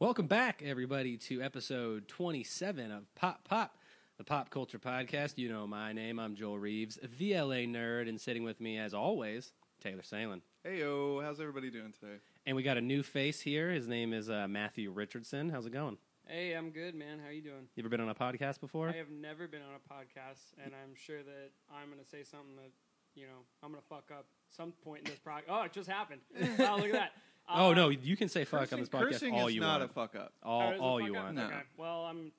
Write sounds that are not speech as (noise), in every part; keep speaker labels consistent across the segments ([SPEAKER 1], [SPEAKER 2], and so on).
[SPEAKER 1] Welcome back, everybody, to episode 27 of Pop Pop, the pop culture podcast. You know my name. I'm Joel Reeves, VLA nerd, and sitting with me, as always, Taylor Salen.
[SPEAKER 2] Hey yo, how's everybody doing today?
[SPEAKER 1] And we got a new face here. His name is uh, Matthew Richardson. How's it going?
[SPEAKER 3] Hey, I'm good, man. How you doing?
[SPEAKER 1] You ever been on a podcast before?
[SPEAKER 3] I have never been on a podcast, and I'm sure that I'm going to say something that, you know, I'm going to fuck up some point in this project. Oh, it
[SPEAKER 1] (laughs)
[SPEAKER 3] just happened. Oh, look at that.
[SPEAKER 1] oh,
[SPEAKER 3] Uh,
[SPEAKER 1] no, you can say fuck
[SPEAKER 2] cursing,
[SPEAKER 1] on this podcast
[SPEAKER 2] cursing
[SPEAKER 1] all
[SPEAKER 2] is
[SPEAKER 1] you
[SPEAKER 2] not
[SPEAKER 1] want.
[SPEAKER 2] a fuck up.
[SPEAKER 3] oh,
[SPEAKER 1] all
[SPEAKER 3] is it
[SPEAKER 1] all
[SPEAKER 3] fuck
[SPEAKER 1] you
[SPEAKER 3] up?
[SPEAKER 1] want.
[SPEAKER 2] No.
[SPEAKER 3] Okay. Well, I'm,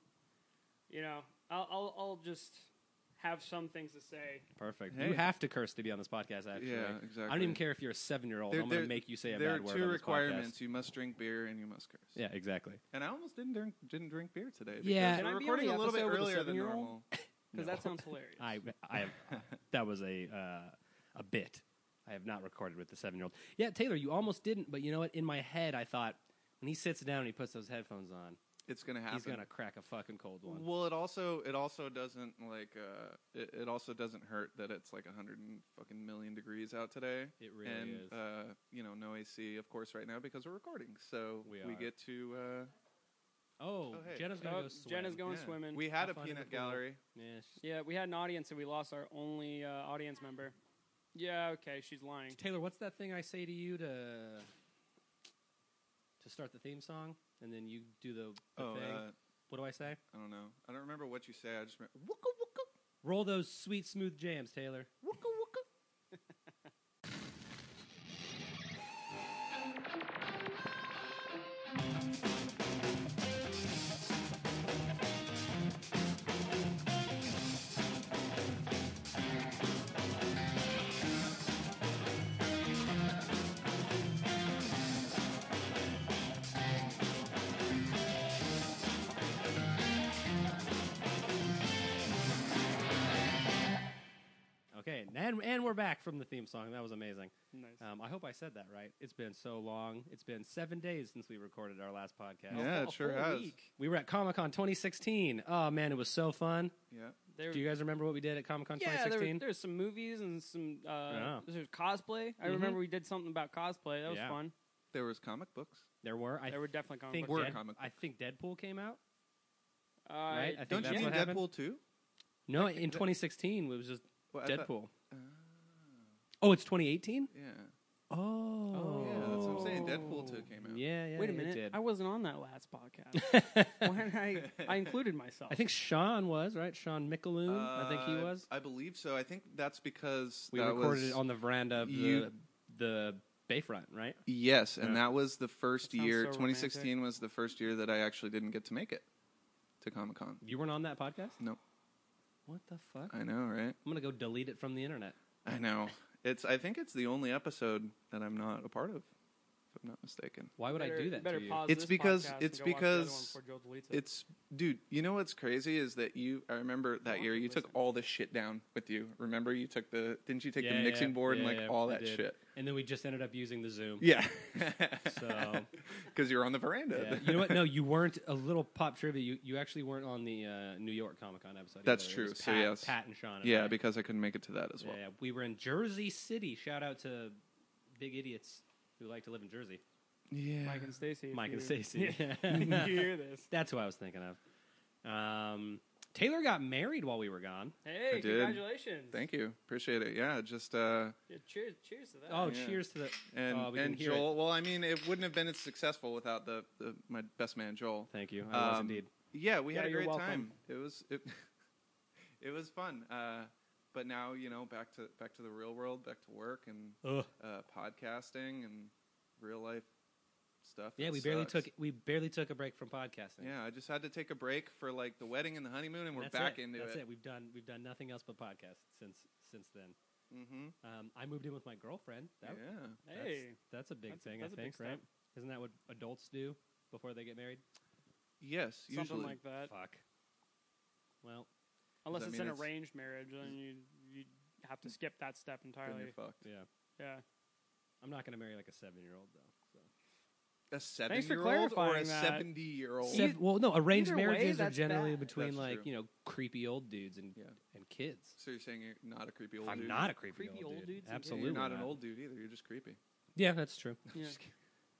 [SPEAKER 3] you know, I'll, I'll, I'll just have some things to say.
[SPEAKER 1] Perfect.
[SPEAKER 2] Hey.
[SPEAKER 1] You have to curse to be on this podcast, actually.
[SPEAKER 2] Yeah,
[SPEAKER 1] I don't
[SPEAKER 2] exactly.
[SPEAKER 1] even care if you're a seven year old.
[SPEAKER 2] There-
[SPEAKER 1] I'm going
[SPEAKER 2] there-
[SPEAKER 1] to make you say a
[SPEAKER 2] there are
[SPEAKER 1] bad word.
[SPEAKER 2] two
[SPEAKER 1] on this
[SPEAKER 2] requirements:
[SPEAKER 1] podcast.
[SPEAKER 2] you must drink beer and you must curse.
[SPEAKER 1] Yeah, exactly.
[SPEAKER 2] And I almost didn't drink, didn't drink beer today. Because
[SPEAKER 1] Yeah.
[SPEAKER 3] Can I
[SPEAKER 2] we're
[SPEAKER 3] be
[SPEAKER 2] recording
[SPEAKER 3] on
[SPEAKER 2] a
[SPEAKER 3] the
[SPEAKER 2] little bit
[SPEAKER 3] episode with a
[SPEAKER 2] earlier than
[SPEAKER 3] seven-year-old?
[SPEAKER 2] normal. (laughs)
[SPEAKER 3] Because
[SPEAKER 1] No.
[SPEAKER 3] that sounds hilarious.
[SPEAKER 1] (laughs) I, I have, that was a uh, a bit. I have not recorded with the seven year old. Yeah, Taylor, you almost didn't, but you know what? In my head, I thought when he sits down and he puts those headphones on,
[SPEAKER 2] It's gonna happen.
[SPEAKER 1] he's gonna crack a fucking cold one.
[SPEAKER 2] Well, it also it also doesn't like uh it, it also doesn't hurt that it's like a hundred and fucking million degrees out today.
[SPEAKER 1] It really
[SPEAKER 2] and,
[SPEAKER 1] is.
[SPEAKER 2] Uh, you know, no AC, of course, right now because we're recording. So
[SPEAKER 1] We are.
[SPEAKER 2] get to. Uh,
[SPEAKER 1] oh,
[SPEAKER 2] Oh, hey.
[SPEAKER 1] Jenna's gonna
[SPEAKER 3] Oh,
[SPEAKER 1] go swim.
[SPEAKER 3] Jenna's going
[SPEAKER 2] yeah.
[SPEAKER 3] swimming.
[SPEAKER 2] We had
[SPEAKER 1] Have
[SPEAKER 2] a
[SPEAKER 1] fun in the
[SPEAKER 2] peanut
[SPEAKER 1] pool.
[SPEAKER 2] gallery.
[SPEAKER 1] Yeah, she's-
[SPEAKER 3] yeah, we had an audience, and we lost our only uh, audience member. Yeah, okay, she's lying.
[SPEAKER 1] Taylor, what's that thing I say to you to to start the theme song, and then you do the, the
[SPEAKER 2] Oh,
[SPEAKER 1] thing?
[SPEAKER 2] uh,
[SPEAKER 1] what do I say?
[SPEAKER 2] I don't know. I don't remember what you say. I just remember wooka wooka
[SPEAKER 1] Roll those sweet smooth jams, Taylor.
[SPEAKER 2] wooka wooka.
[SPEAKER 1] Okay, and and we're back from the theme song. That was amazing.
[SPEAKER 3] Nice.
[SPEAKER 1] Um, I hope I said that right. It's been so long. It's been seven days since we recorded our last podcast.
[SPEAKER 2] Yeah,
[SPEAKER 3] A
[SPEAKER 2] it
[SPEAKER 3] full- a
[SPEAKER 2] sure
[SPEAKER 3] full
[SPEAKER 2] has.
[SPEAKER 3] week.
[SPEAKER 1] We were at Comic Con 2016. Oh man, it was so fun.
[SPEAKER 2] Yeah.
[SPEAKER 3] There-
[SPEAKER 1] Do you guys remember what we did at Comic Con
[SPEAKER 3] Yeah, there,
[SPEAKER 1] 2016?
[SPEAKER 3] were- there's some movies and some uh,
[SPEAKER 1] Yeah.
[SPEAKER 3] there's cosplay. I
[SPEAKER 1] Mhm.
[SPEAKER 3] remember we did something about cosplay. That was
[SPEAKER 1] Yeah.
[SPEAKER 3] fun.
[SPEAKER 2] There was comic books.
[SPEAKER 1] There were. I
[SPEAKER 3] there were definitely comic
[SPEAKER 1] think
[SPEAKER 3] books.
[SPEAKER 2] were
[SPEAKER 1] Dead-
[SPEAKER 2] comic
[SPEAKER 1] I think Deadpool came out.
[SPEAKER 3] Uh,
[SPEAKER 1] right? I think
[SPEAKER 2] Don't you
[SPEAKER 1] that's
[SPEAKER 2] mean
[SPEAKER 1] what happened.
[SPEAKER 2] Deadpool too?
[SPEAKER 1] No, in 2016 it was just
[SPEAKER 2] Well, I thought- uh,
[SPEAKER 1] Deadpool. oh, it's 2018.
[SPEAKER 2] yeah.
[SPEAKER 1] Oh,
[SPEAKER 2] Yeah, that's what I'm saying. Deadpool 2 came out.
[SPEAKER 1] Yeah, yeah.
[SPEAKER 3] Wait a
[SPEAKER 1] it
[SPEAKER 3] minute,
[SPEAKER 1] did.
[SPEAKER 3] I wasn't on that last
[SPEAKER 1] (laughs)
[SPEAKER 3] podcast. Why did I? I included myself.
[SPEAKER 1] I think Sean was right. Sean Mickaloon. I think he
[SPEAKER 2] Uh,
[SPEAKER 1] was.
[SPEAKER 2] I believe so. I think that's because
[SPEAKER 1] We
[SPEAKER 2] that
[SPEAKER 1] recorded
[SPEAKER 2] was,
[SPEAKER 1] it on the veranda of the,
[SPEAKER 2] you-
[SPEAKER 1] the Bayfront, right?
[SPEAKER 2] Yes, and
[SPEAKER 1] Yeah.
[SPEAKER 2] that was the first
[SPEAKER 3] That sounds
[SPEAKER 2] year.
[SPEAKER 3] so
[SPEAKER 2] 2016 was the first year that I actually didn't get to make it to Comic Con.
[SPEAKER 1] You weren't on that podcast?
[SPEAKER 2] No.
[SPEAKER 1] What the fuck? I'm
[SPEAKER 2] I know, right?
[SPEAKER 1] gonna go delete it from the internet.
[SPEAKER 2] I know. It's. I think it's the only episode that I'm not a part of, if I'm not mistaken.
[SPEAKER 1] Why would
[SPEAKER 3] Better-
[SPEAKER 1] I do that
[SPEAKER 3] Better
[SPEAKER 1] to you?
[SPEAKER 3] pause
[SPEAKER 2] It's
[SPEAKER 3] this
[SPEAKER 2] because-
[SPEAKER 3] podcast
[SPEAKER 2] it's
[SPEAKER 3] and go watch the other
[SPEAKER 2] because
[SPEAKER 3] one before Joel deletes it.
[SPEAKER 2] It's, dude. You know what's crazy is that you. I remember that
[SPEAKER 3] I'll
[SPEAKER 2] year you took
[SPEAKER 3] listen.
[SPEAKER 2] all this shit down with you. Remember you took the. Didn't you take
[SPEAKER 1] Yeah,
[SPEAKER 2] the mixing
[SPEAKER 1] yeah,
[SPEAKER 2] board
[SPEAKER 1] yeah,
[SPEAKER 2] and like
[SPEAKER 1] yeah,
[SPEAKER 2] all
[SPEAKER 1] I
[SPEAKER 2] that
[SPEAKER 1] did.
[SPEAKER 2] shit?
[SPEAKER 1] And then we just ended up using the Zoom.
[SPEAKER 2] (laughs) Yeah.
[SPEAKER 1] (laughs) So-
[SPEAKER 2] (laughs) Because you're on the veranda.
[SPEAKER 1] Yeah. You know what? No, you weren't a little pop trivia. You you actually weren't on the uh, New York Comic Con episode.
[SPEAKER 2] That's
[SPEAKER 1] either. It
[SPEAKER 2] true.
[SPEAKER 1] was
[SPEAKER 2] So,
[SPEAKER 1] Pat,
[SPEAKER 2] yes.
[SPEAKER 1] Pat and Sean. and
[SPEAKER 2] (laughs) Yeah,
[SPEAKER 1] I.
[SPEAKER 2] because I couldn't make it to that as well.
[SPEAKER 1] yeah, we were in Jersey City. Shout out to big idiots who like to live in Jersey.
[SPEAKER 2] Yeah.
[SPEAKER 3] Mike and Stacy. if
[SPEAKER 1] Mike and
[SPEAKER 3] you- (laughs)
[SPEAKER 1] Stacey. (laughs)
[SPEAKER 3] if you hear this?
[SPEAKER 1] That's who I was thinking of. Um, Taylor got married while we were gone.
[SPEAKER 3] Hey,
[SPEAKER 2] did.
[SPEAKER 3] congratulations!
[SPEAKER 2] Thank you. Appreciate it. Yeah, just uh
[SPEAKER 3] Yeah, cheers, cheers to that.
[SPEAKER 1] Oh,
[SPEAKER 2] yeah.
[SPEAKER 1] cheers to the
[SPEAKER 2] and
[SPEAKER 1] oh, we
[SPEAKER 2] and
[SPEAKER 1] didn't hear it.
[SPEAKER 2] Joel. Well, I mean, it wouldn't have been as successful without the, the my best man Joel.
[SPEAKER 1] Thank you. I was
[SPEAKER 2] Um,
[SPEAKER 1] indeed.
[SPEAKER 2] Yeah, we had
[SPEAKER 3] Yeah,
[SPEAKER 2] a
[SPEAKER 3] you're
[SPEAKER 2] great
[SPEAKER 3] welcome.
[SPEAKER 2] time. It was it, (laughs) it was fun. Uh but now, you know, back to back to the real world, back to work and
[SPEAKER 1] Ugh.
[SPEAKER 2] uh podcasting and real life stuff.
[SPEAKER 1] Yeah,
[SPEAKER 2] that
[SPEAKER 1] we barely
[SPEAKER 2] sucks.
[SPEAKER 1] took we barely took a break from podcasting.
[SPEAKER 2] Yeah, I just had to take a break for like the wedding and the honeymoon and we're
[SPEAKER 1] That's
[SPEAKER 2] back
[SPEAKER 1] it.
[SPEAKER 2] into
[SPEAKER 1] That's it. We've done we've done nothing else but podcasts since since then.
[SPEAKER 2] Mhm.
[SPEAKER 1] Um, I moved in with my girlfriend. That,
[SPEAKER 2] Yeah.
[SPEAKER 1] that's,
[SPEAKER 3] Hey,
[SPEAKER 1] that's a big
[SPEAKER 3] That's a-
[SPEAKER 1] thing.
[SPEAKER 3] that's
[SPEAKER 1] I
[SPEAKER 3] a big
[SPEAKER 1] think,
[SPEAKER 3] step.
[SPEAKER 1] right? Isn't that what adults do before they get married?
[SPEAKER 2] Yes, usually.
[SPEAKER 3] something like that.
[SPEAKER 1] Fuck. Well,
[SPEAKER 3] Unless
[SPEAKER 2] that
[SPEAKER 3] it's
[SPEAKER 2] mean
[SPEAKER 3] an
[SPEAKER 2] it's-
[SPEAKER 3] arranged marriage, then you you have to skip that step
[SPEAKER 2] then
[SPEAKER 3] entirely.
[SPEAKER 2] you're fucked.
[SPEAKER 1] yeah.
[SPEAKER 3] Yeah.
[SPEAKER 1] I'm not going to marry like a seven year old though.
[SPEAKER 2] a seven
[SPEAKER 3] Thanks for
[SPEAKER 2] year old or a
[SPEAKER 3] clarifying that.
[SPEAKER 2] seventy year old.
[SPEAKER 1] So. well, no, arranged
[SPEAKER 3] either way,
[SPEAKER 1] marriages are
[SPEAKER 3] that's
[SPEAKER 1] generally
[SPEAKER 3] bad.
[SPEAKER 1] between
[SPEAKER 2] That's
[SPEAKER 1] like
[SPEAKER 2] true.
[SPEAKER 1] you know creepy old dudes and
[SPEAKER 2] Yeah.
[SPEAKER 1] and kids.
[SPEAKER 2] So you're saying you're not a creepy old
[SPEAKER 1] I'm
[SPEAKER 2] dude?
[SPEAKER 1] not a creepy,
[SPEAKER 3] Creepy
[SPEAKER 1] old,
[SPEAKER 3] old
[SPEAKER 1] dude.
[SPEAKER 3] dudes and kids.
[SPEAKER 2] Yeah,
[SPEAKER 1] Absolutely
[SPEAKER 2] (laughs) You're not an old dude either. You're just creepy.
[SPEAKER 1] Yeah, that's true.
[SPEAKER 3] Yeah.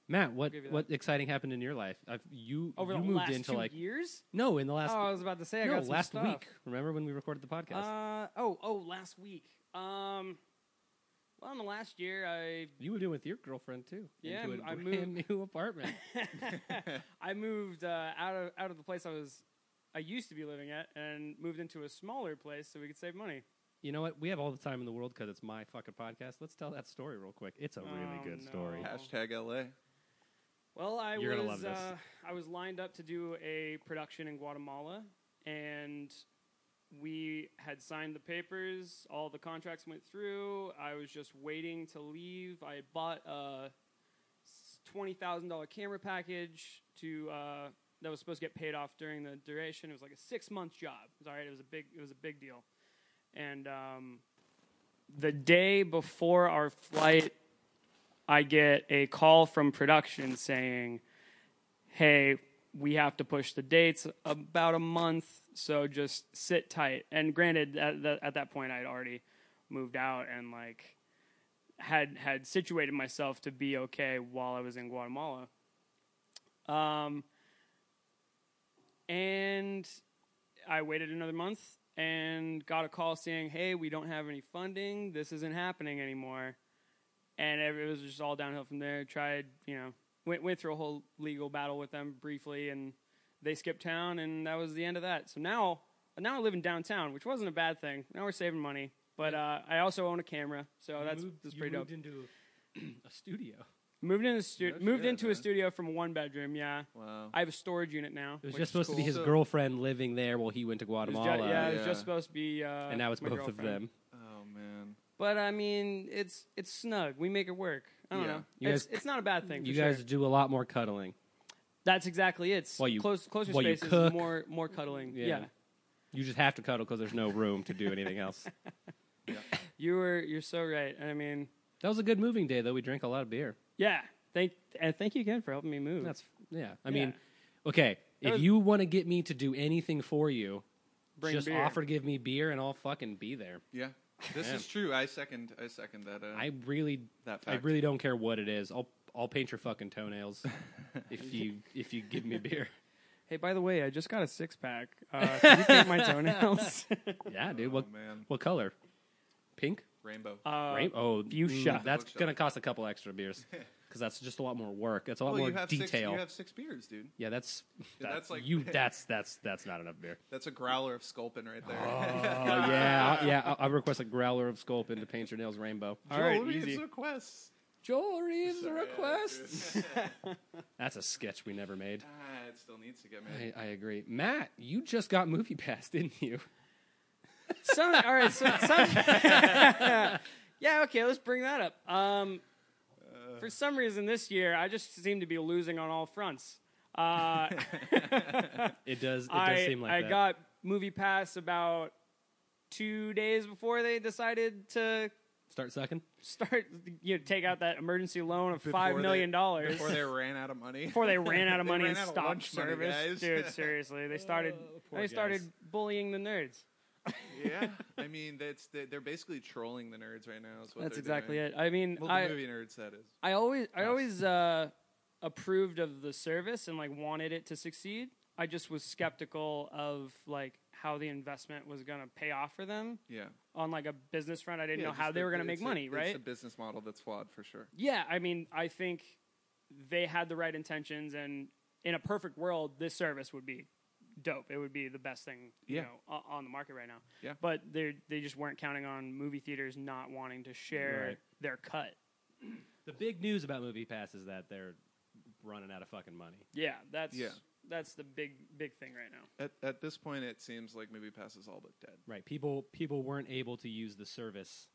[SPEAKER 1] Matt, what
[SPEAKER 3] give you that.
[SPEAKER 1] what exciting happened in your life? I've, you
[SPEAKER 3] Over
[SPEAKER 1] you
[SPEAKER 3] the
[SPEAKER 1] moved
[SPEAKER 3] last
[SPEAKER 1] into
[SPEAKER 3] two
[SPEAKER 1] like
[SPEAKER 3] years.
[SPEAKER 1] no in the last
[SPEAKER 3] oh, I was about to say I
[SPEAKER 1] no
[SPEAKER 3] got some
[SPEAKER 1] last
[SPEAKER 3] stuff.
[SPEAKER 1] week. Remember when we recorded the podcast?
[SPEAKER 3] Uh, oh, oh, last week. Um, well, in the last year, I (laughs)
[SPEAKER 1] you were doing with your girlfriend too.
[SPEAKER 3] yeah,
[SPEAKER 1] into a
[SPEAKER 3] I
[SPEAKER 1] brand (laughs) new apartment. (laughs)
[SPEAKER 3] I moved uh, out of out of the place I was I used to be living at and moved into a smaller place so we could save money.
[SPEAKER 1] you know what? We have all the time in the world because it's my fucking podcast. Let's tell that story real quick. It's a really
[SPEAKER 3] Oh,
[SPEAKER 1] good
[SPEAKER 3] no.
[SPEAKER 1] story.
[SPEAKER 2] (laughs)
[SPEAKER 3] Yeah.
[SPEAKER 2] Hashtag LA.
[SPEAKER 3] Well, I
[SPEAKER 1] You're
[SPEAKER 3] was
[SPEAKER 1] gonna love this.
[SPEAKER 3] Uh, I was lined up to do a production in Guatemala, and we had signed the papers. All the contracts went through. I was just waiting to leave. I bought a twenty thousand dollar camera package to uh, that was supposed to get paid off during the duration. It was like a six month job. It was all right. It was a big. It was a big deal, and. Um, the day before our flight I get a call from production saying, "Hey, we have to push the dates about a month, so just sit tight." And granted, at, that at that point, I'd already moved out and like had had situated myself to be okay while I was in Guatemala. Um, and I waited another month and got a call saying, "Hey, we don't have any funding. This isn't happening anymore." and it it was just all downhill from there. Tried, you know, went went through a whole legal battle with them briefly, and they skipped town, and that was the end of that. So now, now I live in downtown, which wasn't a bad thing. Now we're saving money, but uh, I also own a camera, so
[SPEAKER 1] You
[SPEAKER 3] that's
[SPEAKER 1] moved-
[SPEAKER 3] that's
[SPEAKER 1] you
[SPEAKER 3] pretty dope.
[SPEAKER 1] moved into (clears throat) a studio.
[SPEAKER 3] moved in a stu-
[SPEAKER 2] No
[SPEAKER 3] moved
[SPEAKER 2] shit,
[SPEAKER 3] into a
[SPEAKER 2] man.
[SPEAKER 3] studio from one bedroom. Yeah,
[SPEAKER 2] Wow.
[SPEAKER 3] I have a storage unit now.
[SPEAKER 1] It was just
[SPEAKER 3] which is
[SPEAKER 1] supposed to be
[SPEAKER 3] cool.
[SPEAKER 1] his
[SPEAKER 2] So-
[SPEAKER 1] girlfriend living there while he went to
[SPEAKER 3] It was ju-
[SPEAKER 1] Guatemala,
[SPEAKER 3] yeah, it was
[SPEAKER 2] Yeah.
[SPEAKER 3] just supposed to be. Uh,
[SPEAKER 1] and now it's
[SPEAKER 3] my
[SPEAKER 1] both of
[SPEAKER 3] girlfriend.
[SPEAKER 1] them.
[SPEAKER 2] oh man.
[SPEAKER 3] But I mean, it's it's snug. We make it work. I don't
[SPEAKER 2] Yeah.
[SPEAKER 3] know.
[SPEAKER 1] You
[SPEAKER 3] it's,
[SPEAKER 1] guys-
[SPEAKER 3] it's not a bad thing. For
[SPEAKER 1] You guys
[SPEAKER 3] sure.
[SPEAKER 1] do a lot more cuddling.
[SPEAKER 3] That's exactly it.
[SPEAKER 1] While you-
[SPEAKER 3] Close, closer
[SPEAKER 1] while you
[SPEAKER 3] spaces,
[SPEAKER 1] cook.
[SPEAKER 3] more more cuddling.
[SPEAKER 1] Yeah.
[SPEAKER 3] Yeah.
[SPEAKER 1] You just have to cuddle because there's no room to do anything else.
[SPEAKER 3] (laughs) you were you're so right. I mean,
[SPEAKER 1] That was a good moving day, though. We drank a lot of beer.
[SPEAKER 3] yeah. Thank and thank you again for helping me move.
[SPEAKER 1] That's yeah. I
[SPEAKER 3] Yeah.
[SPEAKER 1] mean, okay.
[SPEAKER 3] That
[SPEAKER 1] If
[SPEAKER 3] was-
[SPEAKER 1] you want to get me to do anything for you,
[SPEAKER 3] Bring
[SPEAKER 1] just
[SPEAKER 3] beer.
[SPEAKER 1] offer to give me beer, and I'll fucking be there.
[SPEAKER 2] Yeah. This
[SPEAKER 1] Yeah.
[SPEAKER 2] is true. I second. I second that. Uh,
[SPEAKER 1] I really,
[SPEAKER 2] that
[SPEAKER 1] I
[SPEAKER 2] fact.
[SPEAKER 1] really don't care what it is. I'll, I'll paint your fucking
[SPEAKER 3] (laughs)
[SPEAKER 1] toenails if you, if you give me beer.
[SPEAKER 3] hey, by the way, I just got a six pack. (laughs) Uh, can you paint my toenails?
[SPEAKER 1] Yeah, dude.
[SPEAKER 2] Oh,
[SPEAKER 1] What,
[SPEAKER 2] man.
[SPEAKER 1] what color? Pink.
[SPEAKER 2] Rainbow.
[SPEAKER 3] (laughs) uh,
[SPEAKER 1] Right? Oh,
[SPEAKER 3] fuchsia.
[SPEAKER 1] mm, that's
[SPEAKER 2] Fuchsia.
[SPEAKER 1] gonna cost a couple extra (laughs) beers because that's just a lot more work. That's a lot
[SPEAKER 2] well,
[SPEAKER 1] more
[SPEAKER 2] you have six.
[SPEAKER 1] detail.
[SPEAKER 2] You have six beers, dude.
[SPEAKER 1] yeah, that's
[SPEAKER 2] Yeah,
[SPEAKER 1] that's
[SPEAKER 2] that's
[SPEAKER 1] (laughs)
[SPEAKER 2] like- (laughs)
[SPEAKER 1] you. That's that's that's not enough beer.
[SPEAKER 2] That's a growler of Sculpin right there. (laughs)
[SPEAKER 1] (laughs) Oh yeah, I, yeah. I, I request a growler of Sculpin to paint your nails rainbow.
[SPEAKER 2] Joel
[SPEAKER 3] All right,
[SPEAKER 2] Reed's
[SPEAKER 3] easy.
[SPEAKER 2] requests.
[SPEAKER 1] Joel Reeves
[SPEAKER 2] Sorry,
[SPEAKER 1] requests.
[SPEAKER 2] dude.
[SPEAKER 1] (laughs)
[SPEAKER 2] (laughs)
[SPEAKER 1] That's a sketch we never made.
[SPEAKER 2] ah, it still needs to get
[SPEAKER 1] I,
[SPEAKER 2] made.
[SPEAKER 1] I agree. Matt, you just got movie pass, (laughs) didn't you?
[SPEAKER 3] Some, all right. So, some, (laughs) yeah. Okay. Let's bring that up. Um,
[SPEAKER 2] Uh.
[SPEAKER 3] for some reason this year, I just seem to be losing on all fronts.
[SPEAKER 2] (laughs)
[SPEAKER 3] Uh,
[SPEAKER 1] It does. It does
[SPEAKER 3] I,
[SPEAKER 1] seem like
[SPEAKER 3] I
[SPEAKER 1] that.
[SPEAKER 3] got Movie Pass about two days before they decided to
[SPEAKER 1] Start sucking.
[SPEAKER 3] start, you know, take out that emergency loan of
[SPEAKER 2] Before
[SPEAKER 3] five million
[SPEAKER 2] they-
[SPEAKER 3] dollars
[SPEAKER 2] Before they ran out of money.
[SPEAKER 3] (laughs) before they ran out of
[SPEAKER 2] They
[SPEAKER 3] money
[SPEAKER 2] ran
[SPEAKER 3] and
[SPEAKER 2] out of
[SPEAKER 3] stopped
[SPEAKER 2] lunch money,
[SPEAKER 3] service.
[SPEAKER 2] guys.
[SPEAKER 3] Dude, seriously, they started
[SPEAKER 1] Oh, poor
[SPEAKER 3] they started
[SPEAKER 1] guys.
[SPEAKER 3] bullying the nerds.
[SPEAKER 2] (laughs) yeah. I mean, that's they- they're basically trolling the nerds right now. Is what
[SPEAKER 3] That's exactly it. I mean,
[SPEAKER 2] Well, the
[SPEAKER 3] I,
[SPEAKER 2] movie nerds, that is.
[SPEAKER 3] I always I always uh, approved of the service and like wanted it to succeed. I just was skeptical of like how the investment was going to pay off for them
[SPEAKER 2] Yeah.
[SPEAKER 3] on like a business front. I didn't
[SPEAKER 2] Yeah,
[SPEAKER 3] know how
[SPEAKER 2] just
[SPEAKER 3] they
[SPEAKER 2] the-
[SPEAKER 3] were going to
[SPEAKER 2] it's
[SPEAKER 3] make
[SPEAKER 2] a-
[SPEAKER 3] money, right?
[SPEAKER 2] It's a business model that's flawed for sure.
[SPEAKER 3] Yeah, I mean, I think they had the right intentions, and in a perfect world, this service would be dope. It would be the best thing you
[SPEAKER 2] Yeah.
[SPEAKER 3] know o- on the market right now.
[SPEAKER 2] Yeah.
[SPEAKER 3] but they they just weren't counting on movie theaters not wanting to share
[SPEAKER 1] Right.
[SPEAKER 3] their cut.
[SPEAKER 1] The big news about movie pass is that they're running out of fucking money.
[SPEAKER 3] Yeah, that's
[SPEAKER 2] Yeah.
[SPEAKER 3] that's the big big thing right now.
[SPEAKER 2] At, at this point, it seems like Movie Pass is all but dead.
[SPEAKER 1] Right. People people weren't able to use the service.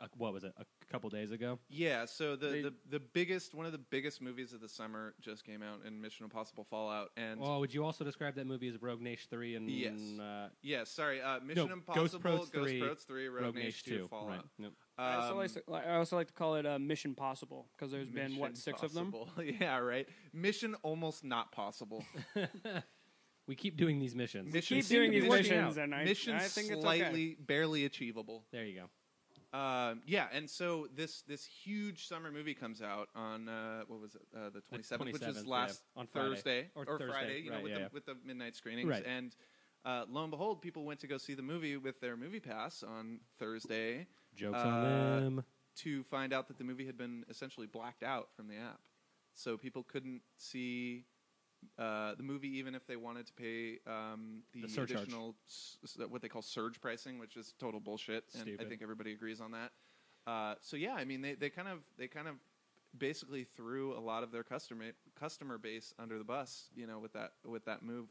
[SPEAKER 1] Uh, what was it? A couple days ago.
[SPEAKER 2] Yeah, so the,
[SPEAKER 3] They-
[SPEAKER 2] the, the biggest, one of the biggest movies of the summer just came out in Mission Impossible Fallout. And
[SPEAKER 1] Well, would you also describe that movie as Rogue Nation Three and
[SPEAKER 2] Yes.
[SPEAKER 1] uh,
[SPEAKER 2] yeah, sorry, uh, Mission
[SPEAKER 1] Ghost
[SPEAKER 2] Impossible,
[SPEAKER 1] Protes 3,
[SPEAKER 2] Protes 3, Rogue,
[SPEAKER 1] Rogue
[SPEAKER 2] Nation
[SPEAKER 1] Nation
[SPEAKER 2] 2,
[SPEAKER 1] Two?
[SPEAKER 2] Fallout.
[SPEAKER 1] Right. Nope.
[SPEAKER 3] I, also
[SPEAKER 2] Um,
[SPEAKER 3] like, to- like- I also like to call it a mission possible because there's been what
[SPEAKER 2] Mission
[SPEAKER 3] six of them.
[SPEAKER 2] Possible. (laughs) yeah, right. Mission almost not possible.
[SPEAKER 1] (laughs) We keep doing these missions.
[SPEAKER 2] Mission
[SPEAKER 3] Keep doing
[SPEAKER 1] to be
[SPEAKER 3] these
[SPEAKER 1] working
[SPEAKER 3] missions,
[SPEAKER 1] out.
[SPEAKER 3] and I,
[SPEAKER 2] Mission
[SPEAKER 3] I think it's okay.
[SPEAKER 2] slightly, barely achievable.
[SPEAKER 1] There you go.
[SPEAKER 2] Um, yeah, and so this this huge summer movie comes out on uh, what was it uh, the twenty seventh, which
[SPEAKER 1] 27th,
[SPEAKER 2] is
[SPEAKER 1] yeah,
[SPEAKER 2] last
[SPEAKER 1] on Friday.
[SPEAKER 2] Thursday
[SPEAKER 1] Or Thursday,
[SPEAKER 2] Friday, you
[SPEAKER 1] right,
[SPEAKER 2] know, with,
[SPEAKER 1] yeah,
[SPEAKER 2] the,
[SPEAKER 1] yeah.
[SPEAKER 2] with the midnight screenings.
[SPEAKER 1] Right.
[SPEAKER 2] And uh, lo and behold, people went to go see the movie with their movie pass on Thursday
[SPEAKER 1] Jokes
[SPEAKER 2] Uh,
[SPEAKER 1] on them.
[SPEAKER 2] to find out that the movie had been essentially blacked out from the app, so people couldn't see. Uh, the movie, even if they wanted to pay um, the,
[SPEAKER 1] The surcharge.
[SPEAKER 2] additional s- s- what they call surge pricing, which is total bullshit, and
[SPEAKER 1] Stupid.
[SPEAKER 2] I think everybody agrees on that. Uh, so yeah, I mean they, they kind of they kind of basically threw a lot of their customer customer base under the bus, you know, with that with that move.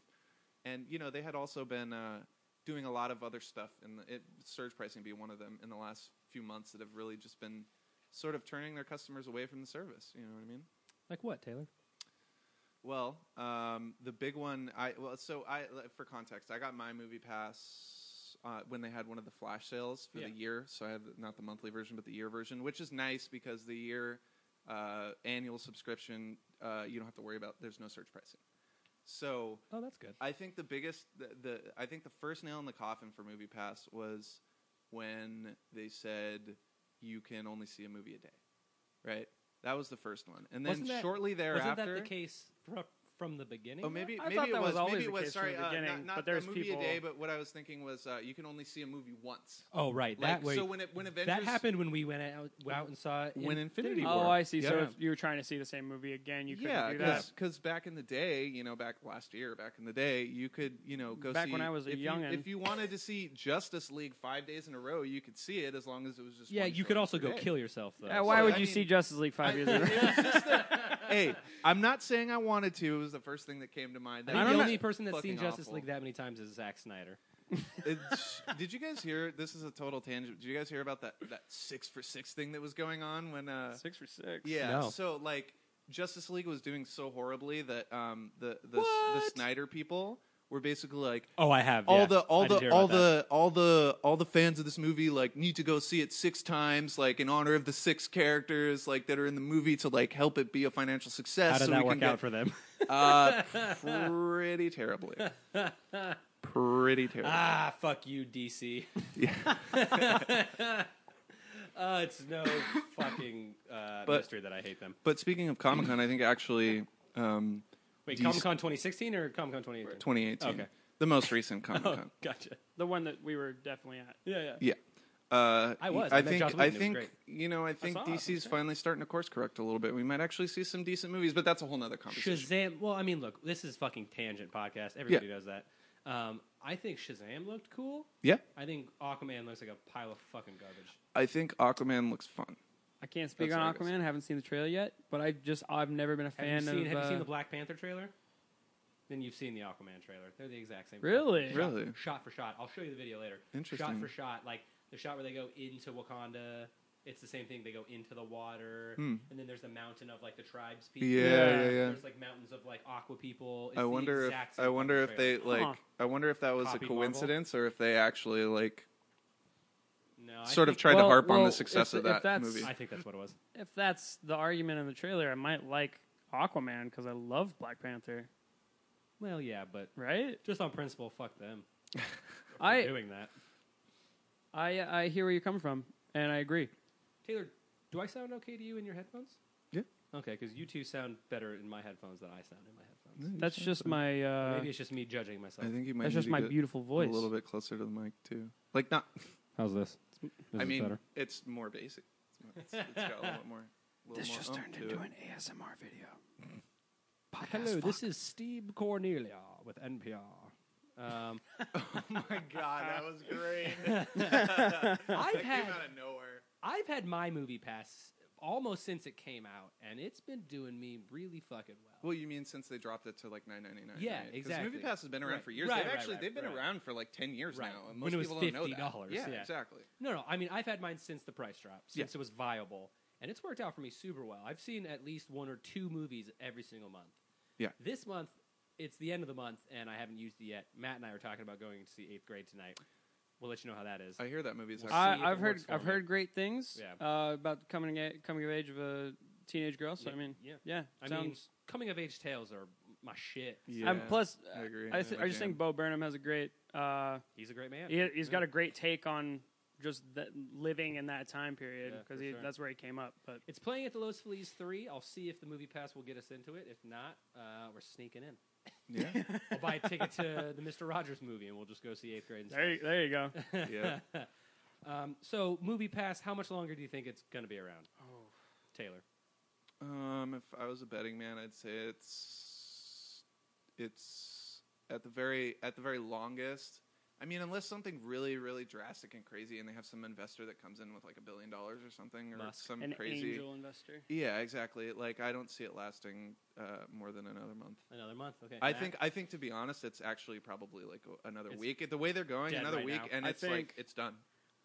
[SPEAKER 2] And you know they had also been uh, doing a lot of other stuff, and it surge pricing being one of them in the last few months that have really just been sort of turning their customers away from the service. You know what I mean?
[SPEAKER 1] Like what, Taylor?
[SPEAKER 2] Well, um, the big one. I well, so I like, for context, I got my movie pass uh, when they had one of the flash sales for
[SPEAKER 3] Yeah.
[SPEAKER 2] the year. So I have the- not the monthly version, but the year version, which is nice because the year uh, annual subscription, uh, you don't have to worry about. There's no surge pricing. So
[SPEAKER 1] Oh, that's good.
[SPEAKER 2] I think the biggest, the, the I think the first nail in the coffin for Movie Pass was when they said you can only see a movie a day, right? That was the first one, and then
[SPEAKER 1] Wasn't that-
[SPEAKER 2] shortly thereafter,
[SPEAKER 1] Wasn't that the case fr- from the beginning?
[SPEAKER 2] Oh, maybe
[SPEAKER 3] I
[SPEAKER 2] maybe
[SPEAKER 3] thought
[SPEAKER 2] it
[SPEAKER 3] that was
[SPEAKER 2] was,
[SPEAKER 3] always
[SPEAKER 2] maybe
[SPEAKER 3] the
[SPEAKER 2] it was.
[SPEAKER 3] case from
[SPEAKER 2] Sorry,
[SPEAKER 3] the
[SPEAKER 2] uh,
[SPEAKER 3] beginning,
[SPEAKER 2] not, not
[SPEAKER 3] but there's
[SPEAKER 2] a movie
[SPEAKER 3] people-
[SPEAKER 2] a day. But what I was thinking was uh, you can only see a movie once.
[SPEAKER 1] Oh, right.
[SPEAKER 2] Like,
[SPEAKER 1] that way.
[SPEAKER 2] so when it- when
[SPEAKER 1] that
[SPEAKER 2] Avengers-
[SPEAKER 1] happened when we went out, went out and saw it
[SPEAKER 2] When
[SPEAKER 1] in
[SPEAKER 2] Infinity War-
[SPEAKER 3] Oh, I see. So
[SPEAKER 1] Yeah.
[SPEAKER 3] if you were trying to see the same movie again, you couldn't
[SPEAKER 2] yeah,
[SPEAKER 3] do that.
[SPEAKER 2] because back in the day, you know, back last year, back in the day, you could, you know, go
[SPEAKER 3] Back
[SPEAKER 2] see-
[SPEAKER 3] when I was a
[SPEAKER 2] if you-
[SPEAKER 3] young'un.
[SPEAKER 2] If you wanted to see Justice League five days in a row, you could see it as long as it was just.
[SPEAKER 1] Yeah,
[SPEAKER 2] one
[SPEAKER 1] you could
[SPEAKER 2] showing
[SPEAKER 1] also
[SPEAKER 2] per
[SPEAKER 1] go
[SPEAKER 2] day.
[SPEAKER 1] kill yourself though.
[SPEAKER 3] Uh, why
[SPEAKER 2] so-
[SPEAKER 3] would
[SPEAKER 2] I
[SPEAKER 3] you
[SPEAKER 2] mean-
[SPEAKER 3] see Justice League five
[SPEAKER 2] I-
[SPEAKER 3] years
[SPEAKER 2] it
[SPEAKER 3] ago?
[SPEAKER 2] was
[SPEAKER 1] (laughs)
[SPEAKER 2] just that- hey, I'm not saying I wanted to. It was the first thing that came to mind.
[SPEAKER 1] I
[SPEAKER 2] That
[SPEAKER 1] think
[SPEAKER 3] don't
[SPEAKER 1] the
[SPEAKER 3] know.
[SPEAKER 1] only person that's
[SPEAKER 2] Fucking
[SPEAKER 1] seen Justice
[SPEAKER 2] awful.
[SPEAKER 1] League that many times is Zack Snyder.
[SPEAKER 2] It's- did you guys hear? This is a total tangent. Did you guys hear about that that six for six thing that was going on when? Uh,
[SPEAKER 3] (laughs) Six for six.
[SPEAKER 2] yeah.
[SPEAKER 1] No.
[SPEAKER 2] So like, Justice League was doing so horribly that um the the, the
[SPEAKER 1] What?
[SPEAKER 2] Snyder people were basically like.
[SPEAKER 1] Oh, I have.
[SPEAKER 2] All the all the all the all the all the fans of this movie like need to go see it six times like in honor of the six characters like that are in the movie to like help it be a financial success.
[SPEAKER 1] How did
[SPEAKER 2] so
[SPEAKER 1] that
[SPEAKER 2] we
[SPEAKER 1] work
[SPEAKER 2] can
[SPEAKER 1] out
[SPEAKER 2] get,
[SPEAKER 1] for them?
[SPEAKER 2] (laughs) uh, pretty terribly. Pretty terribly.
[SPEAKER 1] (laughs) ah, fuck you, DC.
[SPEAKER 2] Yeah.
[SPEAKER 1] (laughs) Uh, it's (laughs) no fucking uh,
[SPEAKER 2] But-
[SPEAKER 1] mystery that I hate them.
[SPEAKER 2] But speaking of Comic Con, I think actually um,
[SPEAKER 1] Wait,
[SPEAKER 2] DC
[SPEAKER 1] Comic Con 2016 or Comic Con 2018?
[SPEAKER 2] 2018,
[SPEAKER 1] Okay.
[SPEAKER 2] the most recent
[SPEAKER 1] (laughs)
[SPEAKER 2] Comic
[SPEAKER 1] Oh,
[SPEAKER 2] Con.
[SPEAKER 1] gotcha.
[SPEAKER 3] The one that we were definitely at.
[SPEAKER 1] Yeah, yeah.
[SPEAKER 2] Yeah. Uh,
[SPEAKER 1] I was. I
[SPEAKER 2] I
[SPEAKER 1] met
[SPEAKER 2] think.
[SPEAKER 1] Joss Whedon.
[SPEAKER 2] I
[SPEAKER 1] It was
[SPEAKER 2] think.
[SPEAKER 1] great.
[SPEAKER 2] You know. I think
[SPEAKER 3] saw it. It was
[SPEAKER 2] DC's finally starting to course correct a little bit. We might actually see some decent movies, but that's a whole nother conversation.
[SPEAKER 1] Shazam. Well, I mean, look, this is fucking tangent podcast. Everybody
[SPEAKER 2] Yeah.
[SPEAKER 1] does that. Um, I think Shazam looked cool.
[SPEAKER 2] Yeah.
[SPEAKER 1] I think Aquaman looks like a pile of fucking garbage.
[SPEAKER 2] I think Aquaman looks fun.
[SPEAKER 3] I can't speak
[SPEAKER 2] That's
[SPEAKER 3] on
[SPEAKER 2] what I
[SPEAKER 3] Aquaman. I haven't seen the trailer yet, but I just I've never been a
[SPEAKER 1] Have
[SPEAKER 3] fan
[SPEAKER 1] you seen
[SPEAKER 3] of.
[SPEAKER 1] Have you
[SPEAKER 3] uh,
[SPEAKER 1] seen the Black Panther trailer? Then you've seen the Aquaman trailer. They're the exact same.
[SPEAKER 3] Really?
[SPEAKER 1] Shot,
[SPEAKER 2] Really?
[SPEAKER 1] Shot for shot. I'll show you the video later. Shot
[SPEAKER 2] Interesting.
[SPEAKER 1] for shot, like the shot where they go into Wakanda. It's the same thing. They go into the water,
[SPEAKER 2] Hmm.
[SPEAKER 1] and then there's the mountain of like the tribes people.
[SPEAKER 2] Yeah,
[SPEAKER 3] yeah,
[SPEAKER 2] yeah.
[SPEAKER 1] There's like mountains of like aqua people. It's
[SPEAKER 2] I
[SPEAKER 1] the
[SPEAKER 2] wonder if.
[SPEAKER 1] exact same
[SPEAKER 2] I wonder
[SPEAKER 1] fucking
[SPEAKER 2] if
[SPEAKER 1] trailer.
[SPEAKER 2] they like.
[SPEAKER 3] Huh.
[SPEAKER 2] I wonder if that was
[SPEAKER 1] Copied
[SPEAKER 2] a
[SPEAKER 1] Marvel.
[SPEAKER 2] coincidence or if they actually like
[SPEAKER 1] no, I
[SPEAKER 2] sort of
[SPEAKER 1] think-
[SPEAKER 2] tried
[SPEAKER 3] Well-
[SPEAKER 2] to harp on
[SPEAKER 3] well,
[SPEAKER 2] the
[SPEAKER 3] if
[SPEAKER 2] success
[SPEAKER 3] the-
[SPEAKER 2] of
[SPEAKER 3] if
[SPEAKER 2] that
[SPEAKER 3] that's-
[SPEAKER 2] movie.
[SPEAKER 1] I think that's what it was.
[SPEAKER 3] if that's the argument in the trailer, I might like Aquaman because I love Black Panther.
[SPEAKER 1] Well, yeah, but
[SPEAKER 3] Right?
[SPEAKER 1] just on principle, fuck them. for
[SPEAKER 3] I-
[SPEAKER 1] doing that.
[SPEAKER 3] I I hear where you're coming from, and I agree.
[SPEAKER 1] Taylor, do I sound okay to you in your headphones?
[SPEAKER 2] Yeah.
[SPEAKER 1] Okay, because you two sound better in my headphones than I sound in my headphones.
[SPEAKER 3] That's just my uh,
[SPEAKER 1] Maybe it's just me judging myself.
[SPEAKER 2] I think you might.
[SPEAKER 3] that's
[SPEAKER 2] need
[SPEAKER 3] just
[SPEAKER 2] to
[SPEAKER 3] my
[SPEAKER 2] get
[SPEAKER 3] beautiful voice.
[SPEAKER 2] A little bit closer to the mic too. Like not.
[SPEAKER 1] How's this?
[SPEAKER 2] I mean, it's more basic. It's, more, it's, it's got a little
[SPEAKER 3] (laughs)
[SPEAKER 2] bit more. a Little
[SPEAKER 3] This
[SPEAKER 2] more
[SPEAKER 3] just
[SPEAKER 2] oomph
[SPEAKER 3] turned
[SPEAKER 2] to
[SPEAKER 3] into
[SPEAKER 2] it.
[SPEAKER 3] (laughs) an ASMR video.
[SPEAKER 1] hello. This is Steve Cornelia with NPR. Um,
[SPEAKER 2] Oh my god, that
[SPEAKER 3] (laughs)
[SPEAKER 2] was great. (laughs)
[SPEAKER 1] I've had-
[SPEAKER 2] that (laughs) came out of nowhere.
[SPEAKER 1] I've had my movie pass almost since it came out, and it's been doing me really fucking well.
[SPEAKER 2] Well, you mean since they dropped it to like nine ninety nine?
[SPEAKER 1] Yeah, exactly.
[SPEAKER 2] Movie Pass has been around
[SPEAKER 1] Right.
[SPEAKER 2] for years.
[SPEAKER 1] Right,
[SPEAKER 2] they've
[SPEAKER 1] right,
[SPEAKER 2] actually
[SPEAKER 1] right,
[SPEAKER 2] they've been
[SPEAKER 1] right.
[SPEAKER 2] around for like ten years
[SPEAKER 1] Right.
[SPEAKER 2] now,
[SPEAKER 1] When
[SPEAKER 2] and most
[SPEAKER 1] it was
[SPEAKER 2] people don't know that.
[SPEAKER 1] $50,
[SPEAKER 2] Yeah,
[SPEAKER 1] yeah.
[SPEAKER 2] exactly.
[SPEAKER 1] No, no. I mean, I've had mine since the price drop,
[SPEAKER 2] Yeah.
[SPEAKER 1] since it was viable, and it's worked out for me super well. I've seen at least one or two movies every single month.
[SPEAKER 2] Yeah.
[SPEAKER 1] This month, it's the end of the month, and I haven't used it yet. Matt and I are talking about going to see Eighth Grade tonight. We'll let you know how that is.
[SPEAKER 2] I hear that movie's
[SPEAKER 1] We'll
[SPEAKER 2] actually
[SPEAKER 1] see if
[SPEAKER 3] I, I've
[SPEAKER 1] it
[SPEAKER 3] heard
[SPEAKER 1] works for
[SPEAKER 3] I've
[SPEAKER 1] me.
[SPEAKER 3] heard great things
[SPEAKER 1] Yeah.
[SPEAKER 3] uh, about coming a, coming of age of a teenage girl. So
[SPEAKER 1] Yeah,
[SPEAKER 3] I mean,
[SPEAKER 1] yeah.
[SPEAKER 3] yeah,
[SPEAKER 1] I mean,
[SPEAKER 3] sounds.
[SPEAKER 1] coming of age tales are my shit.
[SPEAKER 2] Yeah.
[SPEAKER 3] I'm, plus,
[SPEAKER 2] I agree.
[SPEAKER 3] I, th-
[SPEAKER 2] Yeah,
[SPEAKER 3] I just
[SPEAKER 2] jam.
[SPEAKER 3] think Bo Burnham has a great. Uh,
[SPEAKER 1] He's a great man.
[SPEAKER 3] he, has got a great take on just th living in that time period
[SPEAKER 1] Yeah,
[SPEAKER 3] because
[SPEAKER 1] for sure.
[SPEAKER 3] that's where he came up. But
[SPEAKER 1] It's playing at the Los Feliz 3. I'll see if the movie pass will get us into it. If not, uh, we're sneaking in.
[SPEAKER 3] (laughs)
[SPEAKER 2] Yeah.
[SPEAKER 1] I'll buy a ticket to the Mr. Rogers movie and we'll just go see 8th grade instead.
[SPEAKER 3] there, you, there you go.
[SPEAKER 2] Yeah.
[SPEAKER 1] (laughs) um, so, movie pass, how much longer do you think it's going to be around,
[SPEAKER 3] oh,
[SPEAKER 1] Taylor?
[SPEAKER 2] Um, if I was a betting man, I'd say it's it's at the very at the very longest. I mean, unless something really, really drastic and crazy, and they have some investor that comes in with like a billion dollars or something, or
[SPEAKER 1] Musk.
[SPEAKER 2] some
[SPEAKER 3] an
[SPEAKER 2] crazy.
[SPEAKER 3] angel investor.
[SPEAKER 2] Yeah, exactly. Like I don't see it lasting uh, more than another month.
[SPEAKER 1] Another month. Okay.
[SPEAKER 2] I
[SPEAKER 3] Yeah.
[SPEAKER 2] think I think to be honest, it's actually probably like a- another
[SPEAKER 1] It's
[SPEAKER 2] week. The way they're going,
[SPEAKER 1] dead
[SPEAKER 2] another
[SPEAKER 1] right
[SPEAKER 2] week,
[SPEAKER 1] now.
[SPEAKER 2] and
[SPEAKER 3] I
[SPEAKER 2] it's
[SPEAKER 3] think-
[SPEAKER 2] like it's done.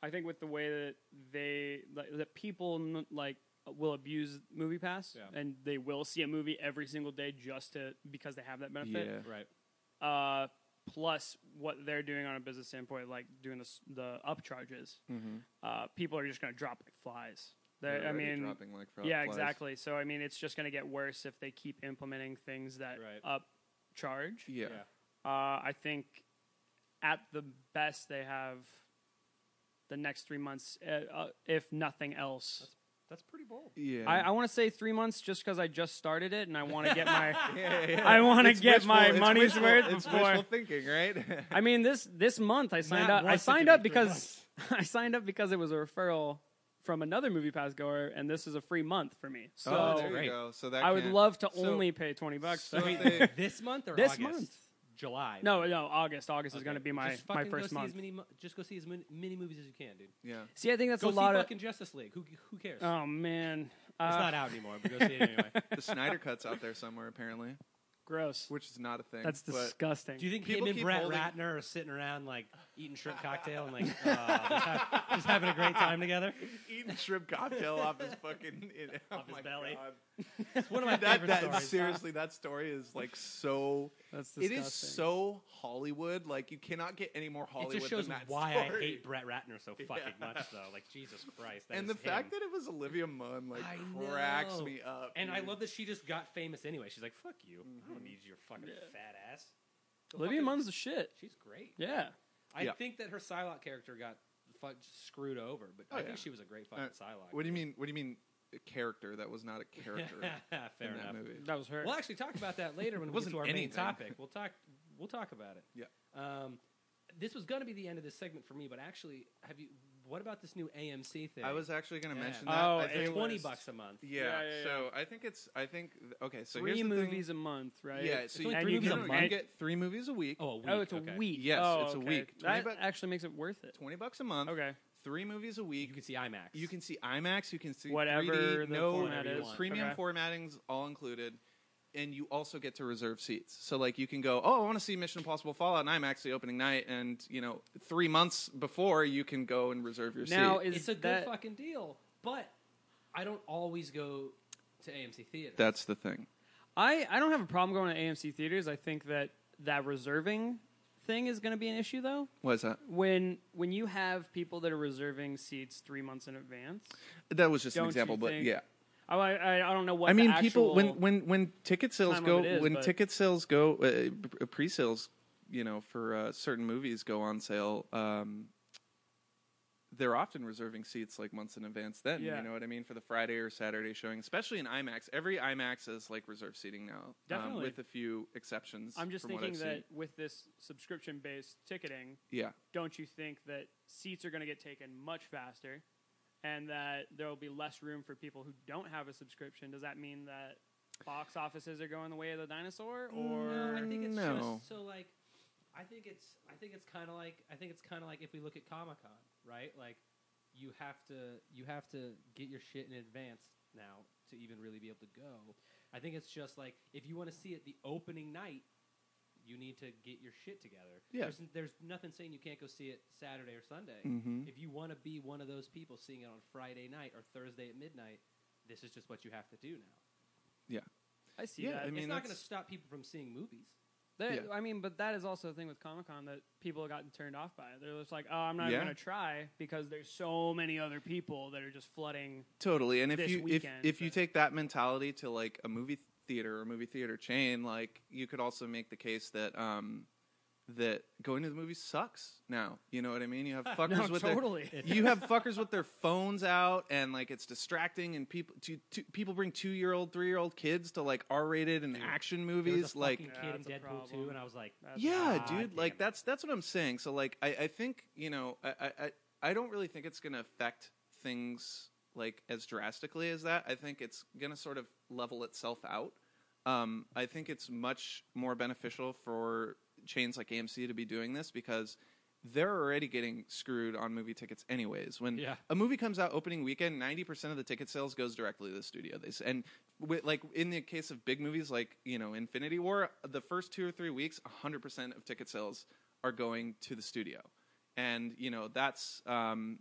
[SPEAKER 3] I think with the way that they like, that people n- like will abuse movie pass
[SPEAKER 1] Yeah.
[SPEAKER 3] and they will see a movie every single day just to because they have that benefit.
[SPEAKER 1] Right.
[SPEAKER 3] uh, plus what they're doing on a business standpoint, like doing the s- the upcharges,
[SPEAKER 2] Mhm.
[SPEAKER 3] uh, people are just going to drop like flies.
[SPEAKER 2] They're
[SPEAKER 3] They're, I
[SPEAKER 2] already
[SPEAKER 3] mean,
[SPEAKER 2] dropping like fro-
[SPEAKER 3] yeah,
[SPEAKER 2] flies.
[SPEAKER 3] exactly. So I mean, it's just going to get worse if they keep implementing things that
[SPEAKER 1] Right.
[SPEAKER 3] upcharge.
[SPEAKER 2] Yeah.
[SPEAKER 3] Uh, I think at the best they have the next three months, uh, uh, if nothing else.
[SPEAKER 1] That's pretty bold.
[SPEAKER 2] Yeah.
[SPEAKER 3] I, I want to say three months just because I just started it and I want to get (laughs) my.
[SPEAKER 2] Yeah, yeah.
[SPEAKER 3] I wanna
[SPEAKER 2] It's
[SPEAKER 3] get my
[SPEAKER 2] it's
[SPEAKER 3] money's
[SPEAKER 2] wishful-
[SPEAKER 3] worth
[SPEAKER 2] It's
[SPEAKER 3] before-
[SPEAKER 2] wishful
[SPEAKER 1] (laughs)
[SPEAKER 2] thinking, right? (laughs) Oh,
[SPEAKER 3] I mean this this month I signed
[SPEAKER 1] Matt
[SPEAKER 3] up. I
[SPEAKER 1] wants it to
[SPEAKER 3] signed
[SPEAKER 1] be
[SPEAKER 3] up
[SPEAKER 1] three
[SPEAKER 3] because
[SPEAKER 1] months.
[SPEAKER 3] (laughs) I signed up because it was a referral from another movie pass goer, and this is a free month for me. So
[SPEAKER 2] oh, there
[SPEAKER 1] great.
[SPEAKER 2] you go. So that
[SPEAKER 3] I would
[SPEAKER 2] can't-
[SPEAKER 3] love to
[SPEAKER 2] so-
[SPEAKER 3] only pay twenty bucks.
[SPEAKER 2] so
[SPEAKER 3] I mean,
[SPEAKER 2] if they-
[SPEAKER 1] (laughs) this month or
[SPEAKER 3] (laughs) This
[SPEAKER 1] August?
[SPEAKER 3] month.
[SPEAKER 1] July.
[SPEAKER 3] no, no, August. August is
[SPEAKER 1] Okay.
[SPEAKER 3] going to be my
[SPEAKER 1] Just
[SPEAKER 3] my
[SPEAKER 1] fucking go
[SPEAKER 3] first
[SPEAKER 1] see
[SPEAKER 3] month.
[SPEAKER 1] As many, mo- just go see as many, many movies as you can, dude.
[SPEAKER 2] Yeah.
[SPEAKER 3] See, I think that's
[SPEAKER 1] go
[SPEAKER 3] a
[SPEAKER 1] see
[SPEAKER 3] lot of.
[SPEAKER 1] fucking Justice League. Who, who cares?
[SPEAKER 3] Oh man, uh,
[SPEAKER 1] it's not out anymore, but go see it
[SPEAKER 3] (laughs)
[SPEAKER 1] anyway.
[SPEAKER 2] The Snyder Cut's out there somewhere, apparently,
[SPEAKER 3] gross.
[SPEAKER 2] which is not a thing.
[SPEAKER 3] That's
[SPEAKER 2] but
[SPEAKER 3] disgusting.
[SPEAKER 1] Do you think
[SPEAKER 2] People
[SPEAKER 1] him and
[SPEAKER 2] keep
[SPEAKER 1] Brett
[SPEAKER 2] holding-
[SPEAKER 1] Ratner are sitting around like eating shrimp cocktail and like uh, just, ha- just having a great time together?
[SPEAKER 2] eating shrimp cocktail off his fucking (laughs) it, oh
[SPEAKER 1] Off his
[SPEAKER 2] my
[SPEAKER 1] belly.
[SPEAKER 2] God.
[SPEAKER 1] It's one of my
[SPEAKER 2] That,
[SPEAKER 1] favorite
[SPEAKER 2] that
[SPEAKER 1] stories.
[SPEAKER 2] seriously, that story is like so.
[SPEAKER 3] that's
[SPEAKER 2] It
[SPEAKER 3] disgusting.
[SPEAKER 2] is so Hollywood. Like you cannot get any more
[SPEAKER 1] it
[SPEAKER 2] Hollywood
[SPEAKER 1] just shows
[SPEAKER 2] than that
[SPEAKER 1] why I
[SPEAKER 2] story.
[SPEAKER 1] hate Brett Ratner so fucking
[SPEAKER 2] (laughs) Yeah.
[SPEAKER 1] much, though. Like Jesus Christ, that
[SPEAKER 2] and the
[SPEAKER 1] is
[SPEAKER 2] fact
[SPEAKER 1] him.
[SPEAKER 2] that it was Olivia Munn like
[SPEAKER 1] I
[SPEAKER 2] cracks
[SPEAKER 1] know.
[SPEAKER 2] me up.
[SPEAKER 1] and I
[SPEAKER 2] dude.
[SPEAKER 1] love that she just got famous anyway. She's like, "Fuck you, I
[SPEAKER 2] Mm-hmm.
[SPEAKER 1] don't need your fucking
[SPEAKER 3] Yeah.
[SPEAKER 1] fat ass." Go
[SPEAKER 3] Olivia
[SPEAKER 1] fucking-
[SPEAKER 3] Munn's the shit.
[SPEAKER 1] she's great.
[SPEAKER 3] Yeah.
[SPEAKER 1] I
[SPEAKER 2] Yeah.
[SPEAKER 1] think that her Psylocke character got fu- screwed over, but
[SPEAKER 2] Oh,
[SPEAKER 1] I
[SPEAKER 2] yeah.
[SPEAKER 1] think she was a great fucking
[SPEAKER 2] Uh,
[SPEAKER 1] Psylocke. (laughs)
[SPEAKER 2] What do you mean? What do you mean? A character that was not a character in
[SPEAKER 1] Fair
[SPEAKER 2] that
[SPEAKER 1] enough.
[SPEAKER 2] movie.
[SPEAKER 3] That was her.
[SPEAKER 1] We'll actually talk about that later when we get
[SPEAKER 2] Wasn't
[SPEAKER 1] to our main
[SPEAKER 2] anything.
[SPEAKER 1] topic. We'll talk. We'll talk about it.
[SPEAKER 2] Yeah.
[SPEAKER 1] Um, this was going to be the end of this segment for me, but actually, have you? What about this new AMC thing?
[SPEAKER 2] I was actually going to
[SPEAKER 1] Yeah.
[SPEAKER 2] mention that.
[SPEAKER 3] Oh,
[SPEAKER 2] I
[SPEAKER 3] and
[SPEAKER 1] It's
[SPEAKER 2] think-
[SPEAKER 3] A-list.
[SPEAKER 1] twenty bucks a month.
[SPEAKER 2] yeah,
[SPEAKER 3] Yeah, yeah,
[SPEAKER 2] So I think it's. I think. Okay. So
[SPEAKER 3] three
[SPEAKER 2] here's the thing.
[SPEAKER 3] movies a month, right?
[SPEAKER 2] Yeah. So
[SPEAKER 1] only
[SPEAKER 2] you,
[SPEAKER 1] three
[SPEAKER 2] you
[SPEAKER 1] movies
[SPEAKER 2] get-
[SPEAKER 1] a
[SPEAKER 2] you
[SPEAKER 1] month?
[SPEAKER 2] get three movies a week.
[SPEAKER 1] Oh, a week.
[SPEAKER 3] Oh, it's a
[SPEAKER 1] okay.
[SPEAKER 3] week.
[SPEAKER 2] Yes,
[SPEAKER 3] Oh,
[SPEAKER 2] it's a
[SPEAKER 3] okay.
[SPEAKER 2] week. 20
[SPEAKER 3] That
[SPEAKER 2] bucks-
[SPEAKER 3] actually makes it worth it.
[SPEAKER 2] Twenty bucks a month.
[SPEAKER 3] Okay.
[SPEAKER 2] Three movies a
[SPEAKER 1] You
[SPEAKER 2] week.
[SPEAKER 1] can see IMAX.
[SPEAKER 2] You can see IMAX. You can see
[SPEAKER 3] Whatever
[SPEAKER 2] 3D,
[SPEAKER 3] the
[SPEAKER 2] no
[SPEAKER 1] format
[SPEAKER 2] the
[SPEAKER 1] is.
[SPEAKER 2] Premium
[SPEAKER 3] Okay.
[SPEAKER 2] formatting's all included, and you also get to reserve seats. So like you can go. Oh, I want to see Mission Impossible Fallout in IMAX the opening night, and you know three months before you can go and reserve your
[SPEAKER 3] Now
[SPEAKER 2] seat.
[SPEAKER 3] is
[SPEAKER 1] It's a good
[SPEAKER 3] that
[SPEAKER 1] fucking deal, but I don't always go to AMC theater.
[SPEAKER 2] That's the thing.
[SPEAKER 3] I, I don't have a problem going to AMC theaters. I think that that reserving thing is going to be an issue though.
[SPEAKER 2] Why is that?
[SPEAKER 3] When when you have people that are reserving seats three months in advance,
[SPEAKER 2] That was just
[SPEAKER 3] Don't
[SPEAKER 2] an
[SPEAKER 3] you
[SPEAKER 2] example, but
[SPEAKER 3] think-
[SPEAKER 2] yeah.
[SPEAKER 3] I I, I don't know what
[SPEAKER 2] I
[SPEAKER 3] the
[SPEAKER 2] mean, people when
[SPEAKER 3] actual-
[SPEAKER 2] when when ticket sales
[SPEAKER 3] time of
[SPEAKER 2] go
[SPEAKER 3] it is,
[SPEAKER 2] when
[SPEAKER 3] but-
[SPEAKER 2] ticket sales go uh, b- pre-sales, you know, for uh, certain movies go on sale. Um, they're often reserving seats like months in advance. Then
[SPEAKER 3] Yeah.
[SPEAKER 2] you know what I mean for the Friday or Saturday showing, especially in IMAX. Every IMAX is like reserved seating now, um,
[SPEAKER 3] Definitely.
[SPEAKER 2] with a few exceptions.
[SPEAKER 3] I'm just
[SPEAKER 2] from what
[SPEAKER 3] thinking
[SPEAKER 2] I've
[SPEAKER 3] that
[SPEAKER 2] seen.
[SPEAKER 3] with this subscription based ticketing,
[SPEAKER 2] yeah,
[SPEAKER 3] don't you think that seats are going to get taken much faster, and that there will be less room for people who don't have a subscription? Does that mean that box offices are going the way of the dinosaur, or
[SPEAKER 1] No, I think it's
[SPEAKER 2] Mm, No.
[SPEAKER 1] just so like I think it's I think it's kind of like I think it's kind of like if we look at Comic Con, right? Like you have to you have to get your shit in advance now to even really be able to go. I think it's just like if you want to see it the opening night, you need to get your shit together.
[SPEAKER 2] Yeah.
[SPEAKER 1] There's, there's nothing saying you can't go see it Saturday or Sunday.
[SPEAKER 2] Mhm.
[SPEAKER 1] If you want to be one of those people seeing it on Friday night or Thursday at midnight, this is just what you have to do now.
[SPEAKER 3] I see
[SPEAKER 2] Yeah,
[SPEAKER 3] that.
[SPEAKER 2] I mean,
[SPEAKER 1] it's not going to
[SPEAKER 2] that's-
[SPEAKER 1] stop people from seeing movies.
[SPEAKER 3] That,
[SPEAKER 2] Yeah.
[SPEAKER 3] I mean, but that is also the thing with Comic Con that people have gotten turned off by. They're just like, oh, I'm not
[SPEAKER 2] Yeah.
[SPEAKER 3] even going to try because there's so many other people that are just flooding.
[SPEAKER 2] totally. And if
[SPEAKER 3] This
[SPEAKER 2] you
[SPEAKER 3] weekend,
[SPEAKER 2] if if you
[SPEAKER 3] but-
[SPEAKER 2] take that mentality to like a movie theater or movie theater chain, like you could also make the case that. Um, that going to the movies sucks now. You know what I mean? You
[SPEAKER 1] (laughs)
[SPEAKER 2] have fuckers with their- (laughs)
[SPEAKER 4] totally.
[SPEAKER 2] you have fuckers with their phones out and like it's distracting and people two, two, people bring 2-year-old, 3-year-old kids to like R-rated and
[SPEAKER 1] Dude,
[SPEAKER 2] action
[SPEAKER 1] There was
[SPEAKER 2] movies
[SPEAKER 1] a
[SPEAKER 2] like
[SPEAKER 1] fucking
[SPEAKER 3] Yeah,
[SPEAKER 1] kid in
[SPEAKER 3] that's a
[SPEAKER 1] Deadpool
[SPEAKER 3] problem.
[SPEAKER 1] too, and I was like,
[SPEAKER 3] (laughs)
[SPEAKER 1] (laughs)
[SPEAKER 3] That's-
[SPEAKER 2] yeah,
[SPEAKER 1] God
[SPEAKER 2] dude.
[SPEAKER 1] damn
[SPEAKER 2] Like
[SPEAKER 1] it.
[SPEAKER 2] that's that's what I'm saying. So like I, I think you know I, I I- I don't really think it's gonna affect things like as drastically as that. I think it's gonna sort of level itself out. Um, I think it's much more beneficial for chains like AMC to be doing this because they're already getting screwed on movie tickets anyways. When
[SPEAKER 1] Yeah.
[SPEAKER 2] a movie comes out opening weekend, ninety percent of the ticket sales goes directly to the studio. They s- and with, like in the case of big movies like you know Infinity War, the first two or three weeks, hundred percent of ticket sales are going to the studio, and you know that's um,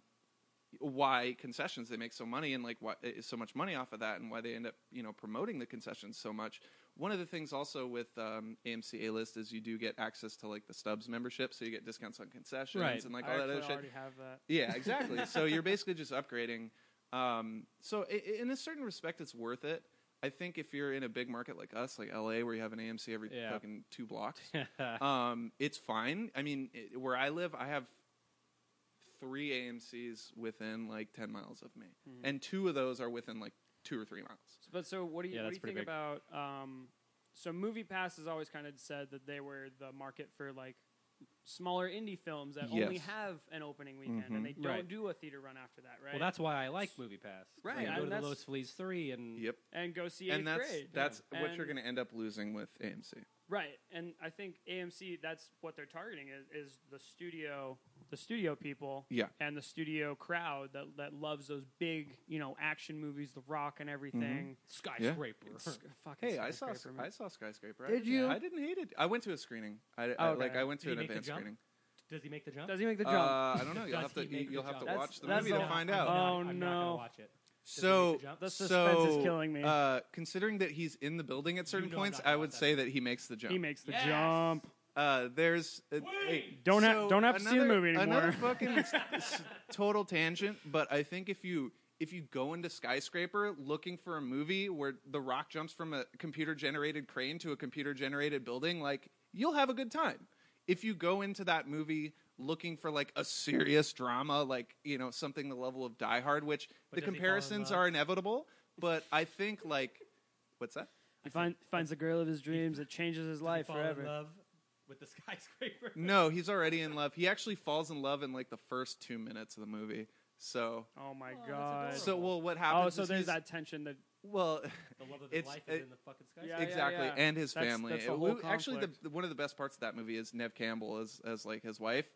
[SPEAKER 2] why concessions they make so money and like why eh, so much money off of that, and why they end up you know promoting the concessions so much. One of the things also with um, AMC A List is you do get access to like the Stubbs membership, so you get discounts on concessions
[SPEAKER 1] Right.
[SPEAKER 2] and like
[SPEAKER 3] I
[SPEAKER 2] all that
[SPEAKER 3] actually
[SPEAKER 2] other shit.
[SPEAKER 3] already have that.
[SPEAKER 2] Yeah, exactly. so you're basically just upgrading. Um, so i- i- in a certain respect, it's worth it. I think if you're in a big market like us, like LA, where you have an AMC every
[SPEAKER 1] Yeah.
[SPEAKER 2] fucking two blocks,
[SPEAKER 1] yeah,
[SPEAKER 2] um, it's fine. I mean, it, where I live, I have three AMC's within like ten miles of me,
[SPEAKER 3] Mhm.
[SPEAKER 1] Mm-hmm.
[SPEAKER 2] and two of those are within like two or three miles.
[SPEAKER 3] So- But so, what do you,
[SPEAKER 1] Yeah,
[SPEAKER 3] what do
[SPEAKER 1] that's
[SPEAKER 3] you
[SPEAKER 1] pretty
[SPEAKER 3] think about? Um, so, Movie Pass has always kind of said that they were the market for like smaller indie films that only
[SPEAKER 2] Yes.
[SPEAKER 3] have an opening weekend,
[SPEAKER 2] Mhm.
[SPEAKER 3] and they don't
[SPEAKER 1] Mm-hmm. Right.
[SPEAKER 3] do a theater run after that, right?
[SPEAKER 1] well, that's why I like Movie Pass.
[SPEAKER 3] Right,
[SPEAKER 1] You go
[SPEAKER 3] and
[SPEAKER 1] to the
[SPEAKER 3] that's-
[SPEAKER 1] Los Feliz three and
[SPEAKER 2] Yep,
[SPEAKER 3] and go see eighth
[SPEAKER 2] and that's
[SPEAKER 3] grade.
[SPEAKER 2] that's what
[SPEAKER 3] And-
[SPEAKER 2] you're going to end up losing with AMC.
[SPEAKER 3] Right, and I think AMC that's what they're targeting is, is the studio, the studio people,
[SPEAKER 2] Yeah.
[SPEAKER 3] and the studio crowd that that loves those big, you know, action movies, The Rock and everything.
[SPEAKER 1] skyscraper.
[SPEAKER 3] It's fucking
[SPEAKER 2] Mm-hmm. Hey, I saw
[SPEAKER 3] skyscraper
[SPEAKER 2] I saw Skyscraper. I
[SPEAKER 4] Did you?
[SPEAKER 2] I didn't hate it. I went to a screening. I, I-
[SPEAKER 3] Okay.
[SPEAKER 2] like I went to
[SPEAKER 1] Oh, Did he
[SPEAKER 2] an
[SPEAKER 1] make the
[SPEAKER 2] advanced
[SPEAKER 1] jump?
[SPEAKER 2] screening.
[SPEAKER 1] (laughs) Does he make the jump?
[SPEAKER 3] Does he make the
[SPEAKER 2] Uh,
[SPEAKER 3] jump?
[SPEAKER 2] I don't know. You'll
[SPEAKER 1] Does
[SPEAKER 2] have to
[SPEAKER 1] he make
[SPEAKER 2] you,
[SPEAKER 1] the
[SPEAKER 2] you'll have to
[SPEAKER 1] jump?
[SPEAKER 3] That's-
[SPEAKER 2] watch the
[SPEAKER 3] that's
[SPEAKER 2] movie
[SPEAKER 3] the-
[SPEAKER 2] to find out.
[SPEAKER 3] Oh,
[SPEAKER 1] I'm not, I'm not
[SPEAKER 3] no.
[SPEAKER 1] gonna watch it. Does he
[SPEAKER 2] so
[SPEAKER 1] make the jump?
[SPEAKER 3] The suspense
[SPEAKER 2] so
[SPEAKER 3] is killing me.
[SPEAKER 2] Uh, considering that he's in the building at certain
[SPEAKER 1] know I'm
[SPEAKER 2] points,
[SPEAKER 1] not gonna
[SPEAKER 2] I would
[SPEAKER 1] watch that
[SPEAKER 2] say that he makes the jump.
[SPEAKER 3] he makes the
[SPEAKER 1] Yes!
[SPEAKER 3] jump.
[SPEAKER 2] Uh, there's uh, hey,
[SPEAKER 3] Don't have- don't have to
[SPEAKER 2] another,
[SPEAKER 3] see the movie anymore. (laughs)
[SPEAKER 2] Another fucking s- s- total tangent, but I think if you if you go into skyscraper looking for a movie where The Rock jumps from a computer generated crane to a computer generated building, like you'll have a good time. If you go into that movie looking for like a serious drama, like you know something the level of Die Hard, which
[SPEAKER 1] But
[SPEAKER 2] the
[SPEAKER 1] does he fall in
[SPEAKER 2] comparisons
[SPEAKER 1] love?
[SPEAKER 2] are inevitable, but I think like what's that?
[SPEAKER 3] He find, finds the girl of his dreams. It changes his
[SPEAKER 1] Does he
[SPEAKER 3] life
[SPEAKER 1] fall in
[SPEAKER 3] forever.
[SPEAKER 1] love with the (laughs) skyscraper.
[SPEAKER 2] No, he's already in love. He actually falls in love in like the first two minutes of the movie. So,
[SPEAKER 3] Oh my
[SPEAKER 1] Oh, that's
[SPEAKER 3] god!
[SPEAKER 1] adorable.
[SPEAKER 2] so well, what happens?
[SPEAKER 3] oh, so
[SPEAKER 2] is
[SPEAKER 3] there's
[SPEAKER 2] he's-
[SPEAKER 3] that tension that
[SPEAKER 2] Well,
[SPEAKER 3] (laughs)
[SPEAKER 1] The love of his
[SPEAKER 2] It's-
[SPEAKER 1] life is
[SPEAKER 2] it-
[SPEAKER 1] in the fucking
[SPEAKER 3] Yeah,
[SPEAKER 1] skyscraper.
[SPEAKER 3] yeah.
[SPEAKER 2] exactly, and his
[SPEAKER 3] That's-
[SPEAKER 2] family.
[SPEAKER 3] that's the
[SPEAKER 2] It-
[SPEAKER 3] whole
[SPEAKER 2] we- actually, the,
[SPEAKER 3] conflict.
[SPEAKER 2] the- one of the best parts of that movie is Nev Campbell as as like his wife.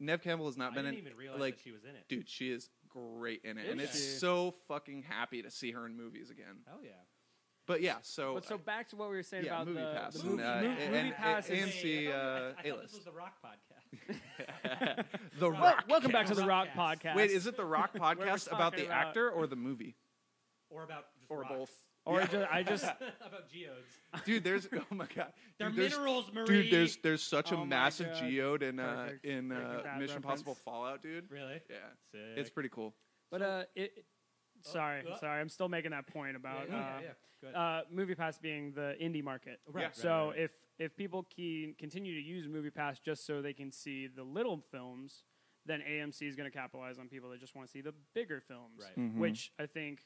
[SPEAKER 2] Nev Campbell has
[SPEAKER 1] I
[SPEAKER 2] not been
[SPEAKER 1] didn't
[SPEAKER 2] in
[SPEAKER 1] even realize
[SPEAKER 2] like
[SPEAKER 1] that she was in it.
[SPEAKER 2] dude. She is great in it,
[SPEAKER 3] Is
[SPEAKER 2] and it's
[SPEAKER 3] she?
[SPEAKER 2] so fucking happy to see her in movies again.
[SPEAKER 1] Hell yeah.
[SPEAKER 2] But yeah, so
[SPEAKER 3] But so (laughs) back to what we were saying
[SPEAKER 2] Oh, yeah,
[SPEAKER 3] about
[SPEAKER 2] movie
[SPEAKER 3] the,
[SPEAKER 2] pass
[SPEAKER 3] the
[SPEAKER 2] and,
[SPEAKER 3] movie,
[SPEAKER 2] uh,
[SPEAKER 3] movie,
[SPEAKER 2] and-
[SPEAKER 3] movie
[SPEAKER 2] and-
[SPEAKER 3] pass.
[SPEAKER 2] and-
[SPEAKER 3] is- (laughs)
[SPEAKER 2] AMC,
[SPEAKER 1] Hey, I thought- Oh I
[SPEAKER 2] uh,
[SPEAKER 1] thought this
[SPEAKER 2] A-list.
[SPEAKER 1] was the Rock podcast.
[SPEAKER 2] (laughs) The
[SPEAKER 1] Rock.
[SPEAKER 2] Rock.
[SPEAKER 3] Welcome back to the Rock
[SPEAKER 1] Rockcast.
[SPEAKER 3] Podcast.
[SPEAKER 2] Wait, is it
[SPEAKER 3] (laughs)
[SPEAKER 2] the Rock podcast about
[SPEAKER 3] talking
[SPEAKER 2] the
[SPEAKER 3] about-
[SPEAKER 2] actor or the
[SPEAKER 3] (laughs)
[SPEAKER 2] movie
[SPEAKER 1] Or about just
[SPEAKER 2] or
[SPEAKER 1] rocks.
[SPEAKER 2] both?
[SPEAKER 3] Or
[SPEAKER 2] Yeah.
[SPEAKER 1] (laughs)
[SPEAKER 3] ju-
[SPEAKER 2] (laughs)
[SPEAKER 3] I just
[SPEAKER 1] about geodes.
[SPEAKER 2] dude. There's (laughs) oh my god,
[SPEAKER 1] They're
[SPEAKER 2] dude, there's,
[SPEAKER 1] minerals, Marie.
[SPEAKER 2] dude. There's there's such
[SPEAKER 3] Oh
[SPEAKER 2] a
[SPEAKER 3] my
[SPEAKER 2] massive
[SPEAKER 3] God.
[SPEAKER 2] geode in uh,
[SPEAKER 3] Perfect.
[SPEAKER 2] in
[SPEAKER 3] Breaking
[SPEAKER 2] uh,
[SPEAKER 3] Bad
[SPEAKER 2] Mission
[SPEAKER 3] reference.
[SPEAKER 2] Possible Fallout, dude.
[SPEAKER 1] really
[SPEAKER 2] Yeah,
[SPEAKER 1] sick.
[SPEAKER 2] it's pretty cool.
[SPEAKER 3] But uh, it, it-
[SPEAKER 1] Oh,
[SPEAKER 3] sorry,
[SPEAKER 1] uh,
[SPEAKER 3] sorry, I'm still making that point
[SPEAKER 1] Yeah,
[SPEAKER 3] about
[SPEAKER 1] yeah,
[SPEAKER 3] uh,
[SPEAKER 1] yeah, Go ahead.
[SPEAKER 3] uh, Movie Pass being the indie market.
[SPEAKER 1] Right,
[SPEAKER 2] yeah.
[SPEAKER 1] right,
[SPEAKER 3] so
[SPEAKER 1] right.
[SPEAKER 3] if if people can continue to use Movie Pass just so they can see the little films, then AMC is going to capitalize on people that just want to see the bigger films,
[SPEAKER 1] Right.
[SPEAKER 2] Mm-hmm.
[SPEAKER 3] which I think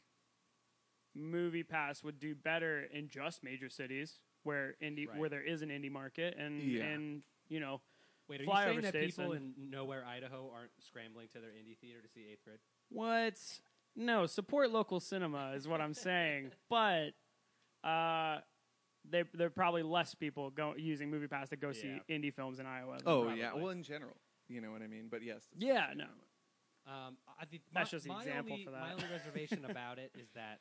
[SPEAKER 3] Movie Pass would do better in just major cities where indie
[SPEAKER 1] Right.
[SPEAKER 3] where there is an indie market and
[SPEAKER 2] Yeah.
[SPEAKER 3] and you know
[SPEAKER 1] Wait, are you
[SPEAKER 3] flyover
[SPEAKER 1] saying that
[SPEAKER 3] states
[SPEAKER 1] people in
[SPEAKER 3] and-
[SPEAKER 1] nowhere Idaho aren't scrambling to their indie theater to see Eighth Grade?
[SPEAKER 3] What? No, support local cinema is what I'm
[SPEAKER 2] (laughs)
[SPEAKER 3] saying. but uh, they there are probably less people go, using MoviePass to go see
[SPEAKER 1] Yeah.
[SPEAKER 3] indie films in Iowa. than
[SPEAKER 2] Oh
[SPEAKER 3] probably-
[SPEAKER 2] yeah,
[SPEAKER 1] Probably.
[SPEAKER 2] well in general, you know what I mean. But yes, it's-
[SPEAKER 3] yeah, no,
[SPEAKER 1] Um, I think
[SPEAKER 3] That's
[SPEAKER 1] my,
[SPEAKER 3] just an
[SPEAKER 1] my
[SPEAKER 3] example
[SPEAKER 1] only,
[SPEAKER 3] for
[SPEAKER 1] My
[SPEAKER 3] that.
[SPEAKER 1] only
[SPEAKER 2] (laughs)
[SPEAKER 1] reservation about it is that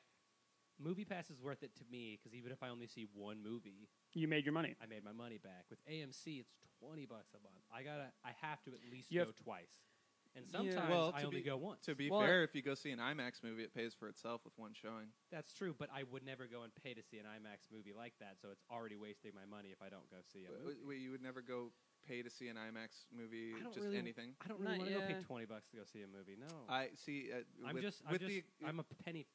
[SPEAKER 1] Movie Pass is worth it to me because even if I only see one movie,
[SPEAKER 3] you made your money.
[SPEAKER 1] I made my money back. With AMC, it's twenty bucks a month. I gotta, I have to at least
[SPEAKER 3] You
[SPEAKER 1] go
[SPEAKER 3] have-
[SPEAKER 1] twice, and
[SPEAKER 3] Yeah.
[SPEAKER 1] sometimes
[SPEAKER 2] Well,
[SPEAKER 1] I
[SPEAKER 2] to
[SPEAKER 1] only
[SPEAKER 2] be-
[SPEAKER 1] go once.
[SPEAKER 2] To be
[SPEAKER 3] Well,
[SPEAKER 2] fair, if you go see an IMAX movie, it pays for itself with one showing.
[SPEAKER 1] That's true, but I would never go and pay to see an IMAX movie like that. So it's already wasting my money if I don't go see a
[SPEAKER 2] Wait,
[SPEAKER 1] movie.
[SPEAKER 2] Wait, you would never go pay to see an IMAX movie,
[SPEAKER 1] I don't
[SPEAKER 2] just
[SPEAKER 1] really-
[SPEAKER 2] anything.
[SPEAKER 1] I don't really
[SPEAKER 3] Not-
[SPEAKER 1] want to go pay
[SPEAKER 3] yeah.
[SPEAKER 1] twenty bucks to go see a movie. No,
[SPEAKER 2] I see. Uh,
[SPEAKER 1] I'm
[SPEAKER 2] with,
[SPEAKER 1] just, I'm
[SPEAKER 2] with
[SPEAKER 1] just,
[SPEAKER 2] the
[SPEAKER 1] I'm a penny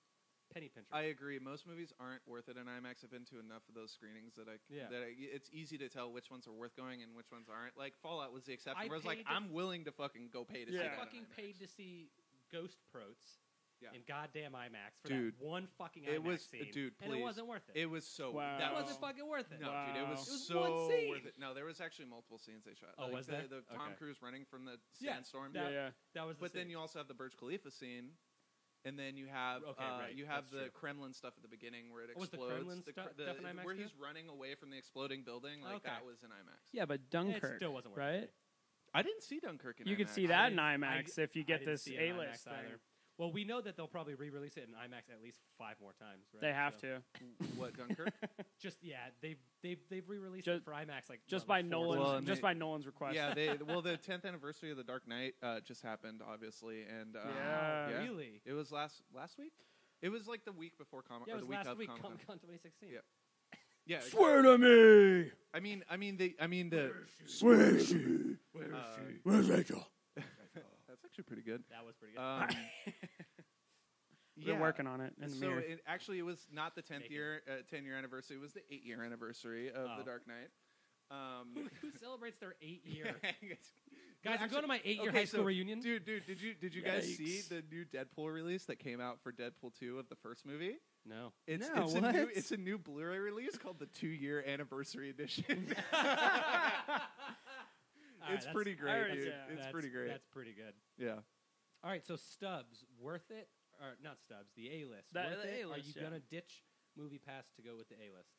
[SPEAKER 1] penny pincher.
[SPEAKER 2] I agree. Most movies aren't worth it in IMAX. I've been to enough of those screenings that I c-
[SPEAKER 1] Yeah.
[SPEAKER 2] that I, it's easy to tell which ones are worth going and which ones aren't. Like Fallout was the exception.
[SPEAKER 1] I
[SPEAKER 2] where I was like,
[SPEAKER 1] paid to-
[SPEAKER 2] I'm willing to fucking go pay to
[SPEAKER 3] Yeah.
[SPEAKER 2] see
[SPEAKER 1] I
[SPEAKER 2] that. in
[SPEAKER 1] fucking
[SPEAKER 2] IMAX.
[SPEAKER 1] paid to see Ghost Protes
[SPEAKER 2] Yeah.
[SPEAKER 1] in goddamn IMAX for
[SPEAKER 2] Dude.
[SPEAKER 1] that one fucking IMAX
[SPEAKER 2] It was-
[SPEAKER 1] scene.
[SPEAKER 2] dude,
[SPEAKER 1] And
[SPEAKER 2] please.
[SPEAKER 1] it wasn't worth it.
[SPEAKER 2] It was so
[SPEAKER 3] Wow.
[SPEAKER 2] that
[SPEAKER 1] It
[SPEAKER 2] was
[SPEAKER 1] wasn't fucking worth it.
[SPEAKER 2] No, dude, it was,
[SPEAKER 3] Wow. It
[SPEAKER 1] was
[SPEAKER 2] so
[SPEAKER 1] one scene.
[SPEAKER 2] worth it. No, there was actually multiple scenes they shot.
[SPEAKER 1] Oh,
[SPEAKER 2] Like,
[SPEAKER 1] was
[SPEAKER 2] the,
[SPEAKER 1] there?
[SPEAKER 2] the Tom
[SPEAKER 1] Okay.
[SPEAKER 2] Cruise running from the
[SPEAKER 1] Yeah,
[SPEAKER 2] sandstorm?
[SPEAKER 1] that-
[SPEAKER 3] yeah, yeah.
[SPEAKER 1] That was. The
[SPEAKER 2] But
[SPEAKER 1] scene.
[SPEAKER 2] then you also have the Burj Khalifa scene, and then you have
[SPEAKER 1] Okay,
[SPEAKER 2] uh,
[SPEAKER 1] right,
[SPEAKER 2] you have
[SPEAKER 1] that's
[SPEAKER 2] the
[SPEAKER 1] true.
[SPEAKER 2] Kremlin stuff at the beginning where it
[SPEAKER 1] Oh, was
[SPEAKER 2] explodes.
[SPEAKER 1] the Kremlin
[SPEAKER 2] cr-
[SPEAKER 1] stu- stuff in IMAX
[SPEAKER 2] where
[SPEAKER 1] too?
[SPEAKER 2] he's running away from the exploding building, like
[SPEAKER 1] Okay.
[SPEAKER 2] that was in IMAX.
[SPEAKER 3] Yeah, but
[SPEAKER 1] it
[SPEAKER 3] Dunkirk,
[SPEAKER 1] still wasn't worth
[SPEAKER 3] right?
[SPEAKER 1] it.
[SPEAKER 2] I didn't see Dunkirk in
[SPEAKER 3] You
[SPEAKER 2] IMAX.
[SPEAKER 3] could see that in
[SPEAKER 1] I didn't-
[SPEAKER 3] IMAX if you
[SPEAKER 1] I
[SPEAKER 3] get
[SPEAKER 1] didn't
[SPEAKER 3] this
[SPEAKER 1] see it
[SPEAKER 3] A
[SPEAKER 1] in
[SPEAKER 3] list.
[SPEAKER 1] IMAX
[SPEAKER 3] thing.
[SPEAKER 1] either. Well, we know that they'll probably re-release it in IMAX at least five more times. Right?
[SPEAKER 3] They have
[SPEAKER 1] So-
[SPEAKER 3] to.
[SPEAKER 2] what Dunkirk.
[SPEAKER 1] Just yeah, they've they've they've re-released
[SPEAKER 3] Ju-
[SPEAKER 1] it for IMAX like
[SPEAKER 3] Just by
[SPEAKER 1] probably four
[SPEAKER 3] Nolan's,
[SPEAKER 2] Well,
[SPEAKER 1] times.
[SPEAKER 2] and
[SPEAKER 3] just
[SPEAKER 2] they-
[SPEAKER 3] by Nolan's request.
[SPEAKER 2] yeah, they well the 10th anniversary of the Dark Knight uh, just happened, obviously, and um,
[SPEAKER 3] Yeah.
[SPEAKER 2] yeah.
[SPEAKER 1] Oh, really.
[SPEAKER 2] it was last last week. It was like the week before Comic
[SPEAKER 1] Yeah,
[SPEAKER 2] or
[SPEAKER 1] it
[SPEAKER 2] the
[SPEAKER 1] was
[SPEAKER 2] week
[SPEAKER 1] last
[SPEAKER 2] of
[SPEAKER 1] week,
[SPEAKER 2] Comic
[SPEAKER 1] (laughs)
[SPEAKER 2] Con.
[SPEAKER 1] Comic Con 2016.
[SPEAKER 2] Yeah. Yeah,
[SPEAKER 3] Swear to me.
[SPEAKER 2] I mean, I mean, the, I mean the.
[SPEAKER 3] Swear to me.
[SPEAKER 2] uh,
[SPEAKER 3] Where's Rachel?
[SPEAKER 2] (laughs) that's actually pretty good.
[SPEAKER 1] That was pretty good. (laughs)
[SPEAKER 2] Um,
[SPEAKER 3] They're working on it in the
[SPEAKER 2] so
[SPEAKER 3] mirror.
[SPEAKER 2] it, actually, it was not the tenth
[SPEAKER 1] Making
[SPEAKER 2] year, uh, ten year anniversary. It was the eight year anniversary of the
[SPEAKER 1] Oh.
[SPEAKER 2] Dark Knight.
[SPEAKER 1] who, (laughs)
[SPEAKER 2] Um,
[SPEAKER 1] who
[SPEAKER 2] (laughs)
[SPEAKER 1] celebrates their eight year?
[SPEAKER 2] Guys,
[SPEAKER 1] Guys, I'm going to my eight year
[SPEAKER 2] okay,
[SPEAKER 1] high school
[SPEAKER 2] so,
[SPEAKER 1] reunion.
[SPEAKER 2] Dude, dude, did you did you guys see
[SPEAKER 3] Yikes.
[SPEAKER 2] the new Deadpool release that came out for Deadpool two of the first movie?
[SPEAKER 3] (laughs)
[SPEAKER 1] No.
[SPEAKER 2] It's
[SPEAKER 3] No,
[SPEAKER 2] it's a new
[SPEAKER 3] what?
[SPEAKER 2] it's a new Blu-ray release called the two year anniversary (laughs)
[SPEAKER 3] (laughs)
[SPEAKER 2] edition. it's pretty
[SPEAKER 3] I
[SPEAKER 2] great,
[SPEAKER 3] already-
[SPEAKER 2] dude.
[SPEAKER 3] yeah,
[SPEAKER 2] It's pretty great.
[SPEAKER 1] That's pretty good.
[SPEAKER 2] Yeah.
[SPEAKER 1] All right, so Stubbs, worth it or not Stubbs, the A list.
[SPEAKER 3] The-
[SPEAKER 1] worth
[SPEAKER 3] the
[SPEAKER 1] it? Are
[SPEAKER 3] A-list,
[SPEAKER 1] you
[SPEAKER 3] yeah.
[SPEAKER 1] gonna ditch Movie Pass to go with the A list?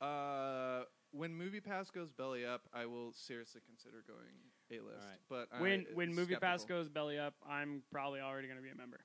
[SPEAKER 2] Uh, when Movie Pass goes belly up, I will seriously consider going A list.
[SPEAKER 1] Alright.
[SPEAKER 2] But I-
[SPEAKER 3] when
[SPEAKER 2] it's
[SPEAKER 3] when movie pass
[SPEAKER 2] Uh, skeptical.
[SPEAKER 3] goes belly up, I'm probably already going to be a member.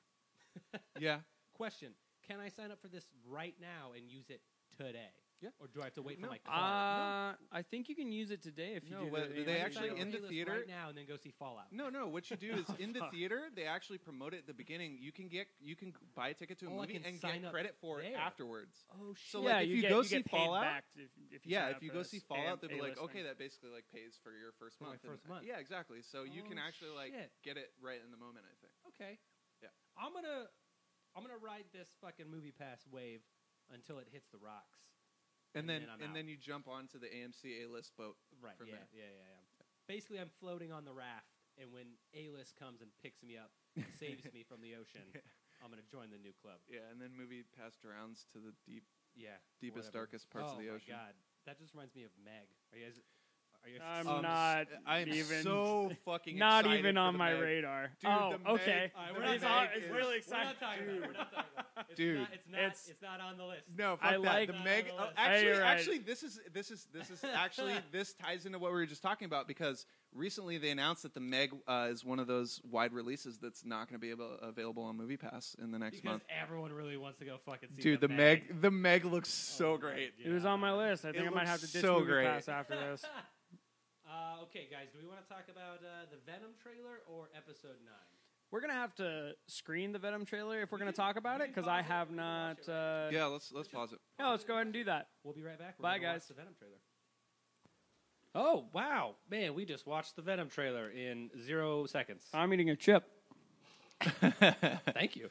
[SPEAKER 2] yeah,
[SPEAKER 1] Question: Can I sign up for this right now and use it today?
[SPEAKER 2] Yeah.
[SPEAKER 1] Or do I have to wait
[SPEAKER 2] No.
[SPEAKER 1] for my card?
[SPEAKER 3] Uh, I think you can use it today if you
[SPEAKER 2] No,
[SPEAKER 3] do.
[SPEAKER 2] well, they
[SPEAKER 3] the anime
[SPEAKER 1] Can I sign up
[SPEAKER 2] actually
[SPEAKER 3] show.
[SPEAKER 1] for
[SPEAKER 2] in the
[SPEAKER 1] A-list
[SPEAKER 2] theater-
[SPEAKER 1] right now and then go see Fallout.
[SPEAKER 2] no, no. What you
[SPEAKER 3] (laughs)
[SPEAKER 2] do is in the
[SPEAKER 3] Fuck.
[SPEAKER 2] theater, they actually promote it at the beginning. You can get you can buy a ticket to a
[SPEAKER 1] Oh, I
[SPEAKER 2] movie
[SPEAKER 1] can
[SPEAKER 2] and
[SPEAKER 1] sign
[SPEAKER 2] get
[SPEAKER 1] up
[SPEAKER 2] credit for it
[SPEAKER 1] there.
[SPEAKER 2] afterwards.
[SPEAKER 1] Oh shit!
[SPEAKER 2] So
[SPEAKER 3] yeah,
[SPEAKER 2] like if
[SPEAKER 3] you,
[SPEAKER 2] you
[SPEAKER 3] get,
[SPEAKER 2] go
[SPEAKER 3] you
[SPEAKER 2] see
[SPEAKER 3] get paid
[SPEAKER 2] Fallout-
[SPEAKER 3] back if, if you
[SPEAKER 2] yeah,
[SPEAKER 3] sign
[SPEAKER 2] if
[SPEAKER 3] up
[SPEAKER 2] you
[SPEAKER 3] for
[SPEAKER 2] go
[SPEAKER 3] this
[SPEAKER 2] see Fallout,
[SPEAKER 3] A-
[SPEAKER 2] they'll be like,
[SPEAKER 3] A-list
[SPEAKER 2] okay,
[SPEAKER 3] thing.
[SPEAKER 2] that basically like pays for your first
[SPEAKER 1] For my
[SPEAKER 2] month. and-
[SPEAKER 1] first month.
[SPEAKER 2] Yeah, exactly. So you
[SPEAKER 1] Oh,
[SPEAKER 2] can actually like
[SPEAKER 1] shit.
[SPEAKER 2] get it right in the moment. I think.
[SPEAKER 1] Okay.
[SPEAKER 2] Yeah.
[SPEAKER 1] I'm gonna I'm gonna ride this fucking movie pass wave until it hits the rocks.
[SPEAKER 2] And,
[SPEAKER 1] And
[SPEAKER 2] then,
[SPEAKER 1] then I'm
[SPEAKER 2] and
[SPEAKER 1] out.
[SPEAKER 2] then you jump onto the AMC A list boat.
[SPEAKER 1] Right.
[SPEAKER 2] From
[SPEAKER 1] yeah,
[SPEAKER 2] there.
[SPEAKER 1] yeah. Yeah. Yeah. Basically, I'm floating on the raft, and when A list comes and picks me up, and saves me from the ocean, I'm gonna join the new club.
[SPEAKER 2] Yeah, and then movie pass drowns to the deep,
[SPEAKER 1] Yeah.
[SPEAKER 2] deepest,
[SPEAKER 1] whatever.
[SPEAKER 2] darkest parts
[SPEAKER 1] oh
[SPEAKER 2] of the
[SPEAKER 1] my
[SPEAKER 2] ocean.
[SPEAKER 1] god, that just reminds me of Meg. Are you guys? Are you
[SPEAKER 3] I'm
[SPEAKER 2] Um,
[SPEAKER 3] not
[SPEAKER 2] I'm
[SPEAKER 3] even
[SPEAKER 2] so (laughs) fucking
[SPEAKER 3] not
[SPEAKER 2] excited
[SPEAKER 3] even
[SPEAKER 2] for
[SPEAKER 3] on
[SPEAKER 2] the
[SPEAKER 3] my
[SPEAKER 2] Meg.
[SPEAKER 3] radar.
[SPEAKER 2] Dude,
[SPEAKER 3] oh,
[SPEAKER 2] the Meg-
[SPEAKER 3] okay.
[SPEAKER 1] All right,
[SPEAKER 2] The
[SPEAKER 1] we're not
[SPEAKER 3] it's
[SPEAKER 2] Meg
[SPEAKER 3] all,
[SPEAKER 1] talking-
[SPEAKER 3] it's
[SPEAKER 2] is-
[SPEAKER 3] really
[SPEAKER 1] We're not
[SPEAKER 3] exciting.
[SPEAKER 1] talking about it. We're not talking about it. It's
[SPEAKER 2] Dude.
[SPEAKER 1] not, it's not.
[SPEAKER 3] It's-
[SPEAKER 1] It's, not on the list.
[SPEAKER 2] No, fuck
[SPEAKER 3] I
[SPEAKER 2] that.
[SPEAKER 3] like-
[SPEAKER 2] the
[SPEAKER 1] Not
[SPEAKER 2] Meg.
[SPEAKER 1] on the
[SPEAKER 2] oh,
[SPEAKER 1] list.
[SPEAKER 3] Hey,
[SPEAKER 2] actually,
[SPEAKER 3] you're right.
[SPEAKER 2] actually, this is this is this
[SPEAKER 1] (laughs)
[SPEAKER 2] is actually this ties into what we were just talking about because recently they announced that the Meg uh, is one of those wide releases that's not going to be able, available on Movie Pass in the next
[SPEAKER 1] because
[SPEAKER 2] month.
[SPEAKER 1] everyone really wants to go fucking see
[SPEAKER 2] Dude,
[SPEAKER 1] the,
[SPEAKER 2] the Meg. the Meg looks
[SPEAKER 1] Oh
[SPEAKER 2] so
[SPEAKER 1] my
[SPEAKER 2] great.
[SPEAKER 1] God.
[SPEAKER 3] It was on my list. I
[SPEAKER 2] It
[SPEAKER 3] think I might
[SPEAKER 2] looks
[SPEAKER 3] have to ditch
[SPEAKER 2] so
[SPEAKER 3] movie
[SPEAKER 2] great.
[SPEAKER 3] pass
[SPEAKER 1] (laughs)
[SPEAKER 3] after this.
[SPEAKER 1] Uh, okay, guys, do we want to talk about uh, the Venom trailer or episode 9?
[SPEAKER 3] (laughs) We're gonna have to screen the Venom trailer if we're gonna talk about
[SPEAKER 1] you can
[SPEAKER 3] it because I
[SPEAKER 1] pause it,
[SPEAKER 3] have
[SPEAKER 1] you can
[SPEAKER 3] not.
[SPEAKER 1] watch it
[SPEAKER 3] Uh,
[SPEAKER 2] Yeah, let's let's pause it.
[SPEAKER 3] yeah, let's go ahead and do that.
[SPEAKER 1] We'll be right back. We're
[SPEAKER 3] Bye,
[SPEAKER 1] gonna watch
[SPEAKER 3] guys.
[SPEAKER 1] the Venom trailer. Oh, wow. Man, we just watched the Venom trailer in zero seconds.
[SPEAKER 3] I'm eating a chip.
[SPEAKER 1] Thank you.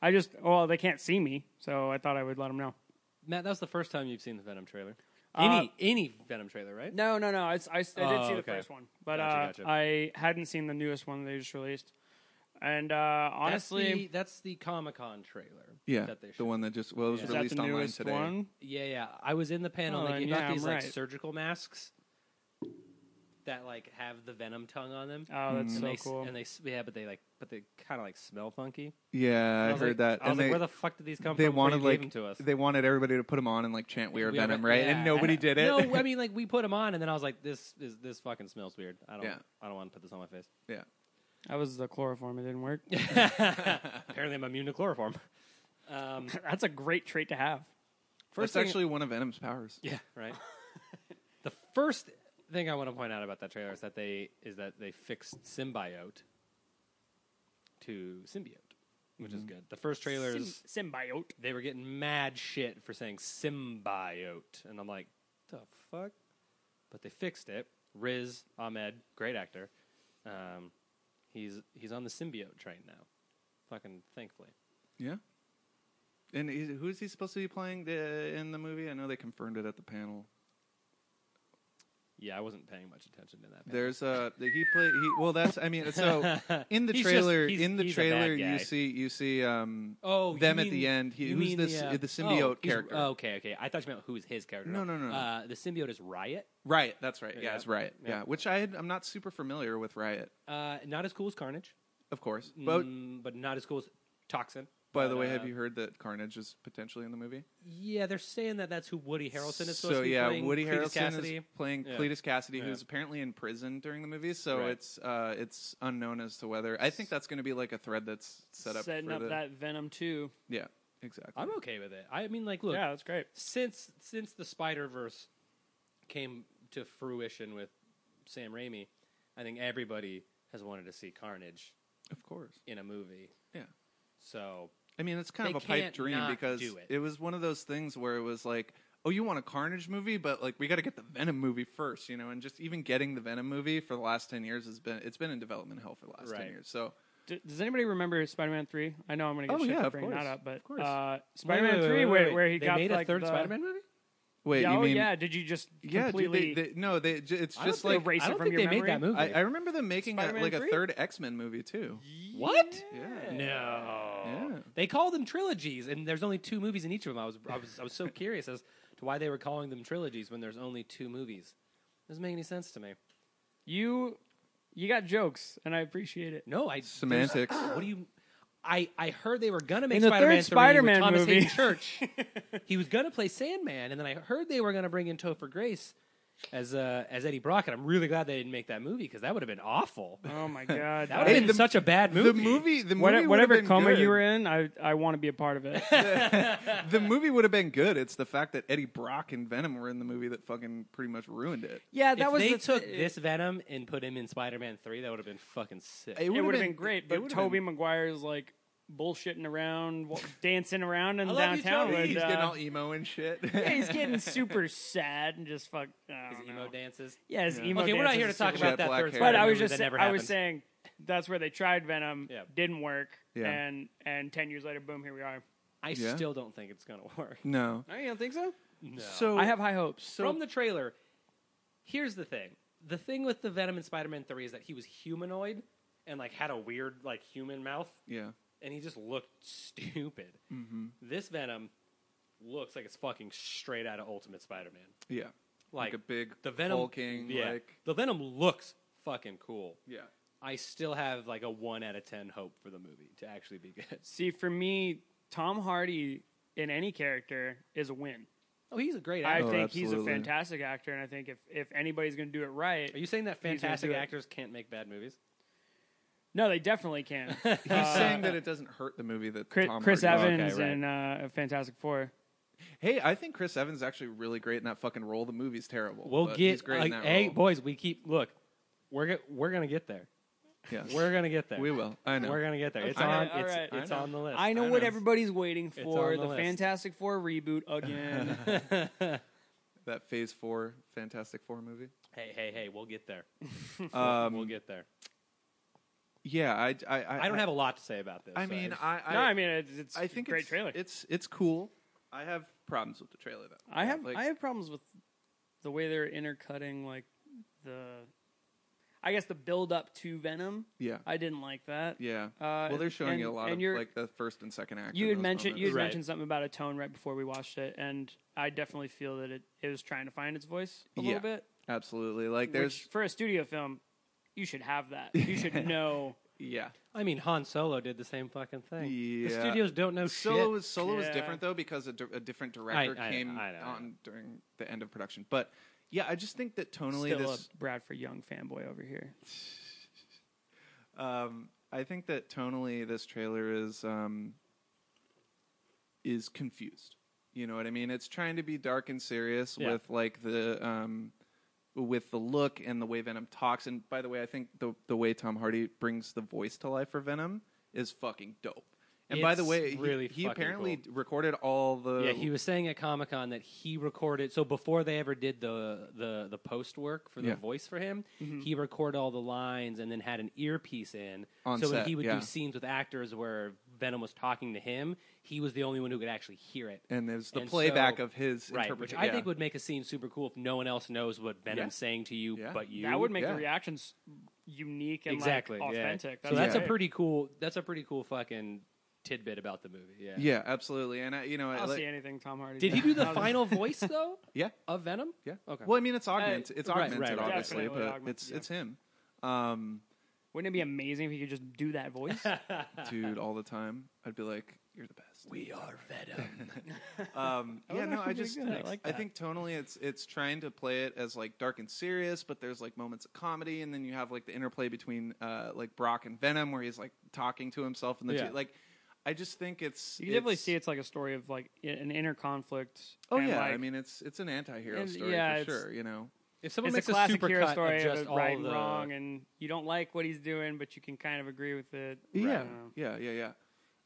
[SPEAKER 3] I just well, they can't see me, so I thought I would let them know.
[SPEAKER 1] Matt, that was the first time you've seen the Venom trailer.
[SPEAKER 3] Any-
[SPEAKER 1] Any any Venom trailer, right?
[SPEAKER 3] No, no, no. It's, I, s- I did
[SPEAKER 1] Oh,
[SPEAKER 3] see the
[SPEAKER 1] okay.
[SPEAKER 3] first one, but
[SPEAKER 1] Gotcha,
[SPEAKER 3] uh,
[SPEAKER 1] gotcha.
[SPEAKER 3] I hadn't seen the newest one they just released. And uh, honestly,
[SPEAKER 1] that's the, Comic Con trailer.
[SPEAKER 2] Yeah,
[SPEAKER 1] that they
[SPEAKER 2] the
[SPEAKER 1] showed.
[SPEAKER 2] one that just well it was
[SPEAKER 1] Yeah.
[SPEAKER 3] is that
[SPEAKER 2] released
[SPEAKER 3] the
[SPEAKER 2] online
[SPEAKER 3] newest
[SPEAKER 2] today.
[SPEAKER 3] one?
[SPEAKER 1] Yeah, yeah. I was in the panel.
[SPEAKER 3] Oh,
[SPEAKER 1] they
[SPEAKER 3] then
[SPEAKER 1] gave
[SPEAKER 3] yeah,
[SPEAKER 1] out these
[SPEAKER 3] I'm
[SPEAKER 1] like
[SPEAKER 3] right.
[SPEAKER 1] surgical masks that like have the Venom tongue on them.
[SPEAKER 3] Oh, that's
[SPEAKER 1] and
[SPEAKER 3] so
[SPEAKER 1] they, s-
[SPEAKER 3] cool.
[SPEAKER 1] Mm-hmm. And they s- yeah, but they like but they kind of like smell funky.
[SPEAKER 2] Yeah, I,
[SPEAKER 1] was
[SPEAKER 2] heard
[SPEAKER 1] like-
[SPEAKER 2] that.
[SPEAKER 1] I was
[SPEAKER 2] and
[SPEAKER 1] like,
[SPEAKER 2] they,
[SPEAKER 1] where the fuck did these come
[SPEAKER 2] they
[SPEAKER 1] from? before you
[SPEAKER 2] wanted
[SPEAKER 1] gave
[SPEAKER 2] like
[SPEAKER 1] them to us.
[SPEAKER 2] they wanted everybody to put them on and like chant "We are
[SPEAKER 1] We have
[SPEAKER 2] Venom,"
[SPEAKER 1] it-
[SPEAKER 2] right?
[SPEAKER 1] yeah.
[SPEAKER 2] And nobody did (laughs) it.
[SPEAKER 1] No, I mean like we put them on, and then I was like, this is this fucking smells weird. I don't,
[SPEAKER 2] Yeah.
[SPEAKER 1] I don't want to put this on my face.
[SPEAKER 2] yeah.
[SPEAKER 3] That was the chloroform. It didn't work.
[SPEAKER 1] Apparently, I'm immune to chloroform. (laughs) Um,
[SPEAKER 3] (laughs) that's a great trait to have.
[SPEAKER 1] first,
[SPEAKER 2] That's
[SPEAKER 1] thing,
[SPEAKER 2] actually one of Venom's powers.
[SPEAKER 1] (laughs) yeah, right. the first thing I want to point out about that trailer is that they is that they fixed symbiote to symbiote, which
[SPEAKER 2] Mm-hmm.
[SPEAKER 1] is good. The first trailer is
[SPEAKER 3] Sym- symbiote.
[SPEAKER 1] they were getting mad shit for saying symbiote, and I'm like, the fuck? But they fixed it. Riz Ahmed, great actor. Um, he's he's on the symbiote train now. Fucking thankfully.
[SPEAKER 2] Yeah. And he's, who's he supposed to be playing the, in the movie? I know they confirmed it at the panel.
[SPEAKER 1] Yeah, I wasn't paying much attention to that.
[SPEAKER 2] There's a he play he well that's I mean
[SPEAKER 1] (laughs)
[SPEAKER 2] so in the
[SPEAKER 1] He's just-
[SPEAKER 2] trailer
[SPEAKER 1] he's-
[SPEAKER 2] in the
[SPEAKER 1] he's a
[SPEAKER 2] trailer
[SPEAKER 1] bad guy.
[SPEAKER 2] you see you see um
[SPEAKER 1] oh, you
[SPEAKER 2] them at
[SPEAKER 1] mean-
[SPEAKER 2] the end he,
[SPEAKER 1] you
[SPEAKER 2] who's
[SPEAKER 1] mean
[SPEAKER 2] this
[SPEAKER 1] uh,
[SPEAKER 2] the, symbiote
[SPEAKER 1] oh, he's-
[SPEAKER 2] character
[SPEAKER 1] oh, okay, okay. I thought you meant who is his character.
[SPEAKER 2] No, no, no, no.
[SPEAKER 1] Uh, the symbiote is Riot.
[SPEAKER 2] Riot that's right yeah,
[SPEAKER 1] Yeah.
[SPEAKER 2] it's Riot
[SPEAKER 1] Yeah.
[SPEAKER 2] yeah which I had, I'm not super familiar with Riot
[SPEAKER 1] Uh, not as cool as Carnage,
[SPEAKER 2] of course but
[SPEAKER 1] mm, but not as cool as Toxin.
[SPEAKER 2] by the
[SPEAKER 1] But,
[SPEAKER 2] way
[SPEAKER 1] uh,
[SPEAKER 2] have you heard that Carnage is potentially in the movie
[SPEAKER 1] Yeah, they're saying that that's who Woody Harrelson is supposed
[SPEAKER 2] so
[SPEAKER 1] to be
[SPEAKER 2] yeah
[SPEAKER 1] playing.
[SPEAKER 2] Woody
[SPEAKER 1] Cletus
[SPEAKER 2] Harrelson
[SPEAKER 1] Cassidy.
[SPEAKER 2] is playing
[SPEAKER 1] Yeah.
[SPEAKER 2] Cletus Cassidy
[SPEAKER 1] Yeah.
[SPEAKER 2] who's apparently in prison during the movie so
[SPEAKER 1] Right.
[SPEAKER 2] it's uh it's unknown as to whether I think that's going to be like a thread that's set up
[SPEAKER 3] setting
[SPEAKER 2] for
[SPEAKER 3] up
[SPEAKER 2] the,
[SPEAKER 3] that Venom two.
[SPEAKER 2] yeah exactly
[SPEAKER 1] I'm okay with it. I mean, like, look,
[SPEAKER 3] yeah, that's great.
[SPEAKER 1] since since the Spider Verse came to fruition with Sam Raimi, I think everybody has wanted to see Carnage
[SPEAKER 2] of course
[SPEAKER 1] in a movie.
[SPEAKER 2] yeah.
[SPEAKER 1] So
[SPEAKER 2] I mean, it's kind
[SPEAKER 1] They
[SPEAKER 2] of a pipe
[SPEAKER 1] can't
[SPEAKER 2] dream
[SPEAKER 1] not
[SPEAKER 2] because
[SPEAKER 1] do
[SPEAKER 2] it.
[SPEAKER 1] it.
[SPEAKER 2] was one of those things where it was like, oh, you want a Carnage movie, but like we got to get the Venom movie first, you know. And just even getting the Venom movie for the last ten years has been it's been in development hell for the last ten
[SPEAKER 1] Right.
[SPEAKER 2] years. So
[SPEAKER 3] D- does anybody remember Spider-Man three? I know I'm going to get
[SPEAKER 2] Oh,
[SPEAKER 3] shit
[SPEAKER 2] yeah,
[SPEAKER 3] for
[SPEAKER 2] of
[SPEAKER 3] bringing
[SPEAKER 2] course.
[SPEAKER 3] that up, but
[SPEAKER 2] Of course.
[SPEAKER 3] uh, Spider-Man three, where, where he
[SPEAKER 1] they
[SPEAKER 3] got
[SPEAKER 1] made
[SPEAKER 3] like
[SPEAKER 1] a third
[SPEAKER 3] the-
[SPEAKER 1] Spider-Man movie.
[SPEAKER 2] wait,
[SPEAKER 3] Yeah,
[SPEAKER 2] you
[SPEAKER 3] oh
[SPEAKER 2] mean
[SPEAKER 3] yeah, did you just
[SPEAKER 2] yeah, dude,
[SPEAKER 3] completely?
[SPEAKER 2] they, they, no, they ju- it's
[SPEAKER 1] I don't
[SPEAKER 2] just
[SPEAKER 1] think-
[SPEAKER 2] like
[SPEAKER 3] erase
[SPEAKER 1] I
[SPEAKER 3] it
[SPEAKER 1] don't
[SPEAKER 3] from
[SPEAKER 1] think
[SPEAKER 3] your
[SPEAKER 1] they made that
[SPEAKER 3] memory?
[SPEAKER 1] movie.
[SPEAKER 2] I, I remember them making a,
[SPEAKER 3] Spider-Man
[SPEAKER 2] like a
[SPEAKER 3] 3?
[SPEAKER 2] third X Men movie too.
[SPEAKER 1] What?
[SPEAKER 2] Yeah.
[SPEAKER 1] No.
[SPEAKER 2] Yeah.
[SPEAKER 1] They call them trilogies, and there's only two movies in each of them. I was, I was, I
[SPEAKER 3] (laughs)
[SPEAKER 1] was so curious as to why they were calling them trilogies when there's only two movies. Doesn't make any sense to me.
[SPEAKER 3] You, you got jokes, and I appreciate
[SPEAKER 1] (laughs)
[SPEAKER 3] it.
[SPEAKER 1] No, I
[SPEAKER 2] Semantics.
[SPEAKER 1] there's- What do you? I, I heard they were gonna make
[SPEAKER 3] In the third
[SPEAKER 1] Spider-Man 3
[SPEAKER 3] Spider-Man
[SPEAKER 1] with Thomas
[SPEAKER 3] movie.
[SPEAKER 1] Hayden
[SPEAKER 3] (laughs)
[SPEAKER 1] Church. he was gonna play Sandman, and then I heard they were gonna bring in Topher Grace as uh, as Eddie Brock, and I'm really glad they didn't make that movie because that would have been awful.
[SPEAKER 3] Oh my god,
[SPEAKER 1] That would have
[SPEAKER 2] Hey,
[SPEAKER 1] been
[SPEAKER 2] the-
[SPEAKER 1] such a bad movie.
[SPEAKER 2] The movie, the movie,
[SPEAKER 3] What-
[SPEAKER 2] would've
[SPEAKER 3] whatever
[SPEAKER 2] been
[SPEAKER 3] coma
[SPEAKER 2] good.
[SPEAKER 3] you were in, I I want to be a part of it.
[SPEAKER 2] the movie would have been good. It's the fact that Eddie Brock and Venom were in the movie that fucking pretty much ruined it.
[SPEAKER 3] yeah,
[SPEAKER 1] If
[SPEAKER 3] that was
[SPEAKER 1] they
[SPEAKER 3] the,
[SPEAKER 1] took
[SPEAKER 3] it-
[SPEAKER 1] this Venom and put him in Spider-Man Three, that would have been fucking sick.
[SPEAKER 2] It
[SPEAKER 3] It
[SPEAKER 2] would've
[SPEAKER 3] would have been, great,
[SPEAKER 2] it
[SPEAKER 3] but
[SPEAKER 2] would've
[SPEAKER 3] Toby
[SPEAKER 2] been-
[SPEAKER 3] Maguire's like bullshitting around, wa- dancing around in
[SPEAKER 1] I love you,
[SPEAKER 3] downtown.
[SPEAKER 1] Toby.
[SPEAKER 3] with,
[SPEAKER 2] he's
[SPEAKER 3] uh,
[SPEAKER 2] getting all emo and shit.
[SPEAKER 3] (laughs)
[SPEAKER 2] (laughs)
[SPEAKER 3] yeah, he's getting super sad and just fuck. I
[SPEAKER 1] His
[SPEAKER 3] don't know.
[SPEAKER 1] emo dances.
[SPEAKER 3] Yeah, his emo.
[SPEAKER 1] okay, we're not
[SPEAKER 3] dances
[SPEAKER 1] here to
[SPEAKER 3] is
[SPEAKER 1] talk
[SPEAKER 3] so
[SPEAKER 2] She
[SPEAKER 1] (laughs) about
[SPEAKER 2] had
[SPEAKER 1] that
[SPEAKER 2] black
[SPEAKER 1] third
[SPEAKER 2] hair.
[SPEAKER 3] But
[SPEAKER 1] Spider-Man
[SPEAKER 3] I was
[SPEAKER 1] movie
[SPEAKER 3] just
[SPEAKER 1] that never
[SPEAKER 3] I
[SPEAKER 1] happened.
[SPEAKER 3] was saying that's where they tried Venom,
[SPEAKER 1] Yeah.
[SPEAKER 3] didn't work,
[SPEAKER 2] Yeah.
[SPEAKER 3] and and ten years later, boom, here we are.
[SPEAKER 1] I
[SPEAKER 2] Yeah.
[SPEAKER 1] still don't think it's gonna (laughs) work.
[SPEAKER 2] no.
[SPEAKER 3] I don't think so.
[SPEAKER 1] No.
[SPEAKER 2] So
[SPEAKER 3] I have high hopes. So
[SPEAKER 1] from the trailer, here's the thing: the thing with the Venom in Spider-Man Three is that he was humanoid and like had a weird like human mouth,
[SPEAKER 2] yeah.
[SPEAKER 1] and he just looked stupid.
[SPEAKER 3] Mm-hmm.
[SPEAKER 2] hmm
[SPEAKER 1] This Venom looks like it's fucking straight out of Ultimate Spider-Man.
[SPEAKER 2] Yeah.
[SPEAKER 1] Like,
[SPEAKER 2] a big
[SPEAKER 1] the Venom
[SPEAKER 2] hulking
[SPEAKER 1] yeah,
[SPEAKER 2] like
[SPEAKER 1] the Venom looks fucking cool.
[SPEAKER 2] yeah.
[SPEAKER 1] I still have like a one out of ten hope for the movie to actually be good. (laughs)
[SPEAKER 3] see, for me, Tom Hardy in any character is a win.
[SPEAKER 1] Oh, he's a great
[SPEAKER 3] I
[SPEAKER 1] actor.
[SPEAKER 2] Oh,
[SPEAKER 3] think he's a
[SPEAKER 2] absolutely.
[SPEAKER 3] fantastic actor, and I think if if anybody's going to do it right,
[SPEAKER 1] Are you saying that
[SPEAKER 3] He's gonna
[SPEAKER 1] fantastic
[SPEAKER 3] do it.
[SPEAKER 1] actors can't make bad movies?
[SPEAKER 3] no, they definitely can.
[SPEAKER 2] (laughs)
[SPEAKER 3] Uh,
[SPEAKER 2] He's
[SPEAKER 1] Uh,
[SPEAKER 2] saying that it doesn't hurt the movie that
[SPEAKER 3] Chris,
[SPEAKER 2] Tom
[SPEAKER 3] Chris
[SPEAKER 2] Hardy was.
[SPEAKER 3] Evans
[SPEAKER 1] right.
[SPEAKER 3] in uh, Fantastic Four.
[SPEAKER 2] Hey, I think Chris Evans is actually really great in that fucking role. The movie's terrible.
[SPEAKER 1] We'll
[SPEAKER 2] but
[SPEAKER 1] get
[SPEAKER 2] he's great in
[SPEAKER 1] like,
[SPEAKER 2] that
[SPEAKER 1] hey,
[SPEAKER 2] role.
[SPEAKER 1] boys. We keep look. We're go- we're gonna get there.
[SPEAKER 2] Yes.
[SPEAKER 1] We're gonna get there.
[SPEAKER 2] we will. I know.
[SPEAKER 1] We're gonna get there. It's
[SPEAKER 2] Okay,
[SPEAKER 1] on.
[SPEAKER 3] all
[SPEAKER 1] It's,
[SPEAKER 3] right.
[SPEAKER 1] it's
[SPEAKER 2] I know.
[SPEAKER 1] on the list.
[SPEAKER 3] I know
[SPEAKER 2] I
[SPEAKER 3] what
[SPEAKER 2] know.
[SPEAKER 3] everybody's waiting for:
[SPEAKER 1] on the
[SPEAKER 3] the,
[SPEAKER 1] list.
[SPEAKER 3] Fantastic Four
[SPEAKER 2] (laughs)
[SPEAKER 3] reboot again.
[SPEAKER 2] that Phase Four Fantastic Four movie.
[SPEAKER 1] (laughs) hey, hey, hey. We'll get there. (laughs)
[SPEAKER 2] Um,
[SPEAKER 1] we'll get there.
[SPEAKER 2] Yeah, I, I, I,
[SPEAKER 1] I don't have a lot to say about this.
[SPEAKER 2] I
[SPEAKER 1] so
[SPEAKER 2] mean,
[SPEAKER 1] just-
[SPEAKER 2] I, I,
[SPEAKER 3] no, I mean it's, it's
[SPEAKER 2] I think
[SPEAKER 3] a great
[SPEAKER 2] it's,
[SPEAKER 3] trailer.
[SPEAKER 2] It's it's cool. I have problems with the trailer though.
[SPEAKER 3] I
[SPEAKER 2] Yeah,
[SPEAKER 3] have
[SPEAKER 2] like,
[SPEAKER 3] I have problems with the way they're intercutting like the I guess the build up to Venom.
[SPEAKER 2] yeah,
[SPEAKER 3] I didn't like that.
[SPEAKER 2] yeah.
[SPEAKER 3] Uh,
[SPEAKER 2] well, they're showing
[SPEAKER 3] and,
[SPEAKER 2] you a lot
[SPEAKER 3] and
[SPEAKER 2] of
[SPEAKER 3] you're-
[SPEAKER 2] like the first and second act.
[SPEAKER 3] you
[SPEAKER 2] in
[SPEAKER 3] had
[SPEAKER 2] those
[SPEAKER 3] mentioned you had
[SPEAKER 2] moments.
[SPEAKER 1] Right.
[SPEAKER 3] mentioned something about a tone right before we watched it, and I definitely feel that it, it was trying to find its voice a
[SPEAKER 2] Yeah.
[SPEAKER 3] little bit.
[SPEAKER 2] absolutely like there's
[SPEAKER 3] Which for a studio film, you should have that.
[SPEAKER 2] (laughs)
[SPEAKER 3] You should know.
[SPEAKER 2] yeah.
[SPEAKER 1] I mean, Han Solo did the same fucking thing. The
[SPEAKER 2] Yeah.
[SPEAKER 1] studios don't know
[SPEAKER 2] Solo
[SPEAKER 1] shit.
[SPEAKER 2] was Solo was
[SPEAKER 3] Oh, Yeah.
[SPEAKER 2] different though because a, di- a different director
[SPEAKER 1] I-
[SPEAKER 2] came
[SPEAKER 1] I know, I know.
[SPEAKER 2] on during the end of production. But yeah, I just think that tonally
[SPEAKER 3] Still
[SPEAKER 2] this
[SPEAKER 3] a Bradford Young fanboy over here.
[SPEAKER 2] um, I think that tonally this trailer is um, is confused. You know what I mean? It's trying to be dark and serious
[SPEAKER 1] Yeah.
[SPEAKER 2] with like the um, with the look and the way Venom talks. And by the way, I think the the way Tom Hardy brings the voice to life for Venom is fucking dope. And by the
[SPEAKER 1] It's
[SPEAKER 2] way, he-
[SPEAKER 1] really
[SPEAKER 2] he,
[SPEAKER 1] fucking
[SPEAKER 2] apparently
[SPEAKER 1] cool.
[SPEAKER 2] recorded all the
[SPEAKER 1] Yeah, he was saying at Comic Con that he recorded. So before they ever did the the, the post work for the
[SPEAKER 2] Yeah.
[SPEAKER 1] voice for him,
[SPEAKER 3] Mm-hmm.
[SPEAKER 1] he recorded all the lines and then had an earpiece in.
[SPEAKER 2] On
[SPEAKER 1] so when
[SPEAKER 2] set,
[SPEAKER 1] he would do
[SPEAKER 2] yeah.
[SPEAKER 1] scenes with actors where Venom was talking to him, he was the only one who could actually hear it.
[SPEAKER 2] and there's the
[SPEAKER 1] And
[SPEAKER 2] playback
[SPEAKER 1] so-
[SPEAKER 2] of his
[SPEAKER 1] Right, which
[SPEAKER 2] interpretation.
[SPEAKER 1] I think would make a scene super cool if no one else knows what Venom's
[SPEAKER 2] Yeah.
[SPEAKER 1] saying to you
[SPEAKER 2] Yeah.
[SPEAKER 1] but you.
[SPEAKER 3] that would make
[SPEAKER 2] yeah.
[SPEAKER 3] the reactions unique and
[SPEAKER 1] exactly
[SPEAKER 3] like,
[SPEAKER 1] yeah.
[SPEAKER 3] authentic.
[SPEAKER 1] so that's a
[SPEAKER 2] great.
[SPEAKER 1] pretty cool. That's a pretty cool fucking tidbit about the movie. Yeah.
[SPEAKER 2] yeah, absolutely. And I, you know, I
[SPEAKER 3] I'll
[SPEAKER 2] like-
[SPEAKER 3] see anything Tom Hardy.
[SPEAKER 1] Did he
[SPEAKER 3] does.
[SPEAKER 1] do
[SPEAKER 3] (laughs)
[SPEAKER 1] the
[SPEAKER 3] I'll-
[SPEAKER 1] final voice though?
[SPEAKER 2] Yeah.
[SPEAKER 1] Of Venom.
[SPEAKER 2] yeah.
[SPEAKER 1] Okay. (laughs)
[SPEAKER 2] Well, I mean, it's augmented. it's
[SPEAKER 1] right, right,
[SPEAKER 2] augmented,
[SPEAKER 1] right.
[SPEAKER 2] obviously,
[SPEAKER 3] Definitely
[SPEAKER 2] but
[SPEAKER 3] augmented,
[SPEAKER 2] it's
[SPEAKER 3] yeah.
[SPEAKER 2] it's him, um,
[SPEAKER 3] Wouldn't it be amazing if he could just do that voice?
[SPEAKER 1] (laughs)
[SPEAKER 2] dude, all the time. I'd be like, "You're the best."
[SPEAKER 1] we are Venom.
[SPEAKER 2] (laughs)
[SPEAKER 3] (laughs)
[SPEAKER 2] Um,
[SPEAKER 3] Oh, That
[SPEAKER 2] yeah,
[SPEAKER 3] would
[SPEAKER 2] no, I
[SPEAKER 3] actually be
[SPEAKER 2] just
[SPEAKER 3] good. I like that.
[SPEAKER 2] think tonally it's it's trying to play it as like dark and serious, but there's like moments of comedy, and then you have like the interplay between uh, like Brock and Venom, where he's like talking to himself and the
[SPEAKER 1] Yeah.
[SPEAKER 2] two, like. I just think it's
[SPEAKER 3] You can definitely
[SPEAKER 2] it's-
[SPEAKER 3] see it's like a story of like i- an inner conflict.
[SPEAKER 2] Oh
[SPEAKER 3] and,
[SPEAKER 2] yeah,
[SPEAKER 3] like,
[SPEAKER 2] I mean it's it's an anti-hero
[SPEAKER 3] and-
[SPEAKER 2] story
[SPEAKER 3] yeah,
[SPEAKER 2] for
[SPEAKER 3] it's-
[SPEAKER 2] sure. You know,
[SPEAKER 1] If someone makes
[SPEAKER 3] it's a classic
[SPEAKER 1] super
[SPEAKER 3] hero story
[SPEAKER 1] of just
[SPEAKER 3] of
[SPEAKER 1] all
[SPEAKER 3] right and
[SPEAKER 1] the
[SPEAKER 3] wrong, and you don't like what he's doing, but you can kind of agree with it. Um, I
[SPEAKER 2] yeah,
[SPEAKER 3] don't know.
[SPEAKER 2] yeah, yeah, yeah.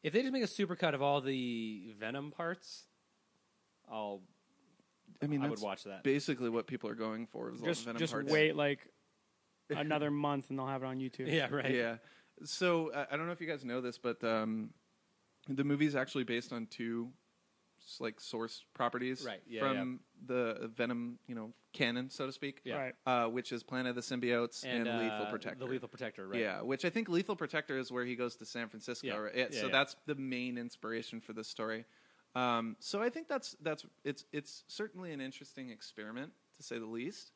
[SPEAKER 1] If they just make a supercut of all the Venom parts, I'll
[SPEAKER 2] I mean,
[SPEAKER 1] I
[SPEAKER 2] that's
[SPEAKER 1] would watch that.
[SPEAKER 2] basically what people are going for. Is all the
[SPEAKER 3] just
[SPEAKER 2] Venom
[SPEAKER 3] just
[SPEAKER 2] parts. (laughs)
[SPEAKER 3] wait like another month and they'll have it on
[SPEAKER 1] (laughs)
[SPEAKER 3] YouTube.
[SPEAKER 1] Yeah, right.
[SPEAKER 2] Yeah. So uh, I don't know if you guys know this, but um, the movie's actually based on two s- like source properties
[SPEAKER 1] Right, yeah,
[SPEAKER 2] from the Venom, you know, canon, so to speak.
[SPEAKER 1] Yeah.
[SPEAKER 3] Right.
[SPEAKER 2] Uh, which is Planet of the Symbiotes and,
[SPEAKER 1] uh,
[SPEAKER 2] Lethal Protector.
[SPEAKER 1] The Lethal Protector, right?
[SPEAKER 2] Yeah, which I think Lethal Protector is where he goes to San Francisco.
[SPEAKER 1] Yeah.
[SPEAKER 2] Right? Yeah,
[SPEAKER 1] Yeah,
[SPEAKER 2] so
[SPEAKER 1] yeah.
[SPEAKER 2] that's the main inspiration for this story. Um, so I think that's that's it's it's certainly an interesting experiment to say the least.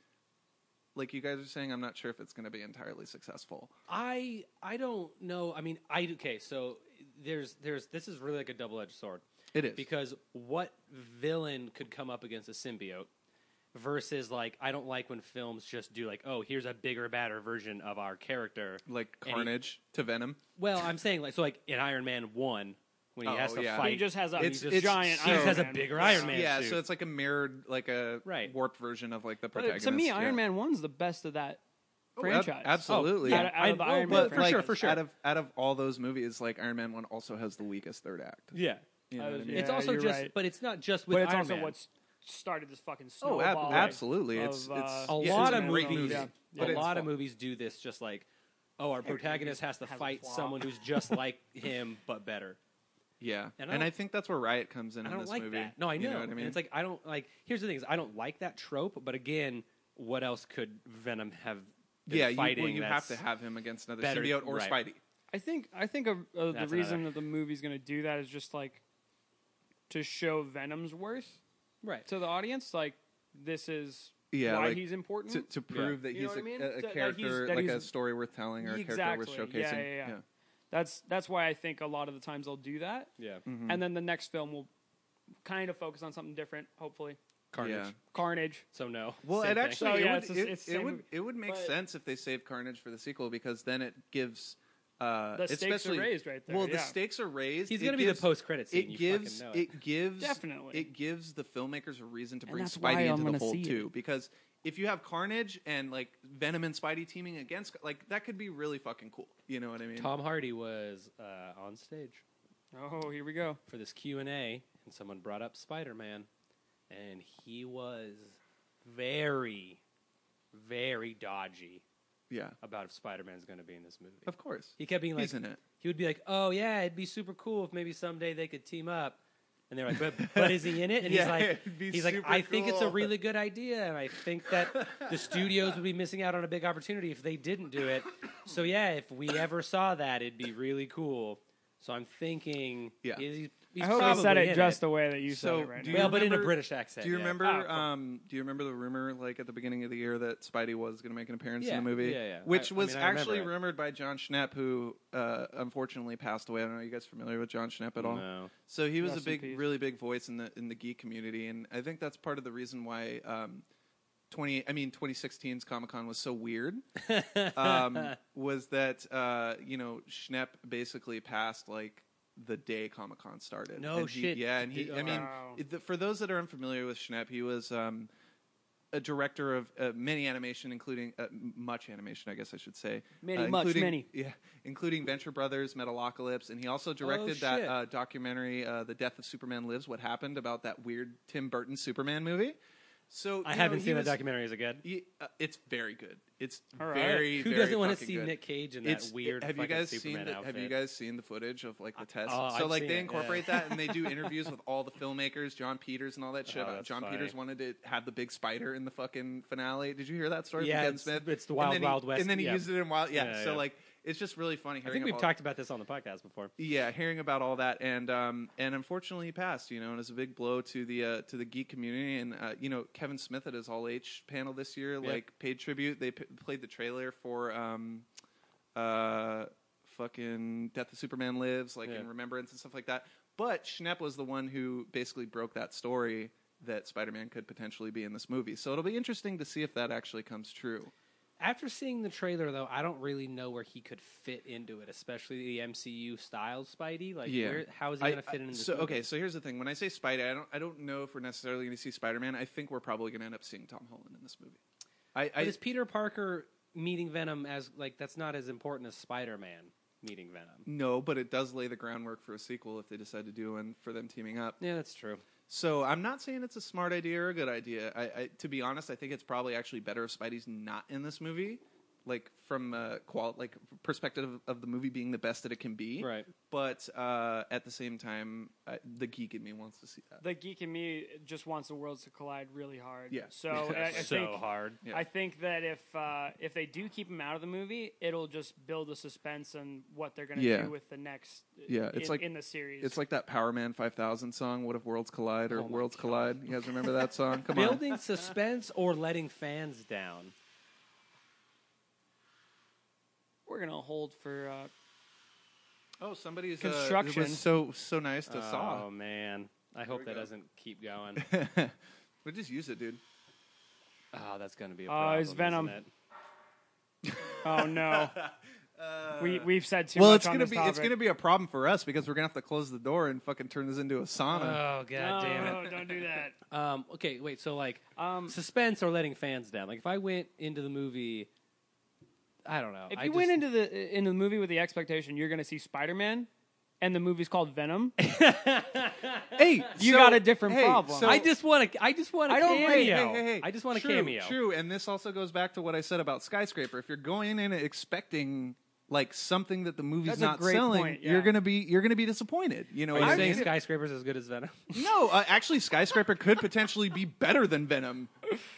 [SPEAKER 2] Like you guys are saying, I'm not sure if it's going to be entirely successful.
[SPEAKER 1] I I don't know. I mean, I okay. So there's there's this is really like a double edged sword.
[SPEAKER 2] It is.
[SPEAKER 1] because what villain could come up against a symbiote versus like I don't like when films just do like oh here's a bigger badder version of our character.
[SPEAKER 2] like
[SPEAKER 1] And he-
[SPEAKER 2] Carnage to Venom.
[SPEAKER 1] Well, I'm saying like so like in Iron Man one when he
[SPEAKER 2] Oh,
[SPEAKER 1] has to
[SPEAKER 2] yeah.
[SPEAKER 1] fight,
[SPEAKER 3] He just has a
[SPEAKER 2] It's-
[SPEAKER 3] just
[SPEAKER 2] it's
[SPEAKER 3] giant.
[SPEAKER 2] so- He
[SPEAKER 3] Iron
[SPEAKER 2] just has
[SPEAKER 1] a
[SPEAKER 3] Man.
[SPEAKER 1] bigger Iron Man.
[SPEAKER 2] yeah,
[SPEAKER 1] suit.
[SPEAKER 2] so it's like a mirrored, like a
[SPEAKER 1] Right.
[SPEAKER 2] warped version of like the
[SPEAKER 3] But uh,
[SPEAKER 2] protagonist.
[SPEAKER 3] to me,
[SPEAKER 2] yeah.
[SPEAKER 3] Iron Man One's the best of that
[SPEAKER 2] Oh, ab-
[SPEAKER 3] franchise.
[SPEAKER 2] absolutely.
[SPEAKER 1] Oh,
[SPEAKER 3] Out of- out of the
[SPEAKER 1] I-
[SPEAKER 3] Iron
[SPEAKER 1] oh,
[SPEAKER 3] Man
[SPEAKER 1] but for
[SPEAKER 2] like,
[SPEAKER 3] franchise.
[SPEAKER 1] sure, for sure.
[SPEAKER 2] Out of out of all those movies, like Iron Man one also has the weakest third act.
[SPEAKER 1] yeah.
[SPEAKER 2] You know
[SPEAKER 3] I
[SPEAKER 2] what
[SPEAKER 3] was-
[SPEAKER 2] I mean?
[SPEAKER 1] It's
[SPEAKER 3] Yeah,
[SPEAKER 1] also
[SPEAKER 3] you're
[SPEAKER 1] just,
[SPEAKER 3] right.
[SPEAKER 1] but it's not just with
[SPEAKER 3] But it's
[SPEAKER 1] Iron
[SPEAKER 3] also
[SPEAKER 1] Man.
[SPEAKER 3] what's started this fucking
[SPEAKER 2] Oh,
[SPEAKER 3] snowball.
[SPEAKER 2] ab-
[SPEAKER 3] like,
[SPEAKER 2] absolutely. It's
[SPEAKER 3] of,
[SPEAKER 2] it's
[SPEAKER 3] uh,
[SPEAKER 1] a
[SPEAKER 2] yeah,
[SPEAKER 1] lot
[SPEAKER 2] it's
[SPEAKER 1] of
[SPEAKER 2] a great
[SPEAKER 1] movies-
[SPEAKER 2] movie.
[SPEAKER 1] yeah.
[SPEAKER 2] but
[SPEAKER 1] a
[SPEAKER 2] it's
[SPEAKER 1] lot of
[SPEAKER 2] fun.
[SPEAKER 1] movies do this, just like oh, our protagonist has to
[SPEAKER 3] has a
[SPEAKER 1] fight
[SPEAKER 3] flaw.
[SPEAKER 1] someone who's just like him but better.
[SPEAKER 2] Yeah,
[SPEAKER 1] And
[SPEAKER 2] and
[SPEAKER 1] I
[SPEAKER 2] I,
[SPEAKER 1] don't-
[SPEAKER 2] think that's where Riot comes in
[SPEAKER 1] I
[SPEAKER 2] in
[SPEAKER 1] don't
[SPEAKER 2] this
[SPEAKER 1] like
[SPEAKER 2] movie.
[SPEAKER 1] that. No, I know.
[SPEAKER 2] You know what I
[SPEAKER 1] And
[SPEAKER 2] mean?
[SPEAKER 1] it's like I don't like. Here's the thing: is I don't like that trope. But again, what else could Venom have? Been
[SPEAKER 2] yeah, you, well,
[SPEAKER 1] fighting
[SPEAKER 2] you have to
[SPEAKER 1] that's-
[SPEAKER 2] have him against another
[SPEAKER 1] better-
[SPEAKER 2] symbiote or
[SPEAKER 1] right.
[SPEAKER 2] Spidey.
[SPEAKER 3] I think I think of uh, the
[SPEAKER 1] That's
[SPEAKER 3] reason
[SPEAKER 1] another.
[SPEAKER 3] that the movie's going to do that is just like to show Venom's worth
[SPEAKER 1] right.
[SPEAKER 3] to the audience. Like this is
[SPEAKER 2] Yeah,
[SPEAKER 3] why
[SPEAKER 2] like,
[SPEAKER 3] he's important.
[SPEAKER 2] to, to
[SPEAKER 1] Yeah.
[SPEAKER 2] prove that
[SPEAKER 3] You
[SPEAKER 2] he's
[SPEAKER 3] know what I
[SPEAKER 2] a,
[SPEAKER 3] mean?
[SPEAKER 2] a-
[SPEAKER 3] That-
[SPEAKER 2] a
[SPEAKER 3] that he's-
[SPEAKER 2] character,
[SPEAKER 3] that
[SPEAKER 2] like
[SPEAKER 3] he's-
[SPEAKER 2] a story worth telling or a
[SPEAKER 3] exactly.
[SPEAKER 2] character worth
[SPEAKER 3] Yeah,
[SPEAKER 2] showcasing.
[SPEAKER 3] yeah, yeah. that's that's why I think a lot of the times they'll do that,
[SPEAKER 1] yeah.
[SPEAKER 2] Mm-hmm.
[SPEAKER 3] and then the next film will kind of focus on something different. Hopefully,
[SPEAKER 1] Carnage.
[SPEAKER 2] Yeah.
[SPEAKER 3] Carnage.
[SPEAKER 1] So no.
[SPEAKER 2] Well,
[SPEAKER 1] Same
[SPEAKER 2] it
[SPEAKER 1] thing.
[SPEAKER 2] actually
[SPEAKER 3] So,
[SPEAKER 2] it,
[SPEAKER 3] Oh, yeah,
[SPEAKER 2] would,
[SPEAKER 3] it's the s-
[SPEAKER 2] it,
[SPEAKER 3] it's the
[SPEAKER 2] it
[SPEAKER 3] same
[SPEAKER 2] would
[SPEAKER 3] movie.
[SPEAKER 2] it would make
[SPEAKER 3] But-
[SPEAKER 2] sense if they save Carnage for the sequel because then it gives uh,
[SPEAKER 3] The stakes are
[SPEAKER 2] especially,
[SPEAKER 3] raised right there,
[SPEAKER 2] Well, the
[SPEAKER 3] yeah.
[SPEAKER 2] stakes are raised.
[SPEAKER 1] he's
[SPEAKER 2] It
[SPEAKER 1] gonna be the
[SPEAKER 2] gives-
[SPEAKER 1] post credit scene.
[SPEAKER 2] It
[SPEAKER 1] you
[SPEAKER 2] gives
[SPEAKER 1] fucking know
[SPEAKER 2] it. gives
[SPEAKER 3] Definitely.
[SPEAKER 2] it gives the filmmakers a reason to
[SPEAKER 3] And
[SPEAKER 2] bring
[SPEAKER 3] that's why
[SPEAKER 2] Spidey
[SPEAKER 3] I'm
[SPEAKER 2] into
[SPEAKER 3] gonna
[SPEAKER 2] the fold
[SPEAKER 3] see it.
[SPEAKER 2] too because if you have Carnage and like Venom and Spidey teaming against like that could be really fucking cool. You know what I mean?
[SPEAKER 1] Tom Hardy was uh, on stage
[SPEAKER 3] Oh, here we go.
[SPEAKER 1] for this Q and A, and someone brought up Spider Man, and he was very, very dodgy
[SPEAKER 2] Yeah,
[SPEAKER 1] about if Spider Man's going to be in this movie.
[SPEAKER 2] of course.
[SPEAKER 1] He kept being like,
[SPEAKER 2] He's in it.
[SPEAKER 1] he would be like, "Oh yeah, it'd be super cool if maybe someday they could team up." And they're like, "But, but is he in it?" And
[SPEAKER 2] (laughs) Yeah,
[SPEAKER 1] he's like,
[SPEAKER 2] it'd be
[SPEAKER 1] "He's like,
[SPEAKER 2] super
[SPEAKER 1] I think it's a
[SPEAKER 2] cool."
[SPEAKER 1] really good idea, and I think that the studios would be missing out on a big opportunity if they didn't do it. So yeah, if we ever saw that, it'd be really cool." So I'm thinking,
[SPEAKER 2] Yeah.
[SPEAKER 1] is he, he's
[SPEAKER 3] I hope I
[SPEAKER 1] probably
[SPEAKER 3] said
[SPEAKER 1] in
[SPEAKER 3] it just
[SPEAKER 1] it.
[SPEAKER 3] the way that you
[SPEAKER 2] So,
[SPEAKER 3] said it right
[SPEAKER 2] do
[SPEAKER 3] now.
[SPEAKER 2] you
[SPEAKER 1] well, but in a
[SPEAKER 2] remember-
[SPEAKER 1] Britiher accent.
[SPEAKER 2] Do you
[SPEAKER 1] yeah. Ah,
[SPEAKER 2] remember?
[SPEAKER 3] Oh, cool.
[SPEAKER 2] um, do you remember the rumor, like at the beginning of the year, that Spidey was going to make an appearance
[SPEAKER 1] Yeah,
[SPEAKER 2] in the movie?
[SPEAKER 1] yeah, yeah.
[SPEAKER 2] Which
[SPEAKER 1] I- I
[SPEAKER 2] was
[SPEAKER 1] mean, I remember
[SPEAKER 2] actually
[SPEAKER 1] it.
[SPEAKER 2] rumored by John Schnepp, who uh, unfortunately passed away. I don't know. You guys familiar with John Schnepp at all?
[SPEAKER 1] No.
[SPEAKER 2] So he was
[SPEAKER 3] Rest
[SPEAKER 2] a
[SPEAKER 3] in
[SPEAKER 2] big,
[SPEAKER 3] peace.
[SPEAKER 2] really big voice in the in the geek community, and I think that's part of the reason why. Um, 20, I mean, 2016's Comic Con was so
[SPEAKER 3] (laughs)
[SPEAKER 2] weird. Um, was that uh, you know Schnepp basically passed like the day Comic Con started?
[SPEAKER 1] No
[SPEAKER 2] And he-
[SPEAKER 1] shit.
[SPEAKER 2] yeah, and he.
[SPEAKER 1] Did-
[SPEAKER 2] I mean,
[SPEAKER 3] Wow.
[SPEAKER 2] it- the, for those that are unfamiliar with Schnepp, he was um, a director of uh, many animation, including uh, m- much animation, I guess I should say.
[SPEAKER 3] Many,
[SPEAKER 2] Uh,
[SPEAKER 3] much,
[SPEAKER 2] including-
[SPEAKER 3] many.
[SPEAKER 2] Yeah, including Venture Brothers, Metalocalypse, and he also directed
[SPEAKER 1] Oh, shit.
[SPEAKER 2] that uh, documentary, uh, "The Death of Superman Lives," what happened about that weird Tim Burton Superman movie. So
[SPEAKER 1] I
[SPEAKER 2] you
[SPEAKER 1] haven't
[SPEAKER 2] know, he
[SPEAKER 1] seen
[SPEAKER 2] was-
[SPEAKER 1] the documentary. Is it good?
[SPEAKER 2] he- uh, it's very good. It's
[SPEAKER 3] All right.
[SPEAKER 2] very.
[SPEAKER 1] Who
[SPEAKER 2] very
[SPEAKER 1] doesn't want to
[SPEAKER 2] fucking
[SPEAKER 1] see
[SPEAKER 2] good.
[SPEAKER 1] Nick Cage in that
[SPEAKER 2] it-
[SPEAKER 1] weird
[SPEAKER 2] eh, Have you
[SPEAKER 1] fucking
[SPEAKER 2] guys
[SPEAKER 1] Superman
[SPEAKER 2] seen? The,
[SPEAKER 1] outfit?
[SPEAKER 2] have you guys seen the footage of like the test?
[SPEAKER 1] oh,
[SPEAKER 2] so
[SPEAKER 1] I've
[SPEAKER 2] like
[SPEAKER 1] seen
[SPEAKER 2] they
[SPEAKER 1] it,
[SPEAKER 2] incorporate
[SPEAKER 1] yeah.
[SPEAKER 2] that and they do interviews with all the filmmakers, John Peters and all
[SPEAKER 1] (laughs)
[SPEAKER 2] that shit. Uh,
[SPEAKER 1] Oh, that's
[SPEAKER 2] John
[SPEAKER 1] funny.
[SPEAKER 2] Peters wanted to have the big spider in the fucking finale. Did you hear that story?
[SPEAKER 1] Yeah,
[SPEAKER 2] from Kevin
[SPEAKER 1] it's-
[SPEAKER 2] Smith.
[SPEAKER 1] it's the
[SPEAKER 2] And
[SPEAKER 1] Wild
[SPEAKER 2] then he-
[SPEAKER 1] Wild West,
[SPEAKER 2] And then he
[SPEAKER 1] yeah.
[SPEAKER 2] used it in Wild. Yeah,
[SPEAKER 1] Yeah,
[SPEAKER 2] so
[SPEAKER 1] yeah.
[SPEAKER 2] like it's just really funny.
[SPEAKER 1] I
[SPEAKER 2] Hearing
[SPEAKER 1] think we've
[SPEAKER 2] about-
[SPEAKER 1] talked about this on the podcast before.
[SPEAKER 2] yeah, hearing about all that, and um, and unfortunately he passed. You know, and it's a big blow to the uh, to the geek community. And uh, you know, Kevin Smith at his All H panel this year,
[SPEAKER 1] Yeah.
[SPEAKER 2] like paid tribute. They p- played the trailer for um, uh, fucking Death of Superman Lives, like
[SPEAKER 1] Yeah.
[SPEAKER 2] in remembrance and stuff like that. But Schnepp was the one who basically broke that story that Spider-Man could potentially be in this movie. So it'll be interesting to see if that actually comes true.
[SPEAKER 1] After seeing the trailer, though, I don't really know where he could fit into it, especially the MCU style Spidey. Like,
[SPEAKER 2] Yeah.
[SPEAKER 1] where, how is he
[SPEAKER 2] I-
[SPEAKER 1] going to fit
[SPEAKER 2] I-
[SPEAKER 1] in? This
[SPEAKER 2] so
[SPEAKER 1] movie?
[SPEAKER 2] okay, so here's the thing. When I say Spider, I don't I don't know if we're necessarily going to see Spider Man. I think we're probably going to end up seeing Tom Holland in this movie. I,
[SPEAKER 1] but
[SPEAKER 2] I
[SPEAKER 1] is Peter Parker meeting Venom as like that's not as important as Spider Man meeting Venom?
[SPEAKER 2] no, but it does lay the groundwork for a sequel if they decide to do one for them teaming up.
[SPEAKER 1] Yeah, that's true.
[SPEAKER 2] So I'm not saying it's a smart idea or a good idea. I, I to be honest, I think it's probably actually better if Spidey's not in this movie, like from a qual like perspective of, the movie being the best that it can be.
[SPEAKER 1] Right.
[SPEAKER 2] But uh, at the same time, I, the geek in me wants to see that.
[SPEAKER 3] The geek in me just wants the worlds to collide really
[SPEAKER 2] (laughs)
[SPEAKER 3] hard.
[SPEAKER 2] Yeah.
[SPEAKER 3] So I, I
[SPEAKER 1] so
[SPEAKER 3] think
[SPEAKER 1] hard.
[SPEAKER 2] Yeah.
[SPEAKER 3] I think that if uh, if they do keep him out of the movie, it'll just build the suspense on what they're going to
[SPEAKER 2] Yeah.
[SPEAKER 3] do with the next.
[SPEAKER 2] Yeah, it's
[SPEAKER 3] in,
[SPEAKER 2] like-
[SPEAKER 3] in the series.
[SPEAKER 2] It's like that Power Man 5000 song, What If Worlds Collide or
[SPEAKER 1] Oh my
[SPEAKER 2] Worlds
[SPEAKER 1] God.
[SPEAKER 2] Collide. You guys remember that song? Come on.
[SPEAKER 1] Building suspense or letting fans down.
[SPEAKER 3] we're going to hold for. Uh,
[SPEAKER 2] Oh, somebody's
[SPEAKER 3] uh, Construction. was
[SPEAKER 2] so so nice to
[SPEAKER 1] Oh man, I hope
[SPEAKER 2] we
[SPEAKER 1] that
[SPEAKER 2] go.
[SPEAKER 1] doesn't keep going.
[SPEAKER 2] (laughs) saw. we just use it, dude.
[SPEAKER 1] Oh, that's going to be a
[SPEAKER 3] Oh,
[SPEAKER 1] problem.
[SPEAKER 3] it's Venom.
[SPEAKER 1] isn't it?
[SPEAKER 3] oh (laughs) no, we we've said too
[SPEAKER 2] well,
[SPEAKER 3] much
[SPEAKER 2] it's
[SPEAKER 3] on
[SPEAKER 2] gonna
[SPEAKER 3] this
[SPEAKER 2] be
[SPEAKER 3] topic.
[SPEAKER 2] it's gonna be a problem for us because we're gonna have to close the door and fucking turn this into a
[SPEAKER 3] Uh,
[SPEAKER 2] sauna.
[SPEAKER 1] Oh god damn it.
[SPEAKER 3] No, don't do
[SPEAKER 1] (laughs)
[SPEAKER 3] that.
[SPEAKER 1] Um, okay, wait. So like
[SPEAKER 3] Um,
[SPEAKER 1] suspense or letting fans down. Like if I went into the movie, I don't know.
[SPEAKER 3] If
[SPEAKER 1] I
[SPEAKER 3] you went
[SPEAKER 1] just-
[SPEAKER 3] into the into the movie with the expectation you're going to see Spider Man, and the movie's called Venom,
[SPEAKER 2] hey,
[SPEAKER 3] You
[SPEAKER 2] so-
[SPEAKER 3] got a different
[SPEAKER 2] hey,
[SPEAKER 3] problem.
[SPEAKER 2] So,
[SPEAKER 1] I just want to. I just want a
[SPEAKER 3] I don't-
[SPEAKER 1] cameo.
[SPEAKER 2] Hey,
[SPEAKER 3] hey,
[SPEAKER 2] hey, hey.
[SPEAKER 1] I just want a
[SPEAKER 2] True,
[SPEAKER 1] cameo.
[SPEAKER 2] True, and this also goes back to what I said about skyscraper. If you're going in expecting like something that the movie's
[SPEAKER 3] That's a
[SPEAKER 2] not
[SPEAKER 3] great
[SPEAKER 2] selling,
[SPEAKER 3] point, yeah.
[SPEAKER 2] you're gonna be you're gonna be disappointed. You know,
[SPEAKER 1] Are
[SPEAKER 2] what
[SPEAKER 1] you
[SPEAKER 2] I'm
[SPEAKER 1] saying
[SPEAKER 2] saying?
[SPEAKER 1] skyscrapers as good as Venom?
[SPEAKER 2] No, uh, actually, Skyscraper could potentially be better than Venom,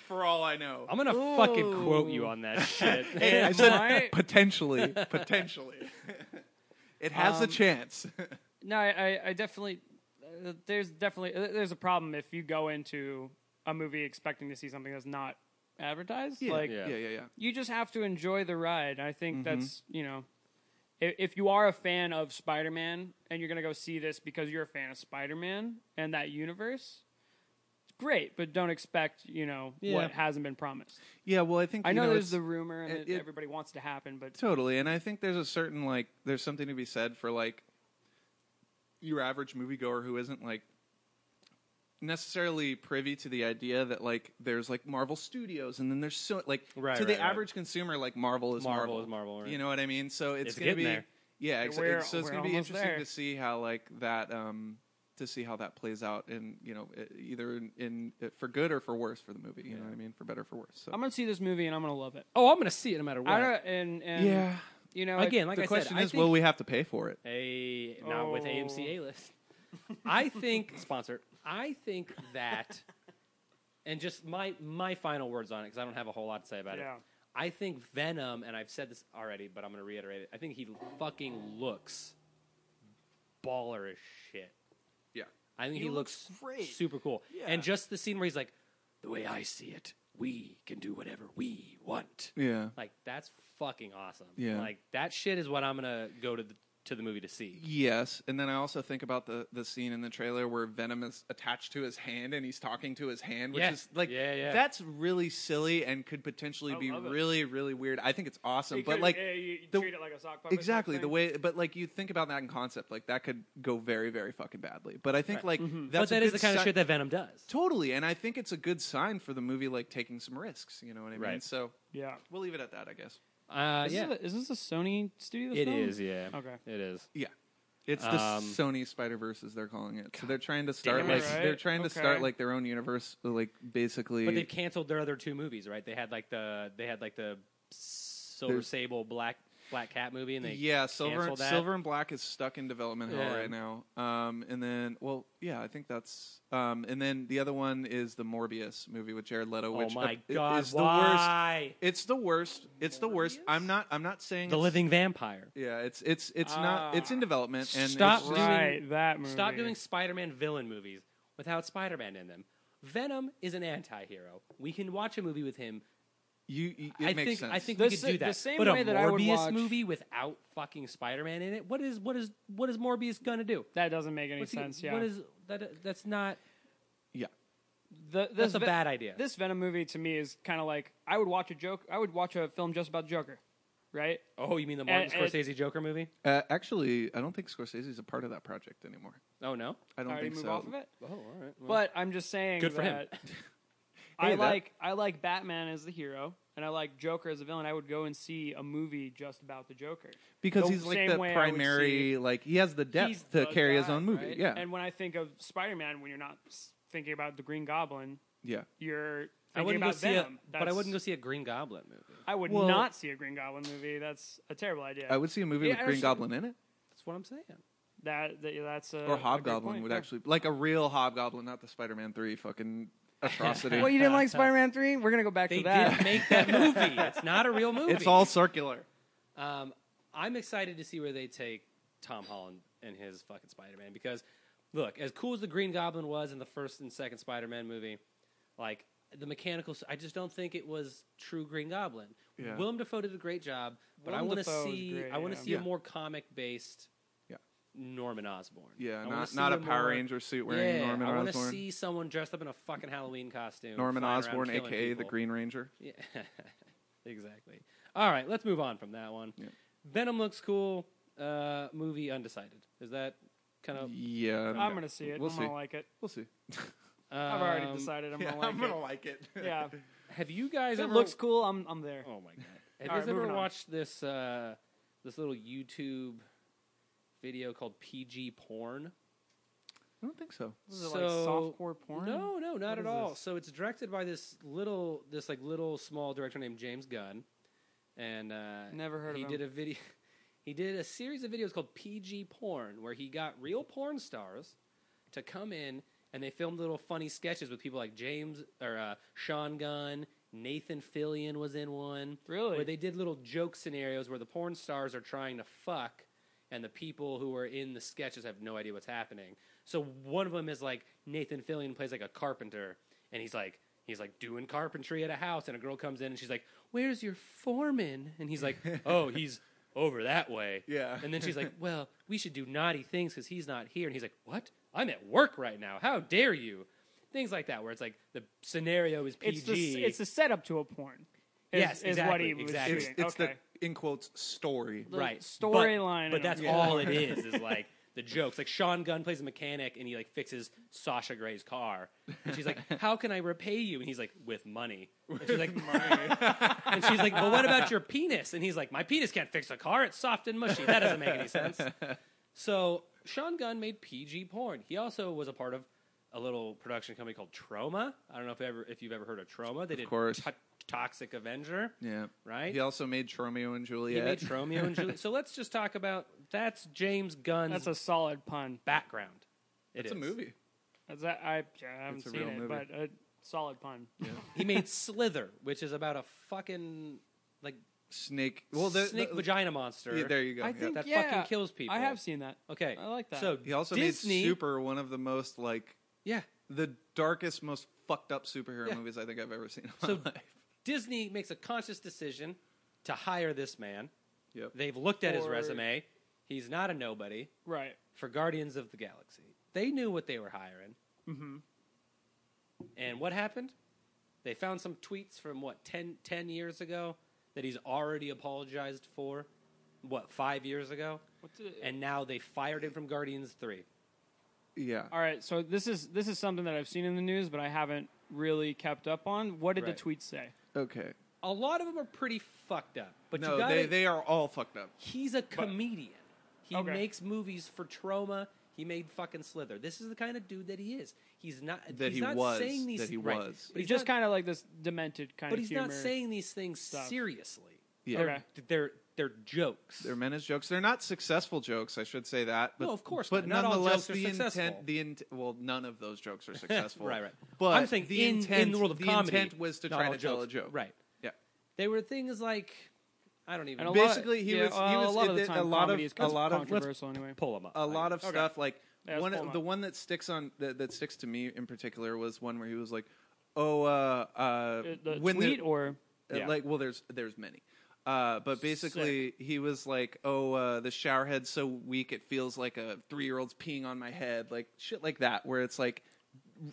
[SPEAKER 2] for all I know.
[SPEAKER 1] I'm gonna fucking quote you on (laughs) that shit.
[SPEAKER 2] hey, I
[SPEAKER 3] Am
[SPEAKER 2] said
[SPEAKER 3] I-
[SPEAKER 2] potentially, potentially. it has a
[SPEAKER 3] Um,
[SPEAKER 2] chance.
[SPEAKER 3] (laughs) No, I, I, I definitely. Uh, there's definitely uh, there's a problem if you go into a movie expecting to see something that's not advertised.
[SPEAKER 2] (laughs)
[SPEAKER 3] like
[SPEAKER 2] yeah, yeah, yeah.
[SPEAKER 3] you just have to enjoy the ride. I think that's you know, if, if you are a fan of Spider-Man and you're gonna go see this because you're a fan of Spider-Man and that universe, it's great. But don't expect you know
[SPEAKER 1] Yeah.
[SPEAKER 3] what hasn't been promised.
[SPEAKER 2] Yeah, well, I think
[SPEAKER 3] I
[SPEAKER 2] you
[SPEAKER 3] know,
[SPEAKER 2] it's-
[SPEAKER 3] there's the rumor and
[SPEAKER 2] it-
[SPEAKER 3] that
[SPEAKER 2] it-
[SPEAKER 3] everybody wants it to happen, but
[SPEAKER 2] Totally, and I think there's a certain like there's something to be said for like your average moviegoer who isn't like necessarily privy to the idea that like there's like Marvel Studios and then there's so like
[SPEAKER 1] Right,
[SPEAKER 2] to the
[SPEAKER 1] right, right.
[SPEAKER 2] average consumer like Marvel is
[SPEAKER 1] Marvel
[SPEAKER 2] Marvel,
[SPEAKER 1] is Marvel, right.
[SPEAKER 2] You know what I mean? So it's,
[SPEAKER 1] It's
[SPEAKER 2] gonna
[SPEAKER 1] getting
[SPEAKER 2] be
[SPEAKER 1] there.
[SPEAKER 2] yeah, ex-
[SPEAKER 3] We're-
[SPEAKER 2] ex- so it's
[SPEAKER 3] we're
[SPEAKER 2] gonna be
[SPEAKER 3] almost
[SPEAKER 2] interesting
[SPEAKER 3] there.
[SPEAKER 2] to see how like that um to see how that plays out in you know e- either in, in uh, for good or for worse for the movie. You know what I mean? For better or for worse. So
[SPEAKER 3] I'm gonna see this movie and I'm gonna love it.
[SPEAKER 1] oh, I'm gonna see it no matter what.
[SPEAKER 3] I don't and, and
[SPEAKER 2] yeah.
[SPEAKER 3] you know if-
[SPEAKER 1] Again, like
[SPEAKER 2] the
[SPEAKER 1] I
[SPEAKER 2] question
[SPEAKER 1] said, I
[SPEAKER 2] is,
[SPEAKER 1] think,
[SPEAKER 2] will we have to pay for it?
[SPEAKER 1] A not with
[SPEAKER 3] Oh.
[SPEAKER 1] AMC A list. I think sponsor. I think that, and just my my final words on it because I don't have a whole lot to say about
[SPEAKER 3] Yeah.
[SPEAKER 1] it. I think Venom, and I've said this already, but I'm going to reiterate it. I think he fucking looks baller as shit.
[SPEAKER 2] Yeah.
[SPEAKER 1] I think he,
[SPEAKER 3] He
[SPEAKER 1] looks,
[SPEAKER 3] looks great.
[SPEAKER 1] super cool.
[SPEAKER 3] Yeah.
[SPEAKER 1] And just the scene where he's like, "The way I see it, we can do whatever we want."
[SPEAKER 2] Yeah.
[SPEAKER 1] Like that's fucking awesome.
[SPEAKER 2] Yeah.
[SPEAKER 1] Like that shit is what I'm gonna go to the to the movie to see.
[SPEAKER 2] Yes, and then I also think about the the scene in the trailer where Venom is attached to his hand and he's talking to his hand, which
[SPEAKER 1] Yeah.
[SPEAKER 2] is like
[SPEAKER 1] Yeah, yeah.
[SPEAKER 2] that's really silly and could potentially
[SPEAKER 3] I
[SPEAKER 2] be
[SPEAKER 3] love it.
[SPEAKER 2] really really weird. I think it's awesome,
[SPEAKER 3] You
[SPEAKER 2] but
[SPEAKER 3] could-
[SPEAKER 2] like
[SPEAKER 3] yeah, you, you
[SPEAKER 2] the-
[SPEAKER 3] treat it like a sock puppet
[SPEAKER 2] exactly the way but like you think about that in concept, like that could go very very fucking badly. But I think like that's
[SPEAKER 1] Mm-hmm. but that
[SPEAKER 2] a
[SPEAKER 1] is
[SPEAKER 2] good
[SPEAKER 1] the kind of
[SPEAKER 2] si-
[SPEAKER 1] shit that Venom does.
[SPEAKER 2] Totally, and I think it's a good sign for the movie like taking some risks, you know what I mean?
[SPEAKER 1] Right.
[SPEAKER 2] So
[SPEAKER 3] yeah.
[SPEAKER 2] we'll leave it at that, I guess.
[SPEAKER 1] Uh,
[SPEAKER 3] Is,
[SPEAKER 1] yeah,
[SPEAKER 3] this a, is this a Sony studio? This
[SPEAKER 1] it
[SPEAKER 3] film?
[SPEAKER 1] is. Yeah,
[SPEAKER 3] Okay.
[SPEAKER 1] it is.
[SPEAKER 2] Yeah. It's the
[SPEAKER 1] Um,
[SPEAKER 2] Sony Spider Verses they're calling it. So they're trying to start
[SPEAKER 1] damn
[SPEAKER 2] like
[SPEAKER 1] right.
[SPEAKER 2] they're trying to
[SPEAKER 3] Okay.
[SPEAKER 2] start like their own universe, like basically.
[SPEAKER 1] But they've canceled their other two movies, right? They had like the they had like the Silver
[SPEAKER 2] There's-
[SPEAKER 1] Sable Black Black Cat movie, and they
[SPEAKER 2] yeah, silver
[SPEAKER 1] canceled that.
[SPEAKER 2] silver and black is stuck in development hell
[SPEAKER 1] Yeah.
[SPEAKER 2] right now. Um, and then well, yeah, I think that's um, and then the other one is the Morbius movie with Jared Leto,
[SPEAKER 1] oh
[SPEAKER 2] which
[SPEAKER 1] my
[SPEAKER 2] uh,
[SPEAKER 1] god,
[SPEAKER 2] is the worst.
[SPEAKER 1] why
[SPEAKER 2] It's the worst. It's the worst.
[SPEAKER 3] Morbius?
[SPEAKER 2] I'm not. I'm not saying
[SPEAKER 1] the
[SPEAKER 2] it's-
[SPEAKER 1] living vampire?
[SPEAKER 2] Yeah, it's it's it's not.
[SPEAKER 3] Ah.
[SPEAKER 2] It's in development. And
[SPEAKER 1] Stop
[SPEAKER 2] it's just-
[SPEAKER 1] doing-
[SPEAKER 3] Right, that movie.
[SPEAKER 1] Stop doing Spider-Man villain movies without Spider-Man in them. Venom is an anti-hero. We can watch a movie with him.
[SPEAKER 2] you. you
[SPEAKER 1] I
[SPEAKER 2] it makes
[SPEAKER 1] think
[SPEAKER 2] sense.
[SPEAKER 1] I think
[SPEAKER 4] The
[SPEAKER 1] we could
[SPEAKER 4] sa-
[SPEAKER 1] do that.
[SPEAKER 4] the same
[SPEAKER 1] but
[SPEAKER 4] way
[SPEAKER 1] a
[SPEAKER 4] that I would
[SPEAKER 1] Morbius
[SPEAKER 4] watch-
[SPEAKER 1] movie without fucking Spider-Man in it. What is what is what is Morbius gonna do?
[SPEAKER 3] That doesn't make any
[SPEAKER 1] What's he-
[SPEAKER 3] sense. yeah.
[SPEAKER 1] What is that? That's not.
[SPEAKER 3] the, this
[SPEAKER 1] That's a
[SPEAKER 3] Ve-
[SPEAKER 1] bad idea.
[SPEAKER 3] This Venom movie to me is kind of like I would watch a joke. I would watch a film just about Joker, right?
[SPEAKER 1] oh, you mean the Martin
[SPEAKER 3] Uh, uh,
[SPEAKER 1] Scorsese Joker movie?
[SPEAKER 2] Uh, actually, I don't think Scorsese's a part of that project anymore.
[SPEAKER 1] Oh no.
[SPEAKER 2] I don't
[SPEAKER 3] Already
[SPEAKER 2] think
[SPEAKER 3] move
[SPEAKER 2] so.
[SPEAKER 3] off of it.
[SPEAKER 1] Oh, all right.
[SPEAKER 3] But I'm just saying
[SPEAKER 1] Good for him.
[SPEAKER 3] that
[SPEAKER 1] (laughs)
[SPEAKER 3] I
[SPEAKER 2] Hey, that-
[SPEAKER 3] like I like Batman as the hero and I like Joker as a villain. I would go and see a movie just about the Joker.
[SPEAKER 2] because
[SPEAKER 3] the
[SPEAKER 2] he's like
[SPEAKER 3] same
[SPEAKER 2] the
[SPEAKER 3] way I would
[SPEAKER 2] primary. Like he has the
[SPEAKER 3] He's
[SPEAKER 2] depth to
[SPEAKER 3] the
[SPEAKER 2] carry his
[SPEAKER 3] guy,
[SPEAKER 2] own movie.
[SPEAKER 3] right?
[SPEAKER 2] Yeah,
[SPEAKER 3] And when I think of Spider-Man, when you're not s- thinking about the Green Goblin,
[SPEAKER 2] yeah.
[SPEAKER 3] you're thinking
[SPEAKER 1] I wouldn't go
[SPEAKER 3] about
[SPEAKER 1] see a,
[SPEAKER 3] Venom.
[SPEAKER 1] but I
[SPEAKER 3] That's-
[SPEAKER 1] wouldn't go see a Green Goblin movie.
[SPEAKER 3] I would
[SPEAKER 2] Well-
[SPEAKER 3] not see a Green Goblin movie. That's a terrible idea.
[SPEAKER 2] I would see a movie
[SPEAKER 3] Yeah,
[SPEAKER 2] with Green
[SPEAKER 3] actually-
[SPEAKER 2] Goblin in it,
[SPEAKER 1] That's what I'm saying.
[SPEAKER 3] that, that that's
[SPEAKER 1] uh,
[SPEAKER 3] a,
[SPEAKER 2] or
[SPEAKER 3] a great
[SPEAKER 2] Hobgoblin
[SPEAKER 3] point,
[SPEAKER 2] would
[SPEAKER 3] yeah.
[SPEAKER 2] actually like a real Hobgoblin, not the Spider-Man
[SPEAKER 1] (laughs)
[SPEAKER 2] three fucking atrocity.
[SPEAKER 3] Well, you didn't like Spider-Man three. We're gonna go back
[SPEAKER 1] They
[SPEAKER 3] to that. (laughs)
[SPEAKER 1] did make that movie. It's not a real movie.
[SPEAKER 2] it's all circular.
[SPEAKER 1] Um, I'm excited to see where they take Tom Holland and his fucking Spider-Man because, look, as cool as the Green Goblin was in the first and second Spider-Man movie, like the mechanical, I just don't think it was true Green Goblin.
[SPEAKER 2] Yeah.
[SPEAKER 1] Willem Dafoe did a great job, but I
[SPEAKER 3] Willem
[SPEAKER 1] want to
[SPEAKER 3] Dafoe was
[SPEAKER 1] see,
[SPEAKER 3] great,
[SPEAKER 1] I want to
[SPEAKER 3] yeah.
[SPEAKER 1] see
[SPEAKER 2] Yeah.
[SPEAKER 1] a more comic-based,
[SPEAKER 2] Yeah.
[SPEAKER 1] Norman Osborn.
[SPEAKER 2] Yeah,
[SPEAKER 1] I wanna
[SPEAKER 2] not
[SPEAKER 1] see
[SPEAKER 2] not a Power
[SPEAKER 1] more-
[SPEAKER 2] Ranger suit wearing
[SPEAKER 1] yeah,
[SPEAKER 2] Norman
[SPEAKER 1] I wanna
[SPEAKER 2] Osborn.
[SPEAKER 1] see someone dressed up in a fucking Halloween costume.
[SPEAKER 2] Norman
[SPEAKER 1] flying around
[SPEAKER 2] Osborn,
[SPEAKER 1] killing
[SPEAKER 2] aka the
[SPEAKER 1] people.
[SPEAKER 2] Green Ranger.
[SPEAKER 1] (laughs) Yeah, (laughs) exactly. All right, let's move on from that one.
[SPEAKER 2] Yeah.
[SPEAKER 1] Venom looks cool. Uh, movie undecided. Is that kind of?
[SPEAKER 2] Yeah,
[SPEAKER 3] I'm gonna see it.
[SPEAKER 2] We'll
[SPEAKER 3] I'm
[SPEAKER 2] see.
[SPEAKER 3] gonna like it.
[SPEAKER 1] (laughs)
[SPEAKER 2] We'll see.
[SPEAKER 3] I've already
[SPEAKER 1] um,
[SPEAKER 3] decided I'm
[SPEAKER 2] Yeah,
[SPEAKER 3] gonna like it.
[SPEAKER 1] (laughs)
[SPEAKER 2] like it.
[SPEAKER 3] Yeah,
[SPEAKER 1] Have you guys
[SPEAKER 3] if it
[SPEAKER 1] ever?
[SPEAKER 3] looks cool. I'm I'm there.
[SPEAKER 1] oh my god! Have
[SPEAKER 3] (laughs)
[SPEAKER 1] you
[SPEAKER 3] All right,
[SPEAKER 1] guys ever
[SPEAKER 3] moving on.
[SPEAKER 1] watched this uh, this little YouTube video called PG Porn?
[SPEAKER 2] I don't think so.
[SPEAKER 3] This is like softcore porn.
[SPEAKER 1] No, no, not at
[SPEAKER 3] What is
[SPEAKER 1] all.
[SPEAKER 3] this?
[SPEAKER 1] So it's directed by this little, this like little small director named James Gunn, and uh,
[SPEAKER 3] Never heard of
[SPEAKER 1] he
[SPEAKER 3] him.
[SPEAKER 1] did a video. (laughs) He did a series of videos called PG Porn, where he got real porn stars to come in and they filmed little funny sketches with people like James or uh, Sean Gunn, Nathan Fillion was in one
[SPEAKER 3] Really?
[SPEAKER 1] where they did little joke scenarios where the porn stars are trying to fuck and the people who are in the sketches have no idea what's happening. So one of them is like Nathan Fillion plays like a carpenter and he's like he's like doing carpentry at a house and a girl comes in and she's like, "Where's your foreman?" and he's like, "Oh, he's over that way."
[SPEAKER 2] Yeah.
[SPEAKER 1] And then she's
[SPEAKER 3] (laughs)
[SPEAKER 1] like, "Well, we should do naughty things cuz he's not here." And he's like, "What? I'm at work right now. How dare you?" Things like that where it's like the scenario is PG.
[SPEAKER 3] it's the it's the setup to a porn. Is,
[SPEAKER 1] Yes,
[SPEAKER 3] is what
[SPEAKER 1] exactly,
[SPEAKER 3] he was
[SPEAKER 1] exactly.
[SPEAKER 2] It's
[SPEAKER 3] shooting.
[SPEAKER 2] it's
[SPEAKER 3] okay.
[SPEAKER 2] the in quotes story.
[SPEAKER 3] the
[SPEAKER 1] right
[SPEAKER 3] storyline
[SPEAKER 1] But,
[SPEAKER 3] and
[SPEAKER 1] but that's
[SPEAKER 3] everything.
[SPEAKER 1] all it is is like (laughs) the jokes. Like Sean Gunn plays a mechanic and he like fixes Sasha Gray's car, and
[SPEAKER 3] (laughs)
[SPEAKER 1] she's like, "How can I repay you?" And he's like, "With money." And she's like, (laughs) and she's like, "But what about your penis?" And he's like, "My penis can't fix a car. It's soft and mushy. That doesn't make any
[SPEAKER 3] (laughs)
[SPEAKER 1] sense." So Sean Gunn made PG porn. He also was a part of a little production company called Trauma. I don't know if ever if you've ever heard of Trauma. They did
[SPEAKER 2] course.
[SPEAKER 1] To- Toxic Avenger,
[SPEAKER 2] Yeah.
[SPEAKER 1] right?
[SPEAKER 2] He also made Tromeo and
[SPEAKER 1] He
[SPEAKER 2] Juliet.
[SPEAKER 1] made
[SPEAKER 2] (laughs)
[SPEAKER 1] Romeo and Juliet. So let's just talk about that's James Gunn's
[SPEAKER 3] That's a solid pun.
[SPEAKER 1] background. It
[SPEAKER 2] it's a
[SPEAKER 1] is.
[SPEAKER 2] movie.
[SPEAKER 3] That's a, I, I haven't
[SPEAKER 2] It's a
[SPEAKER 3] seen
[SPEAKER 2] real
[SPEAKER 3] it,
[SPEAKER 2] movie.
[SPEAKER 3] but a solid pun.
[SPEAKER 1] (laughs) He made Slither, which is about a fucking like
[SPEAKER 2] Snake. Well, the,
[SPEAKER 1] snake
[SPEAKER 2] the-
[SPEAKER 1] vagina monster.
[SPEAKER 2] Yeah, there you go.
[SPEAKER 3] I
[SPEAKER 2] yeah.
[SPEAKER 3] think
[SPEAKER 1] That
[SPEAKER 3] Yeah,
[SPEAKER 1] fucking kills people.
[SPEAKER 3] I have seen that.
[SPEAKER 1] Okay,
[SPEAKER 3] I like that.
[SPEAKER 1] So
[SPEAKER 2] he also
[SPEAKER 1] Disney,
[SPEAKER 2] made Super one of the most like
[SPEAKER 1] Yeah,
[SPEAKER 2] the darkest, most fucked up superhero
[SPEAKER 1] Yeah.
[SPEAKER 2] movies I think I've ever seen. In my
[SPEAKER 1] So-
[SPEAKER 2] (laughs) life.
[SPEAKER 1] Disney makes a conscious decision to hire this man.
[SPEAKER 2] Yep.
[SPEAKER 1] They've looked at his
[SPEAKER 3] For-
[SPEAKER 1] resume. He's not a nobody
[SPEAKER 3] Right.
[SPEAKER 1] for Guardians of the Galaxy. They knew what they were hiring.
[SPEAKER 3] Mm-hmm.
[SPEAKER 1] And what happened? They found some tweets from what 10, 10 years ago that he's already apologized for. What five years ago?
[SPEAKER 3] What's it?
[SPEAKER 1] And now they fired him from Guardians Three.
[SPEAKER 2] Yeah.
[SPEAKER 3] all right. So this is this is something that I've seen in the news, but I haven't really kept up on. What did
[SPEAKER 1] Right.
[SPEAKER 3] the tweets say?
[SPEAKER 2] Okay.
[SPEAKER 1] A lot of them are pretty fucked up. But you
[SPEAKER 2] No,
[SPEAKER 1] gotta,
[SPEAKER 2] they they are all fucked up.
[SPEAKER 1] he's a comedian. He
[SPEAKER 3] Okay.
[SPEAKER 1] makes movies for trauma. He made fucking Slither. This is the kind of dude that he is. He's not
[SPEAKER 2] That
[SPEAKER 1] he's
[SPEAKER 2] he
[SPEAKER 1] not
[SPEAKER 2] was,
[SPEAKER 1] saying these
[SPEAKER 2] that he
[SPEAKER 1] right.
[SPEAKER 2] was.
[SPEAKER 1] But
[SPEAKER 3] He's
[SPEAKER 1] he's
[SPEAKER 3] just
[SPEAKER 1] not,
[SPEAKER 3] kind of like this demented kind
[SPEAKER 1] but
[SPEAKER 3] of
[SPEAKER 1] he's
[SPEAKER 3] humor.
[SPEAKER 1] not saying these things
[SPEAKER 3] stuff.
[SPEAKER 1] seriously.
[SPEAKER 2] Yeah.
[SPEAKER 1] They're,
[SPEAKER 3] Okay.
[SPEAKER 1] they're they're jokes. (laughs)
[SPEAKER 2] They're meant as jokes. They're not successful jokes. I should say that. But,
[SPEAKER 1] No, of course
[SPEAKER 2] But
[SPEAKER 1] not. Not all
[SPEAKER 2] nonetheless,
[SPEAKER 1] jokes are
[SPEAKER 2] the
[SPEAKER 1] successful.
[SPEAKER 2] intent, the int- well, none of those
[SPEAKER 1] (laughs)
[SPEAKER 2] jokes are successful.
[SPEAKER 1] Right, right.
[SPEAKER 2] But
[SPEAKER 1] I'm saying
[SPEAKER 2] the
[SPEAKER 1] in,
[SPEAKER 2] intent,
[SPEAKER 1] in the world of
[SPEAKER 2] the
[SPEAKER 1] comedy,
[SPEAKER 2] intent was to
[SPEAKER 1] not
[SPEAKER 2] try
[SPEAKER 1] all
[SPEAKER 2] to tell a
[SPEAKER 1] jokes.
[SPEAKER 2] joke.
[SPEAKER 1] Right.
[SPEAKER 2] Yeah.
[SPEAKER 1] They were things like I don't even
[SPEAKER 3] And a
[SPEAKER 1] know.
[SPEAKER 3] lot-
[SPEAKER 2] Basically, he
[SPEAKER 3] yeah,
[SPEAKER 2] was- he
[SPEAKER 3] well,
[SPEAKER 2] was-
[SPEAKER 3] a lot of
[SPEAKER 2] it-
[SPEAKER 3] the
[SPEAKER 2] it- a
[SPEAKER 3] time.
[SPEAKER 2] lot of-
[SPEAKER 3] comedy is
[SPEAKER 2] a lot of- let's
[SPEAKER 3] controversial anyway.
[SPEAKER 1] pull them up.
[SPEAKER 2] a lot of
[SPEAKER 3] Okay.
[SPEAKER 2] stuff like
[SPEAKER 3] Yeah, let's
[SPEAKER 2] one
[SPEAKER 3] pull 'em
[SPEAKER 2] the
[SPEAKER 3] up.
[SPEAKER 2] one that sticks on that, that sticks to me in particular was one where he was like oh uh uh
[SPEAKER 3] Uh, The
[SPEAKER 2] when the-
[SPEAKER 3] tweet or
[SPEAKER 2] uh,
[SPEAKER 1] Yeah.
[SPEAKER 2] like well there's there's many uh but basically he was like oh uh the shower head's so weak it feels like a 3-year-old's peeing on my head like shit like that where it's like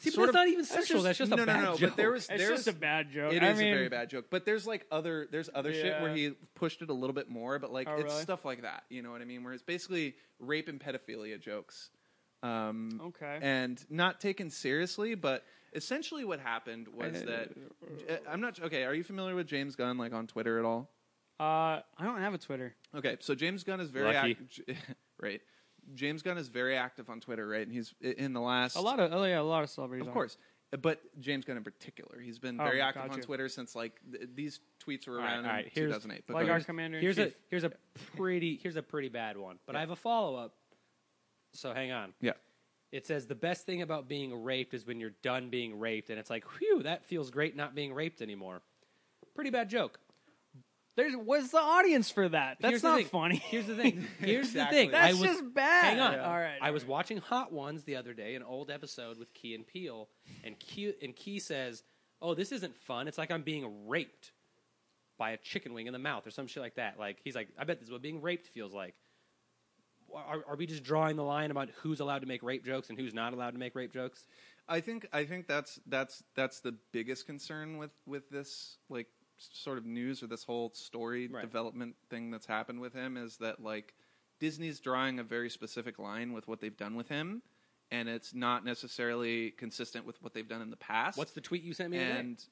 [SPEAKER 1] See, but
[SPEAKER 2] sort
[SPEAKER 1] that's
[SPEAKER 2] of-
[SPEAKER 1] not even sexual. That's just a
[SPEAKER 2] no,
[SPEAKER 1] bad
[SPEAKER 2] no, no,
[SPEAKER 1] joke.
[SPEAKER 2] But there was,
[SPEAKER 3] it's
[SPEAKER 2] there's
[SPEAKER 3] just a bad joke.
[SPEAKER 2] It
[SPEAKER 3] I
[SPEAKER 2] is
[SPEAKER 3] mean,
[SPEAKER 2] a very bad joke. But there's like other there's other shit where
[SPEAKER 3] Yeah.
[SPEAKER 2] he pushed it a little bit more, but like
[SPEAKER 3] Oh,
[SPEAKER 2] it's
[SPEAKER 3] really?
[SPEAKER 2] stuff like that. You know what I mean? Where it's basically rape and pedophilia jokes. Um
[SPEAKER 3] Okay.
[SPEAKER 2] and not taken seriously, but essentially what happened
[SPEAKER 3] Eh,
[SPEAKER 2] was that I'm not okay, are you familiar with James Gunn like on Twitter at all?
[SPEAKER 3] Uh, I don't have a Twitter.
[SPEAKER 2] Okay, so James Gunn is very
[SPEAKER 1] Lucky.
[SPEAKER 2] active (laughs) right. James Gunn is very active on Twitter, right? And he's in the last
[SPEAKER 3] A lot of oh yeah, a lot of celebrities.
[SPEAKER 2] of
[SPEAKER 3] are.
[SPEAKER 2] course. Uh, But James Gunn in particular, he's been
[SPEAKER 3] Oh,
[SPEAKER 2] very active on
[SPEAKER 3] gotcha.
[SPEAKER 2] Twitter since like th- these tweets were
[SPEAKER 1] All right,
[SPEAKER 2] around
[SPEAKER 1] all right,
[SPEAKER 2] in
[SPEAKER 1] here's-
[SPEAKER 2] 2008. But
[SPEAKER 3] like
[SPEAKER 2] go
[SPEAKER 3] our
[SPEAKER 2] ahead.
[SPEAKER 3] commander. in
[SPEAKER 1] here's a
[SPEAKER 3] chief.
[SPEAKER 1] here's (laughs) a pretty here's a pretty bad one. But I have a follow up. So hang on.
[SPEAKER 2] yeah,
[SPEAKER 1] It says the best thing about being raped is when you're done being raped, and it's like, whew, that feels great not being raped anymore. Pretty bad joke.
[SPEAKER 3] There's what's the audience for that? That's
[SPEAKER 1] Here's the
[SPEAKER 3] not
[SPEAKER 1] thing.
[SPEAKER 3] funny.
[SPEAKER 1] Here's the thing.
[SPEAKER 3] (laughs)
[SPEAKER 1] Here's
[SPEAKER 2] Exactly.
[SPEAKER 1] the thing.
[SPEAKER 3] That's
[SPEAKER 1] I was,
[SPEAKER 3] just bad.
[SPEAKER 1] Hang on.
[SPEAKER 3] Yeah. All right,
[SPEAKER 1] I
[SPEAKER 3] all
[SPEAKER 1] was
[SPEAKER 3] right.
[SPEAKER 1] watching Hot Ones the other day, an old episode with Key and Peele, and Key and Key says, "Oh, this isn't fun. It's like I'm being raped by a chicken wing in the mouth or some shit like that." Like he's like, "I bet this is what being raped feels like." Are, are we just drawing the line about who's allowed to make rape jokes and who's not allowed to make rape jokes?
[SPEAKER 2] I think I think that's that's that's the biggest concern with with this like s- sort of news or this whole story
[SPEAKER 1] Right.
[SPEAKER 2] development thing that's happened with him is that like Disney's drawing a very specific line with what they've done with him, and it's not necessarily consistent with what they've done in the past.
[SPEAKER 1] What's the tweet you sent me?
[SPEAKER 2] and
[SPEAKER 1] today?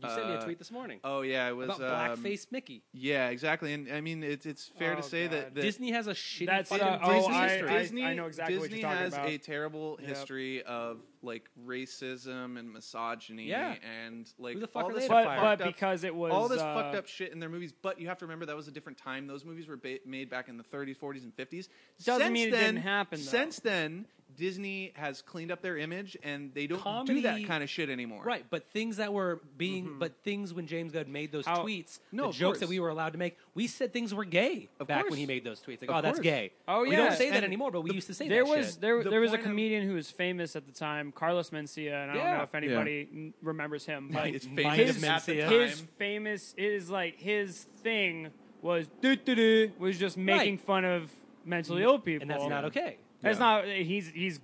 [SPEAKER 1] You sent me a
[SPEAKER 2] uh,
[SPEAKER 1] tweet this morning
[SPEAKER 2] oh yeah, it was
[SPEAKER 1] about
[SPEAKER 2] um,
[SPEAKER 1] blackface Mickey.
[SPEAKER 2] Yeah, exactly. And I mean, it's it's fair
[SPEAKER 3] Oh,
[SPEAKER 2] to say
[SPEAKER 3] God.
[SPEAKER 2] that, that
[SPEAKER 1] Disney has a shitty
[SPEAKER 3] That's,
[SPEAKER 1] fucking
[SPEAKER 3] uh, oh,
[SPEAKER 1] Disney
[SPEAKER 3] I-
[SPEAKER 1] history.
[SPEAKER 3] I- know exactly what
[SPEAKER 2] Disney
[SPEAKER 3] you're talking
[SPEAKER 2] has
[SPEAKER 3] about.
[SPEAKER 2] a terrible
[SPEAKER 3] Yep.
[SPEAKER 2] history of like racism and misogyny
[SPEAKER 1] Yeah.
[SPEAKER 2] and like
[SPEAKER 1] Who the fuck
[SPEAKER 2] all
[SPEAKER 1] are
[SPEAKER 2] this
[SPEAKER 1] they to
[SPEAKER 3] (laughs) but
[SPEAKER 2] fucked
[SPEAKER 1] fire?
[SPEAKER 3] but
[SPEAKER 2] up-
[SPEAKER 3] because it was
[SPEAKER 2] all this
[SPEAKER 3] uh,
[SPEAKER 2] fucked up shit in their movies. But you have to remember that was a different time. Those movies were ba- made back in the 30s, 40s, and 50s.
[SPEAKER 3] Doesn't
[SPEAKER 2] Since
[SPEAKER 3] mean it
[SPEAKER 2] then,
[SPEAKER 3] didn't happen, though.
[SPEAKER 2] Since then, Disney has cleaned up their image and they don't
[SPEAKER 1] Comedy-
[SPEAKER 2] do that kind of shit anymore.
[SPEAKER 1] Right, but things that were being, but things when James Gunn made those
[SPEAKER 3] How-
[SPEAKER 1] tweets,
[SPEAKER 2] Mm-hmm. No,
[SPEAKER 1] the
[SPEAKER 2] of
[SPEAKER 1] jokes
[SPEAKER 2] course.
[SPEAKER 1] that we were allowed to make, we said things were gay
[SPEAKER 2] Of
[SPEAKER 1] back when
[SPEAKER 2] course.
[SPEAKER 1] he made those tweets. Like,
[SPEAKER 2] Of
[SPEAKER 1] oh, that's
[SPEAKER 2] course.
[SPEAKER 1] gay.
[SPEAKER 3] Oh,
[SPEAKER 1] we don't
[SPEAKER 3] yes,
[SPEAKER 1] say that
[SPEAKER 2] and
[SPEAKER 1] anymore, but we used to say
[SPEAKER 3] there
[SPEAKER 1] that
[SPEAKER 3] was
[SPEAKER 1] shit.
[SPEAKER 3] there
[SPEAKER 2] The
[SPEAKER 3] there was a
[SPEAKER 2] point I'm-
[SPEAKER 3] comedian who was famous at the time, Carlos Mencia, and I don't
[SPEAKER 1] Yeah.
[SPEAKER 3] know if anybody n- remembers him,
[SPEAKER 1] (laughs)
[SPEAKER 3] but
[SPEAKER 2] It's
[SPEAKER 1] Might
[SPEAKER 2] famous
[SPEAKER 1] have
[SPEAKER 2] at the
[SPEAKER 1] been-
[SPEAKER 2] time.
[SPEAKER 3] his famous is like his thing was doo doo doo was just making
[SPEAKER 1] Right.
[SPEAKER 3] fun of mentally ill people,
[SPEAKER 1] and that's not okay.
[SPEAKER 3] That's
[SPEAKER 2] Yeah.
[SPEAKER 3] not he's he's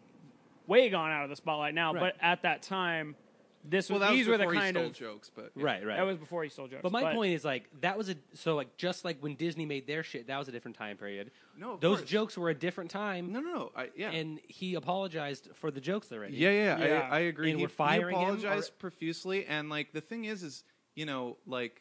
[SPEAKER 3] way gone out of the spotlight now,
[SPEAKER 1] Right.
[SPEAKER 3] but at that time, this
[SPEAKER 2] Well,
[SPEAKER 3] was
[SPEAKER 2] that
[SPEAKER 3] these
[SPEAKER 2] was
[SPEAKER 3] were the
[SPEAKER 2] before he
[SPEAKER 3] kind
[SPEAKER 2] stole
[SPEAKER 3] of
[SPEAKER 2] jokes, but
[SPEAKER 1] Right, right.
[SPEAKER 3] that was before he stole jokes.
[SPEAKER 1] but my point is like that was a so like just like when Disney made their shit, that was a different time period.
[SPEAKER 2] No, of
[SPEAKER 1] those
[SPEAKER 2] course.
[SPEAKER 1] jokes were a different time,
[SPEAKER 2] No, no, no. I, yeah.
[SPEAKER 1] and he apologized for the jokes already.
[SPEAKER 2] Yeah, yeah, yeah.
[SPEAKER 3] Yeah.
[SPEAKER 2] I, I agree.
[SPEAKER 1] And
[SPEAKER 2] he,
[SPEAKER 1] we're firing him,
[SPEAKER 2] he
[SPEAKER 1] or-
[SPEAKER 2] apologized profusely, and like the thing is, is you know, like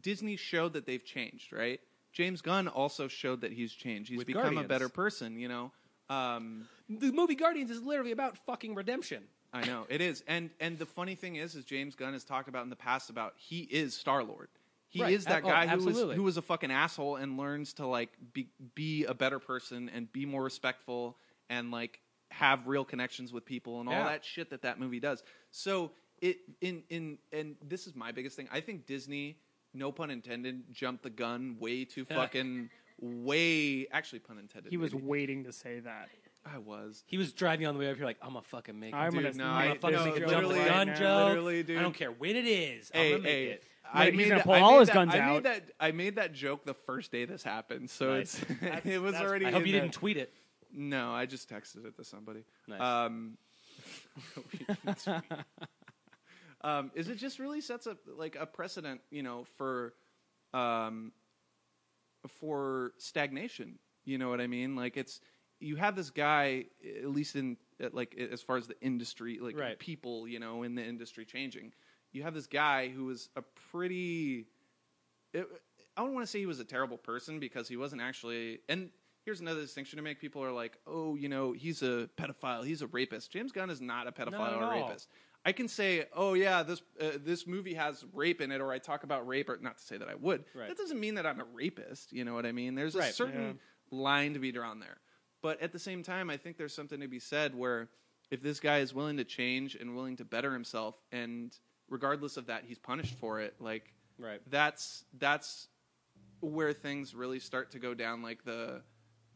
[SPEAKER 2] Disney showed that they've changed, right? James Gunn also showed that he's changed. He's
[SPEAKER 1] With
[SPEAKER 2] become
[SPEAKER 1] Guardians.
[SPEAKER 2] a better person. You know, um,
[SPEAKER 1] the movie Guardians is literally about fucking redemption.
[SPEAKER 2] I know it is. And and the funny thing is, is James Gunn has talked about in the past about he is Star Lord. He
[SPEAKER 1] Right.
[SPEAKER 2] is that
[SPEAKER 1] Oh,
[SPEAKER 2] guy who was
[SPEAKER 1] absolutely.
[SPEAKER 2] who was a fucking asshole and learns to like be be a better person and be more respectful and like have real connections with people and
[SPEAKER 1] Yeah.
[SPEAKER 2] all that shit that that movie does. So it in in and this is my biggest thing. I think Disney, no pun intended, jumped the gun way too fucking way. Actually, pun intended.
[SPEAKER 3] he was
[SPEAKER 2] maybe.
[SPEAKER 3] waiting to say that.
[SPEAKER 2] I was.
[SPEAKER 1] He was driving on the way up here, like I'm gonna fucking make. it.
[SPEAKER 3] I'm
[SPEAKER 1] dude.
[SPEAKER 3] gonna
[SPEAKER 2] Dude, no,
[SPEAKER 1] I'm
[SPEAKER 2] I-
[SPEAKER 1] gonna fucking
[SPEAKER 2] no,
[SPEAKER 1] make a
[SPEAKER 2] joke
[SPEAKER 1] jump the
[SPEAKER 2] literally,
[SPEAKER 1] gun
[SPEAKER 2] no,
[SPEAKER 1] joke.
[SPEAKER 2] literally, dude.
[SPEAKER 1] I don't care when it is. I'm
[SPEAKER 2] Hey,
[SPEAKER 1] gonna make
[SPEAKER 2] hey,
[SPEAKER 1] it.
[SPEAKER 2] I
[SPEAKER 3] Like, he's
[SPEAKER 2] made
[SPEAKER 3] gonna
[SPEAKER 2] that-
[SPEAKER 3] pull
[SPEAKER 2] I
[SPEAKER 3] all
[SPEAKER 2] made
[SPEAKER 3] his
[SPEAKER 2] that-
[SPEAKER 3] guns
[SPEAKER 2] I
[SPEAKER 3] out.
[SPEAKER 2] Made that, I made that joke the first day this happened, so
[SPEAKER 1] Nice.
[SPEAKER 2] it's, (laughs)
[SPEAKER 3] That's-
[SPEAKER 2] it was
[SPEAKER 3] that's-
[SPEAKER 2] already.
[SPEAKER 1] I hope
[SPEAKER 2] in
[SPEAKER 1] you
[SPEAKER 2] the-
[SPEAKER 1] didn't tweet it.
[SPEAKER 2] No, I just texted it to somebody.
[SPEAKER 1] Nice. (laughs)
[SPEAKER 2] Um, we didn't tweet. um, is it just really sets up like a precedent, you know, for um, for stagnation. You know what I mean? Like it's you have this guy, at least in at, like as far as the industry, like
[SPEAKER 1] Right.
[SPEAKER 2] people, you know, in the industry changing. You have this guy who is a pretty. It, I don't want to say he was a terrible person because he wasn't actually, and here's another distinction to make. People are like, oh, you know, he's a pedophile, he's a rapist. James Gunn is not a
[SPEAKER 1] Not
[SPEAKER 2] pedophile
[SPEAKER 1] at
[SPEAKER 2] or a
[SPEAKER 1] all.
[SPEAKER 2] rapist. I can say, oh yeah, this uh, this movie has rape in it, or I talk about rape, or not to say that I would.
[SPEAKER 1] Right.
[SPEAKER 2] That doesn't mean that I'm a rapist. You know what I mean? There's a
[SPEAKER 1] Right,
[SPEAKER 2] certain line to be drawn there. But at the same time, I think there's something to be said where if this guy is willing to change and willing to better himself, and regardless of that, he's punished for it. Like
[SPEAKER 1] Right.
[SPEAKER 2] that's that's where things really start to go down like the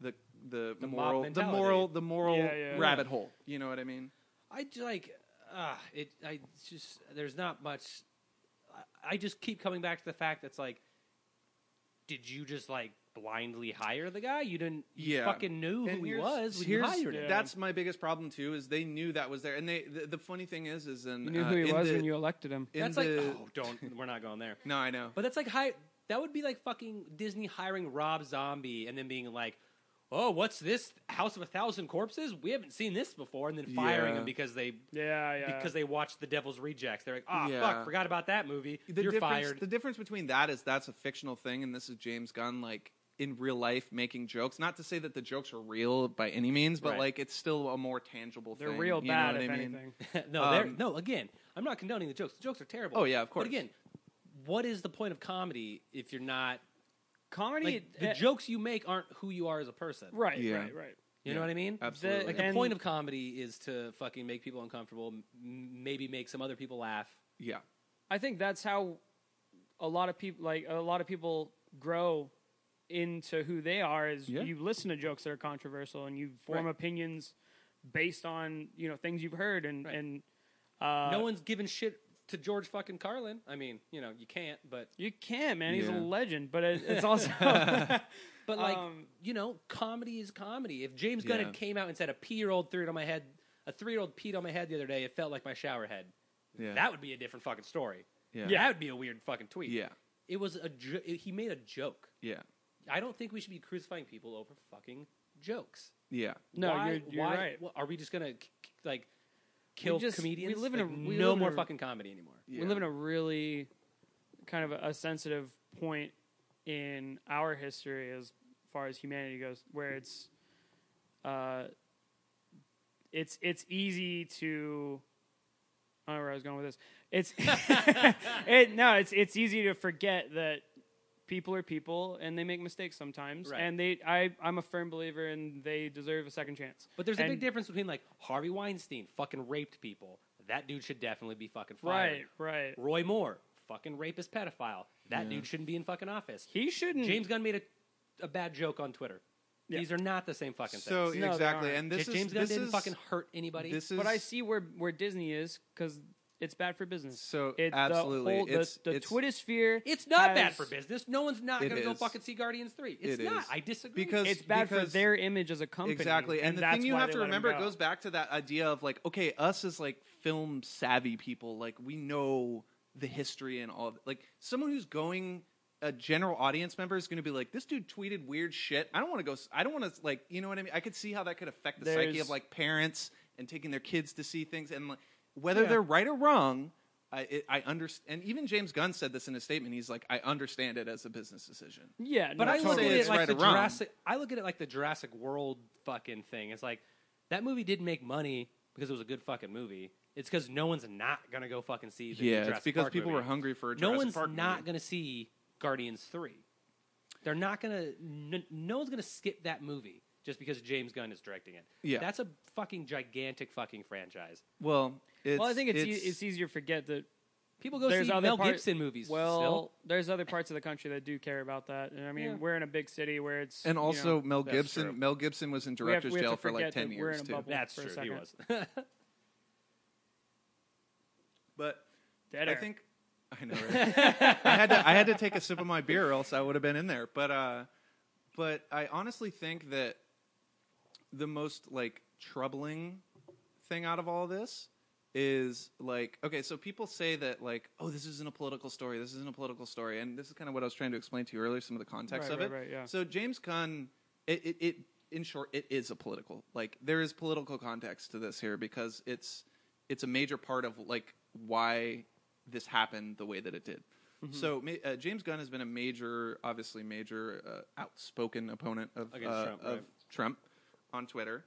[SPEAKER 2] the the,
[SPEAKER 1] The mob
[SPEAKER 2] moral the
[SPEAKER 1] mentality.
[SPEAKER 2] moral the moral
[SPEAKER 3] Yeah, yeah.
[SPEAKER 2] rabbit hole you know what i mean
[SPEAKER 1] I j- like uh, it. I just there's not much. I, I just keep coming back to the fact that's like, did you just like blindly hire the guy? You didn't. You
[SPEAKER 2] Yeah.
[SPEAKER 1] fucking knew
[SPEAKER 2] And
[SPEAKER 1] who he
[SPEAKER 2] here's-
[SPEAKER 1] was when you
[SPEAKER 2] here's-
[SPEAKER 1] hired him.
[SPEAKER 3] Yeah.
[SPEAKER 2] that's my biggest problem too is they knew that was there and they the, the funny thing is is in,
[SPEAKER 3] You knew
[SPEAKER 2] uh,
[SPEAKER 3] who he
[SPEAKER 2] in
[SPEAKER 3] was
[SPEAKER 2] the-
[SPEAKER 3] when you elected him.
[SPEAKER 2] in
[SPEAKER 1] That's like
[SPEAKER 2] the-
[SPEAKER 1] oh, don't. We're not going there.
[SPEAKER 2] no i know
[SPEAKER 1] But that's like hi- That would be like fucking Disney hiring Rob Zombie and then being like, "Oh, what's this House of a Thousand Corpses? We haven't seen this before," and then firing
[SPEAKER 2] Yeah.
[SPEAKER 1] him because they
[SPEAKER 3] Yeah, yeah.
[SPEAKER 1] because they watched The Devil's Rejects. They're like, "Ah,
[SPEAKER 2] Yeah.
[SPEAKER 1] fuck, forgot about that movie.
[SPEAKER 2] the
[SPEAKER 1] You're
[SPEAKER 2] difference,
[SPEAKER 1] fired."
[SPEAKER 2] The difference between that is that's a fictional thing, and this is James Gunn, like in real life, making jokes. Not to say that the jokes are real by any means, but
[SPEAKER 1] Right.
[SPEAKER 2] like it's still a more tangible
[SPEAKER 3] they're
[SPEAKER 2] thing.
[SPEAKER 3] real
[SPEAKER 2] you know
[SPEAKER 3] bad,
[SPEAKER 2] what
[SPEAKER 3] if
[SPEAKER 2] I mean?
[SPEAKER 3] anything.
[SPEAKER 1] (laughs) no, they're
[SPEAKER 2] Um,
[SPEAKER 1] no. Again, I'm not condoning the jokes. The jokes are terrible.
[SPEAKER 2] Oh, yeah, of course.
[SPEAKER 1] But again, what is the point of comedy if you're not
[SPEAKER 3] Comedy,
[SPEAKER 1] like
[SPEAKER 2] e,
[SPEAKER 1] the
[SPEAKER 3] eh,
[SPEAKER 1] jokes you make aren't who you are as a person?
[SPEAKER 3] right,
[SPEAKER 2] Yeah.
[SPEAKER 3] right, right.
[SPEAKER 1] You know
[SPEAKER 2] Yeah,
[SPEAKER 1] what I mean?
[SPEAKER 2] absolutely.
[SPEAKER 1] Like the
[SPEAKER 3] And-
[SPEAKER 1] point of comedy is to fucking make people uncomfortable, m- maybe make some other people laugh.
[SPEAKER 2] Yeah,
[SPEAKER 3] I think that's how a lot of people like a lot of people grow into who they are is
[SPEAKER 2] Yeah.
[SPEAKER 3] you listen to jokes that are controversial and you form
[SPEAKER 1] Right.
[SPEAKER 3] opinions based on you know things you've heard and
[SPEAKER 1] Right.
[SPEAKER 3] and uh,
[SPEAKER 1] no one's giving shit to George fucking Carlin. I mean, you know, you can't, but
[SPEAKER 3] you can't man he's a
[SPEAKER 2] Yeah.
[SPEAKER 3] legend but it,
[SPEAKER 1] (laughs)
[SPEAKER 3] it's also (laughs) yeah
[SPEAKER 1] but like
[SPEAKER 3] Um,
[SPEAKER 1] you know, comedy is comedy. If James Gunn
[SPEAKER 2] Yeah.
[SPEAKER 1] had came out and said a pea year old threw it on my head, a three year old peed on my head the other day, it felt like my shower head.
[SPEAKER 2] yeah,
[SPEAKER 1] That would be a different fucking story.
[SPEAKER 2] yeah,
[SPEAKER 1] That would be a weird fucking tweet.
[SPEAKER 2] yeah,
[SPEAKER 1] It was a jo- he made a joke.
[SPEAKER 2] yeah,
[SPEAKER 1] I don't think we should be crucifying people over fucking jokes.
[SPEAKER 2] yeah.
[SPEAKER 3] No,
[SPEAKER 1] Why-
[SPEAKER 3] you're- you're
[SPEAKER 1] why-
[SPEAKER 3] right.
[SPEAKER 1] wha- are we just gonna k- k- like kill
[SPEAKER 3] just- we
[SPEAKER 1] comedians?
[SPEAKER 3] live in a-
[SPEAKER 1] Like,
[SPEAKER 3] we
[SPEAKER 1] no
[SPEAKER 3] live in
[SPEAKER 1] more
[SPEAKER 3] a-
[SPEAKER 1] fucking comedy anymore.
[SPEAKER 2] yeah.
[SPEAKER 3] we live in a really kind of a, a sensitive point in our history as far as humanity goes where it's uh it's it's easy to I don't know where I was going with this. It's (laughs) it, no, it's it's easy to forget that people are people and they make mistakes sometimes.
[SPEAKER 1] Right.
[SPEAKER 3] And they I, I'm a firm believer in they deserve a second chance.
[SPEAKER 1] But there's a
[SPEAKER 3] And-
[SPEAKER 1] big difference between like Harvey Weinstein fucking raped people. That dude should definitely be fucking fired.
[SPEAKER 3] Right, right.
[SPEAKER 1] Roy Moore, fucking rapist pedophile. That
[SPEAKER 2] Yeah.
[SPEAKER 1] dude shouldn't be in fucking office.
[SPEAKER 3] He shouldn't
[SPEAKER 1] James Gunn made a, a bad joke on Twitter.
[SPEAKER 3] Yeah.
[SPEAKER 1] These are not the same fucking
[SPEAKER 2] So
[SPEAKER 1] things.
[SPEAKER 3] No, they
[SPEAKER 2] exactly,
[SPEAKER 3] aren't.
[SPEAKER 2] and this
[SPEAKER 1] J- James
[SPEAKER 2] is
[SPEAKER 1] Gunn
[SPEAKER 2] this
[SPEAKER 1] didn't
[SPEAKER 2] is,
[SPEAKER 1] fucking hurt anybody.
[SPEAKER 2] This is
[SPEAKER 3] But I see where where Disney is because it's bad for business.
[SPEAKER 2] So,
[SPEAKER 3] it,
[SPEAKER 2] absolutely.
[SPEAKER 3] the, whole,
[SPEAKER 2] It's-
[SPEAKER 3] the, the
[SPEAKER 2] it's-
[SPEAKER 3] Twitter sphere.
[SPEAKER 1] it's not
[SPEAKER 3] has-
[SPEAKER 1] bad for business. No one's not
[SPEAKER 2] It
[SPEAKER 1] going to go
[SPEAKER 2] is.
[SPEAKER 1] fucking see Guardians 3. It's
[SPEAKER 2] It
[SPEAKER 1] not.
[SPEAKER 2] is.
[SPEAKER 1] I disagree.
[SPEAKER 2] Because-
[SPEAKER 3] It's bad for
[SPEAKER 2] because-
[SPEAKER 3] their image as a company.
[SPEAKER 2] Exactly. And, the
[SPEAKER 3] that's
[SPEAKER 2] thing you
[SPEAKER 3] why
[SPEAKER 2] have
[SPEAKER 3] they
[SPEAKER 2] to
[SPEAKER 3] let 'em
[SPEAKER 2] remember, it
[SPEAKER 3] go.
[SPEAKER 2] goes back to that idea of like, okay, us as like film savvy people, like we know the history and all of like someone who's going a general audience member is going to be like, this dude tweeted weird shit. I don't want to go. s- I don't want to like, you know what I mean? I could see how that could affect the psyche
[SPEAKER 3] There's-
[SPEAKER 2] of like parents and taking their kids to see things and like whether
[SPEAKER 3] Yeah.
[SPEAKER 2] they're right or wrong. I, it, I understand, and even James Gunn said this in his statement. He's like, "I understand it as a business decision."
[SPEAKER 3] Yeah,
[SPEAKER 1] But
[SPEAKER 3] no,
[SPEAKER 1] I look
[SPEAKER 2] totally.
[SPEAKER 1] at it
[SPEAKER 2] It's
[SPEAKER 1] like
[SPEAKER 2] right
[SPEAKER 1] the
[SPEAKER 2] or wrong.
[SPEAKER 1] Jurassic. I look at it like the Jurassic World fucking thing. It's like that movie didn't make money because it was a good fucking movie. It's because no one's not gonna go fucking see. The new
[SPEAKER 2] Yeah, it's
[SPEAKER 1] Jurassic
[SPEAKER 2] because
[SPEAKER 1] Park
[SPEAKER 2] people
[SPEAKER 1] movie.
[SPEAKER 2] were hungry for a
[SPEAKER 1] No
[SPEAKER 2] Jurassic
[SPEAKER 1] one's
[SPEAKER 2] Park
[SPEAKER 1] not
[SPEAKER 2] movie.
[SPEAKER 1] gonna see Guardians three. They're not gonna. N- no one's gonna skip that movie just because James Gunn is directing it.
[SPEAKER 2] Yeah.
[SPEAKER 1] that's a fucking gigantic fucking franchise.
[SPEAKER 2] Well, it's,
[SPEAKER 3] well, I think it's e- it's easier to forget that
[SPEAKER 1] People go
[SPEAKER 3] There's
[SPEAKER 1] see
[SPEAKER 3] other
[SPEAKER 1] Mel
[SPEAKER 3] part-
[SPEAKER 1] Gibson movies.
[SPEAKER 3] Well,
[SPEAKER 1] still.
[SPEAKER 3] there's other parts of the country that do care about that, and I mean,
[SPEAKER 1] Yeah.
[SPEAKER 3] we're in a big city where it's
[SPEAKER 2] And
[SPEAKER 3] you
[SPEAKER 2] also
[SPEAKER 3] know,
[SPEAKER 2] Mel
[SPEAKER 1] that's
[SPEAKER 2] Gibson.
[SPEAKER 1] true.
[SPEAKER 2] Mel Gibson was in
[SPEAKER 3] we have-
[SPEAKER 2] director's
[SPEAKER 3] we have to
[SPEAKER 2] jail for like
[SPEAKER 3] forget
[SPEAKER 2] ten
[SPEAKER 3] that we're
[SPEAKER 2] years
[SPEAKER 3] in a
[SPEAKER 2] too.
[SPEAKER 3] bubble.
[SPEAKER 1] that's
[SPEAKER 3] for a
[SPEAKER 1] true. He
[SPEAKER 3] second.
[SPEAKER 1] was. (laughs)
[SPEAKER 2] But
[SPEAKER 3] dead
[SPEAKER 2] I
[SPEAKER 3] air.
[SPEAKER 2] think I
[SPEAKER 3] (laughs)
[SPEAKER 2] know. Right? I had to I had to take a sip of my beer, or else I would have been in there. But uh, but I honestly think that the most like troubling thing out of all this is like okay so people say that like oh this isn't a political story this isn't a political story and this is kind of what i was trying to explain to you earlier some of the context
[SPEAKER 3] Right,
[SPEAKER 2] of
[SPEAKER 3] right,
[SPEAKER 2] it
[SPEAKER 3] right, yeah.
[SPEAKER 2] so james gunn it, it, it in short it is a political like there is political context to this here because it's it's a major part of like why this happened the way that it did
[SPEAKER 1] Mm-hmm.
[SPEAKER 2] So ma- uh, James Gunn has been a major, obviously major, uh, outspoken opponent of
[SPEAKER 1] Against
[SPEAKER 2] uh,
[SPEAKER 1] Trump,
[SPEAKER 2] of
[SPEAKER 1] right.
[SPEAKER 2] Trump on Twitter,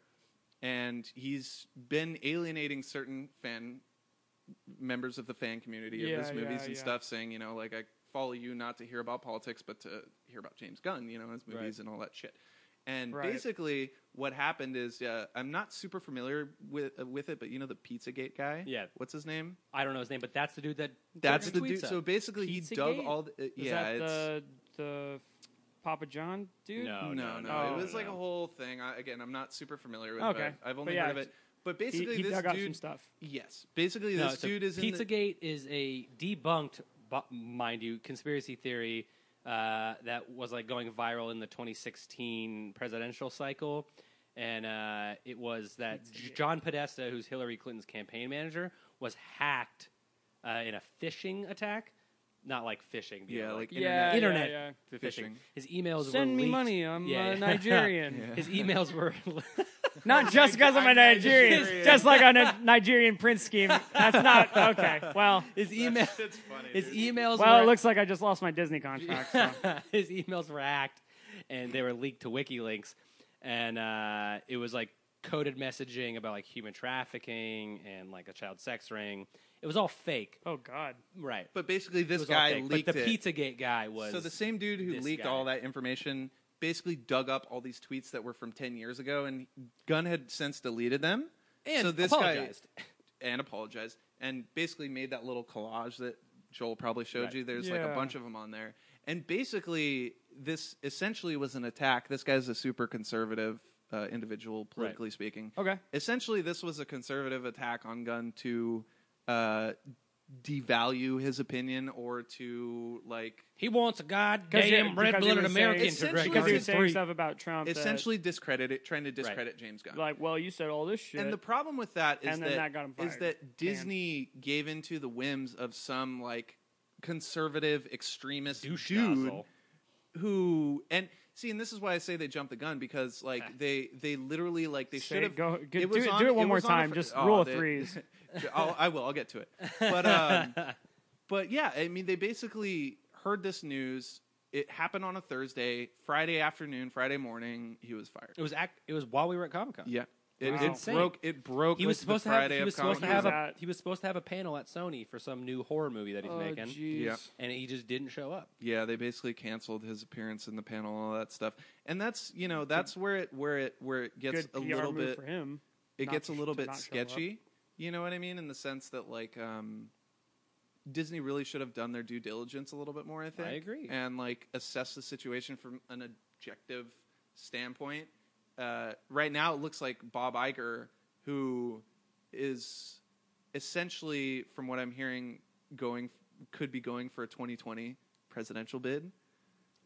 [SPEAKER 2] and he's been alienating certain fan members of the fan community
[SPEAKER 3] Yeah,
[SPEAKER 2] of his movies
[SPEAKER 3] yeah,
[SPEAKER 2] and
[SPEAKER 3] yeah.
[SPEAKER 2] stuff, saying you know like I follow you not to hear about politics, but to hear about James Gunn, you know his
[SPEAKER 1] Right.
[SPEAKER 2] movies and all that shit. And
[SPEAKER 3] Right.
[SPEAKER 2] basically, what happened is uh, I'm not super familiar with uh, with it, but you know the PizzaGate guy.
[SPEAKER 1] Yeah.
[SPEAKER 2] what's his name?
[SPEAKER 1] I don't know his name, but that's the dude that
[SPEAKER 2] That's
[SPEAKER 1] Jordan
[SPEAKER 2] the
[SPEAKER 1] tweets
[SPEAKER 2] dude.
[SPEAKER 1] at.
[SPEAKER 2] So basically, he dug
[SPEAKER 3] Pizzagate?
[SPEAKER 2] all. The, uh,
[SPEAKER 3] Is
[SPEAKER 2] yeah,
[SPEAKER 3] that
[SPEAKER 2] it's,
[SPEAKER 3] the the Papa John dude?
[SPEAKER 1] No.
[SPEAKER 2] no, no,
[SPEAKER 3] no, Oh,
[SPEAKER 2] It was
[SPEAKER 3] no. Oh,
[SPEAKER 2] like a whole thing. I, again, I'm not super familiar with.
[SPEAKER 3] Okay.
[SPEAKER 2] it. I've only
[SPEAKER 3] But yeah,
[SPEAKER 2] heard of it. But
[SPEAKER 3] He,
[SPEAKER 2] basically,
[SPEAKER 3] he
[SPEAKER 2] this
[SPEAKER 3] dug up some
[SPEAKER 2] dude.
[SPEAKER 3] stuff.
[SPEAKER 2] Yes, basically,
[SPEAKER 1] No,
[SPEAKER 2] this
[SPEAKER 1] it's a-
[SPEAKER 2] dude is in the,
[SPEAKER 1] Pizzagate is a debunked, bu- mind you, conspiracy theory uh, that was like going viral in the 2016 presidential cycle, and uh, it was that J- John Podesta, who's Hillary Clinton's campaign manager, was hacked uh, in a phishing attack. Not like phishing, you
[SPEAKER 2] Yeah,
[SPEAKER 1] know,
[SPEAKER 2] like
[SPEAKER 3] Yeah,
[SPEAKER 1] internet
[SPEAKER 3] yeah, yeah.
[SPEAKER 1] phishing.
[SPEAKER 2] phishing.
[SPEAKER 1] His emails were
[SPEAKER 3] Send me
[SPEAKER 1] leaked.
[SPEAKER 3] money. I'm
[SPEAKER 1] Yeah, (laughs)
[SPEAKER 3] uh,
[SPEAKER 1] yeah.
[SPEAKER 3] Nigerian.
[SPEAKER 2] (laughs) Yeah.
[SPEAKER 1] His emails were. (laughs)
[SPEAKER 3] Not just because I'm a
[SPEAKER 2] I'm
[SPEAKER 3] Nigerian,
[SPEAKER 2] Nigerian.
[SPEAKER 3] just like on a Nigerian prince scheme. That's not okay. Well,
[SPEAKER 1] his email.
[SPEAKER 2] (laughs) That's funny.
[SPEAKER 1] His
[SPEAKER 2] dude.
[SPEAKER 1] emails.
[SPEAKER 3] well,
[SPEAKER 1] were,
[SPEAKER 3] it looks like I just lost my Disney contract. So.
[SPEAKER 1] (laughs) his emails were hacked and they were leaked to WikiLeaks, and uh, it was like coded messaging about like human trafficking and like a child sex ring. It was all fake,
[SPEAKER 3] Oh God.
[SPEAKER 1] right?
[SPEAKER 2] But basically,
[SPEAKER 1] it
[SPEAKER 2] this
[SPEAKER 1] was all
[SPEAKER 2] guy
[SPEAKER 1] fake.
[SPEAKER 2] leaked
[SPEAKER 1] But the
[SPEAKER 2] it.
[SPEAKER 1] PizzaGate guy was
[SPEAKER 2] so the same dude who
[SPEAKER 1] this
[SPEAKER 2] leaked
[SPEAKER 1] guy.
[SPEAKER 2] all that information basically dug up all these tweets that were from 10 years ago, and Gunn had since deleted them.
[SPEAKER 1] and
[SPEAKER 2] so this guy
[SPEAKER 1] apologized.
[SPEAKER 2] and apologized and basically made that little collage that Joel probably showed
[SPEAKER 1] Right.
[SPEAKER 2] you. There's like
[SPEAKER 3] Yeah.
[SPEAKER 2] a bunch of them on there. And basically, this essentially was an attack. This guy's a super conservative uh, individual, politically speaking.
[SPEAKER 3] Okay.
[SPEAKER 2] Essentially, this was a conservative attack on Gunn to uh, devalue his opinion or to like
[SPEAKER 1] he wants a
[SPEAKER 3] Because he-
[SPEAKER 1] goddamn
[SPEAKER 3] because he
[SPEAKER 1] red-blooded
[SPEAKER 3] was
[SPEAKER 1] American
[SPEAKER 2] saying-
[SPEAKER 1] to drink
[SPEAKER 3] Because
[SPEAKER 2] Essentially-
[SPEAKER 3] he
[SPEAKER 1] Martin
[SPEAKER 3] was saying
[SPEAKER 1] Free.
[SPEAKER 3] stuff about Trump. that-
[SPEAKER 2] essentially discredit it, trying to discredit James Gunn.
[SPEAKER 3] like, well, you said all this shit.
[SPEAKER 2] And the problem with that is
[SPEAKER 3] And then
[SPEAKER 2] that,
[SPEAKER 3] that got him
[SPEAKER 2] is
[SPEAKER 3] fired.
[SPEAKER 2] that Disney gave into the whims of some like conservative extremist
[SPEAKER 1] Douche
[SPEAKER 2] dude
[SPEAKER 1] nozzle.
[SPEAKER 2] who and see and this is why I say they jumped the gun because like they they literally like they
[SPEAKER 3] Ah. Say
[SPEAKER 2] should
[SPEAKER 3] it,
[SPEAKER 2] have
[SPEAKER 3] go- do it- do it one more
[SPEAKER 2] was on a
[SPEAKER 3] time,
[SPEAKER 2] fr-
[SPEAKER 3] just rule of
[SPEAKER 2] they-
[SPEAKER 3] threes.
[SPEAKER 2] (laughs) I'll, I will I'll get to it but um but yeah I mean they basically heard this news it happened on a Thursday Friday afternoon Friday morning he was fired
[SPEAKER 1] It was act, it was while we were at Comic Con.
[SPEAKER 2] yeah it,
[SPEAKER 3] Wow.
[SPEAKER 2] it
[SPEAKER 1] Insane.
[SPEAKER 2] broke it broke
[SPEAKER 1] He was
[SPEAKER 2] the
[SPEAKER 1] supposed to have.
[SPEAKER 2] Friday
[SPEAKER 1] He
[SPEAKER 2] of
[SPEAKER 1] was supposed to
[SPEAKER 2] Comic-Con.
[SPEAKER 1] have a.
[SPEAKER 3] Comic-Con.
[SPEAKER 1] He was supposed to have a panel at Sony for some new horror movie that he's
[SPEAKER 3] Oh,
[SPEAKER 1] making,
[SPEAKER 3] jeez.
[SPEAKER 2] Yeah.
[SPEAKER 1] and he just didn't show up.
[SPEAKER 2] Yeah, they basically canceled his appearance in the panel and all that stuff. And that's you know that's where it where it where it gets
[SPEAKER 3] Good
[SPEAKER 2] a
[SPEAKER 3] PR
[SPEAKER 2] little
[SPEAKER 3] move
[SPEAKER 2] bit
[SPEAKER 3] for him.
[SPEAKER 2] it
[SPEAKER 3] not
[SPEAKER 2] gets a
[SPEAKER 3] to sh-
[SPEAKER 2] little
[SPEAKER 3] to
[SPEAKER 2] bit
[SPEAKER 3] not show up.
[SPEAKER 2] sketchy. You know what I mean? In the sense that like um, Disney really should have done their due diligence a little bit more. I think
[SPEAKER 1] agree.
[SPEAKER 2] and like assess the situation from an objective standpoint. Uh, right now, it looks like Bob Iger, who is essentially, from what I'm hearing, going could be going for a 2020 presidential bid.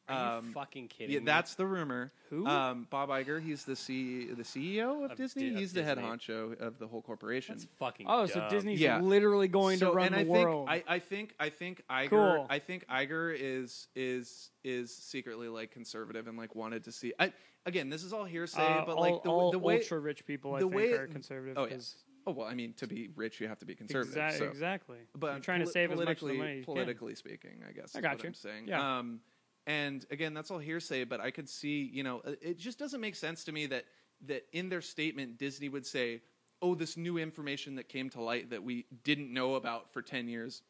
[SPEAKER 1] Are you
[SPEAKER 2] Um,
[SPEAKER 1] fucking kidding?
[SPEAKER 2] Yeah,
[SPEAKER 1] me?
[SPEAKER 2] that's the rumor.
[SPEAKER 3] Who?
[SPEAKER 2] Um, Bob Iger. He's the C- the CEO of,
[SPEAKER 1] Of
[SPEAKER 2] Disney.
[SPEAKER 1] Di- of
[SPEAKER 2] he's the head
[SPEAKER 1] Disney.
[SPEAKER 2] honcho of the whole corporation.
[SPEAKER 1] That's fucking.
[SPEAKER 3] Oh, so
[SPEAKER 1] dumb.
[SPEAKER 3] Disney's
[SPEAKER 2] Yeah.
[SPEAKER 3] literally going
[SPEAKER 2] So-
[SPEAKER 3] to run
[SPEAKER 2] and
[SPEAKER 3] the
[SPEAKER 2] I
[SPEAKER 3] world.
[SPEAKER 2] Think, I, I think I think Iger
[SPEAKER 3] Cool.
[SPEAKER 2] I think Iger is is is secretly like conservative and like wanted to see. I, again, this is all hearsay,
[SPEAKER 3] Uh,
[SPEAKER 2] but
[SPEAKER 3] all,
[SPEAKER 2] like the,
[SPEAKER 3] all
[SPEAKER 2] the way.
[SPEAKER 3] ultra rich people, I
[SPEAKER 2] the
[SPEAKER 3] think,
[SPEAKER 2] way-
[SPEAKER 3] are conservative.
[SPEAKER 2] oh yeah.
[SPEAKER 3] 'cause-
[SPEAKER 2] Oh well, I mean, to be rich, you have to be conservative.
[SPEAKER 3] Exac-
[SPEAKER 2] so.
[SPEAKER 3] Exactly.
[SPEAKER 2] But
[SPEAKER 3] You're trying to
[SPEAKER 2] poli-
[SPEAKER 3] save as much of
[SPEAKER 2] politically-
[SPEAKER 3] the money. as you can.
[SPEAKER 2] Politically speaking, I guess.
[SPEAKER 3] I
[SPEAKER 2] is
[SPEAKER 3] got
[SPEAKER 2] what
[SPEAKER 3] you.
[SPEAKER 2] I'm saying.
[SPEAKER 3] Yeah.
[SPEAKER 2] Um, and again, that's all hearsay, but I could see, you know, uh, it- it just doesn't make sense to me that that in their statement Disney would say, "Oh, this new information that came to light that we didn't know about for ten years."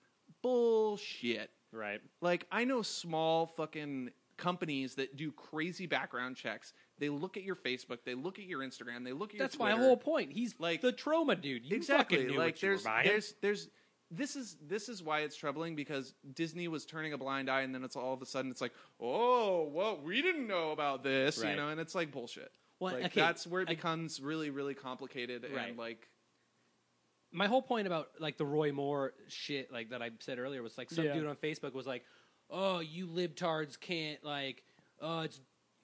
[SPEAKER 2] Bullshit.
[SPEAKER 1] right.
[SPEAKER 2] Like I know small fucking companies that do crazy background checks. They look at your Facebook, they look at your Instagram, they look at
[SPEAKER 1] That's
[SPEAKER 2] your
[SPEAKER 1] my
[SPEAKER 2] Twitter
[SPEAKER 1] whole point. He's like
[SPEAKER 2] Like-
[SPEAKER 1] the trauma dude. You
[SPEAKER 2] exactly
[SPEAKER 1] fucking knew
[SPEAKER 2] like
[SPEAKER 1] what you were
[SPEAKER 2] there's
[SPEAKER 1] buying.
[SPEAKER 2] there's there's this is this is why it's troubling because Disney was turning a blind eye and then it's all of a sudden it's like oh well we didn't know about this
[SPEAKER 1] Right.
[SPEAKER 2] you know and it's like bullshit
[SPEAKER 1] Well,
[SPEAKER 2] like,
[SPEAKER 1] okay,
[SPEAKER 2] that's where it
[SPEAKER 1] I-
[SPEAKER 2] becomes really really complicated
[SPEAKER 1] Right.
[SPEAKER 2] and like
[SPEAKER 1] my whole point about like the Roy Moore shit, like that I said earlier, was like some
[SPEAKER 3] Yeah.
[SPEAKER 1] dude on Facebook was like, "Oh, you libtards can't like, oh, it's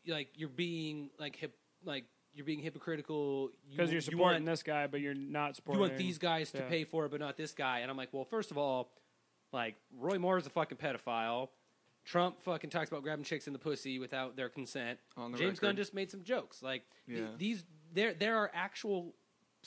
[SPEAKER 1] like you're being like hip, like you're being hypocritical You-
[SPEAKER 3] Because you're
[SPEAKER 1] you
[SPEAKER 3] supporting
[SPEAKER 1] want-
[SPEAKER 3] this guy, but you're not
[SPEAKER 1] you
[SPEAKER 3] supporting.
[SPEAKER 1] want these guys to
[SPEAKER 3] Yeah.
[SPEAKER 1] pay for it, but not this guy. And I'm like, well, first of all, like Roy Moore is a fucking pedophile. Trump fucking talks about grabbing chicks in the pussy without their consent.
[SPEAKER 2] On the
[SPEAKER 1] James Gunn
[SPEAKER 2] record.
[SPEAKER 1] just made some jokes. Like th-
[SPEAKER 2] Yeah.
[SPEAKER 1] these, there there are actual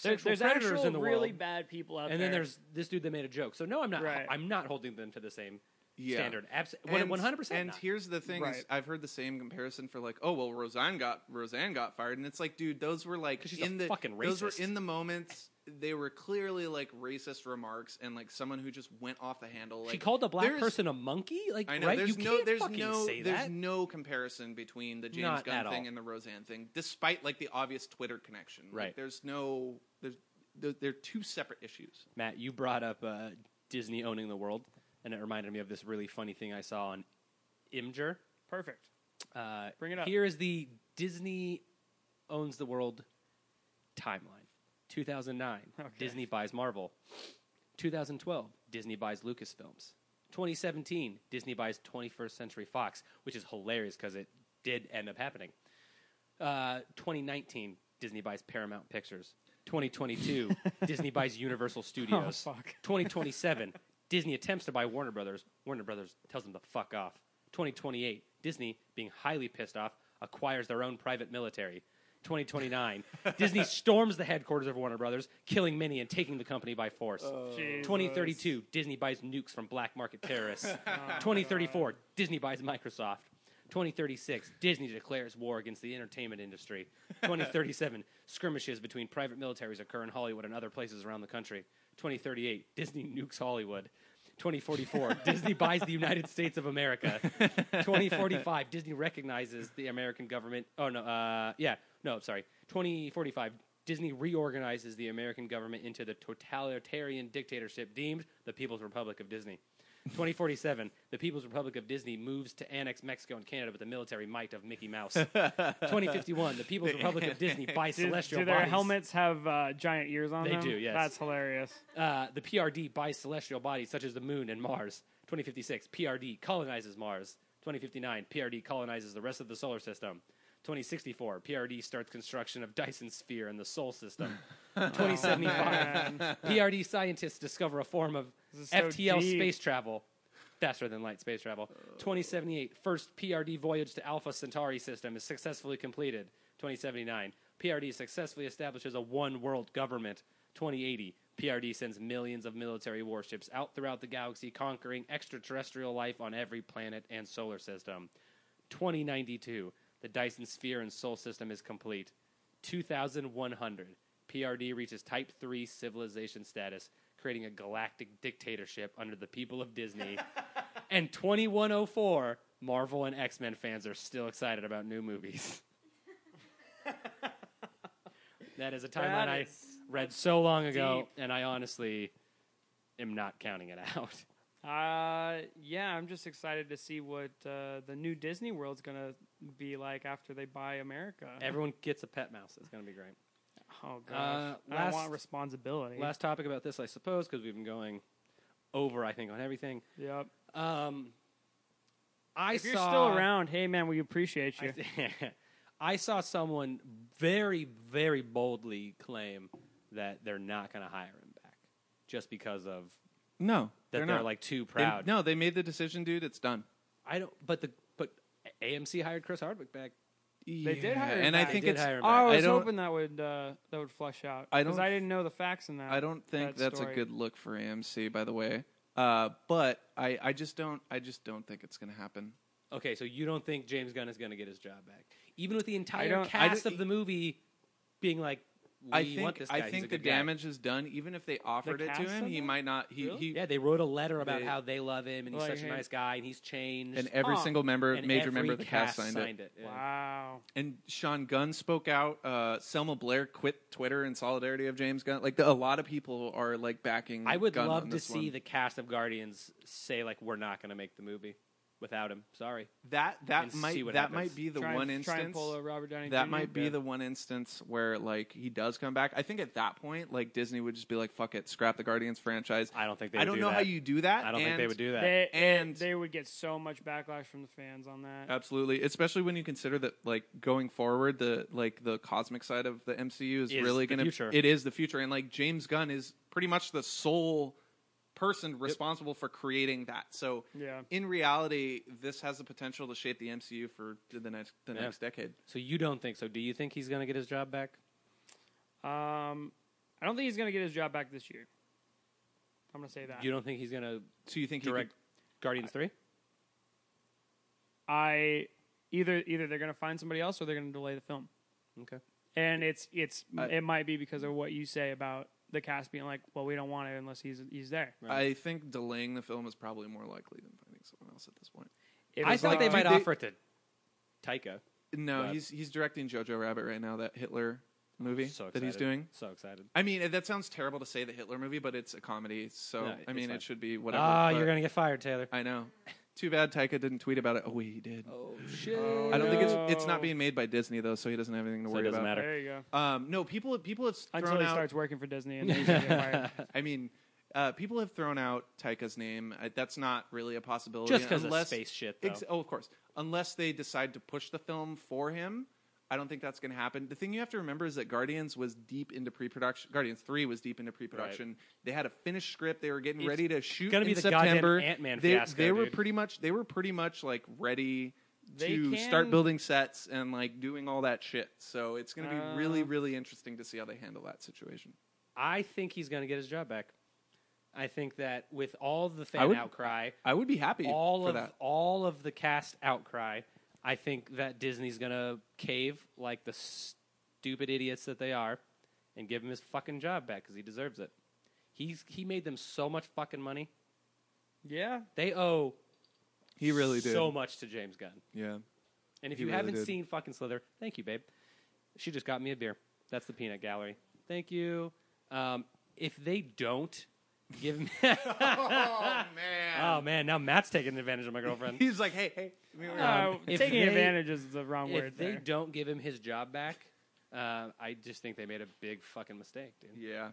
[SPEAKER 3] There-
[SPEAKER 1] sexual
[SPEAKER 3] there's
[SPEAKER 1] predators
[SPEAKER 3] actual
[SPEAKER 1] in the
[SPEAKER 3] really
[SPEAKER 1] world,
[SPEAKER 3] bad people out
[SPEAKER 1] and
[SPEAKER 3] there.
[SPEAKER 1] then there's this dude that made a joke. So no, I'm not.
[SPEAKER 3] Right.
[SPEAKER 1] I'm not holding them to the same
[SPEAKER 2] yeah.
[SPEAKER 1] standard. Abs- one hundred percent.
[SPEAKER 2] And here's the thing: is
[SPEAKER 4] Right.
[SPEAKER 2] I've heard the same comparison for like, oh well, Roseanne got Roseanne got fired, and it's like, dude, those were like
[SPEAKER 1] 'Cause she's a
[SPEAKER 2] in the
[SPEAKER 1] fucking
[SPEAKER 2] those were
[SPEAKER 1] racist.
[SPEAKER 2] in the moments. They were clearly like racist remarks, and like someone who just went off the handle. Like,
[SPEAKER 1] she called a black
[SPEAKER 2] there's-
[SPEAKER 1] person a monkey. Like,
[SPEAKER 2] I know
[SPEAKER 1] right?
[SPEAKER 2] there's
[SPEAKER 1] you
[SPEAKER 2] no
[SPEAKER 1] can't
[SPEAKER 2] there's
[SPEAKER 1] fucking
[SPEAKER 2] no
[SPEAKER 1] say
[SPEAKER 2] there's
[SPEAKER 1] that.
[SPEAKER 2] no comparison between the James
[SPEAKER 1] Not at
[SPEAKER 2] Gunn thing
[SPEAKER 1] all.
[SPEAKER 2] and the Roseanne thing, despite like the obvious Twitter connection. Like,
[SPEAKER 1] Right.
[SPEAKER 2] there's no there's they're, they're two separate issues.
[SPEAKER 1] Matt, you brought up uh, Disney owning the world, and it reminded me of this really funny thing I saw on Imgur.
[SPEAKER 3] Perfect.
[SPEAKER 1] Uh,
[SPEAKER 3] Bring it up.
[SPEAKER 1] Here is the Disney owns the world timeline. 2009,
[SPEAKER 3] Okay.
[SPEAKER 1] Disney buys Marvel. 2012, Disney buys Lucasfilms. 2017, Disney buys 21st Century Fox, which is hilarious because it did end up happening. Uh, 2019, Disney buys Paramount Pictures.
[SPEAKER 3] (laughs)
[SPEAKER 1] 2022, Disney buys Universal Studios.
[SPEAKER 3] Oh, fuck. (laughs)
[SPEAKER 1] 2027, Disney attempts to buy Warner Brothers. Warner Brothers tells them to fuck off. 2028, Disney, being highly pissed off, acquires their own private military.
[SPEAKER 3] (laughs)
[SPEAKER 1] 2029, Disney storms the headquarters of Warner Brothers, killing many and taking the company by force.
[SPEAKER 3] Oh, Jesus.
[SPEAKER 1] 2032, Disney buys nukes from black market terrorists.
[SPEAKER 3] (laughs)
[SPEAKER 1] (laughs) 2034, Disney buys Microsoft. 2036, Disney declares war against the entertainment industry. 2037, skirmishes between private militaries occur in Hollywood and other places around the country. 2038, Disney nukes Hollywood. 2044, Disney buys the United States of America. 2045, Disney recognizes the American government. Oh, no, uh, yeah, no, sorry. 2045, Disney reorganizes the American government into the totalitarian dictatorship deemed the People's Republic of Disney. 2047, the People's Republic of Disney moves to annex Mexico and Canada with the military might of Mickey Mouse.
[SPEAKER 3] (laughs)
[SPEAKER 1] 2051, the People's Republic of Disney buys
[SPEAKER 3] Do,
[SPEAKER 1] celestial
[SPEAKER 3] do their
[SPEAKER 1] bodies.
[SPEAKER 3] helmets have uh, giant ears on
[SPEAKER 1] They
[SPEAKER 3] them?
[SPEAKER 1] do, yes. (laughs)
[SPEAKER 3] That's hilarious.
[SPEAKER 1] Uh, the PRD buys celestial bodies such as the moon and Mars. 2056, PRD colonizes Mars. 2059, PRD colonizes the rest of the solar system. 2064, PRD starts construction of Dyson's sphere in the Sol system. (laughs)
[SPEAKER 3] Oh,
[SPEAKER 1] 2075, PRD scientists discover a form of
[SPEAKER 3] This is so
[SPEAKER 1] FTL
[SPEAKER 3] deep.
[SPEAKER 1] space travel. Faster than light space travel. 2078, first PRD voyage to Alpha Centauri system is successfully completed. 2079, PRD successfully establishes a one world government. 2080, PRD sends millions of military warships out throughout the galaxy, conquering extraterrestrial life on every planet and solar system. 2092, the Dyson Sphere and Sol system is complete. 2100, PRD reaches Type 3 civilization status, creating a galactic dictatorship under the people of
[SPEAKER 3] (laughs)
[SPEAKER 1] Disney. and 2104, Marvel and X Men fans are still excited about new
[SPEAKER 3] (laughs)
[SPEAKER 1] movies. that is a timeline I
[SPEAKER 3] is-
[SPEAKER 1] read so long ago,
[SPEAKER 3] deep.
[SPEAKER 1] and I honestly am not counting it out.
[SPEAKER 3] (laughs) Uh, yeah, I'm just excited to see what uh, the new Disney World's gonna be like after they buy America.
[SPEAKER 1] Everyone gets a pet mouse. It's going to be great.
[SPEAKER 3] oh
[SPEAKER 1] Uh,
[SPEAKER 3] gosh, I don't
[SPEAKER 1] last-
[SPEAKER 3] want responsibility.
[SPEAKER 1] Last topic about this, I suppose, because we've been going over, I think, on everything.
[SPEAKER 3] yep.
[SPEAKER 1] Um, I
[SPEAKER 3] if
[SPEAKER 1] saw,
[SPEAKER 3] you're still
[SPEAKER 1] (laughs)
[SPEAKER 3] around, hey man, we appreciate you.
[SPEAKER 1] I, I saw someone very, very boldly claim that they're not going to hire him back just because of
[SPEAKER 2] No,
[SPEAKER 1] that they're,
[SPEAKER 2] not
[SPEAKER 1] like too
[SPEAKER 2] They-
[SPEAKER 1] proud.
[SPEAKER 2] no, they made the decision, dude. It's done.
[SPEAKER 1] I don't. But the but AMC hired Chris Hardwick back.
[SPEAKER 2] They
[SPEAKER 3] did hire him
[SPEAKER 2] and
[SPEAKER 3] back.
[SPEAKER 2] I
[SPEAKER 1] They
[SPEAKER 2] think
[SPEAKER 1] did
[SPEAKER 2] it's.
[SPEAKER 1] hire him
[SPEAKER 3] Oh, I
[SPEAKER 1] back.
[SPEAKER 2] I
[SPEAKER 3] was
[SPEAKER 2] don't-
[SPEAKER 3] hoping that would uh, that would flush out.
[SPEAKER 2] I
[SPEAKER 3] 'cause
[SPEAKER 2] don't-
[SPEAKER 3] I didn't know the facts in that.
[SPEAKER 2] I don't think
[SPEAKER 3] that
[SPEAKER 2] that's
[SPEAKER 3] story.
[SPEAKER 2] a good look for AMC, by the way. Uh, but I, I just don't, I just don't think it's going to happen.
[SPEAKER 1] Okay, so you don't think James Gunn is going to get his job back, even with the entire
[SPEAKER 3] don't- I
[SPEAKER 1] cast
[SPEAKER 2] don't-
[SPEAKER 1] of the movie being like, we
[SPEAKER 2] I think,
[SPEAKER 1] want this guy.
[SPEAKER 2] I
[SPEAKER 1] he's
[SPEAKER 2] think
[SPEAKER 1] a
[SPEAKER 2] the
[SPEAKER 1] good guy."
[SPEAKER 2] damage is done. Even if they offered it to
[SPEAKER 3] cast
[SPEAKER 2] him,
[SPEAKER 3] said
[SPEAKER 2] he
[SPEAKER 3] that?
[SPEAKER 2] might not. He,
[SPEAKER 3] Really?
[SPEAKER 2] he
[SPEAKER 1] Yeah, they wrote a letter about
[SPEAKER 2] They-
[SPEAKER 1] how they love him and he's
[SPEAKER 3] Like,
[SPEAKER 1] such a
[SPEAKER 3] hey-
[SPEAKER 1] nice guy and he's changed.
[SPEAKER 2] and every
[SPEAKER 3] Huh.
[SPEAKER 2] single member,
[SPEAKER 1] And
[SPEAKER 2] major
[SPEAKER 1] every
[SPEAKER 2] member of the cast, signed, it.
[SPEAKER 1] yeah.
[SPEAKER 3] Wow.
[SPEAKER 2] And Sean Gunn spoke out. Uh, Selma Blair quit Twitter in solidarity of James Gunn. Like the, a lot of people are like backing.
[SPEAKER 1] I would
[SPEAKER 2] Gunn
[SPEAKER 1] love
[SPEAKER 2] on
[SPEAKER 1] to
[SPEAKER 2] this
[SPEAKER 1] see
[SPEAKER 2] one.
[SPEAKER 1] the cast of Guardians say like we're not going to make the movie without him. Sorry.
[SPEAKER 2] that
[SPEAKER 1] and
[SPEAKER 2] that
[SPEAKER 1] see
[SPEAKER 2] might
[SPEAKER 1] what
[SPEAKER 2] that
[SPEAKER 1] happens.
[SPEAKER 2] might be the
[SPEAKER 3] try
[SPEAKER 2] one
[SPEAKER 3] and,
[SPEAKER 2] instance
[SPEAKER 3] Try and pull a Robert Downey
[SPEAKER 2] that
[SPEAKER 3] Jr.
[SPEAKER 2] might be
[SPEAKER 3] Yeah.
[SPEAKER 2] the one instance where like he does come back. I think at that point, like Disney would just be like, "Fuck it, scrap the Guardians franchise."
[SPEAKER 1] I don't think they.
[SPEAKER 2] I
[SPEAKER 1] would
[SPEAKER 2] don't
[SPEAKER 1] do
[SPEAKER 2] know
[SPEAKER 1] that.
[SPEAKER 2] how you do that.
[SPEAKER 1] I don't think they
[SPEAKER 2] and
[SPEAKER 1] would do that.
[SPEAKER 3] They,
[SPEAKER 2] And- Uh,
[SPEAKER 3] they would get so much backlash from the fans on that.
[SPEAKER 2] Absolutely, especially when you consider that like going forward, the like the cosmic side of the MCU is,
[SPEAKER 1] Is
[SPEAKER 2] really
[SPEAKER 1] the
[SPEAKER 2] going
[SPEAKER 1] future.
[SPEAKER 2] to it is the future, and like James Gunn is pretty much the sole person responsible for creating that. So
[SPEAKER 3] Yeah.
[SPEAKER 2] in reality, this has the potential to shape the MCU for the next the
[SPEAKER 1] Yeah.
[SPEAKER 2] next decade.
[SPEAKER 1] so you don't think so? Do you think he's going to get his job back?
[SPEAKER 3] Um, I don't think he's going to get his job back this year. I'm going to say that.
[SPEAKER 1] You don't think he's going to
[SPEAKER 2] So you think he
[SPEAKER 1] direct? Guardians three.
[SPEAKER 3] I either either they're going to find somebody else or they're going to delay the film.
[SPEAKER 1] Okay.
[SPEAKER 3] And it's it's
[SPEAKER 2] I-
[SPEAKER 3] it might be because of what you say about the cast being like, well, we don't want it unless he's he's there.
[SPEAKER 2] I think delaying the film is probably more likely than finding someone else at this point.
[SPEAKER 3] It
[SPEAKER 1] I
[SPEAKER 3] was
[SPEAKER 1] thought
[SPEAKER 3] like-
[SPEAKER 1] they might
[SPEAKER 2] Dude, they-
[SPEAKER 1] offer it to Taika.
[SPEAKER 2] No,
[SPEAKER 1] But-
[SPEAKER 2] he's he's directing Jojo Rabbit right now, that Hitler movie
[SPEAKER 1] So excited.
[SPEAKER 2] that he's doing.
[SPEAKER 1] So excited.
[SPEAKER 2] I mean, that sounds terrible to say the Hitler movie, but it's a comedy, so
[SPEAKER 1] No,
[SPEAKER 2] I
[SPEAKER 1] it's
[SPEAKER 2] mean,
[SPEAKER 1] fine.
[SPEAKER 2] it should be whatever.
[SPEAKER 1] Ah,
[SPEAKER 2] but
[SPEAKER 1] you're gonna get fired, Taylor.
[SPEAKER 2] I know. Too bad Taika didn't tweet about it. Oh, he did.
[SPEAKER 1] Oh shit.
[SPEAKER 2] I don't think it's
[SPEAKER 3] no.
[SPEAKER 2] it's not being made by Disney though, so he doesn't have anything to
[SPEAKER 1] So it
[SPEAKER 2] worry
[SPEAKER 1] doesn't
[SPEAKER 2] about.
[SPEAKER 1] matter.
[SPEAKER 3] there you go.
[SPEAKER 2] Um, no, people people have thrown
[SPEAKER 3] Until he
[SPEAKER 2] out.
[SPEAKER 3] starts working for Disney and then he's gonna get fired.
[SPEAKER 2] I mean, uh, people have thrown out Taika's name. I, that's not really a possibility.
[SPEAKER 1] Just because of
[SPEAKER 2] unless-
[SPEAKER 1] space shit, though.
[SPEAKER 2] Ex- oh, of course. Unless they decide to push the film for him, I don't think that's going to happen. The thing you have to remember is that Guardians was deep into pre-production. Guardians Three was deep into pre-production. They had a finished script. They were getting
[SPEAKER 1] It's
[SPEAKER 2] ready to shoot
[SPEAKER 1] gonna
[SPEAKER 2] in
[SPEAKER 1] be the goddamn
[SPEAKER 2] September.
[SPEAKER 1] Ant-Man
[SPEAKER 2] they,
[SPEAKER 1] fiasco,
[SPEAKER 2] they were
[SPEAKER 1] dude.
[SPEAKER 2] pretty much they were pretty much like ready
[SPEAKER 3] They
[SPEAKER 2] to
[SPEAKER 3] can-
[SPEAKER 2] start building sets and like doing all that shit. So it's going to be
[SPEAKER 3] Uh.
[SPEAKER 2] really really interesting to see how they handle that situation.
[SPEAKER 1] I think he's going to get his job back. I think that with all the
[SPEAKER 2] I
[SPEAKER 1] fan
[SPEAKER 2] would-
[SPEAKER 1] outcry,
[SPEAKER 2] I would be happy
[SPEAKER 1] all
[SPEAKER 2] for
[SPEAKER 1] of
[SPEAKER 2] that.
[SPEAKER 1] all of the cast outcry, I think that Disney's going to cave like the stupid idiots that they are and give him his fucking job back cuz he deserves it. He's he made them so much fucking money.
[SPEAKER 3] (laughs) yeah.
[SPEAKER 1] They owe
[SPEAKER 2] He really did.
[SPEAKER 1] so much to James Gunn.
[SPEAKER 2] yeah.
[SPEAKER 1] And if
[SPEAKER 2] He
[SPEAKER 1] you
[SPEAKER 2] really
[SPEAKER 1] haven't
[SPEAKER 2] did.
[SPEAKER 1] seen fucking Slither, thank you, babe. She just got me a beer. That's the peanut gallery. Thank you. Um, if they don't give
[SPEAKER 2] (laughs)
[SPEAKER 1] me, (laughs)
[SPEAKER 2] Oh man.
[SPEAKER 1] oh man, now Matt's taking advantage of my
[SPEAKER 2] (laughs)
[SPEAKER 1] girlfriend.
[SPEAKER 2] He's like, hey, hey. we were-
[SPEAKER 3] Uh,
[SPEAKER 1] if
[SPEAKER 3] taking
[SPEAKER 1] they-
[SPEAKER 3] advantage is the wrong word
[SPEAKER 1] if they
[SPEAKER 3] there.
[SPEAKER 1] don't give him his job back, uh, I just think they made a big fucking mistake, dude.
[SPEAKER 2] Yeah.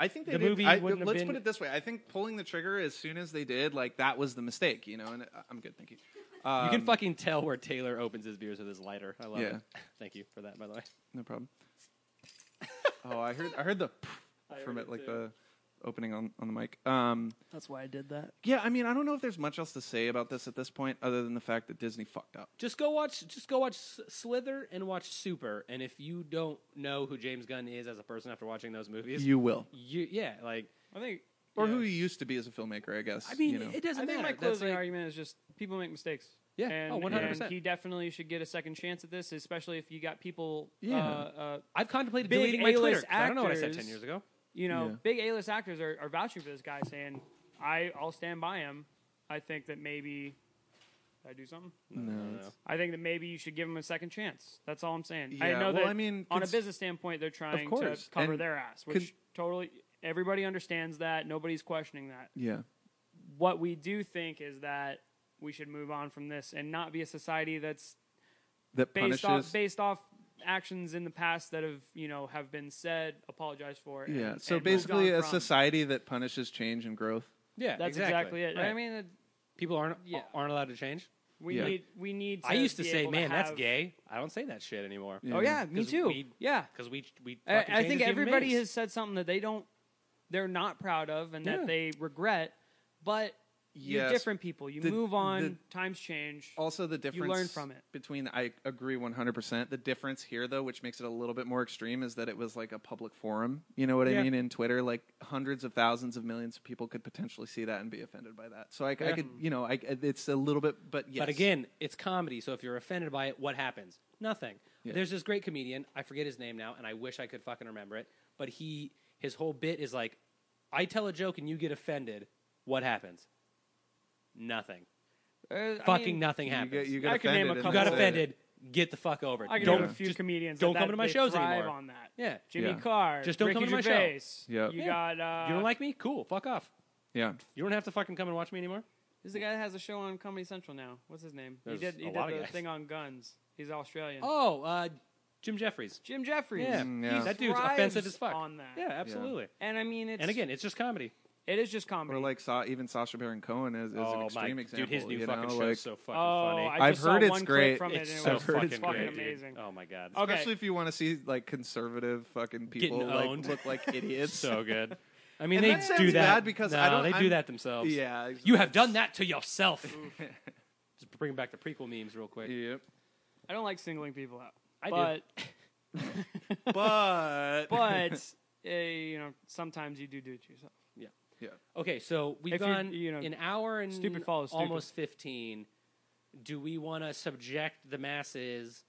[SPEAKER 2] I think they
[SPEAKER 1] The
[SPEAKER 2] did-
[SPEAKER 1] movie
[SPEAKER 2] I-
[SPEAKER 1] wouldn't have
[SPEAKER 2] let's
[SPEAKER 1] been-
[SPEAKER 2] put it this way. I think pulling the trigger as soon as they did, like that was the mistake, you know. And I- I'm good, thank you. Um,
[SPEAKER 1] you can fucking tell where Taylor opens his beers with his lighter. I love
[SPEAKER 2] Yeah.
[SPEAKER 1] it. (laughs) Thank you for that, by the way.
[SPEAKER 2] No problem. (laughs) oh, I heard I heard the (laughs) from it, like the opening on on the mic. Um,
[SPEAKER 3] That's why I did that.
[SPEAKER 2] yeah, I mean, I don't know if there's much else to say about this at this point, other than the fact that Disney fucked up.
[SPEAKER 1] Just go watch. Just go watch S- Slither and watch Super. And if you don't know who James Gunn is as a person after watching those movies,
[SPEAKER 2] You will,
[SPEAKER 1] you yeah, like
[SPEAKER 3] I think
[SPEAKER 2] or
[SPEAKER 3] yeah.
[SPEAKER 2] who you used to be as a filmmaker, I guess.
[SPEAKER 1] I mean,
[SPEAKER 2] you know.
[SPEAKER 1] it doesn't
[SPEAKER 3] I think
[SPEAKER 1] matter.
[SPEAKER 3] my
[SPEAKER 1] That's
[SPEAKER 3] closing
[SPEAKER 1] like-
[SPEAKER 3] argument is just people make mistakes.
[SPEAKER 1] Yeah.
[SPEAKER 3] and,
[SPEAKER 1] Oh, 100%.
[SPEAKER 3] and he definitely should get a second chance at this, especially if you got people,
[SPEAKER 2] Yeah.
[SPEAKER 3] uh, uh,
[SPEAKER 1] I've contemplated
[SPEAKER 3] big
[SPEAKER 1] deleting my Twitter.
[SPEAKER 3] A-list
[SPEAKER 1] 'cause I don't know what I said
[SPEAKER 3] actors-
[SPEAKER 1] ten years ago.
[SPEAKER 3] you know,
[SPEAKER 2] Yeah.
[SPEAKER 3] big A-list actors are, are vouching for this guy, saying, I, I'll stand by him. I think that maybe did I do something.
[SPEAKER 2] no,
[SPEAKER 1] I don't
[SPEAKER 2] it's-
[SPEAKER 1] know.
[SPEAKER 3] I think that maybe you should give him a second chance. That's all I'm saying. I
[SPEAKER 2] Yeah,
[SPEAKER 3] know
[SPEAKER 2] well,
[SPEAKER 3] that
[SPEAKER 2] I mean,
[SPEAKER 3] on a
[SPEAKER 2] cons-
[SPEAKER 3] business standpoint, they're trying to
[SPEAKER 2] course,
[SPEAKER 3] cover
[SPEAKER 2] and
[SPEAKER 3] their ass,
[SPEAKER 2] con-
[SPEAKER 3] which totally everybody understands that. Nobody's questioning that.
[SPEAKER 2] yeah.
[SPEAKER 3] What we do think is that we should move on from this and not be a society that's
[SPEAKER 2] That
[SPEAKER 3] based
[SPEAKER 2] punishes.
[SPEAKER 3] off based off actions in the past that have you know have been said, apologized for. and-
[SPEAKER 2] yeah. So
[SPEAKER 3] and moved
[SPEAKER 2] basically,
[SPEAKER 3] on
[SPEAKER 2] a
[SPEAKER 3] from.
[SPEAKER 2] society that punishes change and growth.
[SPEAKER 1] Yeah,
[SPEAKER 3] That's exactly, it.
[SPEAKER 1] Right.
[SPEAKER 3] I mean, it-
[SPEAKER 1] people aren't
[SPEAKER 3] Yeah.
[SPEAKER 1] aren't allowed to change.
[SPEAKER 3] we
[SPEAKER 2] Yeah.
[SPEAKER 3] need we need. To
[SPEAKER 1] I used to
[SPEAKER 3] be
[SPEAKER 1] say,
[SPEAKER 3] able
[SPEAKER 1] "Man, that's
[SPEAKER 3] have-
[SPEAKER 1] gay." I don't say that shit anymore.
[SPEAKER 2] Yeah.
[SPEAKER 3] Oh yeah, me
[SPEAKER 1] 'Cause
[SPEAKER 3] too.
[SPEAKER 1] we-
[SPEAKER 3] yeah,
[SPEAKER 1] because we we.
[SPEAKER 3] I,
[SPEAKER 1] fucking
[SPEAKER 3] I
[SPEAKER 1] changed
[SPEAKER 3] think
[SPEAKER 1] as human
[SPEAKER 3] everybody
[SPEAKER 1] beings.
[SPEAKER 3] has said something that they don't, they're not proud of, and
[SPEAKER 1] Yeah.
[SPEAKER 3] that they regret. But
[SPEAKER 2] Yes.
[SPEAKER 3] you're different people. You
[SPEAKER 2] The-
[SPEAKER 3] move on.
[SPEAKER 2] the-
[SPEAKER 3] times change.
[SPEAKER 2] Also, the
[SPEAKER 3] learn
[SPEAKER 2] difference
[SPEAKER 3] from it.
[SPEAKER 2] between I agree one hundred percent. The difference here, though, which makes it a little bit more extreme, is that it was like a public forum. You know what I
[SPEAKER 3] Yeah.
[SPEAKER 2] mean? In Twitter, like hundreds of thousands of millions of people could potentially see that and be offended by that. So I, I
[SPEAKER 1] Yeah.
[SPEAKER 2] could, you know, I, it's a little bit, but yes,
[SPEAKER 1] But again, it's comedy, so if you're offended by it, what happens? Nothing.
[SPEAKER 2] Yeah.
[SPEAKER 1] There's this great comedian, I forget his name now, and I wish I could fucking remember it, but he his whole bit is like I tell a joke and you get offended, what happens? Nothing.
[SPEAKER 3] Uh, I
[SPEAKER 1] fucking
[SPEAKER 3] mean,
[SPEAKER 1] nothing
[SPEAKER 2] you
[SPEAKER 1] happens.
[SPEAKER 2] get, you
[SPEAKER 1] you
[SPEAKER 2] get
[SPEAKER 3] I could
[SPEAKER 2] offended.
[SPEAKER 3] name a
[SPEAKER 2] and
[SPEAKER 3] couple-
[SPEAKER 1] got
[SPEAKER 2] that's it.
[SPEAKER 1] offended, get the fuck over it.
[SPEAKER 3] I can
[SPEAKER 1] Don't
[SPEAKER 3] name a few
[SPEAKER 1] just-
[SPEAKER 3] comedians.
[SPEAKER 1] don't
[SPEAKER 3] that,
[SPEAKER 1] come
[SPEAKER 3] that
[SPEAKER 1] to my
[SPEAKER 3] they
[SPEAKER 1] shows
[SPEAKER 3] thrive
[SPEAKER 1] anymore.
[SPEAKER 3] On that,
[SPEAKER 1] Yeah.
[SPEAKER 3] Jimmy
[SPEAKER 2] Yeah.
[SPEAKER 3] Carr,
[SPEAKER 1] Just don't
[SPEAKER 3] Ricky
[SPEAKER 1] come to my show.
[SPEAKER 3] Gervais.
[SPEAKER 2] Yep.
[SPEAKER 3] You
[SPEAKER 1] Yeah.
[SPEAKER 3] got. Uh,
[SPEAKER 1] you don't like me? Cool. Fuck off.
[SPEAKER 2] Yeah,
[SPEAKER 1] You don't have to fucking come and watch me anymore.
[SPEAKER 3] Who's the guy that has a show on Comedy Central now? What's his name?
[SPEAKER 1] There's
[SPEAKER 3] he did. He
[SPEAKER 1] a
[SPEAKER 3] did
[SPEAKER 1] lot of
[SPEAKER 3] the
[SPEAKER 1] guys.
[SPEAKER 3] thing on guns. He's Australian.
[SPEAKER 1] Oh, uh, Jim Jeffries.
[SPEAKER 3] Jim Jeffries.
[SPEAKER 1] Yeah.
[SPEAKER 2] Mm, yeah.
[SPEAKER 3] He
[SPEAKER 1] That dude's
[SPEAKER 3] thrives
[SPEAKER 1] offensive as fuck.
[SPEAKER 3] On that.
[SPEAKER 1] Yeah, absolutely.
[SPEAKER 3] And I mean, it's
[SPEAKER 1] And again, it's just comedy.
[SPEAKER 3] it is just comedy.
[SPEAKER 2] or like saw even Sasha Baron Cohen is, is an extreme Oh, example.
[SPEAKER 1] Oh Dude, his new
[SPEAKER 2] you know,
[SPEAKER 1] fucking show
[SPEAKER 2] like,
[SPEAKER 1] is so fucking
[SPEAKER 3] oh,
[SPEAKER 1] funny.
[SPEAKER 3] I
[SPEAKER 2] I've
[SPEAKER 3] just
[SPEAKER 2] heard
[SPEAKER 3] saw
[SPEAKER 2] it's
[SPEAKER 3] one
[SPEAKER 2] great.
[SPEAKER 3] Clip from
[SPEAKER 1] it's
[SPEAKER 3] it and
[SPEAKER 1] so
[SPEAKER 3] it was
[SPEAKER 2] heard
[SPEAKER 1] fucking,
[SPEAKER 2] it's
[SPEAKER 3] fucking
[SPEAKER 1] great, dude.
[SPEAKER 3] amazing.
[SPEAKER 1] Oh my god,
[SPEAKER 3] Okay.
[SPEAKER 2] Especially if you want to see like conservative fucking
[SPEAKER 1] Getting
[SPEAKER 2] people like
[SPEAKER 1] owned. (laughs)
[SPEAKER 2] look like idiots.
[SPEAKER 1] so good. I mean,
[SPEAKER 2] And
[SPEAKER 1] they
[SPEAKER 2] that sounds
[SPEAKER 1] do that
[SPEAKER 2] bad because
[SPEAKER 1] no,
[SPEAKER 2] I don't-
[SPEAKER 1] they do
[SPEAKER 2] I'm-
[SPEAKER 1] that themselves.
[SPEAKER 2] (laughs) yeah,
[SPEAKER 1] you have done that to yourself. Just bring back the prequel memes real quick.
[SPEAKER 2] Yep.
[SPEAKER 3] I don't like singling people out.
[SPEAKER 1] I
[SPEAKER 3] (laughs) but,
[SPEAKER 1] do.
[SPEAKER 2] But
[SPEAKER 3] but eh, you know, sometimes you do do it to yourself.
[SPEAKER 1] Yeah.
[SPEAKER 2] Yeah.
[SPEAKER 1] Okay, so we've
[SPEAKER 3] If you-
[SPEAKER 1] gone
[SPEAKER 3] you know,
[SPEAKER 1] an hour and
[SPEAKER 3] stupid follows stupid.
[SPEAKER 1] almost fifteen. Do we want to subject the masses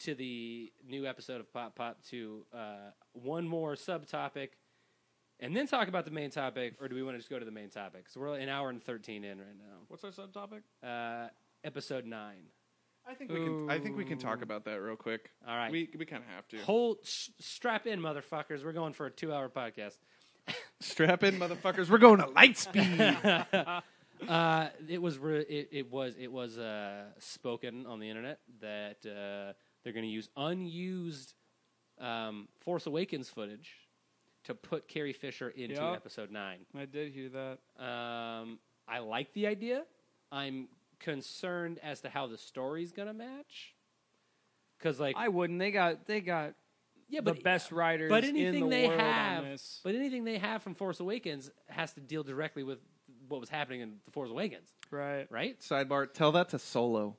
[SPEAKER 1] to the new episode of Pop Pop to uh, one more subtopic, and then talk about the main topic, or do we want to just go to the main topic? So we're an hour and thirteen in right now.
[SPEAKER 3] What's our subtopic?
[SPEAKER 1] Uh, episode nine.
[SPEAKER 2] I think we can. I think we can talk about that real quick.
[SPEAKER 1] All right.
[SPEAKER 2] We we kind of have to
[SPEAKER 1] Hold, s strap in, motherfuckers. We're going for a two-hour podcast.
[SPEAKER 2] strap in, motherfuckers. We're going to
[SPEAKER 1] (laughs)
[SPEAKER 2] light speed.
[SPEAKER 1] Uh, it was re- it, it was it was uh, spoken on the internet that uh, they're going to use unused um, Force Awakens footage to put Carrie Fisher into
[SPEAKER 3] Yep.
[SPEAKER 1] Episode Nine.
[SPEAKER 3] I did hear that.
[SPEAKER 1] Um, I like the idea. I'm concerned as to how the story's going to match. Because like,
[SPEAKER 3] I wouldn't. They got they got
[SPEAKER 1] yeah,
[SPEAKER 3] the best writers
[SPEAKER 1] but anything
[SPEAKER 3] in the
[SPEAKER 1] they
[SPEAKER 3] world
[SPEAKER 1] have,
[SPEAKER 3] on this.
[SPEAKER 1] but anything they have from Force Awakens has to deal directly with what was happening in the Force Awakens,
[SPEAKER 3] right.
[SPEAKER 1] right?
[SPEAKER 2] Sidebar. Tell that
[SPEAKER 1] (laughs)
[SPEAKER 2] to Solo.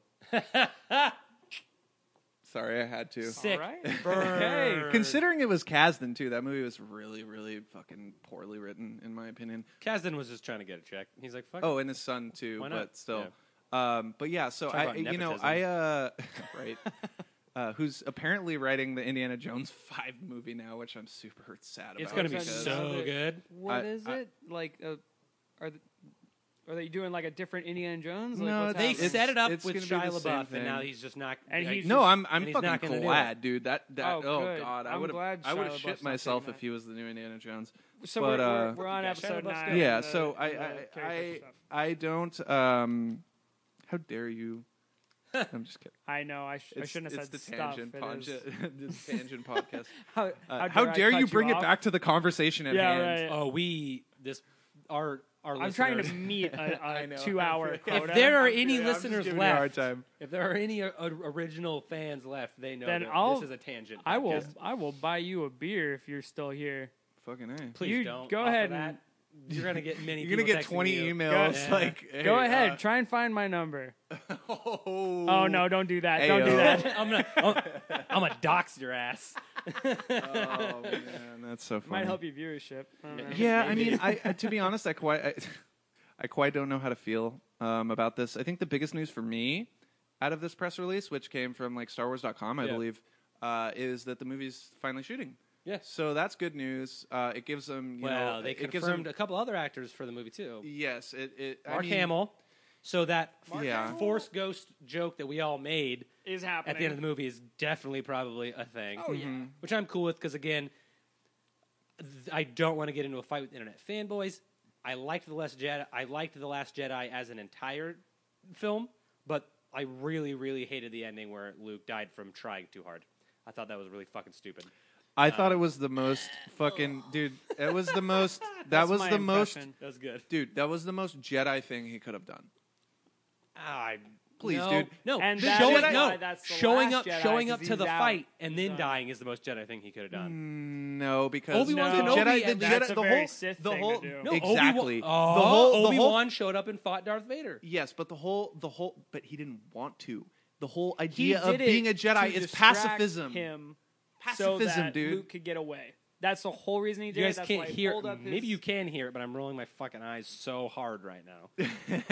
[SPEAKER 2] Sorry, I had to.
[SPEAKER 1] Sick.
[SPEAKER 3] All
[SPEAKER 1] (laughs)
[SPEAKER 3] right.
[SPEAKER 1] Burn.
[SPEAKER 3] Okay.
[SPEAKER 2] Considering it was Kasdan too, that movie was really, really fucking poorly written, in my opinion.
[SPEAKER 1] Kasdan was just trying to get a check. He's like, "Fuck."
[SPEAKER 2] Oh, and his son too,
[SPEAKER 1] Why not?
[SPEAKER 2] but still. Um, but yeah, so
[SPEAKER 1] Talk
[SPEAKER 2] I,
[SPEAKER 1] about
[SPEAKER 2] you know,
[SPEAKER 1] nepotism.
[SPEAKER 2] I uh, (laughs) right, uh, who's apparently writing the Indiana Jones (laughs) five movie now, which I'm super sad about.
[SPEAKER 1] it's gonna be
[SPEAKER 2] because-
[SPEAKER 1] so
[SPEAKER 3] Another-
[SPEAKER 1] good.
[SPEAKER 3] What
[SPEAKER 2] I-
[SPEAKER 3] is
[SPEAKER 2] I-
[SPEAKER 3] it like? Uh, are th- are they doing like a different Indiana Jones? Like,
[SPEAKER 2] No,
[SPEAKER 3] what's
[SPEAKER 1] They
[SPEAKER 2] It's-
[SPEAKER 3] happening?
[SPEAKER 1] set it up
[SPEAKER 2] it's
[SPEAKER 1] with
[SPEAKER 2] gonna be
[SPEAKER 1] Shia
[SPEAKER 2] the same
[SPEAKER 1] LaBeouf,
[SPEAKER 2] thing.
[SPEAKER 1] and now he's just not.
[SPEAKER 3] And
[SPEAKER 1] like,
[SPEAKER 3] he's
[SPEAKER 2] No, I'm
[SPEAKER 1] and
[SPEAKER 2] I'm
[SPEAKER 1] he's not
[SPEAKER 2] fucking
[SPEAKER 1] gonna do
[SPEAKER 2] glad, dude. That that
[SPEAKER 3] Oh,
[SPEAKER 2] oh,
[SPEAKER 3] good.
[SPEAKER 2] god, I
[SPEAKER 3] I'm
[SPEAKER 2] would
[SPEAKER 3] glad
[SPEAKER 2] I would have
[SPEAKER 3] Shia LaBeouf's
[SPEAKER 2] shit
[SPEAKER 3] not
[SPEAKER 2] myself
[SPEAKER 3] doing
[SPEAKER 2] if
[SPEAKER 3] that.
[SPEAKER 2] he was the new Indiana Jones.
[SPEAKER 3] So
[SPEAKER 2] but,
[SPEAKER 3] we're, we're,
[SPEAKER 2] uh,
[SPEAKER 3] we're on
[SPEAKER 1] Yeah, Shia
[SPEAKER 3] episode
[SPEAKER 1] LaBeouf's
[SPEAKER 3] nine.
[SPEAKER 1] good.
[SPEAKER 2] yeah,
[SPEAKER 3] of the-
[SPEAKER 2] so I
[SPEAKER 3] of the
[SPEAKER 2] I
[SPEAKER 3] character
[SPEAKER 2] I,
[SPEAKER 3] stuff.
[SPEAKER 2] I don't um, how dare
[SPEAKER 3] (laughs)
[SPEAKER 2] you? I'm just kidding.
[SPEAKER 3] I know. I, sh- I
[SPEAKER 2] It's-
[SPEAKER 3] shouldn't have
[SPEAKER 2] it's
[SPEAKER 3] said
[SPEAKER 2] the
[SPEAKER 3] stuff.
[SPEAKER 2] tangent
[SPEAKER 3] It
[SPEAKER 2] podca- (laughs)
[SPEAKER 3] is- (laughs)
[SPEAKER 2] the tangent podcast.
[SPEAKER 3] How,
[SPEAKER 2] Uh,
[SPEAKER 3] how
[SPEAKER 2] how
[SPEAKER 3] I
[SPEAKER 2] dare
[SPEAKER 3] cut
[SPEAKER 2] you bring it
[SPEAKER 3] off?
[SPEAKER 2] back to the conversation at
[SPEAKER 3] Yeah,
[SPEAKER 2] hand?
[SPEAKER 3] right.
[SPEAKER 1] (laughs) oh, we this our our.
[SPEAKER 3] I'm trying to
[SPEAKER 1] listeners- Oh,
[SPEAKER 3] meet
[SPEAKER 2] (laughs) I
[SPEAKER 3] a,
[SPEAKER 2] know.
[SPEAKER 3] a
[SPEAKER 1] (laughs)
[SPEAKER 3] two-hour
[SPEAKER 1] If
[SPEAKER 3] quota.
[SPEAKER 1] there are any
[SPEAKER 2] I'm kidding. I'm just
[SPEAKER 1] listeners
[SPEAKER 2] giving you a hard
[SPEAKER 1] left,
[SPEAKER 2] time.
[SPEAKER 1] if there are any uh, original fans left, they know
[SPEAKER 3] Then
[SPEAKER 1] that
[SPEAKER 3] I'll-
[SPEAKER 1] this is a tangent.
[SPEAKER 3] I will.
[SPEAKER 1] podcast.
[SPEAKER 3] I will buy you a beer if you're still here.
[SPEAKER 2] Fucking A.
[SPEAKER 1] Please
[SPEAKER 3] you
[SPEAKER 1] don't
[SPEAKER 3] go
[SPEAKER 1] offer
[SPEAKER 3] ahead
[SPEAKER 1] that. You're gonna (laughs) get many.
[SPEAKER 2] You're gonna
[SPEAKER 1] people
[SPEAKER 2] get
[SPEAKER 1] texting
[SPEAKER 2] 20
[SPEAKER 1] you.
[SPEAKER 2] emails
[SPEAKER 1] Yeah.
[SPEAKER 2] like, hey,
[SPEAKER 3] Go ahead.
[SPEAKER 2] uh,
[SPEAKER 3] try and find my number.
[SPEAKER 2] (laughs) oh,
[SPEAKER 3] Oh no! Don't do that. Don't do
[SPEAKER 2] Ayo. (laughs)
[SPEAKER 1] (laughs)
[SPEAKER 3] that.
[SPEAKER 1] I'm gonna. I'm, I'm gonna dox your (laughs) ass.
[SPEAKER 2] Oh, man,
[SPEAKER 1] (laughs)
[SPEAKER 2] that's so funny.
[SPEAKER 3] Might help you viewership. I don't know.
[SPEAKER 2] Yeah, I
[SPEAKER 1] Maybe.
[SPEAKER 2] mean,
[SPEAKER 1] (laughs)
[SPEAKER 2] I, I to be honest, I quite, I, I quite don't know how to feel um, about this. I think the biggest news for me out of this press release, which came from like StarWars.com, I
[SPEAKER 1] Yeah.
[SPEAKER 2] believe, uh, is that the movie's finally shooting.
[SPEAKER 1] Yeah.
[SPEAKER 2] So that's good news. Uh, it gives them, you
[SPEAKER 1] Well,
[SPEAKER 2] know,
[SPEAKER 1] they
[SPEAKER 2] it gives
[SPEAKER 1] confirmed
[SPEAKER 2] them.
[SPEAKER 1] a couple other actors for the movie too.
[SPEAKER 2] Yes, it. it I
[SPEAKER 1] Mark
[SPEAKER 2] mean,
[SPEAKER 1] Hamill. So that
[SPEAKER 2] Mark Yeah. Hamill?
[SPEAKER 1] Force Ghost joke that we all made
[SPEAKER 3] Is happening
[SPEAKER 1] at the end of the movie is definitely probably a thing.
[SPEAKER 3] Oh, yeah.
[SPEAKER 2] Mm-hmm.
[SPEAKER 3] Mhm.
[SPEAKER 1] Which I'm cool with because again, th- I don't want to get into a fight with internet fanboys. I liked the Last Jedi. I liked the Last Jedi as an entire film, but I really, really hated the ending where Luke died from trying too hard. I thought that was really fucking stupid.
[SPEAKER 2] I thought it was the most
[SPEAKER 1] (sighs)
[SPEAKER 2] fucking dude. It was the most. That
[SPEAKER 3] That's
[SPEAKER 2] was
[SPEAKER 3] my
[SPEAKER 2] the most.
[SPEAKER 3] impression.
[SPEAKER 1] That was good.
[SPEAKER 2] Dude, that was the most Jedi thing he could have done.
[SPEAKER 1] I
[SPEAKER 2] Please,
[SPEAKER 1] no,
[SPEAKER 2] dude.
[SPEAKER 1] No,
[SPEAKER 3] And
[SPEAKER 1] Just
[SPEAKER 3] that
[SPEAKER 1] showing,
[SPEAKER 2] is why
[SPEAKER 1] no.
[SPEAKER 3] that's the
[SPEAKER 1] showing up,
[SPEAKER 3] last Jedi,
[SPEAKER 1] showing
[SPEAKER 3] 'cause
[SPEAKER 1] up to
[SPEAKER 3] he's
[SPEAKER 1] the
[SPEAKER 3] out. Mm.
[SPEAKER 1] fight and then
[SPEAKER 3] done.
[SPEAKER 1] dying is the most Jedi thing he could have done.
[SPEAKER 2] Mm, No, because
[SPEAKER 1] Obi-Wan
[SPEAKER 2] the
[SPEAKER 1] No. Kenobi
[SPEAKER 2] Jedi, the
[SPEAKER 1] at
[SPEAKER 2] Jedi,
[SPEAKER 1] least- That's
[SPEAKER 3] a
[SPEAKER 2] the
[SPEAKER 3] very
[SPEAKER 2] whole,
[SPEAKER 3] Sith
[SPEAKER 2] the
[SPEAKER 3] thing to
[SPEAKER 2] whole,
[SPEAKER 3] do.
[SPEAKER 1] No,
[SPEAKER 2] exactly.
[SPEAKER 1] Obi-Wan, oh,
[SPEAKER 2] the whole, the
[SPEAKER 1] Obi
[SPEAKER 2] whole,
[SPEAKER 1] Wan showed up and fought Darth Vader.
[SPEAKER 2] yes, but the whole, the whole, but he didn't want to. The whole idea
[SPEAKER 3] He
[SPEAKER 2] of
[SPEAKER 3] did
[SPEAKER 2] being
[SPEAKER 3] it
[SPEAKER 2] a Jedi
[SPEAKER 3] to
[SPEAKER 2] is
[SPEAKER 3] distract
[SPEAKER 2] pacifism. (laughs)
[SPEAKER 3] Him so
[SPEAKER 2] Pacifism,
[SPEAKER 3] that
[SPEAKER 2] dude.
[SPEAKER 3] Luke could get away. That's the whole reason he did
[SPEAKER 1] You guys
[SPEAKER 3] it. That's why
[SPEAKER 1] can't
[SPEAKER 3] he
[SPEAKER 1] hear.
[SPEAKER 3] pulled up his-
[SPEAKER 1] Maybe you can hear it, but I'm rolling my fucking eyes so hard right
[SPEAKER 3] (laughs)
[SPEAKER 1] now.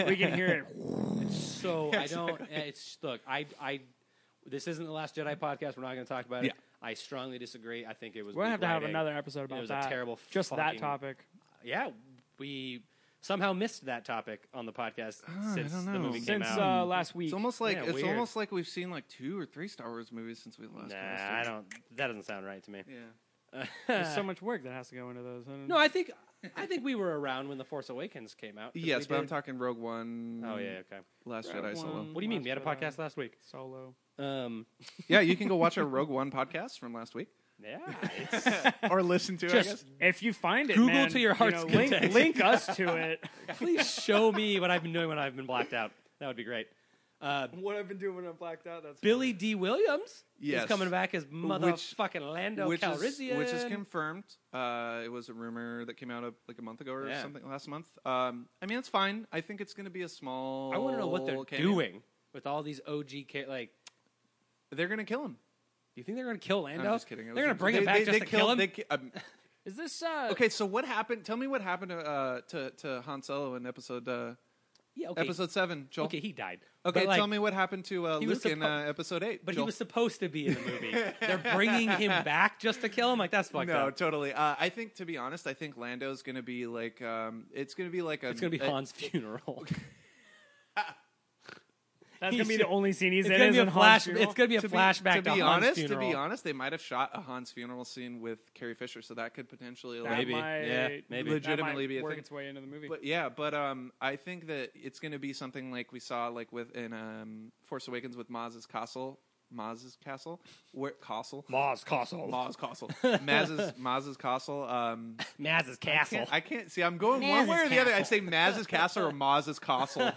[SPEAKER 3] We can
[SPEAKER 2] (laughs)
[SPEAKER 3] hear it.
[SPEAKER 1] so I don't. eh, It's look. I. I. This isn't the last Jedi podcast. We're not going to talk about it.
[SPEAKER 2] Yeah.
[SPEAKER 1] I strongly disagree. I think it was.
[SPEAKER 3] We're
[SPEAKER 1] weak
[SPEAKER 3] gonna have to have
[SPEAKER 1] writing.
[SPEAKER 3] another episode about
[SPEAKER 1] It was a
[SPEAKER 3] that.
[SPEAKER 1] terrible
[SPEAKER 3] Just that
[SPEAKER 1] fucking-
[SPEAKER 3] topic.
[SPEAKER 1] Yeah, we somehow missed that topic on the podcast
[SPEAKER 2] Ah, I
[SPEAKER 1] since
[SPEAKER 2] don't
[SPEAKER 1] the
[SPEAKER 2] know.
[SPEAKER 1] movie came
[SPEAKER 3] Since
[SPEAKER 1] out.
[SPEAKER 3] uh, last week,
[SPEAKER 2] It's almost like
[SPEAKER 1] Yeah,
[SPEAKER 2] it's
[SPEAKER 1] weird.
[SPEAKER 2] almost like we've seen like two or three Star Wars movies since we last.
[SPEAKER 1] nah,
[SPEAKER 2] posted.
[SPEAKER 1] I don't. That doesn't sound right to me.
[SPEAKER 2] Yeah.
[SPEAKER 1] (laughs)
[SPEAKER 3] there's so much work that has to go into those. I don't-
[SPEAKER 1] no, I think. I think we were around when the Force Awakens came out. 'cause
[SPEAKER 2] Yes,
[SPEAKER 1] we
[SPEAKER 2] but I'm
[SPEAKER 1] did-
[SPEAKER 2] talking Rogue One.
[SPEAKER 1] Oh yeah, okay.
[SPEAKER 2] Mm, Last
[SPEAKER 3] Rogue
[SPEAKER 2] Jedi solo.
[SPEAKER 3] One.
[SPEAKER 1] What do you mean?
[SPEAKER 3] Last
[SPEAKER 1] We had a
[SPEAKER 3] Jedi.
[SPEAKER 1] podcast last week.
[SPEAKER 3] solo.
[SPEAKER 1] Um,
[SPEAKER 2] yeah, you can go watch our Rogue One (laughs) podcast from last week,
[SPEAKER 1] yeah, it's
[SPEAKER 2] (laughs) or listen to. it, I
[SPEAKER 1] just
[SPEAKER 2] guess.
[SPEAKER 3] If you find it,
[SPEAKER 1] Google
[SPEAKER 3] man,
[SPEAKER 1] to your heart's
[SPEAKER 3] you know, link,
[SPEAKER 1] content.
[SPEAKER 3] link us
[SPEAKER 1] (laughs)
[SPEAKER 3] to it.
[SPEAKER 1] Please show me what I've been doing when I've been blacked out. That would be great. Uh,
[SPEAKER 3] what I've been doing when I'm blacked out. That's
[SPEAKER 1] Billy D. Williams
[SPEAKER 2] Yes.
[SPEAKER 1] is coming back as motherfucking Lando
[SPEAKER 2] which is,
[SPEAKER 1] Calrissian.
[SPEAKER 2] which is confirmed. Uh, it was a rumor that came out of, like a month ago or
[SPEAKER 1] Yeah.
[SPEAKER 2] something last month. Um, I mean, it's fine. I think it's going to be a small.
[SPEAKER 1] I want to know what they're
[SPEAKER 2] cameo.
[SPEAKER 1] doing with all these OG. Ca- like,
[SPEAKER 2] They're going to kill him.
[SPEAKER 1] do you think they're going to kill Lando?
[SPEAKER 2] I'm just kidding. It
[SPEAKER 1] They're
[SPEAKER 2] was
[SPEAKER 1] going to bring
[SPEAKER 2] a-
[SPEAKER 1] him
[SPEAKER 2] they-
[SPEAKER 1] back
[SPEAKER 2] they-
[SPEAKER 1] just
[SPEAKER 2] they
[SPEAKER 1] to
[SPEAKER 2] killed-
[SPEAKER 1] (laughs) kill him.
[SPEAKER 2] they ki- um,
[SPEAKER 3] Is this uh,
[SPEAKER 1] (laughs)
[SPEAKER 2] Okay, so what happened? Tell me what happened to uh, to, to Han Solo in episode uh,
[SPEAKER 1] Yeah, okay.
[SPEAKER 2] episode seven, Joel.
[SPEAKER 1] okay, he died.
[SPEAKER 2] Okay,
[SPEAKER 1] But, like,
[SPEAKER 2] tell me what happened to uh,
[SPEAKER 1] he
[SPEAKER 2] Luke
[SPEAKER 1] was
[SPEAKER 2] in
[SPEAKER 1] suppo-
[SPEAKER 2] uh, episode eight.
[SPEAKER 1] But he
[SPEAKER 2] Joel.
[SPEAKER 1] was supposed to be in the (laughs) movie. They're bringing him back just to kill him. Like that's fucked
[SPEAKER 2] no,
[SPEAKER 1] up.
[SPEAKER 2] totally. Uh, I think to be honest, I think Lando's gonna be like um, it's gonna be like a
[SPEAKER 1] It's gonna be
[SPEAKER 2] a-
[SPEAKER 1] Han's (laughs) funeral.
[SPEAKER 3] that's
[SPEAKER 1] He
[SPEAKER 3] gonna be
[SPEAKER 1] should-
[SPEAKER 3] the only scene he's
[SPEAKER 1] it's
[SPEAKER 3] in?
[SPEAKER 1] gonna
[SPEAKER 3] is
[SPEAKER 1] be a
[SPEAKER 3] in Han's
[SPEAKER 1] flash.
[SPEAKER 3] funeral?
[SPEAKER 1] It's gonna be a
[SPEAKER 2] to be-
[SPEAKER 1] flashback
[SPEAKER 2] to be
[SPEAKER 1] Han's
[SPEAKER 2] honest,
[SPEAKER 1] funeral.
[SPEAKER 2] to be honest, they might have shot a Han's funeral scene with Carrie Fisher, so that could potentially
[SPEAKER 3] That
[SPEAKER 2] like,
[SPEAKER 1] Maybe.
[SPEAKER 3] might-
[SPEAKER 1] Yeah,
[SPEAKER 3] that
[SPEAKER 1] maybe.
[SPEAKER 3] might
[SPEAKER 2] Legitimately be a
[SPEAKER 3] work
[SPEAKER 2] thing.
[SPEAKER 3] its way into the movie.
[SPEAKER 2] But yeah, but um, I think that it's going to be something like we saw like with in um, Force Awakens with Maz's castle, Maz's castle, where castle,
[SPEAKER 1] Maz Castle. (laughs)
[SPEAKER 2] Maz's castle, Maz's Maz's castle. Um,
[SPEAKER 1] Maz's castle.
[SPEAKER 2] I can't see. I'm going one
[SPEAKER 1] Maz's
[SPEAKER 2] way or the other. I
[SPEAKER 1] castle.
[SPEAKER 2] say Maz's castle or
[SPEAKER 1] (laughs)
[SPEAKER 2] Maz's castle.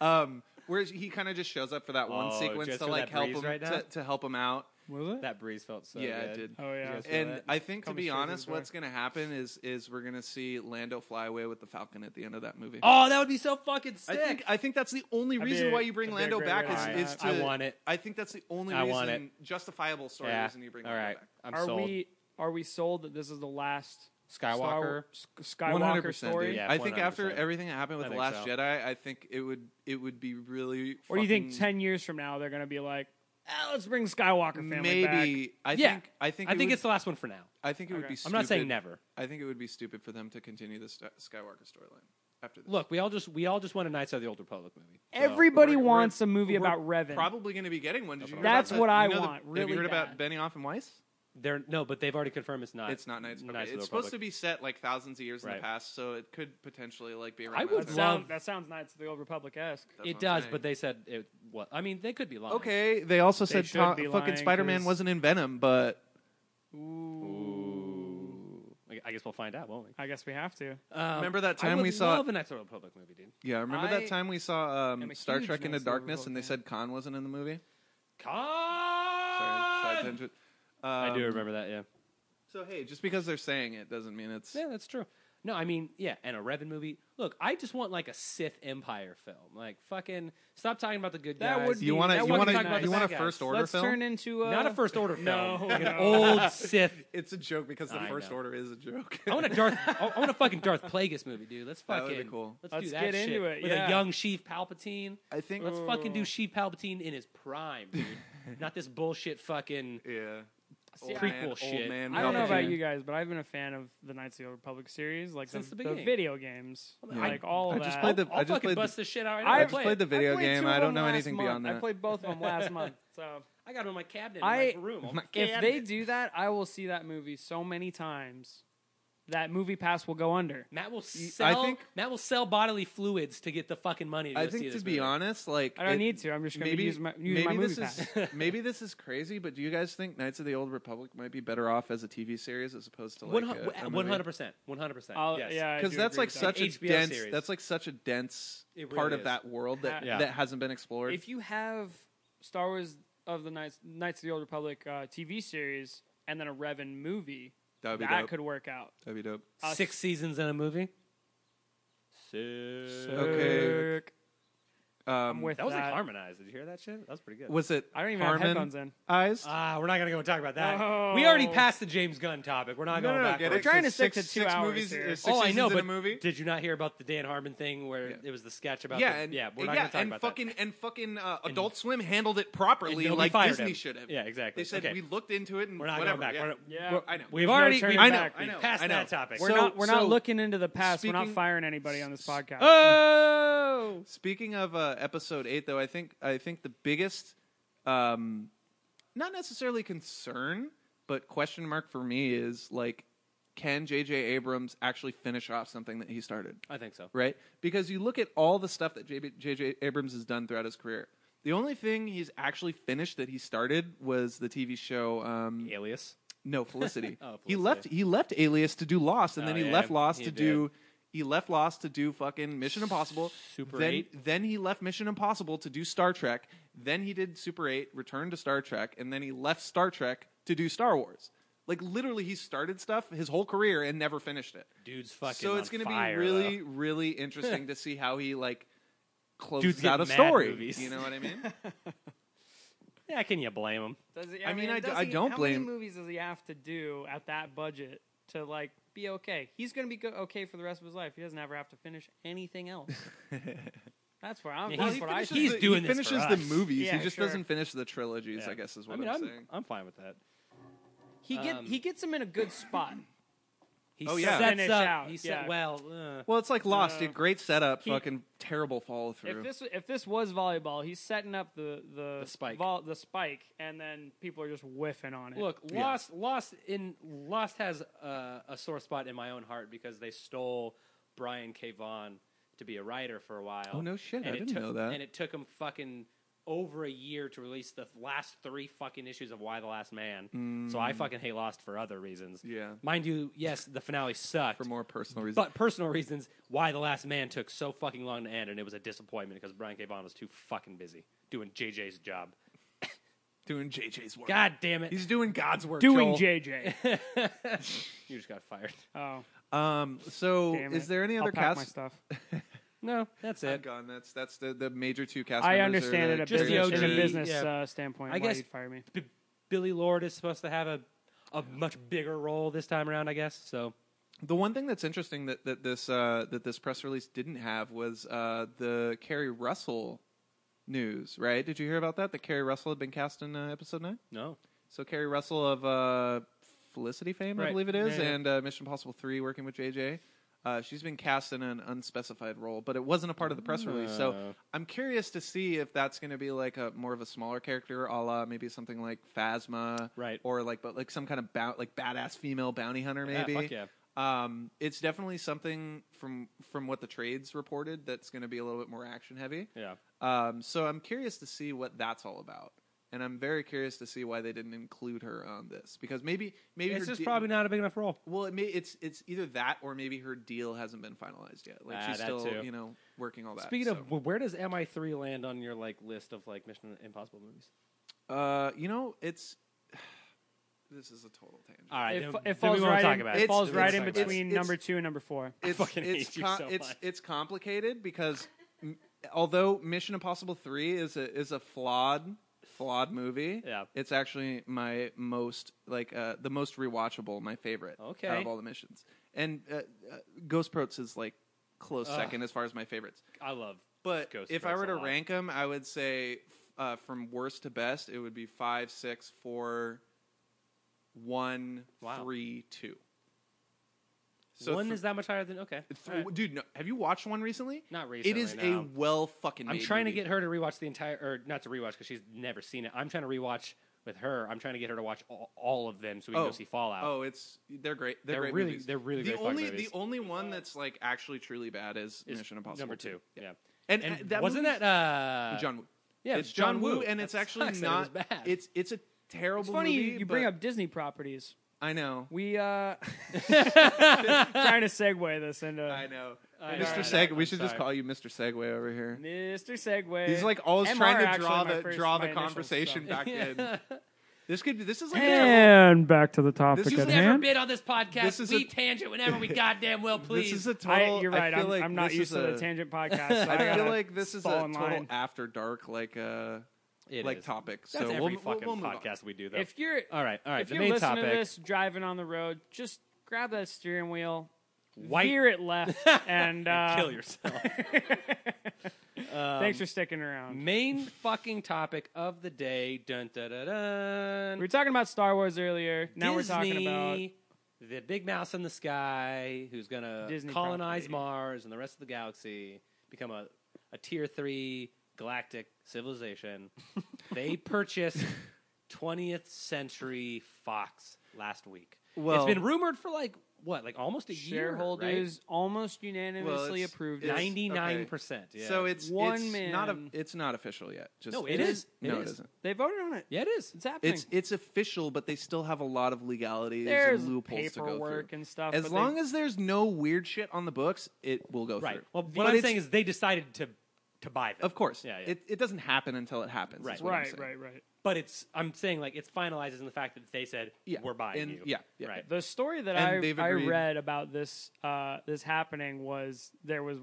[SPEAKER 2] um, where he kind of just shows up for that one
[SPEAKER 1] Oh,
[SPEAKER 2] sequence
[SPEAKER 1] just
[SPEAKER 2] to
[SPEAKER 1] for
[SPEAKER 2] like
[SPEAKER 1] that
[SPEAKER 2] help
[SPEAKER 1] breeze
[SPEAKER 2] him
[SPEAKER 1] right now?
[SPEAKER 2] to, to help him out.
[SPEAKER 3] was it?
[SPEAKER 1] that breeze felt so
[SPEAKER 2] yeah,
[SPEAKER 1] good.
[SPEAKER 2] it did.
[SPEAKER 3] Oh
[SPEAKER 1] You
[SPEAKER 3] yeah.
[SPEAKER 1] guys feel
[SPEAKER 2] And
[SPEAKER 1] that?
[SPEAKER 2] I think, to
[SPEAKER 3] Coming
[SPEAKER 2] be
[SPEAKER 3] straight through the
[SPEAKER 2] honest, what's
[SPEAKER 3] door.
[SPEAKER 2] going to happen is is we're going to see Lando fly away with the Falcon at the end of that movie.
[SPEAKER 1] Oh, that would be so fucking
[SPEAKER 2] I
[SPEAKER 1] sick.
[SPEAKER 2] think I think that's the only
[SPEAKER 3] That'd be
[SPEAKER 2] reason
[SPEAKER 3] a-
[SPEAKER 2] why you bring
[SPEAKER 3] that'd be
[SPEAKER 2] Lando
[SPEAKER 3] a great
[SPEAKER 2] back
[SPEAKER 3] way to do
[SPEAKER 2] is, is
[SPEAKER 1] it.
[SPEAKER 2] to.
[SPEAKER 1] I want it.
[SPEAKER 2] I think that's the only
[SPEAKER 1] I
[SPEAKER 2] reason
[SPEAKER 1] want
[SPEAKER 2] justifiable story
[SPEAKER 1] yeah.
[SPEAKER 2] reason you bring
[SPEAKER 1] All
[SPEAKER 2] Lando
[SPEAKER 1] right.
[SPEAKER 2] back.
[SPEAKER 1] I'm
[SPEAKER 3] are
[SPEAKER 1] sold.
[SPEAKER 3] we are we sold that this is the last Star
[SPEAKER 1] Skywalker.
[SPEAKER 3] Wa- S- Skywalker
[SPEAKER 2] 100%,
[SPEAKER 3] story?
[SPEAKER 2] dude.
[SPEAKER 1] Yeah,
[SPEAKER 2] I think after
[SPEAKER 1] 100%.
[SPEAKER 2] everything that happened with
[SPEAKER 1] I
[SPEAKER 2] the
[SPEAKER 1] think
[SPEAKER 2] Last
[SPEAKER 1] so.
[SPEAKER 2] Jedi, I think it would it would be really.
[SPEAKER 3] Or do you think
[SPEAKER 2] fucking-
[SPEAKER 3] ten years from now they're gonna be like, "Ah, let's bring Skywalker family back?
[SPEAKER 2] Maybe I
[SPEAKER 1] Yeah.
[SPEAKER 2] think I think
[SPEAKER 1] I
[SPEAKER 2] it
[SPEAKER 1] think
[SPEAKER 2] would-
[SPEAKER 1] it's the last one for now.
[SPEAKER 2] I think it would
[SPEAKER 3] Okay.
[SPEAKER 2] be.
[SPEAKER 1] I'm
[SPEAKER 2] Stupid.
[SPEAKER 1] not saying never.
[SPEAKER 2] I think it would be stupid for them to continue the Sta- Skywalker storyline after this.
[SPEAKER 1] Look, we all just we all just want a Knights of the Old Republic movie. So-
[SPEAKER 3] Everybody
[SPEAKER 2] we're-
[SPEAKER 3] wants
[SPEAKER 2] we're-
[SPEAKER 3] a movie
[SPEAKER 2] we're
[SPEAKER 3] about Revan.
[SPEAKER 2] Probably going to be getting one. Did you hear
[SPEAKER 3] That's
[SPEAKER 2] about
[SPEAKER 3] what
[SPEAKER 2] the-
[SPEAKER 3] I
[SPEAKER 2] you know the-
[SPEAKER 3] want,
[SPEAKER 2] Have
[SPEAKER 3] really
[SPEAKER 2] you heard about
[SPEAKER 3] bad.
[SPEAKER 2] Benioff and Weiss?
[SPEAKER 1] They're no, but they've already confirmed it's not.
[SPEAKER 2] It's not Knights. Okay,
[SPEAKER 1] Uh, Knights of the
[SPEAKER 2] It's
[SPEAKER 1] Old
[SPEAKER 2] supposed to be set like thousands of years in
[SPEAKER 1] Right.
[SPEAKER 2] the past, so it could potentially like be. Around
[SPEAKER 1] I
[SPEAKER 2] that
[SPEAKER 1] would
[SPEAKER 3] that,
[SPEAKER 1] love-
[SPEAKER 2] time.
[SPEAKER 3] sound, that sounds nice. The old Republic esque.
[SPEAKER 2] That's what
[SPEAKER 1] It
[SPEAKER 2] I'm
[SPEAKER 1] does,
[SPEAKER 2] saying.
[SPEAKER 1] but they said it. What I mean, they could be lying.
[SPEAKER 2] Okay, they also
[SPEAKER 3] They
[SPEAKER 2] said
[SPEAKER 3] should
[SPEAKER 2] Tom-
[SPEAKER 3] be lying,
[SPEAKER 2] fucking Spider-Man
[SPEAKER 3] 'cause-
[SPEAKER 2] wasn't in Venom, but
[SPEAKER 1] Ooh. I- I guess we'll find out, won't we?
[SPEAKER 3] I guess we have to.
[SPEAKER 1] Um,
[SPEAKER 2] Remember that
[SPEAKER 1] I
[SPEAKER 2] time
[SPEAKER 1] would
[SPEAKER 2] we saw-
[SPEAKER 1] Love a Knights of the Old Republic movie, dude.
[SPEAKER 2] yeah, remember
[SPEAKER 3] I
[SPEAKER 2] that time we saw
[SPEAKER 3] am
[SPEAKER 2] um,
[SPEAKER 3] a
[SPEAKER 2] Star
[SPEAKER 3] huge
[SPEAKER 2] Trek Into
[SPEAKER 3] Knights of the Old
[SPEAKER 2] Darkness, and they
[SPEAKER 3] Republic
[SPEAKER 2] said Khan wasn't in the movie. Sorry,
[SPEAKER 1] Con!
[SPEAKER 2] side tangent.
[SPEAKER 1] I do
[SPEAKER 2] Um,
[SPEAKER 1] remember that. Yeah.
[SPEAKER 2] So hey, just because they're saying it doesn't mean it's.
[SPEAKER 1] Yeah, that's true. No, I mean, yeah, and a Revan movie. Look, I just want like a Sith Empire film. Like fucking, stop talking about the good
[SPEAKER 3] That
[SPEAKER 1] guys.
[SPEAKER 3] would
[SPEAKER 2] You
[SPEAKER 3] be-
[SPEAKER 2] want to?
[SPEAKER 3] that
[SPEAKER 2] You
[SPEAKER 3] would
[SPEAKER 2] want
[SPEAKER 3] be
[SPEAKER 2] to?
[SPEAKER 3] nice.
[SPEAKER 2] You want
[SPEAKER 1] Bad
[SPEAKER 2] a
[SPEAKER 1] guys.
[SPEAKER 2] first order
[SPEAKER 3] Let's
[SPEAKER 2] film?
[SPEAKER 3] turn into uh,
[SPEAKER 1] Not a first
[SPEAKER 2] (laughs)
[SPEAKER 1] order film.
[SPEAKER 3] No,
[SPEAKER 1] like an
[SPEAKER 3] no.
[SPEAKER 1] old Sith.
[SPEAKER 2] It's a joke because the
[SPEAKER 1] I
[SPEAKER 2] first
[SPEAKER 1] know.
[SPEAKER 2] order is a joke.
[SPEAKER 1] I want a Darth. I I want a fucking Darth Plagueis movie, dude. Let's
[SPEAKER 2] That
[SPEAKER 1] fucking
[SPEAKER 2] would be cool.
[SPEAKER 1] Let's, do
[SPEAKER 3] Let's
[SPEAKER 1] that
[SPEAKER 3] get
[SPEAKER 1] shit
[SPEAKER 3] into it,
[SPEAKER 1] with
[SPEAKER 3] yeah.
[SPEAKER 1] a young Sheev Palpatine.
[SPEAKER 2] (laughs) I think.
[SPEAKER 3] (laughs)
[SPEAKER 1] Let's fucking
[SPEAKER 2] Mm.
[SPEAKER 1] do Sheev Palpatine in his prime,
[SPEAKER 2] (laughs)
[SPEAKER 1] dude. Not this bullshit fucking
[SPEAKER 2] Yeah.
[SPEAKER 3] See,
[SPEAKER 2] Old
[SPEAKER 1] prequel
[SPEAKER 2] Oh, man- old
[SPEAKER 1] shit.
[SPEAKER 2] man
[SPEAKER 3] I don't know
[SPEAKER 2] Palpatine.
[SPEAKER 3] about you guys, but I've been a fan of the Knights of the Old Republic series, like
[SPEAKER 1] Since
[SPEAKER 3] the,
[SPEAKER 1] the
[SPEAKER 3] the
[SPEAKER 1] beginning.
[SPEAKER 3] video games,
[SPEAKER 1] Yeah.
[SPEAKER 3] like all
[SPEAKER 2] I
[SPEAKER 3] of
[SPEAKER 2] just
[SPEAKER 3] that.
[SPEAKER 2] played the-
[SPEAKER 1] I'll, I'll
[SPEAKER 2] I just
[SPEAKER 1] fucking
[SPEAKER 2] played
[SPEAKER 1] bust the shit out.
[SPEAKER 2] I
[SPEAKER 1] I,
[SPEAKER 2] just played the
[SPEAKER 3] I
[SPEAKER 2] video
[SPEAKER 3] played
[SPEAKER 2] game.
[SPEAKER 3] two of
[SPEAKER 2] I don't
[SPEAKER 3] them
[SPEAKER 2] know
[SPEAKER 3] last
[SPEAKER 2] anything
[SPEAKER 3] month.
[SPEAKER 2] beyond that.
[SPEAKER 3] I played both of them last month. (laughs) So
[SPEAKER 1] I got it on my cabinet
[SPEAKER 3] I-
[SPEAKER 1] in my room.
[SPEAKER 2] My
[SPEAKER 3] if they do that, I will see that movie so many times that movie pass will go under.
[SPEAKER 1] Matt will sell.
[SPEAKER 2] think-
[SPEAKER 1] Matt will sell bodily fluids to get the fucking money. To
[SPEAKER 2] I
[SPEAKER 1] go see
[SPEAKER 2] think to
[SPEAKER 1] this
[SPEAKER 2] be
[SPEAKER 1] movie.
[SPEAKER 2] honest, like
[SPEAKER 3] I don't
[SPEAKER 2] it-
[SPEAKER 3] need to. I'm just going to
[SPEAKER 2] maybe
[SPEAKER 3] use my, use
[SPEAKER 2] maybe
[SPEAKER 3] my movie
[SPEAKER 2] this
[SPEAKER 3] pass.
[SPEAKER 2] is (laughs) maybe this is crazy, but do you guys think Knights of the Old Republic might be better off as a TV series as opposed to like uh,
[SPEAKER 1] one hundred percent, one hundred percent.
[SPEAKER 2] (laughs)
[SPEAKER 3] I'll-
[SPEAKER 1] Yes.
[SPEAKER 3] yeah, I
[SPEAKER 2] Because
[SPEAKER 3] do
[SPEAKER 2] that's
[SPEAKER 3] agree
[SPEAKER 2] like
[SPEAKER 3] with that.
[SPEAKER 2] such a
[SPEAKER 1] HBO
[SPEAKER 2] dense.
[SPEAKER 1] series.
[SPEAKER 2] That's like such a dense
[SPEAKER 1] It
[SPEAKER 2] part
[SPEAKER 1] really
[SPEAKER 2] of
[SPEAKER 1] is.
[SPEAKER 2] that world that
[SPEAKER 1] Yeah.
[SPEAKER 2] that hasn't been explored.
[SPEAKER 3] If you have Star Wars of the Knights, Knights of the Old Republic uh, TV series and then a Revan movie,
[SPEAKER 2] that would be
[SPEAKER 3] that
[SPEAKER 2] dope.
[SPEAKER 3] could work out.
[SPEAKER 2] That'd be dope.
[SPEAKER 3] Us-
[SPEAKER 1] Six seasons in a movie. Sick.
[SPEAKER 2] Okay.
[SPEAKER 3] Sick.
[SPEAKER 2] Um,
[SPEAKER 3] I'm with
[SPEAKER 1] That was like
[SPEAKER 3] that.
[SPEAKER 1] harmonized. Did you hear that shit? That was pretty good.
[SPEAKER 2] was it?
[SPEAKER 3] I don't even have
[SPEAKER 2] Harmon
[SPEAKER 3] headphones in. Uh,
[SPEAKER 2] Eyes.
[SPEAKER 1] Ah, we're not gonna go talk about that.
[SPEAKER 3] No.
[SPEAKER 1] We already passed the James Gunn topic. We're not
[SPEAKER 2] no,
[SPEAKER 1] going
[SPEAKER 2] no, no,
[SPEAKER 1] back.
[SPEAKER 2] get
[SPEAKER 3] We're
[SPEAKER 2] it,
[SPEAKER 3] trying
[SPEAKER 2] 'cause
[SPEAKER 3] to stick
[SPEAKER 2] six-
[SPEAKER 3] to two
[SPEAKER 2] six
[SPEAKER 3] hours
[SPEAKER 2] movies,
[SPEAKER 3] here.
[SPEAKER 2] uh, six
[SPEAKER 1] Oh, I
[SPEAKER 2] seasons
[SPEAKER 1] know,
[SPEAKER 2] in
[SPEAKER 1] but
[SPEAKER 2] a movie.
[SPEAKER 1] did you not hear about the Dan Harmon thing where
[SPEAKER 2] Yeah.
[SPEAKER 1] it was the sketch about?
[SPEAKER 2] yeah,
[SPEAKER 1] the,
[SPEAKER 2] and,
[SPEAKER 1] yeah, we're not
[SPEAKER 2] yeah,
[SPEAKER 1] gonna talk
[SPEAKER 2] and
[SPEAKER 1] about
[SPEAKER 2] fucking
[SPEAKER 1] that.
[SPEAKER 2] and fucking uh, Adult Swim handled it properly,
[SPEAKER 1] nobody
[SPEAKER 2] like
[SPEAKER 1] fired
[SPEAKER 2] Disney
[SPEAKER 1] him.
[SPEAKER 2] should have.
[SPEAKER 1] Yeah, exactly.
[SPEAKER 2] They said
[SPEAKER 1] Okay.
[SPEAKER 2] we looked into it and
[SPEAKER 1] We're not
[SPEAKER 2] whatever.
[SPEAKER 1] going back.
[SPEAKER 2] yeah.
[SPEAKER 1] We're not-
[SPEAKER 3] Yeah.
[SPEAKER 1] we're-
[SPEAKER 2] I know.
[SPEAKER 1] We've
[SPEAKER 3] No
[SPEAKER 1] already.
[SPEAKER 3] turning
[SPEAKER 1] we've-
[SPEAKER 2] I
[SPEAKER 3] back.
[SPEAKER 2] know.
[SPEAKER 3] back.
[SPEAKER 2] I know.
[SPEAKER 1] Passed
[SPEAKER 2] I know.
[SPEAKER 1] that topic.
[SPEAKER 3] We're
[SPEAKER 2] So-
[SPEAKER 3] not we're not
[SPEAKER 2] so-
[SPEAKER 3] looking into the past. we're not
[SPEAKER 2] speaking-
[SPEAKER 3] firing anybody on this podcast.
[SPEAKER 1] Oh.
[SPEAKER 2] Speaking of uh, episode eight, though, I think I think the biggest, um, not necessarily concern, but question mark for me is like, can J.J. Abrams actually finish off something that he started?
[SPEAKER 1] I think so.
[SPEAKER 2] Right? Because you look at all the stuff that J.B. J.J. Abrams has done throughout his career. The only thing he's actually finished that he started was the TV show. Um,
[SPEAKER 1] Alias.
[SPEAKER 2] (laughs) No, Felicity.
[SPEAKER 1] (laughs) Oh,
[SPEAKER 2] He
[SPEAKER 1] Felicity.
[SPEAKER 2] left. He left Alias to do Lost, and
[SPEAKER 1] Oh,
[SPEAKER 2] then he
[SPEAKER 1] yeah,
[SPEAKER 2] left Lost
[SPEAKER 1] he
[SPEAKER 2] to
[SPEAKER 1] did.
[SPEAKER 2] do. He left Lost to do fucking Mission Impossible.
[SPEAKER 1] Super
[SPEAKER 2] then,
[SPEAKER 1] 8.
[SPEAKER 2] Then he left Mission Impossible to do Star Trek. Then he did Super Eight, returned to Star Trek, and then he left Star Trek to do Star Wars. Like literally, he started stuff his whole career and never finished it.
[SPEAKER 1] Dude's fucking.
[SPEAKER 2] so it's
[SPEAKER 1] going
[SPEAKER 2] gonna
[SPEAKER 1] to
[SPEAKER 2] be really, really interesting to see how he like closes
[SPEAKER 1] Dude's
[SPEAKER 2] out a
[SPEAKER 1] getting mad
[SPEAKER 2] story.
[SPEAKER 1] movies.
[SPEAKER 2] You know what I mean?
[SPEAKER 1] Yeah, can you blame him?
[SPEAKER 3] Does he,
[SPEAKER 2] I mean, I d-
[SPEAKER 3] does
[SPEAKER 2] I
[SPEAKER 3] he-
[SPEAKER 2] don't
[SPEAKER 3] how
[SPEAKER 2] blame-
[SPEAKER 3] Many movies does he have to do at that budget to like be okay? He's going to be go- okay for the rest of his life. He doesn't ever have to finish
[SPEAKER 2] (laughs)
[SPEAKER 3] anything else. That's where I'm.
[SPEAKER 1] Yeah,
[SPEAKER 3] that's
[SPEAKER 1] he's-
[SPEAKER 3] what I
[SPEAKER 1] finishes
[SPEAKER 3] think.
[SPEAKER 1] he's
[SPEAKER 2] the,
[SPEAKER 1] doing
[SPEAKER 2] he
[SPEAKER 1] this for
[SPEAKER 2] finishes the
[SPEAKER 1] us.
[SPEAKER 2] movies.
[SPEAKER 3] Yeah,
[SPEAKER 2] he just
[SPEAKER 3] sure.
[SPEAKER 2] doesn't finish the trilogies.
[SPEAKER 1] Yeah.
[SPEAKER 2] I guess is
[SPEAKER 1] I
[SPEAKER 2] what
[SPEAKER 1] mean,
[SPEAKER 2] am
[SPEAKER 1] I'm
[SPEAKER 2] saying.
[SPEAKER 1] I'm fine with that.
[SPEAKER 3] He get
[SPEAKER 1] Um,
[SPEAKER 3] he gets him in a good spot.
[SPEAKER 1] He
[SPEAKER 2] Oh, yeah.
[SPEAKER 1] sets
[SPEAKER 3] Finish
[SPEAKER 1] up.
[SPEAKER 3] out,
[SPEAKER 1] He set,
[SPEAKER 3] yeah.
[SPEAKER 1] well, uh,
[SPEAKER 2] Well, it's like Lost.
[SPEAKER 3] Uh,
[SPEAKER 2] dude, great setup,
[SPEAKER 3] he-
[SPEAKER 2] fucking terrible follow through.
[SPEAKER 3] If this if this was volleyball, he's setting up the the,
[SPEAKER 1] The spike.
[SPEAKER 3] vol- the spike, and then people are just whiffing on it.
[SPEAKER 1] Look,
[SPEAKER 2] Yeah.
[SPEAKER 1] Lost, Lost in Lost has uh, a sore spot in my own heart because they stole Brian K. Vaughan to be a writer for a while.
[SPEAKER 2] oh no shit! I
[SPEAKER 1] it
[SPEAKER 2] didn't
[SPEAKER 1] took-
[SPEAKER 2] know that.
[SPEAKER 1] And it took him fucking over a year to release the last three fucking issues of Why the Last Man. So I fucking hate Lost for other reasons.
[SPEAKER 2] Mm. yeah,
[SPEAKER 1] Mind you, yes, the finale sucked.
[SPEAKER 2] for more personal reasons.
[SPEAKER 1] but personal reasons why The Last Man took so fucking long to end, and it was a disappointment because Brian K. Vaughan was too fucking busy doing JJ's job.
[SPEAKER 2] doing JJ's work.
[SPEAKER 1] God damn it.
[SPEAKER 2] He's doing God's work.
[SPEAKER 3] doing
[SPEAKER 2] Joel.
[SPEAKER 3] JJ.
[SPEAKER 1] (laughs) you just got fired. (laughs)
[SPEAKER 3] Oh,
[SPEAKER 2] Um. So,
[SPEAKER 3] damn
[SPEAKER 2] is
[SPEAKER 3] it.
[SPEAKER 2] there any
[SPEAKER 3] I'll
[SPEAKER 2] other
[SPEAKER 3] pack
[SPEAKER 2] cast?
[SPEAKER 3] My
[SPEAKER 2] (laughs)
[SPEAKER 3] stuff.
[SPEAKER 1] No, that's
[SPEAKER 2] I'm
[SPEAKER 1] it.
[SPEAKER 2] gone. That's that's the, the major two cast.
[SPEAKER 3] I
[SPEAKER 2] members are
[SPEAKER 3] understand
[SPEAKER 2] the
[SPEAKER 3] it a
[SPEAKER 1] Just
[SPEAKER 2] Jerry
[SPEAKER 1] the
[SPEAKER 3] business, in a
[SPEAKER 1] OG,
[SPEAKER 2] Shea.
[SPEAKER 3] business
[SPEAKER 1] yeah.
[SPEAKER 3] uh, standpoint.
[SPEAKER 1] I
[SPEAKER 3] why
[SPEAKER 1] guess-
[SPEAKER 3] you'd fire me.
[SPEAKER 1] B- Billy Lord is supposed to have a a much bigger role this time around, I guess. So
[SPEAKER 2] The one thing that's interesting that that this uh, that this press release didn't have was uh, the Carrie Russell news. Right? Did you hear about that? That Carrie Russell had been cast in uh, episode nine.
[SPEAKER 1] no,
[SPEAKER 2] So Carrie Russell of uh, Felicity fame,
[SPEAKER 1] Right.
[SPEAKER 2] I believe it is,
[SPEAKER 3] Yeah, yeah.
[SPEAKER 2] and uh, Mission Impossible three, working with JJ. Uh, she's been cast in an unspecified role, but it wasn't a part of the press release.
[SPEAKER 1] Uh.
[SPEAKER 2] So I'm curious to see if that's going to be like a more of a smaller character, a la maybe something like Phasma,
[SPEAKER 1] Right.
[SPEAKER 2] Or like, but like some kind of bou- like badass female bounty hunter,
[SPEAKER 1] Yeah,
[SPEAKER 2] maybe.
[SPEAKER 1] Ah, fuck yeah.
[SPEAKER 2] Um, it's definitely something from from what the trades reported that's going to be a little bit more action heavy.
[SPEAKER 1] yeah,
[SPEAKER 2] Um, so I'm curious to see what that's all about, and I'm very curious to see why they didn't include her on this because maybe maybe
[SPEAKER 1] it's
[SPEAKER 2] her
[SPEAKER 1] just
[SPEAKER 2] de-
[SPEAKER 1] probably not a big enough role.
[SPEAKER 2] well, it may, it's it's either that or maybe her deal hasn't been finalized yet. Like
[SPEAKER 1] Ah,
[SPEAKER 2] she's
[SPEAKER 1] that
[SPEAKER 2] still
[SPEAKER 1] too.
[SPEAKER 2] you know working all that.
[SPEAKER 1] Speaking
[SPEAKER 2] so.
[SPEAKER 1] of, well, where does MI three land on your like list of like Mission Impossible movies?
[SPEAKER 2] uh, you know, it's (sighs) this is a total tangent.
[SPEAKER 1] All right,
[SPEAKER 3] It,
[SPEAKER 1] then-
[SPEAKER 3] fa-
[SPEAKER 1] then
[SPEAKER 3] it falls
[SPEAKER 1] we won't
[SPEAKER 3] right
[SPEAKER 1] talk
[SPEAKER 3] in,
[SPEAKER 1] about
[SPEAKER 3] it
[SPEAKER 1] it.
[SPEAKER 3] falls
[SPEAKER 1] Then we
[SPEAKER 3] right in
[SPEAKER 1] won't talk about
[SPEAKER 3] between
[SPEAKER 2] It's-
[SPEAKER 3] number two and number four.
[SPEAKER 2] it's
[SPEAKER 1] fucking
[SPEAKER 2] it's
[SPEAKER 1] hate you so
[SPEAKER 2] it's
[SPEAKER 1] much.
[SPEAKER 2] it's complicated because m- although Mission Impossible 3 is a is a flawed flawed movie,
[SPEAKER 1] Yeah.
[SPEAKER 2] it's actually my most like uh the most rewatchable, my favorite
[SPEAKER 1] Okay.
[SPEAKER 2] out of all the missions. And uh, uh, Ghost Protes is like close
[SPEAKER 1] Ugh.
[SPEAKER 2] second as far as my favorites.
[SPEAKER 1] it. I love,
[SPEAKER 2] But
[SPEAKER 1] Ghost
[SPEAKER 2] if I
[SPEAKER 1] Protes
[SPEAKER 2] were
[SPEAKER 1] a
[SPEAKER 2] to
[SPEAKER 1] lot.
[SPEAKER 2] rank them, I would say uh, from worst to best, it would be five, six, four, one,
[SPEAKER 1] Wow.
[SPEAKER 2] three, two.
[SPEAKER 1] one
[SPEAKER 2] th-
[SPEAKER 1] is that much higher than okay.
[SPEAKER 2] Th-
[SPEAKER 1] All right.
[SPEAKER 2] Dude, no, have you watched one recently?
[SPEAKER 1] Not
[SPEAKER 2] It
[SPEAKER 1] recently,
[SPEAKER 2] is a
[SPEAKER 1] no.
[SPEAKER 2] well fucking.
[SPEAKER 1] I'm trying to get her to rewatch the entire, or not to rewatch because she's never seen it. I'm trying to rewatch with her. I'm trying to get her to watch all, all of them so we can
[SPEAKER 2] Oh.
[SPEAKER 1] go see Fallout.
[SPEAKER 2] Oh, it's they're great. They're,
[SPEAKER 1] They're
[SPEAKER 2] great
[SPEAKER 1] really-
[SPEAKER 2] movies.
[SPEAKER 1] they're really
[SPEAKER 2] the
[SPEAKER 1] great fucking
[SPEAKER 2] only
[SPEAKER 1] movies.
[SPEAKER 2] the only one that's like actually truly bad is,
[SPEAKER 1] Is
[SPEAKER 2] Mission Impossible
[SPEAKER 1] number two. Yeah,
[SPEAKER 2] and,
[SPEAKER 1] and
[SPEAKER 2] uh, that
[SPEAKER 1] wasn't
[SPEAKER 2] movie's-
[SPEAKER 1] that uh,
[SPEAKER 2] John? Woo.
[SPEAKER 1] Yeah,
[SPEAKER 2] it's John, Woo,
[SPEAKER 1] Woo,
[SPEAKER 2] and
[SPEAKER 1] That
[SPEAKER 2] it's actually
[SPEAKER 1] sucks that (laughs) it was
[SPEAKER 2] not
[SPEAKER 1] bad.
[SPEAKER 2] It's (laughs) it's a terrible.
[SPEAKER 3] It's funny
[SPEAKER 2] movie,
[SPEAKER 3] you bring
[SPEAKER 2] but-
[SPEAKER 3] up Disney properties.
[SPEAKER 2] I know.
[SPEAKER 3] We uh
[SPEAKER 1] (laughs)
[SPEAKER 3] (laughs) trying to segue this into
[SPEAKER 2] I know.
[SPEAKER 1] I know,
[SPEAKER 2] Mr.
[SPEAKER 1] I know,
[SPEAKER 2] Seg, we
[SPEAKER 1] I'm
[SPEAKER 2] should just
[SPEAKER 1] sorry.
[SPEAKER 2] call you Mr. Segway over here.
[SPEAKER 3] Mr. Segway.
[SPEAKER 2] He's like always
[SPEAKER 3] MR
[SPEAKER 2] trying to
[SPEAKER 3] actually
[SPEAKER 2] draw
[SPEAKER 3] my
[SPEAKER 2] the
[SPEAKER 3] first-
[SPEAKER 2] draw
[SPEAKER 3] my
[SPEAKER 2] the
[SPEAKER 3] initials,
[SPEAKER 2] conversation
[SPEAKER 1] (laughs)
[SPEAKER 3] so.
[SPEAKER 2] back in. This could be. This is like a terrible-
[SPEAKER 3] And back to the topic
[SPEAKER 2] This is
[SPEAKER 3] at
[SPEAKER 2] never
[SPEAKER 3] hand.
[SPEAKER 1] been on this podcast.
[SPEAKER 2] This is
[SPEAKER 1] we
[SPEAKER 2] a-
[SPEAKER 1] tangent whenever
[SPEAKER 2] (laughs)
[SPEAKER 1] we goddamn well please.
[SPEAKER 2] This is a total.
[SPEAKER 3] I, you're right.
[SPEAKER 2] I feel
[SPEAKER 3] I'm,
[SPEAKER 2] like
[SPEAKER 3] I'm not
[SPEAKER 2] this
[SPEAKER 3] used
[SPEAKER 2] is
[SPEAKER 3] to
[SPEAKER 2] a-
[SPEAKER 3] the tangent podcast. So
[SPEAKER 2] (laughs) I, feel
[SPEAKER 3] gotta
[SPEAKER 2] like this is a
[SPEAKER 3] fall
[SPEAKER 2] total
[SPEAKER 3] in line.
[SPEAKER 2] after dark like uh
[SPEAKER 1] It
[SPEAKER 2] like
[SPEAKER 1] is.
[SPEAKER 2] topic.
[SPEAKER 1] That's
[SPEAKER 2] so
[SPEAKER 1] every
[SPEAKER 2] we'll, we'll,
[SPEAKER 1] fucking
[SPEAKER 2] we'll move on.
[SPEAKER 1] podcast we do though.
[SPEAKER 3] If you're
[SPEAKER 1] all right, all right.
[SPEAKER 3] if
[SPEAKER 1] the
[SPEAKER 3] you're
[SPEAKER 1] main
[SPEAKER 3] listening
[SPEAKER 1] topic.
[SPEAKER 3] to this driving on the road, just grab that steering wheel,
[SPEAKER 1] White-
[SPEAKER 3] veer it left, and, uh,
[SPEAKER 1] kill yourself. (laughs) Um,
[SPEAKER 3] (laughs) Thanks for sticking around.
[SPEAKER 1] (laughs) main fucking topic of the day. Dun dun dun dun.
[SPEAKER 3] We were talking about Star Wars earlier. Now we're talking about
[SPEAKER 1] Disney, the big mouse in the sky who's gonna
[SPEAKER 3] Disney
[SPEAKER 1] colonize
[SPEAKER 3] property.
[SPEAKER 1] Mars and the rest of the galaxy, become a, a tier three galactic
[SPEAKER 3] (laughs)
[SPEAKER 1] civilization. they purchased 20th Century Fox last week.
[SPEAKER 2] Well-
[SPEAKER 1] it's been rumored for like what, like almost a
[SPEAKER 3] shareholders almost unanimously
[SPEAKER 2] it's-
[SPEAKER 3] approved
[SPEAKER 1] year,
[SPEAKER 2] it's-
[SPEAKER 3] it.
[SPEAKER 1] ninety nine percent. Yeah.
[SPEAKER 2] So it's
[SPEAKER 3] One
[SPEAKER 2] it's
[SPEAKER 3] man.
[SPEAKER 2] not a, it's not official yet. Just
[SPEAKER 1] No, it
[SPEAKER 2] it's-
[SPEAKER 1] is. It
[SPEAKER 2] no,
[SPEAKER 1] is.
[SPEAKER 2] it isn't.
[SPEAKER 3] They voted on it.
[SPEAKER 1] yeah, it is.
[SPEAKER 3] It's happening.
[SPEAKER 2] It's it's official, but they still have a lot of legalities
[SPEAKER 3] There's
[SPEAKER 2] and loopholes to go through.
[SPEAKER 3] paperwork and stuff.
[SPEAKER 2] as
[SPEAKER 3] but
[SPEAKER 2] long
[SPEAKER 3] they,
[SPEAKER 2] as there's no weird shit on the books, it will go
[SPEAKER 1] Right.
[SPEAKER 2] through.
[SPEAKER 1] Well,
[SPEAKER 2] But
[SPEAKER 1] what I'm
[SPEAKER 2] it's-
[SPEAKER 1] saying is they decided to to buy them.
[SPEAKER 2] of course,
[SPEAKER 1] Yeah, yeah.
[SPEAKER 2] It, it doesn't happen until it happens. is
[SPEAKER 1] Right.
[SPEAKER 2] what I'm
[SPEAKER 3] right,
[SPEAKER 2] saying.
[SPEAKER 3] right, right.
[SPEAKER 1] but it's I'm saying like it's finalizes in the fact that they said
[SPEAKER 2] Yeah.
[SPEAKER 1] we're buying
[SPEAKER 2] And-
[SPEAKER 1] you.
[SPEAKER 2] yeah, yeah.
[SPEAKER 1] Right.
[SPEAKER 3] The story that
[SPEAKER 2] And they've
[SPEAKER 3] I I
[SPEAKER 2] agreed.
[SPEAKER 3] read about this uh, this happening was there was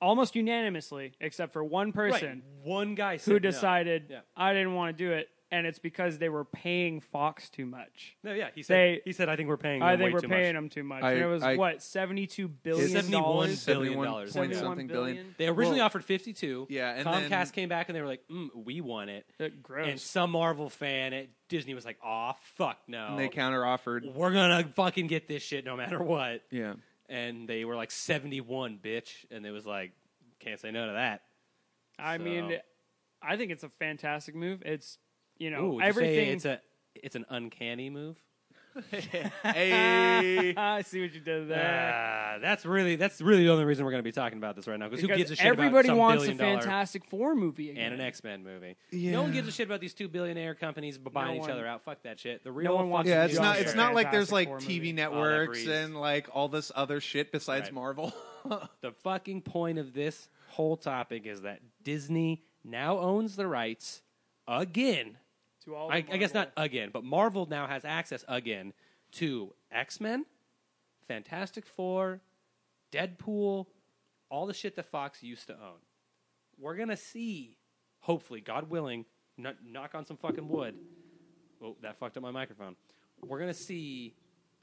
[SPEAKER 3] almost unanimously, except for one person
[SPEAKER 1] Right. One guy said
[SPEAKER 3] who
[SPEAKER 1] no.
[SPEAKER 3] decided
[SPEAKER 1] Yeah.
[SPEAKER 3] I didn't want to do it, and it's because they were paying Fox too much.
[SPEAKER 1] No, yeah, he said.
[SPEAKER 3] They-
[SPEAKER 1] he said, "I think we're paying.
[SPEAKER 3] I
[SPEAKER 1] them
[SPEAKER 3] think
[SPEAKER 1] way
[SPEAKER 3] we're
[SPEAKER 1] too
[SPEAKER 3] paying
[SPEAKER 1] much.
[SPEAKER 3] them too much.
[SPEAKER 2] I-
[SPEAKER 3] and it was
[SPEAKER 2] I-
[SPEAKER 3] what seventy-two billion
[SPEAKER 1] Seventy-one
[SPEAKER 3] dollars.
[SPEAKER 1] billion
[SPEAKER 2] $71
[SPEAKER 1] dollars.
[SPEAKER 2] point
[SPEAKER 3] 71
[SPEAKER 2] something billion.
[SPEAKER 1] They originally
[SPEAKER 2] Well-
[SPEAKER 1] offered fifty-two.
[SPEAKER 2] Yeah, and
[SPEAKER 1] Comcast
[SPEAKER 2] then-
[SPEAKER 1] came back and they were like, mm, "We want it."
[SPEAKER 3] Uh, gross.
[SPEAKER 1] And some Marvel fan at Disney was like, "Aw, fuck no."
[SPEAKER 2] And they counter offered.
[SPEAKER 1] We're gonna fucking get this shit no matter what.
[SPEAKER 2] Yeah.
[SPEAKER 1] And they were like seventy-one, bitch. And it was like, can't say no to that.
[SPEAKER 3] I mean,
[SPEAKER 1] So-
[SPEAKER 3] I think it's a fantastic move. It's you know
[SPEAKER 1] Ooh, would you say
[SPEAKER 3] everything.
[SPEAKER 1] it's a it's an uncanny move.
[SPEAKER 3] (laughs)
[SPEAKER 2] Hey.
[SPEAKER 3] (laughs) I see what you did there.
[SPEAKER 1] Ah, that's really that's really the only reason we're going to be talking about this right now because who
[SPEAKER 3] Because
[SPEAKER 1] gives a shit
[SPEAKER 3] everybody
[SPEAKER 1] about some
[SPEAKER 3] wants a
[SPEAKER 1] billion dollar
[SPEAKER 3] Fantastic Four movie again.
[SPEAKER 1] and an X Men movie?
[SPEAKER 2] Yeah.
[SPEAKER 1] No one gives a shit about these two billionaire companies b- buying each
[SPEAKER 3] No one.
[SPEAKER 1] other out. Fuck that shit. The real
[SPEAKER 3] one wants
[SPEAKER 1] fucking
[SPEAKER 2] Yeah,
[SPEAKER 3] to
[SPEAKER 2] it's
[SPEAKER 3] Yeah,
[SPEAKER 2] not.
[SPEAKER 3] sure.
[SPEAKER 2] It's not like there's like
[SPEAKER 3] Fantastic Four
[SPEAKER 2] TV
[SPEAKER 3] movie.
[SPEAKER 2] networks
[SPEAKER 1] breeze.
[SPEAKER 2] and like all this other shit besides
[SPEAKER 1] Right.
[SPEAKER 2] Marvel. (laughs)
[SPEAKER 1] The fucking point of this whole topic is that Disney now owns the rights again.
[SPEAKER 3] to all
[SPEAKER 1] I,
[SPEAKER 3] the
[SPEAKER 1] I guess not
[SPEAKER 3] Marvel.
[SPEAKER 1] again, but Marvel now has access again to X Men, Fantastic Four, Deadpool, all the shit that Fox used to own. We're gonna see, hopefully, God willing, kn- knock on some fucking wood. Oh, that fucked up my microphone. We're gonna see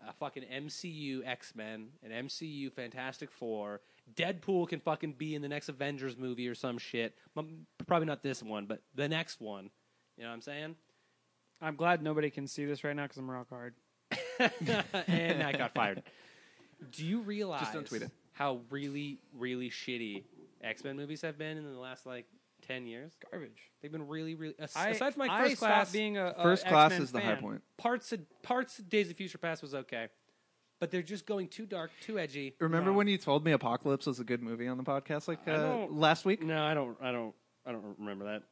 [SPEAKER 1] a fucking MCU X Men, an MCU Fantastic Four. Deadpool can fucking be in the next Avengers movie or some shit. M- Probably not this one, but the next one. You know what I'm saying? (laughs)
[SPEAKER 3] I'm glad nobody can see this right now because I'm rock hard.
[SPEAKER 1] and I got fired. Do you realize
[SPEAKER 2] Just don't tweet it.
[SPEAKER 1] how really, really shitty X Men movies have been in the last like ten years?
[SPEAKER 3] Garbage.
[SPEAKER 1] They've been really, really as-
[SPEAKER 3] I,
[SPEAKER 1] aside from like
[SPEAKER 3] I
[SPEAKER 1] first
[SPEAKER 3] stopped
[SPEAKER 1] class.
[SPEAKER 3] being a, a
[SPEAKER 2] First class
[SPEAKER 3] X-Men
[SPEAKER 2] is the high
[SPEAKER 3] fan.
[SPEAKER 2] point.
[SPEAKER 1] parts of parts of Days of Future Past was okay, but they're just going too dark, too edgy.
[SPEAKER 2] Remember
[SPEAKER 3] No.
[SPEAKER 2] when you told me Apocalypse was a good movie on the podcast like
[SPEAKER 1] I
[SPEAKER 2] uh,
[SPEAKER 1] don't-
[SPEAKER 2] last week?
[SPEAKER 1] No, I don't, I don't, I don't remember that.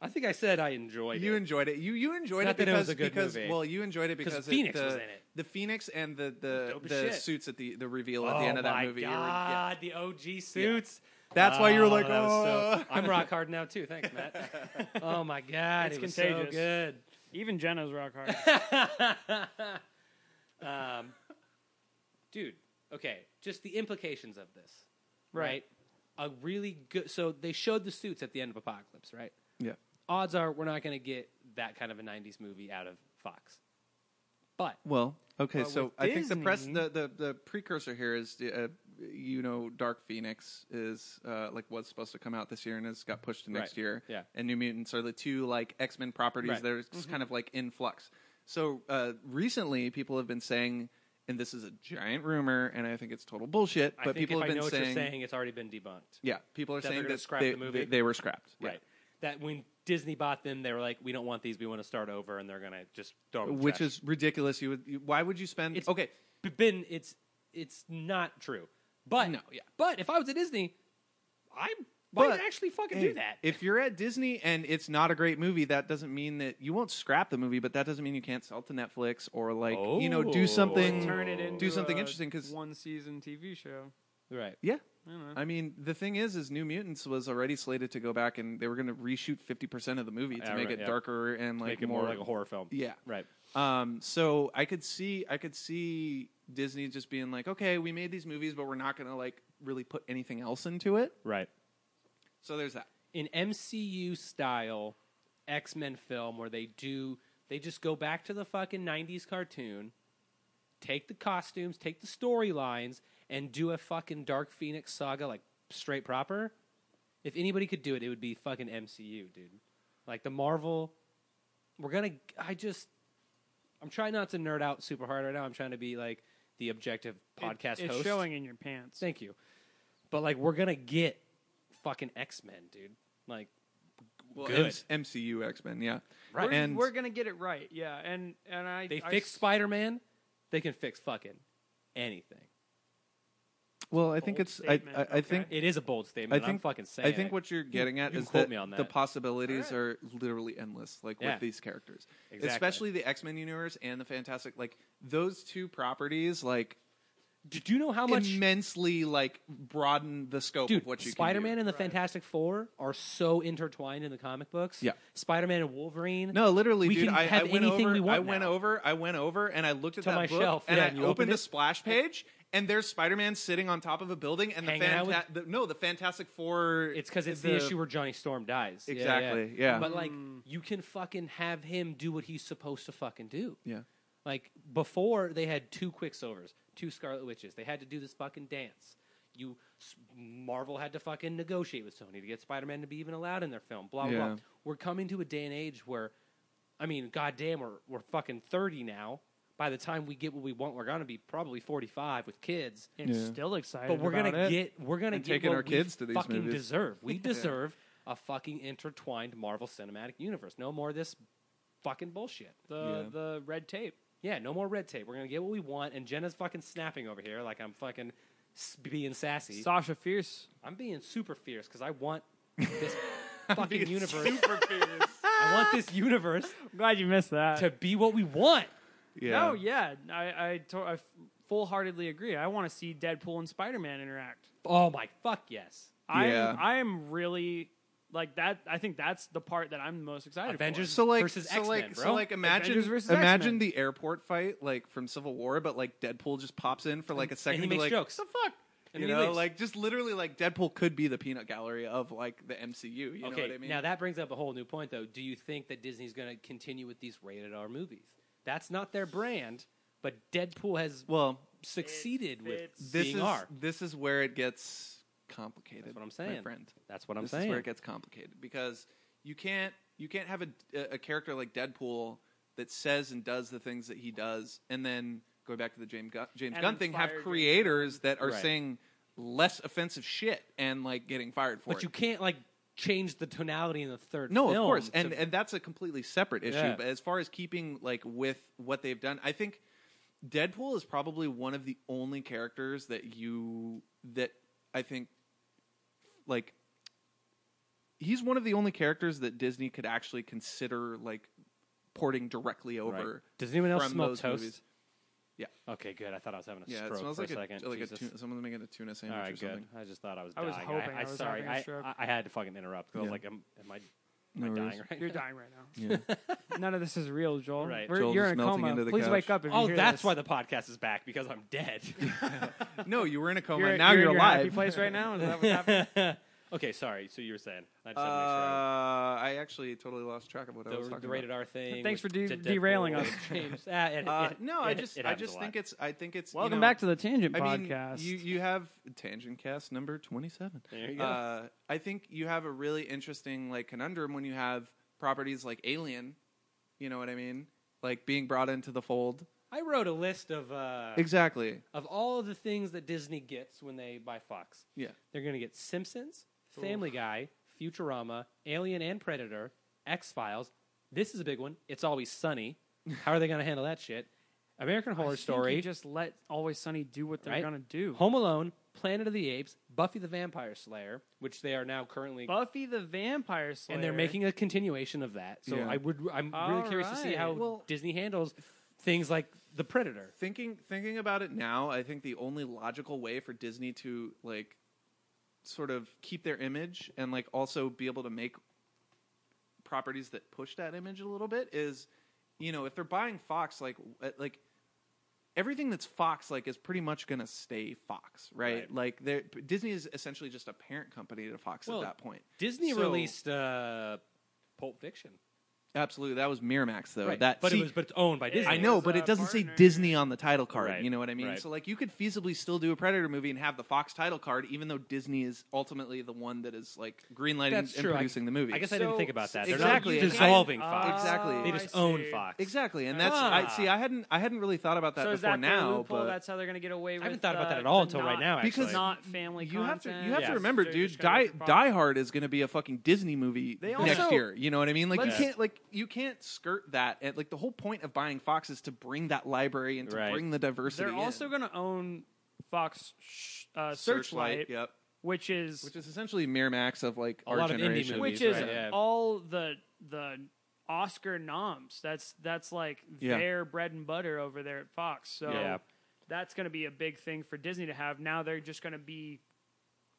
[SPEAKER 1] I think I said I enjoyed
[SPEAKER 2] You
[SPEAKER 1] it.
[SPEAKER 2] enjoyed it. You you enjoyed
[SPEAKER 1] Not
[SPEAKER 2] it
[SPEAKER 1] that
[SPEAKER 2] because
[SPEAKER 1] it was a good
[SPEAKER 2] because
[SPEAKER 1] movie.
[SPEAKER 2] well you enjoyed it because
[SPEAKER 1] Phoenix
[SPEAKER 2] the,
[SPEAKER 1] was in it.
[SPEAKER 2] The Phoenix and the
[SPEAKER 1] It was
[SPEAKER 2] the,
[SPEAKER 1] dope as
[SPEAKER 2] the
[SPEAKER 1] shit.
[SPEAKER 2] suits at the the reveal at
[SPEAKER 1] oh
[SPEAKER 2] the end of that
[SPEAKER 1] my
[SPEAKER 2] movie. You were- yeah.
[SPEAKER 1] god, the OG suits.
[SPEAKER 2] That's why you were
[SPEAKER 1] Oh,
[SPEAKER 2] like,
[SPEAKER 1] that was
[SPEAKER 2] "Oh."
[SPEAKER 1] so, (laughs) I'm rock hard now too. Thanks,
[SPEAKER 2] (laughs)
[SPEAKER 1] Matt. oh my god,
[SPEAKER 3] It's
[SPEAKER 1] it was so
[SPEAKER 3] contagious.
[SPEAKER 1] good.
[SPEAKER 3] Even Jenna's rock
[SPEAKER 2] (laughs)
[SPEAKER 3] hard.
[SPEAKER 1] um, dude, okay, just the implications of this, right?
[SPEAKER 3] Right.
[SPEAKER 1] A really good. So they showed the suits at the end of Apocalypse, right?
[SPEAKER 2] Yeah.
[SPEAKER 1] Odds are we're not going to get that kind of a '90s movie out of Fox, but
[SPEAKER 2] Well, okay,
[SPEAKER 1] uh,
[SPEAKER 3] But
[SPEAKER 2] so
[SPEAKER 3] with
[SPEAKER 2] I think the press
[SPEAKER 3] Disney-
[SPEAKER 2] the, the, the precursor here is uh, you know Dark Phoenix is uh, like was supposed to come out this year and has got pushed to next
[SPEAKER 1] Right.
[SPEAKER 2] year.
[SPEAKER 1] Yeah.
[SPEAKER 2] and New Mutants are the two like X Men properties
[SPEAKER 1] Right. Mm-hmm.
[SPEAKER 2] that are just kind of like in flux. So uh, recently, people have been saying, and this is a giant rumor, and I think it's total bullshit.
[SPEAKER 1] I
[SPEAKER 2] but
[SPEAKER 1] think
[SPEAKER 2] people
[SPEAKER 1] if
[SPEAKER 2] have
[SPEAKER 1] I
[SPEAKER 2] been
[SPEAKER 1] know
[SPEAKER 2] saying,
[SPEAKER 1] what you're saying, it's already been debunked.
[SPEAKER 2] yeah, people are
[SPEAKER 1] That they're
[SPEAKER 2] saying
[SPEAKER 1] gonna
[SPEAKER 2] that
[SPEAKER 1] scrap
[SPEAKER 2] they,
[SPEAKER 1] the movie?
[SPEAKER 2] They, they were scrapped. Yeah.
[SPEAKER 1] Right. That when Disney bought them, they were like, "We don't want these. We want to start over," and they're going to just throw them. in the
[SPEAKER 2] Which
[SPEAKER 1] trash.
[SPEAKER 2] is ridiculous. You would. You, why would you spend?
[SPEAKER 1] It's-
[SPEAKER 2] okay.
[SPEAKER 1] B- been it's it's not true. But
[SPEAKER 2] No, yeah.
[SPEAKER 1] But if I was at Disney, I
[SPEAKER 2] But,
[SPEAKER 1] might actually fucking
[SPEAKER 2] Hey,
[SPEAKER 1] do that.
[SPEAKER 2] If you're at Disney and it's not a great movie, that doesn't mean that you won't scrap the movie, but that doesn't mean you can't sell it to Netflix or like you know
[SPEAKER 1] Oh.
[SPEAKER 2] do something.
[SPEAKER 3] Turn it
[SPEAKER 1] Do
[SPEAKER 3] into
[SPEAKER 2] something
[SPEAKER 3] a
[SPEAKER 2] interesting, 'cause-
[SPEAKER 3] one season TV show.
[SPEAKER 1] right.
[SPEAKER 2] Yeah.
[SPEAKER 3] I don't know.
[SPEAKER 2] I mean, the thing is, is New Mutants was already slated to go back, and they were going to reshoot fifty percent of the movie to
[SPEAKER 1] Yeah,
[SPEAKER 2] make
[SPEAKER 1] right,
[SPEAKER 2] it
[SPEAKER 1] yeah.
[SPEAKER 2] darker and like
[SPEAKER 1] Make it more like a horror film.
[SPEAKER 2] Yeah.
[SPEAKER 1] Right.
[SPEAKER 2] Um, so I could see, I could see Disney just being like, okay, we made these movies, but we're not going to like really put anything else into it.
[SPEAKER 1] Right.
[SPEAKER 2] So there's that.
[SPEAKER 1] An MCU style X Men film where they do they just go back to the fucking nineties cartoon, take the costumes, take the storylines, and do a fucking Dark Phoenix saga like straight proper. If anybody could do it, it would be fucking MCU, dude. Like the Marvel we're gonna i just i'm trying not to nerd out super hard right now i'm trying to be like the objective
[SPEAKER 3] It-
[SPEAKER 1] podcast
[SPEAKER 3] it's
[SPEAKER 1] host
[SPEAKER 3] showing in your pants.
[SPEAKER 1] thank you but like we're gonna get fucking x-men dude like
[SPEAKER 2] Well,
[SPEAKER 1] Good.
[SPEAKER 2] M- MCU X Men, yeah,
[SPEAKER 1] Right.
[SPEAKER 3] We're,
[SPEAKER 2] And
[SPEAKER 3] we're gonna get it right, yeah. And and I
[SPEAKER 1] they
[SPEAKER 3] I
[SPEAKER 1] fix
[SPEAKER 3] s-
[SPEAKER 1] spider-man they can fix fucking anything
[SPEAKER 2] well, I think
[SPEAKER 3] Bold
[SPEAKER 2] it's, I,
[SPEAKER 3] statement,
[SPEAKER 2] I, I
[SPEAKER 3] okay.
[SPEAKER 2] think
[SPEAKER 1] it is a bold statement
[SPEAKER 2] I
[SPEAKER 1] and i'm
[SPEAKER 2] think-
[SPEAKER 1] fucking saying
[SPEAKER 2] I think
[SPEAKER 1] it.
[SPEAKER 2] what you're getting at
[SPEAKER 1] you
[SPEAKER 2] is
[SPEAKER 1] can quote
[SPEAKER 2] that,
[SPEAKER 1] me on
[SPEAKER 2] the
[SPEAKER 1] that.
[SPEAKER 2] possibilities
[SPEAKER 3] All
[SPEAKER 2] are literally endless, like
[SPEAKER 1] Yeah.
[SPEAKER 2] with these characters,
[SPEAKER 1] Exactly.
[SPEAKER 2] especially the X Men universe and the Fantastic. Like those two properties, like
[SPEAKER 1] did you know how much
[SPEAKER 2] immensely, like broaden the scope
[SPEAKER 1] dude
[SPEAKER 2] of what you
[SPEAKER 1] spider-man
[SPEAKER 2] can
[SPEAKER 1] and the
[SPEAKER 3] Right.
[SPEAKER 1] fantastic four are so intertwined in the comic books
[SPEAKER 2] Yeah.
[SPEAKER 1] spider-man and wolverine
[SPEAKER 2] do. No, literally,
[SPEAKER 1] we
[SPEAKER 2] dude.
[SPEAKER 1] can
[SPEAKER 2] I,
[SPEAKER 1] have
[SPEAKER 2] I went
[SPEAKER 1] anything
[SPEAKER 2] over.
[SPEAKER 1] we want
[SPEAKER 2] I went
[SPEAKER 1] now.
[SPEAKER 2] over. I went over, and I looked at
[SPEAKER 1] To
[SPEAKER 2] that
[SPEAKER 1] my
[SPEAKER 2] book,
[SPEAKER 1] shelf,
[SPEAKER 2] and
[SPEAKER 1] yeah,
[SPEAKER 2] I
[SPEAKER 1] and you
[SPEAKER 2] opened
[SPEAKER 1] opened
[SPEAKER 2] the
[SPEAKER 1] it?
[SPEAKER 2] splash page, and there's Spider-Man sitting on top of a building, and the,
[SPEAKER 1] Hanging out
[SPEAKER 2] fanta- the no, the Fantastic Four.
[SPEAKER 1] It's because it's the, issue where Johnny Storm dies. Yeah,
[SPEAKER 2] Exactly, yeah.
[SPEAKER 1] But like,
[SPEAKER 3] Mm.
[SPEAKER 1] you can fucking have him do what he's supposed to fucking do.
[SPEAKER 2] Yeah.
[SPEAKER 1] Like before, they had two Quicksilvers, two Scarlet Witches. They had to do this fucking dance. You s- Marvel had to fucking negotiate with Sony to get Spider-Man to be even allowed in their film. Blah blah.
[SPEAKER 2] Yeah.
[SPEAKER 1] blah. We're coming to a day and age where, I mean, goddamn, we're we're fucking thirty now. By the time we get what we want, we're gonna be probably forty-five with kids.
[SPEAKER 4] And
[SPEAKER 2] Yeah.
[SPEAKER 4] still excited.
[SPEAKER 1] But we're
[SPEAKER 4] about
[SPEAKER 1] gonna
[SPEAKER 4] it.
[SPEAKER 1] get we're gonna
[SPEAKER 2] And
[SPEAKER 1] get
[SPEAKER 2] taking
[SPEAKER 1] what
[SPEAKER 2] our
[SPEAKER 1] we
[SPEAKER 2] kids to these
[SPEAKER 1] fucking
[SPEAKER 2] movies.
[SPEAKER 1] deserve.
[SPEAKER 2] (laughs)
[SPEAKER 1] We deserve a fucking intertwined Marvel Cinematic Universe. No more of this fucking bullshit.
[SPEAKER 3] the
[SPEAKER 2] Yeah.
[SPEAKER 3] the red tape.
[SPEAKER 1] Yeah, no more red tape. We're gonna get what we want. And Jenna's fucking snapping over here like I'm fucking s- being sassy.
[SPEAKER 3] Sasha Fierce.
[SPEAKER 1] I'm being super fierce because I
[SPEAKER 2] (laughs)
[SPEAKER 1] want this fucking
[SPEAKER 2] being
[SPEAKER 1] universe.
[SPEAKER 3] Super Fierce.
[SPEAKER 1] (laughs) I want this universe
[SPEAKER 4] I'm glad you missed that.
[SPEAKER 1] to be what we
[SPEAKER 2] (laughs)
[SPEAKER 1] want.
[SPEAKER 2] Yeah.
[SPEAKER 4] No, yeah, I I, to- I f- full-heartedly agree. I want to see Deadpool and Spider-Man interact.
[SPEAKER 1] Oh my fuck yes.
[SPEAKER 4] I
[SPEAKER 2] Yeah.
[SPEAKER 4] am, I am really like that. I think that's the part that I'm most excited.
[SPEAKER 1] Avengers
[SPEAKER 2] So like,
[SPEAKER 1] versus
[SPEAKER 2] so like,
[SPEAKER 1] X-Men,
[SPEAKER 2] so
[SPEAKER 1] bro.
[SPEAKER 2] like, imagine,
[SPEAKER 4] Avengers versus
[SPEAKER 2] imagine
[SPEAKER 4] X-Men.
[SPEAKER 2] the airport fight, like from Civil War, but like Deadpool just pops in for like a second,
[SPEAKER 1] and he
[SPEAKER 2] to
[SPEAKER 1] makes
[SPEAKER 2] like,
[SPEAKER 1] jokes.
[SPEAKER 2] What the fuck?
[SPEAKER 1] And
[SPEAKER 2] you
[SPEAKER 1] then he
[SPEAKER 2] know,
[SPEAKER 1] leaves.
[SPEAKER 2] like just literally like Deadpool could be the peanut gallery of like the MCU. You know
[SPEAKER 1] okay,
[SPEAKER 2] what I mean?
[SPEAKER 1] now that brings up a whole new point, though. Do you think that Disney's going to continue with these rated R movies? That's not their brand, but Deadpool has
[SPEAKER 2] well,
[SPEAKER 1] succeeded
[SPEAKER 4] It
[SPEAKER 1] with
[SPEAKER 4] fits.
[SPEAKER 2] this
[SPEAKER 1] being
[SPEAKER 2] is
[SPEAKER 1] R.
[SPEAKER 2] this is where it gets complicated.
[SPEAKER 1] That's what I'm
[SPEAKER 2] my
[SPEAKER 1] saying.
[SPEAKER 2] friend.
[SPEAKER 1] That's what I'm
[SPEAKER 2] this
[SPEAKER 1] saying.
[SPEAKER 2] is where it gets complicated because you can't you can't have a, a character like Deadpool that says and does the things that he does, and then go back to the James Gun- James
[SPEAKER 4] And
[SPEAKER 2] Gunn
[SPEAKER 4] then
[SPEAKER 2] thing.
[SPEAKER 4] fire
[SPEAKER 2] Have
[SPEAKER 4] James
[SPEAKER 2] creators that are
[SPEAKER 1] Right.
[SPEAKER 2] saying less offensive shit and like getting fired for
[SPEAKER 1] but
[SPEAKER 2] it.
[SPEAKER 1] you can't like change the tonality in the third.
[SPEAKER 2] no, of
[SPEAKER 1] film
[SPEAKER 2] course,
[SPEAKER 1] to-
[SPEAKER 2] and and that's a completely separate issue.
[SPEAKER 1] Yeah.
[SPEAKER 2] But as far as keeping like with what they've done, I think Deadpool is probably one of the only characters that you that I think like he's one of the only characters that Disney could actually consider like porting directly
[SPEAKER 1] Right.
[SPEAKER 2] over.
[SPEAKER 1] Does anyone else
[SPEAKER 2] from
[SPEAKER 1] smell
[SPEAKER 2] those
[SPEAKER 1] toast?
[SPEAKER 2] movies. Yeah.
[SPEAKER 1] Okay, good. I thought I was having a
[SPEAKER 2] Yeah, it
[SPEAKER 1] stroke
[SPEAKER 2] smells
[SPEAKER 1] for
[SPEAKER 2] like
[SPEAKER 1] a
[SPEAKER 2] a,
[SPEAKER 1] second.
[SPEAKER 2] like a
[SPEAKER 1] Jesus.
[SPEAKER 2] tuna, someone's making a tuna sandwich
[SPEAKER 1] All right,
[SPEAKER 2] or
[SPEAKER 1] good.
[SPEAKER 2] something.
[SPEAKER 1] I just thought I was.
[SPEAKER 4] I
[SPEAKER 1] Dying.
[SPEAKER 4] was hoping
[SPEAKER 1] I,
[SPEAKER 4] I was
[SPEAKER 1] sorry.
[SPEAKER 4] having a
[SPEAKER 1] I-
[SPEAKER 4] stroke.
[SPEAKER 1] I, I had to fucking interrupt 'cause I was
[SPEAKER 2] Yeah.
[SPEAKER 1] like, am, am I, am
[SPEAKER 2] No
[SPEAKER 1] I
[SPEAKER 2] worries.
[SPEAKER 1] dying right
[SPEAKER 4] You're
[SPEAKER 1] now?
[SPEAKER 4] dying right now.
[SPEAKER 2] Yeah.
[SPEAKER 4] (laughs) None of this is real, Joel.
[SPEAKER 1] Right.
[SPEAKER 4] We're-
[SPEAKER 2] Joel's
[SPEAKER 4] you're
[SPEAKER 2] just
[SPEAKER 4] in a
[SPEAKER 2] melting
[SPEAKER 4] coma.
[SPEAKER 2] into the
[SPEAKER 4] Please
[SPEAKER 2] couch.
[SPEAKER 4] why wake up. If
[SPEAKER 1] Oh,
[SPEAKER 4] you hear
[SPEAKER 1] that's
[SPEAKER 4] this.
[SPEAKER 1] why the podcast is back because I'm dead.
[SPEAKER 2] (laughs) (laughs) no, you were in a coma.
[SPEAKER 4] You're,
[SPEAKER 2] now
[SPEAKER 4] you're,
[SPEAKER 2] you're,
[SPEAKER 4] in your
[SPEAKER 2] alive.
[SPEAKER 4] happy place
[SPEAKER 2] (laughs)
[SPEAKER 4] right now. Is that what's happening?
[SPEAKER 1] (laughs) okay, sorry. So you were saying. I just
[SPEAKER 2] Uh,
[SPEAKER 1] had to make sure I
[SPEAKER 2] I actually totally lost track of what I was
[SPEAKER 1] the,
[SPEAKER 2] talking
[SPEAKER 1] the
[SPEAKER 2] about.
[SPEAKER 1] rated R thing.
[SPEAKER 4] Thanks
[SPEAKER 1] with
[SPEAKER 4] for de-
[SPEAKER 1] Deadpool
[SPEAKER 4] derailing us.
[SPEAKER 1] and James. Ah, it-
[SPEAKER 2] Uh,
[SPEAKER 1] it-
[SPEAKER 2] no, I
[SPEAKER 1] it-
[SPEAKER 2] just
[SPEAKER 1] it
[SPEAKER 2] I
[SPEAKER 1] happens
[SPEAKER 2] just
[SPEAKER 1] a
[SPEAKER 2] think
[SPEAKER 1] lot.
[SPEAKER 2] it's I think it's you
[SPEAKER 4] Welcome
[SPEAKER 2] know,
[SPEAKER 4] back to the Tangent
[SPEAKER 2] I mean,
[SPEAKER 4] Podcast.
[SPEAKER 2] you you have Tangent Cast number twenty seven.
[SPEAKER 1] There you go.
[SPEAKER 2] Uh, I think you have a really interesting like conundrum when you have properties like Alien, you know what I mean, like being brought into the fold.
[SPEAKER 1] I wrote a list of uh,
[SPEAKER 2] Exactly.
[SPEAKER 1] of all of the things that Disney gets when they buy Fox.
[SPEAKER 2] Yeah.
[SPEAKER 1] They're going to get Simpsons, Family Guy, Futurama, Alien and Predator, X Files. This is a big one. It's Always Sunny. How are they going to handle that shit? American
[SPEAKER 4] I
[SPEAKER 1] Horror
[SPEAKER 4] think
[SPEAKER 1] Story,
[SPEAKER 4] you just let Always Sunny do what they're
[SPEAKER 1] Right?
[SPEAKER 4] gonna do.
[SPEAKER 1] Home Alone, Planet of the Apes, Buffy the Vampire Slayer, which they are now currently
[SPEAKER 4] Buffy the Vampire Slayer.
[SPEAKER 1] and they're making a continuation of that. So
[SPEAKER 2] Yeah.
[SPEAKER 1] I would I'm
[SPEAKER 4] All
[SPEAKER 1] really curious to see
[SPEAKER 4] right.
[SPEAKER 1] how
[SPEAKER 2] Well-
[SPEAKER 1] Disney handles things like the Predator.
[SPEAKER 2] Thinking thinking about it now, I think the only logical way for Disney to like sort of keep their image and like also be able to make properties that push that image a little bit is you know if they're buying fox like uh, like everything that's fox like is pretty much going to stay fox right,
[SPEAKER 1] Right.
[SPEAKER 2] Like like are disney is essentially just a parent company to fox
[SPEAKER 1] Well,
[SPEAKER 2] at that point
[SPEAKER 1] Disney
[SPEAKER 2] So-
[SPEAKER 1] released uh, Pulp Fiction,
[SPEAKER 2] absolutely that was miramax though
[SPEAKER 1] Right.
[SPEAKER 2] that
[SPEAKER 1] but
[SPEAKER 2] see,
[SPEAKER 1] it was but it's owned by Disney.
[SPEAKER 2] I know,
[SPEAKER 4] was
[SPEAKER 2] but
[SPEAKER 4] a
[SPEAKER 2] it doesn't
[SPEAKER 4] partner.
[SPEAKER 2] say Disney on the title card.
[SPEAKER 1] Right,
[SPEAKER 2] You know what I mean?
[SPEAKER 1] right.
[SPEAKER 2] So like, you could feasibly still do a Predator movie and have the Fox title card, even though Disney is ultimately the one that is like greenlighting
[SPEAKER 1] That's
[SPEAKER 2] and
[SPEAKER 1] true. I-
[SPEAKER 2] producing the movie.
[SPEAKER 1] I guess I
[SPEAKER 4] So-
[SPEAKER 1] didn't think about that. They're
[SPEAKER 2] exactly.
[SPEAKER 1] not dissolving Fox.
[SPEAKER 2] Exactly.
[SPEAKER 1] They just own Fox.
[SPEAKER 2] exactly, and that's I
[SPEAKER 1] Ah.
[SPEAKER 2] see. I hadn't I hadn't really thought about that
[SPEAKER 4] so is
[SPEAKER 2] before
[SPEAKER 4] that their
[SPEAKER 2] now,
[SPEAKER 4] loophole?
[SPEAKER 2] but
[SPEAKER 4] that's how they're going to get away with.
[SPEAKER 1] I haven't thought about
[SPEAKER 4] uh,
[SPEAKER 1] that at all
[SPEAKER 4] the
[SPEAKER 1] until
[SPEAKER 4] not,
[SPEAKER 1] right now,
[SPEAKER 2] Because
[SPEAKER 1] actually.
[SPEAKER 4] not family.
[SPEAKER 2] you have to
[SPEAKER 4] content.
[SPEAKER 2] you have to
[SPEAKER 1] Yes.
[SPEAKER 2] remember,
[SPEAKER 4] They're
[SPEAKER 2] dude.
[SPEAKER 4] just gonna
[SPEAKER 2] Die
[SPEAKER 4] look for
[SPEAKER 2] Die
[SPEAKER 4] Fox.
[SPEAKER 2] Hard is going to be a fucking Disney movie
[SPEAKER 4] They
[SPEAKER 2] next
[SPEAKER 4] also-
[SPEAKER 2] year. You know what I mean? Like you
[SPEAKER 4] Let's-
[SPEAKER 2] can't like you can't skirt that. And, like the whole point of buying Fox is to bring that library and to
[SPEAKER 1] Right.
[SPEAKER 2] bring the diversity.
[SPEAKER 4] They're
[SPEAKER 2] in.
[SPEAKER 4] also going to own Fox sh- uh, Searchlight,
[SPEAKER 2] Yep.
[SPEAKER 4] which is
[SPEAKER 2] which is essentially Miramax of like
[SPEAKER 1] A
[SPEAKER 2] our
[SPEAKER 1] lot of indie
[SPEAKER 2] generation.
[SPEAKER 1] movies,
[SPEAKER 4] which is
[SPEAKER 1] right, yeah.
[SPEAKER 4] all the the Oscar noms. That's that's like
[SPEAKER 2] Yeah.
[SPEAKER 4] their bread and butter over there at Fox. So
[SPEAKER 1] Yeah.
[SPEAKER 4] that's going to be a big thing for Disney to have. Now they're just going to be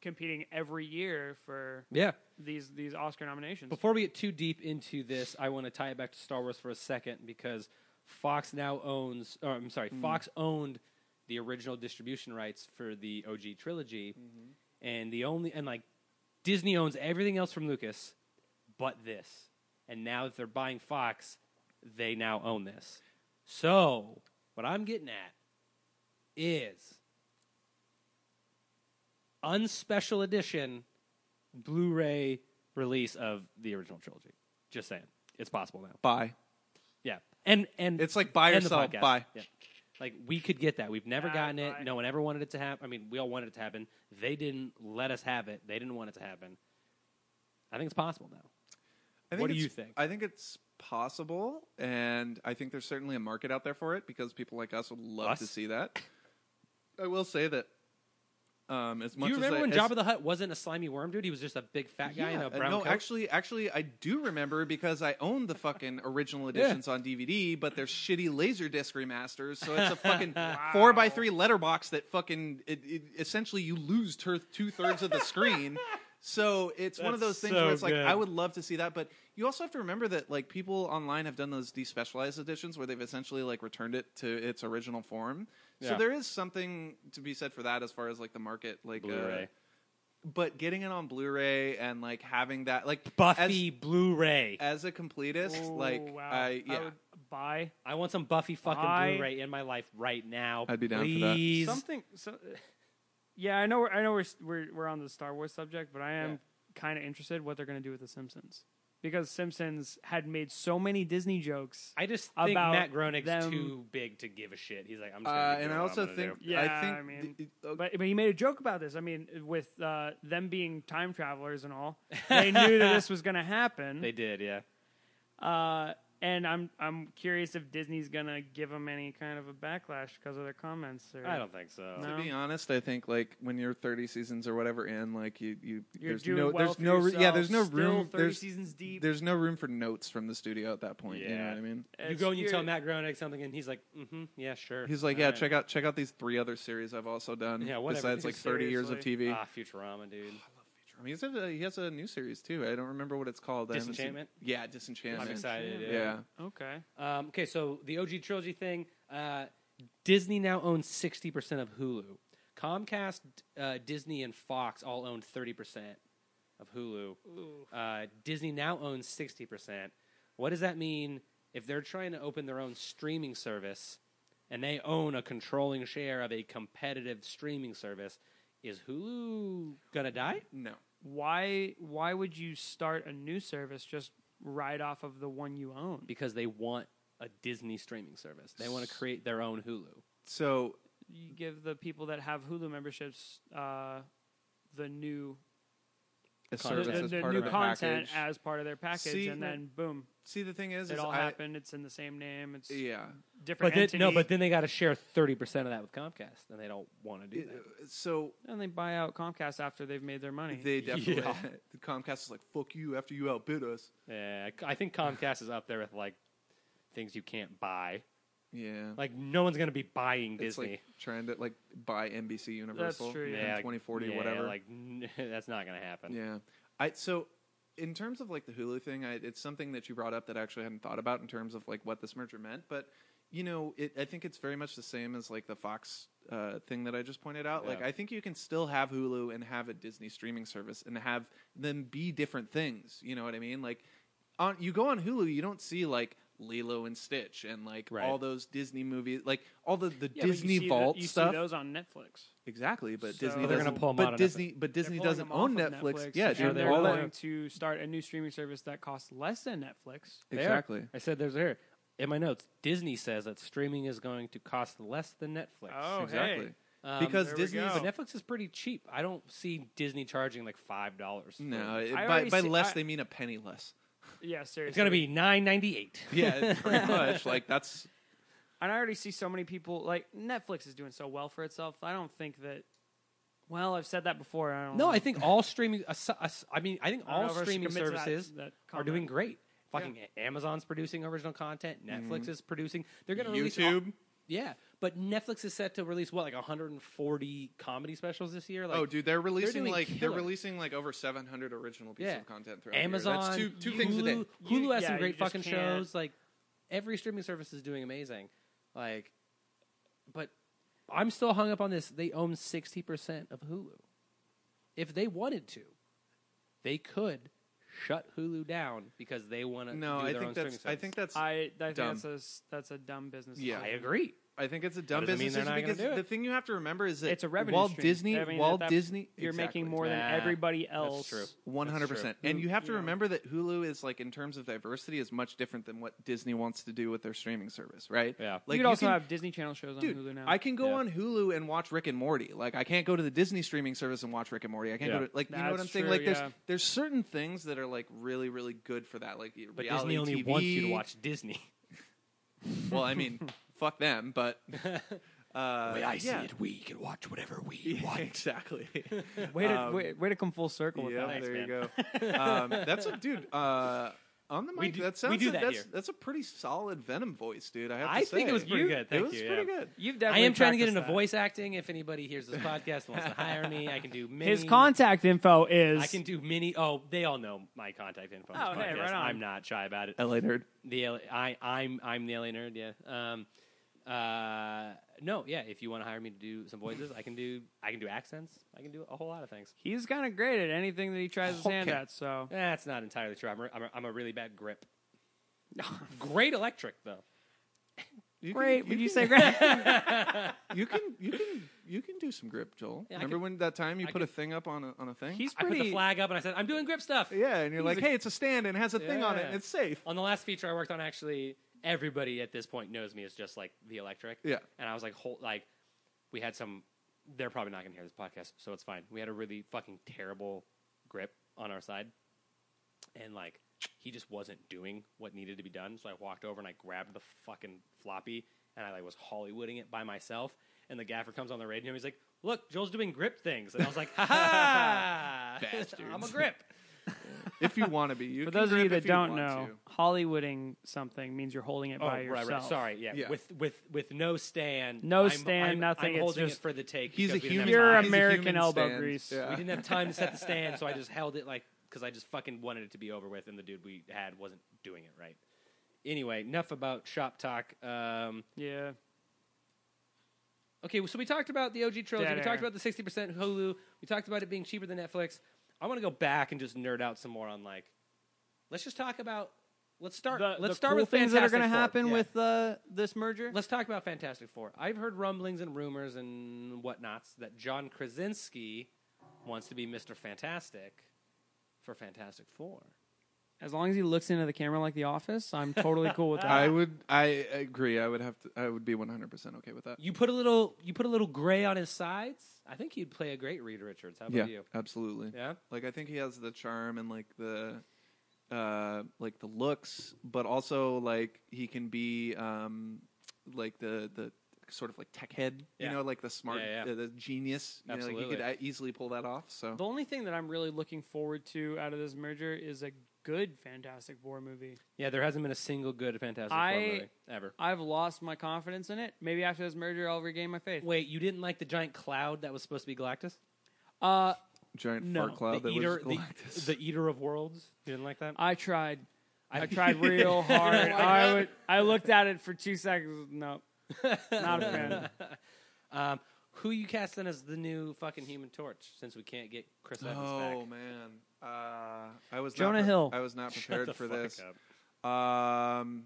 [SPEAKER 4] competing every year for
[SPEAKER 1] Yeah.
[SPEAKER 4] these these Oscar nominations.
[SPEAKER 1] Before we get too deep into this, I want to tie it back to Star Wars for a second because Fox now owns. Or, I'm sorry, Fox owned the original distribution rights for the OG trilogy, and the only and like Disney owns everything else from Lucas, but this. And now that they're buying Fox, they now own this. So what I'm getting at is unspecial edition Blu-ray release of the original trilogy. Just saying, it's possible now.
[SPEAKER 2] Buy.
[SPEAKER 1] Yeah, and and
[SPEAKER 2] It's like buy or
[SPEAKER 1] and the
[SPEAKER 2] sell,
[SPEAKER 1] podcast.
[SPEAKER 2] buy.
[SPEAKER 1] Yeah. Like we could get that. We've never
[SPEAKER 3] Yeah,
[SPEAKER 1] gotten it.
[SPEAKER 3] buy.
[SPEAKER 1] No one ever wanted it to happen. I mean, we all wanted it to happen. They didn't let us have it. They didn't want it to happen. I think it's possible now.
[SPEAKER 2] I
[SPEAKER 1] What do
[SPEAKER 2] it's-
[SPEAKER 1] you think?
[SPEAKER 2] I think it's possible, and I think there's certainly a market out there for it because people like us would love to
[SPEAKER 1] Us?
[SPEAKER 2] see that. I will say that. Um, as much
[SPEAKER 1] do you remember
[SPEAKER 2] as I,
[SPEAKER 1] when
[SPEAKER 2] as,
[SPEAKER 1] Jabba the Hutt wasn't a slimy worm dude? He was just a big fat guy in
[SPEAKER 2] Yeah,
[SPEAKER 1] a
[SPEAKER 2] uh,
[SPEAKER 1] brown
[SPEAKER 2] no,
[SPEAKER 1] coat.
[SPEAKER 2] actually, actually, I do remember because I own
[SPEAKER 1] (laughs)
[SPEAKER 2] the fucking original editions on DVD, but they're shitty Laserdisc remasters. So it's
[SPEAKER 1] (laughs)
[SPEAKER 2] a fucking four by three letterbox that fucking it, it, essentially you lose ter- two thirds of the screen. So it's one of
[SPEAKER 3] That's
[SPEAKER 2] those things
[SPEAKER 3] so
[SPEAKER 2] where it's like
[SPEAKER 3] good.
[SPEAKER 2] I would love to see that, but you also have to remember that like people online have done those despecialized editions where they've essentially like returned it to its original form. So
[SPEAKER 1] Yeah.
[SPEAKER 2] there is something to be said for that as far as like the market like uh,
[SPEAKER 1] Blu-ray,
[SPEAKER 2] but getting it on Blu-ray and like having that like
[SPEAKER 1] Buffy Blu-ray.
[SPEAKER 2] as, as a completist,
[SPEAKER 3] Oh,
[SPEAKER 2] like
[SPEAKER 3] wow.
[SPEAKER 2] I yeah,
[SPEAKER 3] would buy.
[SPEAKER 1] I want some Buffy fucking
[SPEAKER 3] Buy-
[SPEAKER 1] Blu-ray in my life right now.
[SPEAKER 2] I'd be down for that.
[SPEAKER 1] please.
[SPEAKER 3] something. So, yeah, I know. We're, I know we're, s- we're we're on the Star Wars subject, but I am kind of interested what they're going to do with the Simpsons because Simpsons had made so many Disney jokes.
[SPEAKER 1] I just think
[SPEAKER 3] About
[SPEAKER 1] Matt Groening's
[SPEAKER 3] them-
[SPEAKER 1] too big to give a shit. He's like, I'm just. Gonna
[SPEAKER 2] uh,
[SPEAKER 1] do
[SPEAKER 2] and
[SPEAKER 1] what
[SPEAKER 2] I
[SPEAKER 1] I'm
[SPEAKER 2] also
[SPEAKER 1] gonna
[SPEAKER 2] think
[SPEAKER 1] do.
[SPEAKER 3] do. Yeah,
[SPEAKER 2] I think
[SPEAKER 3] I mean,
[SPEAKER 2] th- it- uh,
[SPEAKER 3] But but he made a joke about this. I mean, with uh, them being time travelers
[SPEAKER 2] (laughs)
[SPEAKER 3] and all, they knew that this was going to happen.
[SPEAKER 1] they did. Yeah.
[SPEAKER 3] Uh, and I'm I'm curious if Disney's gonna give them any kind of a backlash because of their comments. Or
[SPEAKER 1] I don't think so.
[SPEAKER 3] No.
[SPEAKER 2] to be honest, I think like when you're 30 seasons or whatever in, like you you
[SPEAKER 3] You're
[SPEAKER 2] there's
[SPEAKER 3] doing
[SPEAKER 2] no
[SPEAKER 3] well
[SPEAKER 2] there's
[SPEAKER 3] for
[SPEAKER 2] no re- yeah
[SPEAKER 3] yourself,
[SPEAKER 2] there's no
[SPEAKER 3] still
[SPEAKER 2] room
[SPEAKER 3] 30
[SPEAKER 2] there's
[SPEAKER 3] seasons deep.
[SPEAKER 2] there's no room for notes from the studio at that point. You know
[SPEAKER 1] Yeah.
[SPEAKER 2] what I mean?
[SPEAKER 1] You
[SPEAKER 3] It's-
[SPEAKER 1] go and you tell
[SPEAKER 3] you're-
[SPEAKER 1] Matt Groening something, and he's like, "Mm-hmm, yeah, sure."
[SPEAKER 2] He's like,
[SPEAKER 1] All
[SPEAKER 2] yeah,
[SPEAKER 1] right.
[SPEAKER 2] check out check out these three other series I've also done.
[SPEAKER 1] Yeah, whatever,
[SPEAKER 2] Besides
[SPEAKER 1] dude,
[SPEAKER 2] like 30 years of TV.
[SPEAKER 1] Ah, Futurama, dude.
[SPEAKER 2] I mean, he's had a, he has a new series too. I don't remember what it's called. I haven't seen-
[SPEAKER 1] Disenchantment?
[SPEAKER 2] Yeah, disenchantment.
[SPEAKER 1] I'm excited.
[SPEAKER 2] Yeah.
[SPEAKER 1] Yeah.
[SPEAKER 3] Okay.
[SPEAKER 1] Um, okay, so the OG trilogy thing. Uh, Disney now owns sixty percent of Hulu. Comcast, uh, Disney, and Fox all own thirty percent of Hulu. Uh, Disney now owns sixty percent. What does that mean if they're trying to open their own streaming service and they own a controlling share of a competitive streaming service? Is Hulu gonna die?
[SPEAKER 2] No.
[SPEAKER 3] Why why would you start a new service just right off of the one you own?
[SPEAKER 1] because they want a Disney streaming service. They want to create their own Hulu.
[SPEAKER 2] So
[SPEAKER 3] You give the people that have Hulu memberships uh, the new
[SPEAKER 2] a
[SPEAKER 1] Content.
[SPEAKER 2] service
[SPEAKER 1] The-
[SPEAKER 2] as
[SPEAKER 1] the
[SPEAKER 2] part
[SPEAKER 3] new
[SPEAKER 2] of a
[SPEAKER 3] content
[SPEAKER 2] package.
[SPEAKER 3] as part of their package,
[SPEAKER 2] See,
[SPEAKER 3] and
[SPEAKER 2] no-
[SPEAKER 3] then boom,
[SPEAKER 2] See, the thing is,
[SPEAKER 3] it
[SPEAKER 2] is
[SPEAKER 3] all
[SPEAKER 2] I,
[SPEAKER 3] happened. It's in the same name. It's
[SPEAKER 2] Yeah.
[SPEAKER 3] different
[SPEAKER 1] But then,
[SPEAKER 3] entity.
[SPEAKER 1] no, but then they got to share thirty percent of that with Comcast, and they don't want to do
[SPEAKER 2] It-
[SPEAKER 1] that.
[SPEAKER 2] so
[SPEAKER 3] and they buy out Comcast after they've made their money.
[SPEAKER 2] they definitely
[SPEAKER 1] (laughs)
[SPEAKER 2] (laughs)
[SPEAKER 1] Yeah.
[SPEAKER 2] the Comcast is like, "Fuck you!" After you outbid us.
[SPEAKER 1] Yeah, I I think Comcast is up there with like things you can't buy.
[SPEAKER 2] Yeah.
[SPEAKER 1] Like no one's gonna be buying
[SPEAKER 2] it's
[SPEAKER 1] Disney.
[SPEAKER 2] like trying to like buy NBC Universal
[SPEAKER 3] true,
[SPEAKER 2] in
[SPEAKER 3] yeah.
[SPEAKER 1] yeah, like-
[SPEAKER 2] 2040,
[SPEAKER 1] yeah,
[SPEAKER 2] whatever.
[SPEAKER 1] Like n- (laughs) that's not gonna happen.
[SPEAKER 2] Yeah. I so in terms of like the Hulu thing, I, it's something that you brought up that I actually hadn't thought about in terms of like what this merger meant, but you know, it, I think it's very much the same as like the Fox uh, thing that I just pointed out. Like,
[SPEAKER 1] Yeah.
[SPEAKER 2] I think you can still have Hulu and have a Disney streaming service and have them be different things. You know what I mean? Like, on you go on Hulu, you don't see like Lilo and Stitch and like
[SPEAKER 1] Right.
[SPEAKER 2] all those Disney movies, like all the the
[SPEAKER 3] Yeah, but you
[SPEAKER 2] Disney
[SPEAKER 3] see the-
[SPEAKER 2] Vault
[SPEAKER 3] you
[SPEAKER 2] stuff.
[SPEAKER 3] See those on Netflix.
[SPEAKER 2] Exactly, but
[SPEAKER 3] So-
[SPEAKER 2] Disney
[SPEAKER 3] But they're
[SPEAKER 2] doesn't.
[SPEAKER 1] gonna pull 'em
[SPEAKER 2] but
[SPEAKER 1] out on
[SPEAKER 2] Disney, but
[SPEAKER 3] They're
[SPEAKER 2] Disney
[SPEAKER 3] pulling
[SPEAKER 2] doesn't
[SPEAKER 3] them off
[SPEAKER 2] own
[SPEAKER 3] of
[SPEAKER 2] Netflix. Yeah,
[SPEAKER 3] and
[SPEAKER 1] sure,
[SPEAKER 2] dude,
[SPEAKER 1] they
[SPEAKER 3] they're
[SPEAKER 2] all
[SPEAKER 1] will.
[SPEAKER 2] that-
[SPEAKER 3] going to start a new streaming service that costs less than Netflix.
[SPEAKER 1] There.
[SPEAKER 2] exactly.
[SPEAKER 1] I said there's here in my notes. Disney says that streaming is going to cost less than Netflix.
[SPEAKER 2] exactly.
[SPEAKER 1] Um,
[SPEAKER 2] because
[SPEAKER 3] Oh, there we
[SPEAKER 2] Disney's
[SPEAKER 1] but
[SPEAKER 3] go.
[SPEAKER 1] Netflix is pretty cheap. I don't see Disney charging like five dollars.
[SPEAKER 2] no it-
[SPEAKER 3] I
[SPEAKER 2] by,
[SPEAKER 3] already
[SPEAKER 2] by
[SPEAKER 3] see-
[SPEAKER 2] less
[SPEAKER 3] I-
[SPEAKER 2] they mean a penny less.
[SPEAKER 3] (laughs) yeah, seriously,
[SPEAKER 1] It's gonna be nine ninety eight.
[SPEAKER 2] Yeah, pretty much. Like
[SPEAKER 3] (laughs)
[SPEAKER 2] that's
[SPEAKER 3] And I already see so many people like Netflix is doing so well for itself. I don't think that. Well, I've said that before. I don't
[SPEAKER 1] No,
[SPEAKER 3] know.
[SPEAKER 1] I think all streaming. as- as- I mean, I think
[SPEAKER 3] I don't
[SPEAKER 1] all
[SPEAKER 3] know if I should
[SPEAKER 1] streaming
[SPEAKER 3] commit to that-
[SPEAKER 1] services
[SPEAKER 3] that
[SPEAKER 1] are
[SPEAKER 3] comment.
[SPEAKER 1] doing great. Fucking Amazon's producing original content.
[SPEAKER 3] Mm-hmm.
[SPEAKER 1] Netflix is producing. They're going to release all-
[SPEAKER 2] YouTube.
[SPEAKER 1] yeah, but Netflix is set to release what like 140 comedy specials this year. Like,
[SPEAKER 2] oh, dude, they're releasing
[SPEAKER 1] doing
[SPEAKER 2] like they're
[SPEAKER 1] killer.
[SPEAKER 2] releasing like over 700 original pieces
[SPEAKER 1] Yeah.
[SPEAKER 2] of content throughout the year.
[SPEAKER 1] Amazon,
[SPEAKER 2] That's two two
[SPEAKER 1] Hulu,
[SPEAKER 2] things a day.
[SPEAKER 1] Hulu has
[SPEAKER 3] yeah,
[SPEAKER 1] some
[SPEAKER 3] you
[SPEAKER 1] great
[SPEAKER 3] just
[SPEAKER 1] fucking
[SPEAKER 3] can't-
[SPEAKER 1] shows. Like every streaming service is doing amazing. Like, but I'm still hung up on this. They own 60% of Hulu. If they wanted to, they could shut Hulu down because they want to
[SPEAKER 2] No,
[SPEAKER 1] do their
[SPEAKER 2] I think
[SPEAKER 1] own
[SPEAKER 2] that's
[SPEAKER 1] streaming
[SPEAKER 2] I
[SPEAKER 1] service.
[SPEAKER 2] think that's I,
[SPEAKER 3] I, I think
[SPEAKER 2] Dumb.
[SPEAKER 3] that's a s- that's a dumb business.
[SPEAKER 2] Yeah.
[SPEAKER 1] I
[SPEAKER 3] decision.
[SPEAKER 1] agree.
[SPEAKER 2] think it's a dumb
[SPEAKER 1] That doesn't mean
[SPEAKER 2] business
[SPEAKER 1] they're
[SPEAKER 2] decision
[SPEAKER 1] not gonna
[SPEAKER 2] because
[SPEAKER 1] do it.
[SPEAKER 2] the thing you have to remember is that
[SPEAKER 3] It's a revenue
[SPEAKER 2] Walt
[SPEAKER 3] stream.
[SPEAKER 2] Disney
[SPEAKER 3] I mean, at
[SPEAKER 2] Walt
[SPEAKER 3] that-
[SPEAKER 2] Disney
[SPEAKER 3] You're making more than
[SPEAKER 1] Nah,
[SPEAKER 3] everybody
[SPEAKER 1] that's
[SPEAKER 3] else.
[SPEAKER 1] true.
[SPEAKER 2] One hundred percent, and
[SPEAKER 3] Who-
[SPEAKER 2] you have to
[SPEAKER 3] yeah.
[SPEAKER 2] remember that Hulu is like in terms of diversity is much different than what Disney wants to do with their streaming service, right?
[SPEAKER 1] Yeah.
[SPEAKER 2] like
[SPEAKER 3] you could also
[SPEAKER 2] can-
[SPEAKER 3] have Disney Channel shows on
[SPEAKER 2] Dude,
[SPEAKER 3] Hulu now.
[SPEAKER 2] I can go
[SPEAKER 1] Yeah.
[SPEAKER 2] on Hulu and watch Rick and Morty. Like I can't go to the Disney streaming service and watch Rick and Morty. I can't go
[SPEAKER 1] Yeah.
[SPEAKER 2] to like you know what
[SPEAKER 3] That's
[SPEAKER 2] I'm saying.
[SPEAKER 3] true,
[SPEAKER 2] Like
[SPEAKER 3] yeah.
[SPEAKER 2] there's there's certain things that are like really really good for that. Like
[SPEAKER 1] But
[SPEAKER 2] reality
[SPEAKER 1] Disney only
[SPEAKER 2] TV.
[SPEAKER 1] wants you to watch
[SPEAKER 3] (laughs)
[SPEAKER 1] Disney.
[SPEAKER 2] Well, I
[SPEAKER 1] (laughs)
[SPEAKER 2] mean, fuck them. But uh,
[SPEAKER 1] The way I see
[SPEAKER 2] yeah.
[SPEAKER 1] it, we can watch whatever we
[SPEAKER 2] Yeah,
[SPEAKER 1] want.
[SPEAKER 2] (laughs) exactly.
[SPEAKER 3] way to
[SPEAKER 2] um,
[SPEAKER 3] way, way to come full circle with
[SPEAKER 2] yeah,
[SPEAKER 3] that.
[SPEAKER 2] there
[SPEAKER 1] man.
[SPEAKER 2] you go. Um, that's a dude. Uh, on the mic,
[SPEAKER 1] We do-
[SPEAKER 2] that
[SPEAKER 1] we
[SPEAKER 2] sounds
[SPEAKER 1] do
[SPEAKER 2] like
[SPEAKER 1] that
[SPEAKER 2] that's,
[SPEAKER 1] here.
[SPEAKER 2] that's a pretty solid Venom voice, dude. I have to
[SPEAKER 1] I
[SPEAKER 2] say.
[SPEAKER 1] think it was pretty
[SPEAKER 3] You-
[SPEAKER 1] good.
[SPEAKER 2] it
[SPEAKER 1] Thank
[SPEAKER 2] was
[SPEAKER 1] you. yeah.
[SPEAKER 2] pretty good.
[SPEAKER 3] You've
[SPEAKER 1] I
[SPEAKER 3] definitely
[SPEAKER 1] am trying to get
[SPEAKER 3] practiced
[SPEAKER 1] into
[SPEAKER 3] that.
[SPEAKER 1] voice acting. If anybody hears this podcast wants to
[SPEAKER 3] (laughs)
[SPEAKER 1] hire me, I can do mini.
[SPEAKER 3] His contact info is
[SPEAKER 1] I can do mini. Oh, they all know my contact info. on
[SPEAKER 3] Oh,
[SPEAKER 1] this
[SPEAKER 3] hey,
[SPEAKER 1] podcast.
[SPEAKER 3] right on.
[SPEAKER 1] I'm not shy about it.
[SPEAKER 2] LA nerd.
[SPEAKER 1] The L- I I'm I'm the LA nerd. Yeah. Um. Uh. No. Yeah. If you want to hire me to do some voices, I can do. I can do accents. I can do a whole lot of things.
[SPEAKER 3] He's kind of great at anything that he tries his hand
[SPEAKER 2] Okay.
[SPEAKER 3] at. So
[SPEAKER 1] That's not entirely true. I'm a, I'm a, I'm a really bad
[SPEAKER 3] (laughs)
[SPEAKER 1] grip. Great electric though.
[SPEAKER 2] You can-
[SPEAKER 3] great. Would
[SPEAKER 2] you
[SPEAKER 3] you
[SPEAKER 2] can- (laughs)
[SPEAKER 3] say great?
[SPEAKER 2] you can you can you can do some grip, Joel?
[SPEAKER 1] Yeah, I
[SPEAKER 2] Remember
[SPEAKER 1] can-
[SPEAKER 2] when that time you
[SPEAKER 1] I
[SPEAKER 2] put a
[SPEAKER 1] can-
[SPEAKER 2] thing up on a on a thing?
[SPEAKER 3] He's
[SPEAKER 1] I put
[SPEAKER 3] pretty.
[SPEAKER 1] the flag up and I said, "I'm doing grip stuff."
[SPEAKER 2] yeah, and you're like, hey, it's a stand and it has a thing on it
[SPEAKER 1] Yeah.
[SPEAKER 2] and it's safe.
[SPEAKER 1] on the last feature I worked on, actually, everybody at this point knows me as just like the electric.
[SPEAKER 2] Yeah.
[SPEAKER 1] And I was like, whole, like, we had some. They're probably not going to hear this podcast, so it's fine. We had a really fucking terrible grip on our side, and like he just wasn't doing what needed to be done. So I walked over and I grabbed the fucking floppy and I like was Hollywooding it by myself. And the gaffer comes on the radio and he's like, "Look, Joel's doing grip things," and I was like, "Ha ha! I'm a
[SPEAKER 2] Bastards.
[SPEAKER 1] grip."
[SPEAKER 2] If you want to be, you
[SPEAKER 3] (laughs) For
[SPEAKER 2] can
[SPEAKER 3] those of
[SPEAKER 2] grip
[SPEAKER 3] you that
[SPEAKER 2] if
[SPEAKER 3] don't
[SPEAKER 2] want
[SPEAKER 3] know,
[SPEAKER 2] to.
[SPEAKER 3] Hollywooding something means you're holding it
[SPEAKER 1] Oh,
[SPEAKER 3] by yourself.
[SPEAKER 1] right, right. Sorry, yeah.
[SPEAKER 2] Yeah.
[SPEAKER 1] With with with no stand,
[SPEAKER 3] No
[SPEAKER 1] I'm-
[SPEAKER 3] stand,
[SPEAKER 1] I'm-
[SPEAKER 3] nothing,
[SPEAKER 1] I'm
[SPEAKER 3] it's
[SPEAKER 1] holding
[SPEAKER 3] just-
[SPEAKER 1] it for the take.
[SPEAKER 2] he's a
[SPEAKER 1] because we didn't have
[SPEAKER 2] human.
[SPEAKER 3] You're
[SPEAKER 1] time.
[SPEAKER 2] he's a
[SPEAKER 3] American
[SPEAKER 2] human
[SPEAKER 3] elbow
[SPEAKER 2] stand.
[SPEAKER 3] grease.
[SPEAKER 2] Yeah.
[SPEAKER 1] We didn't have time to set the stand, so I just held it like because I just fucking wanted it to be over with, and the dude we had wasn't doing it right. Anyway, enough about shop talk. Um,
[SPEAKER 3] Yeah.
[SPEAKER 1] okay, so we talked about the OG trilogy.
[SPEAKER 3] Dead
[SPEAKER 1] we
[SPEAKER 3] air.
[SPEAKER 1] talked about the sixty percent Hulu. We talked about it being cheaper than Netflix. I want to go back and just nerd out some more on like. Let's just talk about. Let's start.
[SPEAKER 3] The-
[SPEAKER 1] let's
[SPEAKER 3] the
[SPEAKER 1] start
[SPEAKER 3] cool
[SPEAKER 1] with
[SPEAKER 3] things that are
[SPEAKER 1] going to
[SPEAKER 3] gonna happen
[SPEAKER 1] yeah.
[SPEAKER 3] with uh, this merger.
[SPEAKER 1] Let's talk about Fantastic Four. I've heard rumblings and rumors and whatnots that John Krasinski wants to be Mr. Fantastic for Fantastic Four.
[SPEAKER 3] As long as he looks into the camera like The Office, I'm totally
[SPEAKER 2] (laughs)
[SPEAKER 3] cool with that.
[SPEAKER 2] I would. I agree. I would have to. I would be 100 percent okay with that.
[SPEAKER 1] You put a little you put a little gray on his sides. I think he'd play a great Reed Richards. How about
[SPEAKER 2] Yeah,
[SPEAKER 1] you?
[SPEAKER 2] absolutely.
[SPEAKER 1] Yeah.
[SPEAKER 2] Like I think he has the charm and like the uh like the looks, but also like he can be um like the the sort of like tech head,
[SPEAKER 1] Yeah.
[SPEAKER 2] you know, like the smart
[SPEAKER 1] Yeah, yeah.
[SPEAKER 2] Uh, the genius, you know, like
[SPEAKER 1] Absolutely.
[SPEAKER 2] he could uh, easily pull that off. So
[SPEAKER 3] The only thing that I'm really looking forward to out of this merger is a good Fantastic Four movie.
[SPEAKER 1] Yeah, there hasn't been a single good Fantastic
[SPEAKER 3] I-
[SPEAKER 1] Four movie ever.
[SPEAKER 3] I've lost my confidence in it. Maybe after this merger, I'll regain my faith.
[SPEAKER 1] Wait, you didn't like the giant cloud that was supposed to be Galactus?
[SPEAKER 3] Uh,
[SPEAKER 2] giant
[SPEAKER 3] no,
[SPEAKER 2] fart cloud
[SPEAKER 1] the
[SPEAKER 2] that
[SPEAKER 1] eater
[SPEAKER 2] was
[SPEAKER 1] the,
[SPEAKER 2] Galactus.
[SPEAKER 1] the eater of worlds? You didn't like that?
[SPEAKER 3] I tried.
[SPEAKER 2] (laughs)
[SPEAKER 3] I tried real hard.
[SPEAKER 1] like
[SPEAKER 3] I,
[SPEAKER 1] that?
[SPEAKER 3] would, I looked at it for two seconds. No, not a
[SPEAKER 2] (laughs)
[SPEAKER 3] fan.
[SPEAKER 1] Um, who you casting as the new fucking Human Torch? Since we can't get Chris Evans back.
[SPEAKER 2] oh man. Uh, I was not
[SPEAKER 3] Jonah
[SPEAKER 2] pre-
[SPEAKER 3] Hill.
[SPEAKER 2] I was not
[SPEAKER 1] Shut
[SPEAKER 2] prepared
[SPEAKER 1] the
[SPEAKER 2] for
[SPEAKER 1] fuck
[SPEAKER 2] this.
[SPEAKER 1] up.
[SPEAKER 2] Um,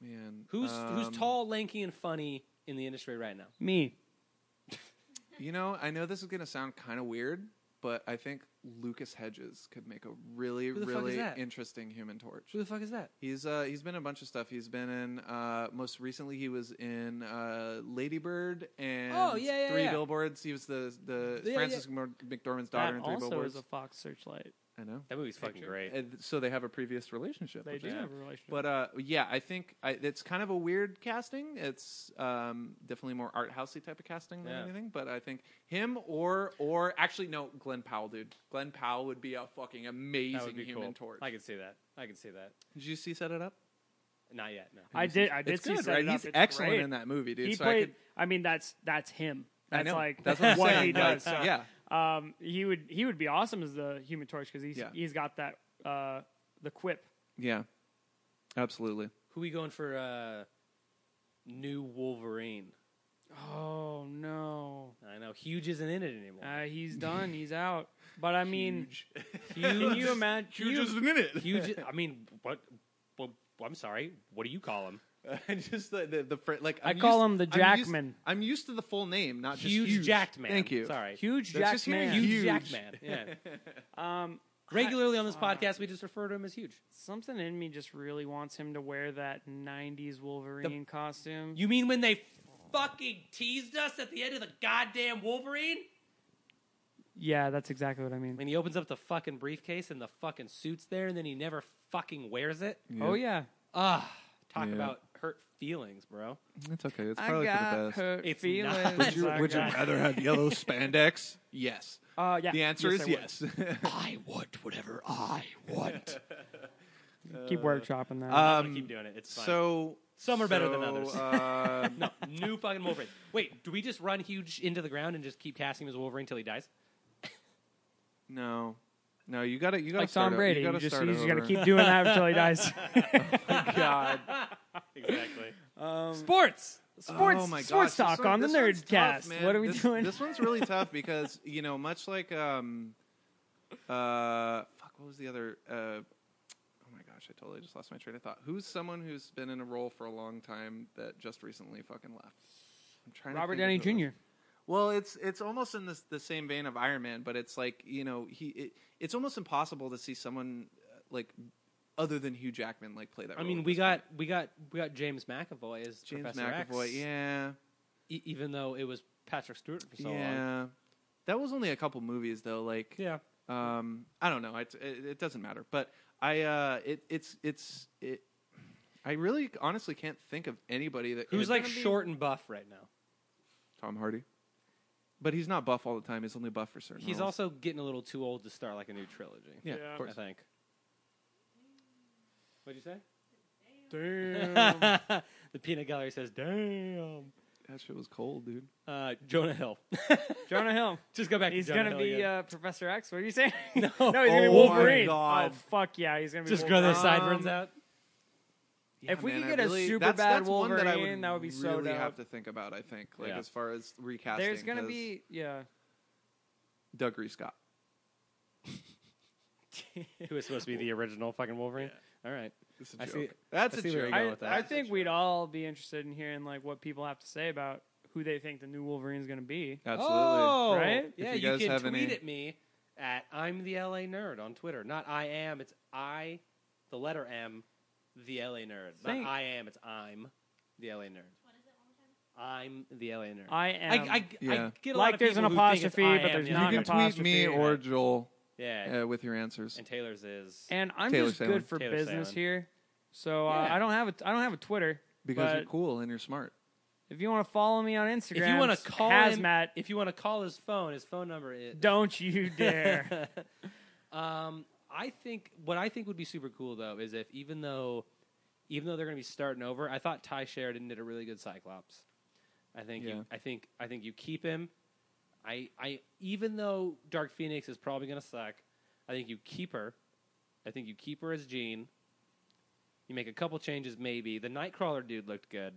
[SPEAKER 2] man,
[SPEAKER 1] Who's
[SPEAKER 2] um,
[SPEAKER 1] who's tall, lanky, and funny in the industry right now?
[SPEAKER 3] Me.
[SPEAKER 2] You know, I know this is going to sound kind of weird, but I think Lucas Hedges could make a really,
[SPEAKER 1] Who the fuck is
[SPEAKER 2] really
[SPEAKER 1] that?
[SPEAKER 2] interesting Human Torch.
[SPEAKER 1] Who the fuck is that?
[SPEAKER 2] He's uh, he's been in a bunch of stuff. He's been in uh, most recently he was in uh, Lady Bird and
[SPEAKER 1] Oh, yeah, yeah,
[SPEAKER 2] Three
[SPEAKER 1] yeah. Billboards.
[SPEAKER 2] Billboards. He was the the
[SPEAKER 1] Yeah, yeah.
[SPEAKER 2] Francis McDormand's daughter
[SPEAKER 3] That
[SPEAKER 2] in Three
[SPEAKER 3] also is
[SPEAKER 2] Billboards.
[SPEAKER 3] a Fox Searchlight.
[SPEAKER 2] I know.
[SPEAKER 1] That movie's fucking great.
[SPEAKER 2] And so they have a previous relationship.
[SPEAKER 3] They
[SPEAKER 2] which
[SPEAKER 3] do
[SPEAKER 2] is
[SPEAKER 3] have a relationship.
[SPEAKER 2] But uh, yeah, I think I, it's kind of a weird casting. It's um, definitely more art housey type of casting than
[SPEAKER 1] Yeah.
[SPEAKER 2] anything. But I think him or or actually no, Glenn Powell, dude. Glenn Powell would be a fucking
[SPEAKER 1] That
[SPEAKER 2] amazing
[SPEAKER 1] would be
[SPEAKER 2] Human
[SPEAKER 1] cool.
[SPEAKER 2] Torch.
[SPEAKER 1] I can see that. I can see that.
[SPEAKER 2] did you see Set It Up?
[SPEAKER 1] Not yet. No.
[SPEAKER 3] I did. I did
[SPEAKER 2] it's
[SPEAKER 3] see
[SPEAKER 2] good,
[SPEAKER 3] Set
[SPEAKER 2] right?
[SPEAKER 3] It Up.
[SPEAKER 2] He's
[SPEAKER 3] It's
[SPEAKER 2] excellent
[SPEAKER 3] great.
[SPEAKER 2] in that movie, dude.
[SPEAKER 3] he
[SPEAKER 2] so I
[SPEAKER 3] played.
[SPEAKER 2] could.
[SPEAKER 3] I mean, that's that's him.
[SPEAKER 2] I
[SPEAKER 3] That's
[SPEAKER 2] know.
[SPEAKER 3] like (laughs)
[SPEAKER 2] That's what I'm saying.
[SPEAKER 3] he does.
[SPEAKER 2] Like,
[SPEAKER 3] so,
[SPEAKER 2] yeah.
[SPEAKER 3] Um, he would he would be awesome as the Human Torch because he's
[SPEAKER 2] Yeah.
[SPEAKER 3] he's got that uh the quip.
[SPEAKER 2] Yeah, absolutely.
[SPEAKER 1] Who we going for? Uh, new Wolverine.
[SPEAKER 3] Oh no.
[SPEAKER 1] I know Huge isn't in it anymore.
[SPEAKER 3] Uh, he's done. He's out. But I mean,
[SPEAKER 2] (laughs)
[SPEAKER 1] (laughs)
[SPEAKER 3] can
[SPEAKER 1] Huge.
[SPEAKER 3] you imagine?
[SPEAKER 2] Huge isn't in it.
[SPEAKER 1] Huge. I mean, what? Well, I'm sorry. What do you call him?
[SPEAKER 2] (laughs) I just the the, the fr- like
[SPEAKER 3] I
[SPEAKER 2] I'm
[SPEAKER 3] call
[SPEAKER 2] used-
[SPEAKER 3] him the
[SPEAKER 2] I'm used-
[SPEAKER 3] Jackman.
[SPEAKER 2] I'm used, to the full name, not just
[SPEAKER 1] Huge, jacked man.
[SPEAKER 2] Thank you.
[SPEAKER 1] Sorry.
[SPEAKER 3] huge
[SPEAKER 2] That's just
[SPEAKER 3] Jack man.
[SPEAKER 2] hearing
[SPEAKER 1] Huge,
[SPEAKER 2] Huge.
[SPEAKER 1] jacked man.
[SPEAKER 2] (laughs)
[SPEAKER 1] Yeah.
[SPEAKER 3] Um,
[SPEAKER 1] Regularly on this
[SPEAKER 3] Fuck.
[SPEAKER 1] podcast, we just refer to him as Huge.
[SPEAKER 3] something in me just really wants him to wear that '90s Wolverine costume.
[SPEAKER 1] You mean when they fucking teased us at the end of the goddamn Wolverine?
[SPEAKER 3] yeah, that's exactly what I mean.
[SPEAKER 1] When he opens up the fucking briefcase and the fucking suit's there, and then he never fucking wears it.
[SPEAKER 3] Oh yeah,
[SPEAKER 1] Ah, talk
[SPEAKER 2] Yeah.
[SPEAKER 1] about hurt feelings, bro.
[SPEAKER 2] It's okay. It's probably for the best.
[SPEAKER 3] hurt
[SPEAKER 1] It's not-
[SPEAKER 2] Would you,
[SPEAKER 3] I
[SPEAKER 2] would you
[SPEAKER 3] got-
[SPEAKER 1] (laughs)
[SPEAKER 2] rather have yellow spandex? Yes.
[SPEAKER 3] Uh, yeah.
[SPEAKER 2] The answer
[SPEAKER 3] Yes, I
[SPEAKER 2] is
[SPEAKER 3] would.
[SPEAKER 2] yes.
[SPEAKER 1] I want whatever I want.
[SPEAKER 3] Keep workshopping that.
[SPEAKER 1] I'm
[SPEAKER 2] Um,
[SPEAKER 1] gonna keep doing it. It's fine.
[SPEAKER 2] (laughs) so
[SPEAKER 1] Some are better than
[SPEAKER 2] so,
[SPEAKER 1] others.
[SPEAKER 3] (laughs)
[SPEAKER 2] uh,
[SPEAKER 1] no, (laughs) new fucking Wolverine. Wait, do we just run huge into the ground and just keep casting him as Wolverine till he dies?
[SPEAKER 2] no, no. You got to you got to
[SPEAKER 3] like Tom Brady,
[SPEAKER 2] You
[SPEAKER 3] you,
[SPEAKER 2] got to
[SPEAKER 3] just
[SPEAKER 2] start
[SPEAKER 3] you just got to
[SPEAKER 2] over. Oh
[SPEAKER 3] keep doing that
[SPEAKER 2] (laughs)
[SPEAKER 3] until he dies.
[SPEAKER 2] God. (laughs)
[SPEAKER 1] Exactly.
[SPEAKER 2] Um,
[SPEAKER 3] sports, (laughs) sports,
[SPEAKER 2] Oh my
[SPEAKER 3] sports
[SPEAKER 2] gosh, this
[SPEAKER 3] talk
[SPEAKER 2] one-
[SPEAKER 3] on the
[SPEAKER 2] this one's
[SPEAKER 3] Nerdcast.
[SPEAKER 2] tough, man.
[SPEAKER 3] what are we
[SPEAKER 2] This-
[SPEAKER 3] doing?
[SPEAKER 2] This one's
[SPEAKER 3] (laughs)
[SPEAKER 2] really tough because you know, much like um, uh, fuck, what was the other? Uh, oh my gosh, I totally just lost my train of thought. Who's someone who's been in a role for a long time that just recently fucking left? I'm trying.
[SPEAKER 3] Robert
[SPEAKER 2] to
[SPEAKER 3] Downey
[SPEAKER 2] think of who it was. (laughs)
[SPEAKER 3] Jr.
[SPEAKER 2] Well, it's it's almost in this, the same vein of Iron Man, but it's like you know he it, it's almost impossible to see someone uh, like other than Hugh Jackman like play that.
[SPEAKER 1] I
[SPEAKER 2] role
[SPEAKER 1] mean,
[SPEAKER 2] at
[SPEAKER 1] we
[SPEAKER 2] this
[SPEAKER 1] got
[SPEAKER 2] point.
[SPEAKER 1] we got we got James McAvoy as
[SPEAKER 2] James
[SPEAKER 1] Professor X,
[SPEAKER 2] McAvoy. Yeah,
[SPEAKER 1] e- even though it was Patrick Stewart for so long.
[SPEAKER 2] yeah. That was only a couple movies though. Like
[SPEAKER 1] Yeah.
[SPEAKER 2] Um, I don't know. It, it, it doesn't matter. But I, uh, it, it's, it's, it. I really, honestly, can't think of anybody that
[SPEAKER 1] Who's
[SPEAKER 2] It's
[SPEAKER 1] like
[SPEAKER 2] gonna be-
[SPEAKER 1] short and buff right now?
[SPEAKER 2] Tom Hardy, but he's not buff all the time. He's only buff for certain.
[SPEAKER 1] He's
[SPEAKER 2] roles.
[SPEAKER 1] also getting a little too old to start like a new trilogy.
[SPEAKER 2] yeah,
[SPEAKER 5] Yeah.
[SPEAKER 2] of
[SPEAKER 1] I
[SPEAKER 2] course.
[SPEAKER 1] think. What'd you say?
[SPEAKER 3] Damn.
[SPEAKER 1] (laughs) the peanut gallery says, "Damn."
[SPEAKER 2] That shit was cold, dude.
[SPEAKER 1] Uh, Jonah Hill.
[SPEAKER 3] (laughs) Jonah Hill.
[SPEAKER 1] Just go back.
[SPEAKER 3] He's
[SPEAKER 1] to Jonah
[SPEAKER 3] gonna
[SPEAKER 1] Hill
[SPEAKER 3] be
[SPEAKER 1] again.
[SPEAKER 3] uh, Professor X. What are
[SPEAKER 2] (laughs)
[SPEAKER 3] you saying? (laughs)
[SPEAKER 1] (laughs)
[SPEAKER 3] No,
[SPEAKER 1] Oh,
[SPEAKER 3] he's gonna be
[SPEAKER 2] Oh my
[SPEAKER 3] Wolverine.
[SPEAKER 2] God.
[SPEAKER 3] Oh fuck yeah, he's gonna be.
[SPEAKER 1] just grow
[SPEAKER 3] Wolverine.
[SPEAKER 1] their side
[SPEAKER 2] Um,
[SPEAKER 1] runs
[SPEAKER 3] (laughs)
[SPEAKER 1] out.
[SPEAKER 3] If we
[SPEAKER 2] man,
[SPEAKER 3] could
[SPEAKER 2] I
[SPEAKER 3] get a
[SPEAKER 2] really-
[SPEAKER 3] super
[SPEAKER 2] that's,
[SPEAKER 3] bad
[SPEAKER 2] that's one that I
[SPEAKER 3] Wolverine, that would be so
[SPEAKER 2] really
[SPEAKER 3] dope.
[SPEAKER 2] have to think about. I think, like
[SPEAKER 1] Yeah.
[SPEAKER 2] as far as recasting,
[SPEAKER 3] There's gonna
[SPEAKER 2] 'cause
[SPEAKER 3] be yeah.
[SPEAKER 2] Doug Reese Scott.
[SPEAKER 1] Who is supposed to be the original fucking Wolverine? All right.
[SPEAKER 2] That's a
[SPEAKER 1] I
[SPEAKER 2] joke.
[SPEAKER 1] see-
[SPEAKER 2] That's
[SPEAKER 1] I
[SPEAKER 2] a
[SPEAKER 1] see where you're
[SPEAKER 2] joke.
[SPEAKER 1] going
[SPEAKER 3] I,
[SPEAKER 1] with that.
[SPEAKER 3] I think we'd all be interested in hearing like what people have to say about who they think the new Wolverine's going to be.
[SPEAKER 2] Absolutely.
[SPEAKER 1] Oh,
[SPEAKER 3] Right?
[SPEAKER 1] Yeah,
[SPEAKER 2] If you
[SPEAKER 1] you,
[SPEAKER 2] guys
[SPEAKER 1] can
[SPEAKER 2] have
[SPEAKER 1] tweet
[SPEAKER 2] any-
[SPEAKER 1] at me at I'm the LA Nerd on Twitter. Not I am, it's I, the letter M, the LA Nerd.
[SPEAKER 3] Thank-
[SPEAKER 1] Not I am, it's I'm the LA Nerd. I'm the LA Nerd.
[SPEAKER 3] I am
[SPEAKER 1] I, I, I
[SPEAKER 2] Yeah.
[SPEAKER 1] get a lot
[SPEAKER 3] Like
[SPEAKER 1] of
[SPEAKER 3] there's an
[SPEAKER 1] people who think it's
[SPEAKER 3] apostrophe,
[SPEAKER 1] I
[SPEAKER 3] but
[SPEAKER 1] am
[SPEAKER 3] there's
[SPEAKER 1] the
[SPEAKER 3] not
[SPEAKER 1] LA
[SPEAKER 2] You
[SPEAKER 3] an
[SPEAKER 1] Nerd.
[SPEAKER 2] can tweet me
[SPEAKER 3] apostrophe.
[SPEAKER 2] or Joel
[SPEAKER 1] Yeah,
[SPEAKER 2] uh, with your answers.
[SPEAKER 1] and Taylor's is.
[SPEAKER 3] and I'm
[SPEAKER 2] Taylor
[SPEAKER 3] just
[SPEAKER 2] Salem.
[SPEAKER 3] good for
[SPEAKER 1] Taylor
[SPEAKER 3] business
[SPEAKER 1] Salem.
[SPEAKER 3] here. So uh,
[SPEAKER 1] Yeah.
[SPEAKER 3] I don't have a I don't have a Twitter.
[SPEAKER 2] Because you're
[SPEAKER 3] but
[SPEAKER 2] cool and you're smart.
[SPEAKER 3] If you want to follow me on Instagram,
[SPEAKER 1] if you want
[SPEAKER 3] it's
[SPEAKER 1] to call him,
[SPEAKER 3] hazmat,
[SPEAKER 1] if you want to call his phone, his phone number is (laughs)
[SPEAKER 3] don't you dare.
[SPEAKER 1] um, I think what I think would be super cool though is if even though even though they're going to be starting over, I thought Ty Sheridan did a really good Cyclops. I think
[SPEAKER 2] Yeah.
[SPEAKER 1] you, I think I think you keep him. I I even though Dark Phoenix is probably going to suck, I think you keep her. I think you keep her as Jean. You make a couple changes, maybe. The Nightcrawler dude looked good.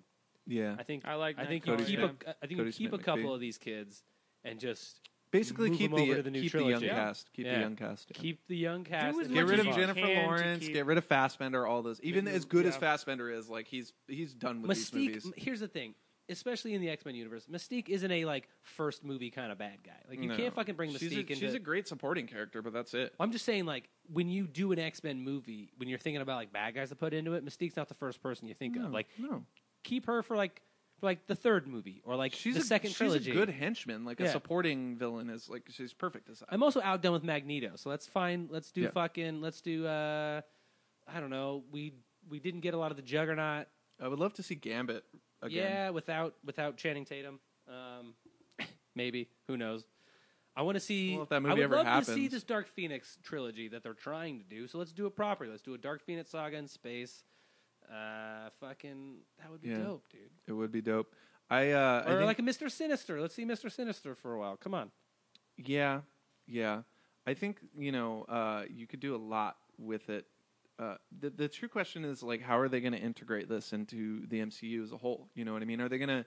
[SPEAKER 2] Yeah.
[SPEAKER 1] I think
[SPEAKER 3] I like
[SPEAKER 1] I think you
[SPEAKER 2] Nightcrawler,
[SPEAKER 1] keep
[SPEAKER 2] yeah.
[SPEAKER 1] a, I think
[SPEAKER 2] Cody
[SPEAKER 1] you keep a
[SPEAKER 2] Smith
[SPEAKER 1] couple
[SPEAKER 2] McPhee.
[SPEAKER 1] of these kids and just
[SPEAKER 2] Basically,
[SPEAKER 1] move
[SPEAKER 2] keep
[SPEAKER 1] them over to
[SPEAKER 2] the,
[SPEAKER 1] the new
[SPEAKER 2] keep the
[SPEAKER 1] trilogy.
[SPEAKER 2] young
[SPEAKER 1] Yeah.
[SPEAKER 2] cast. Keep
[SPEAKER 1] Yeah.
[SPEAKER 2] the young cast. yeah.
[SPEAKER 1] keep the young cast.
[SPEAKER 3] as
[SPEAKER 1] and
[SPEAKER 2] get
[SPEAKER 3] much
[SPEAKER 2] rid
[SPEAKER 3] as
[SPEAKER 2] of
[SPEAKER 3] you
[SPEAKER 1] Jennifer.
[SPEAKER 2] Jennifer
[SPEAKER 3] can to
[SPEAKER 2] Lawrence.
[SPEAKER 3] keep-
[SPEAKER 2] Get rid of Fassbender. All those. Even
[SPEAKER 3] Mhm.
[SPEAKER 2] as good as
[SPEAKER 3] Yeah.
[SPEAKER 2] Fassbender is, like he's he's done with
[SPEAKER 1] Mystique.
[SPEAKER 2] these movies.
[SPEAKER 1] Here's the thing, especially in the X Men universe, Mystique isn't a like first movie kind of bad guy. Like you
[SPEAKER 2] No.
[SPEAKER 1] can't fucking bring Mystique
[SPEAKER 2] she's a,
[SPEAKER 1] into.
[SPEAKER 2] she's a great supporting character, but that's it.
[SPEAKER 1] I'm just saying, like when you do an X Men movie, when you're thinking about like bad guys to put into it, Mystique's not the first person you think
[SPEAKER 2] No,
[SPEAKER 1] of. Like
[SPEAKER 2] no,
[SPEAKER 1] keep her for like for like the third movie or like
[SPEAKER 2] she's
[SPEAKER 1] the
[SPEAKER 2] a,
[SPEAKER 1] second
[SPEAKER 2] she's
[SPEAKER 1] trilogy.
[SPEAKER 2] a good henchman. Like
[SPEAKER 1] Yeah.
[SPEAKER 2] a supporting villain is like she's perfect as that.
[SPEAKER 1] I'm also outdone with Magneto, so let's find let's do
[SPEAKER 2] Yeah.
[SPEAKER 1] fucking let's do uh I don't know. We we didn't get a lot of the Juggernaut.
[SPEAKER 2] I would love to see Gambit again.
[SPEAKER 1] Yeah, without without Channing Tatum, um, (coughs) maybe who knows? I want to see.
[SPEAKER 2] Well, if that
[SPEAKER 1] I
[SPEAKER 2] movie
[SPEAKER 1] would
[SPEAKER 2] ever
[SPEAKER 1] love to see
[SPEAKER 2] happens.
[SPEAKER 1] this Dark Phoenix trilogy that they're trying to do. So let's do it properly. Let's do a Dark Phoenix saga in space. Uh, fucking, that would be
[SPEAKER 2] Yeah.
[SPEAKER 1] dope, dude.
[SPEAKER 2] It would be dope. I uh, I
[SPEAKER 1] Or
[SPEAKER 2] think-
[SPEAKER 1] like a Mister Sinister. Let's see Mister Sinister for a while. Come on.
[SPEAKER 2] Yeah, yeah. I think you know uh, you could do a lot with it uh, the the true question is like how are they going to integrate this into the MCU as a whole? You know what I mean? Are they going to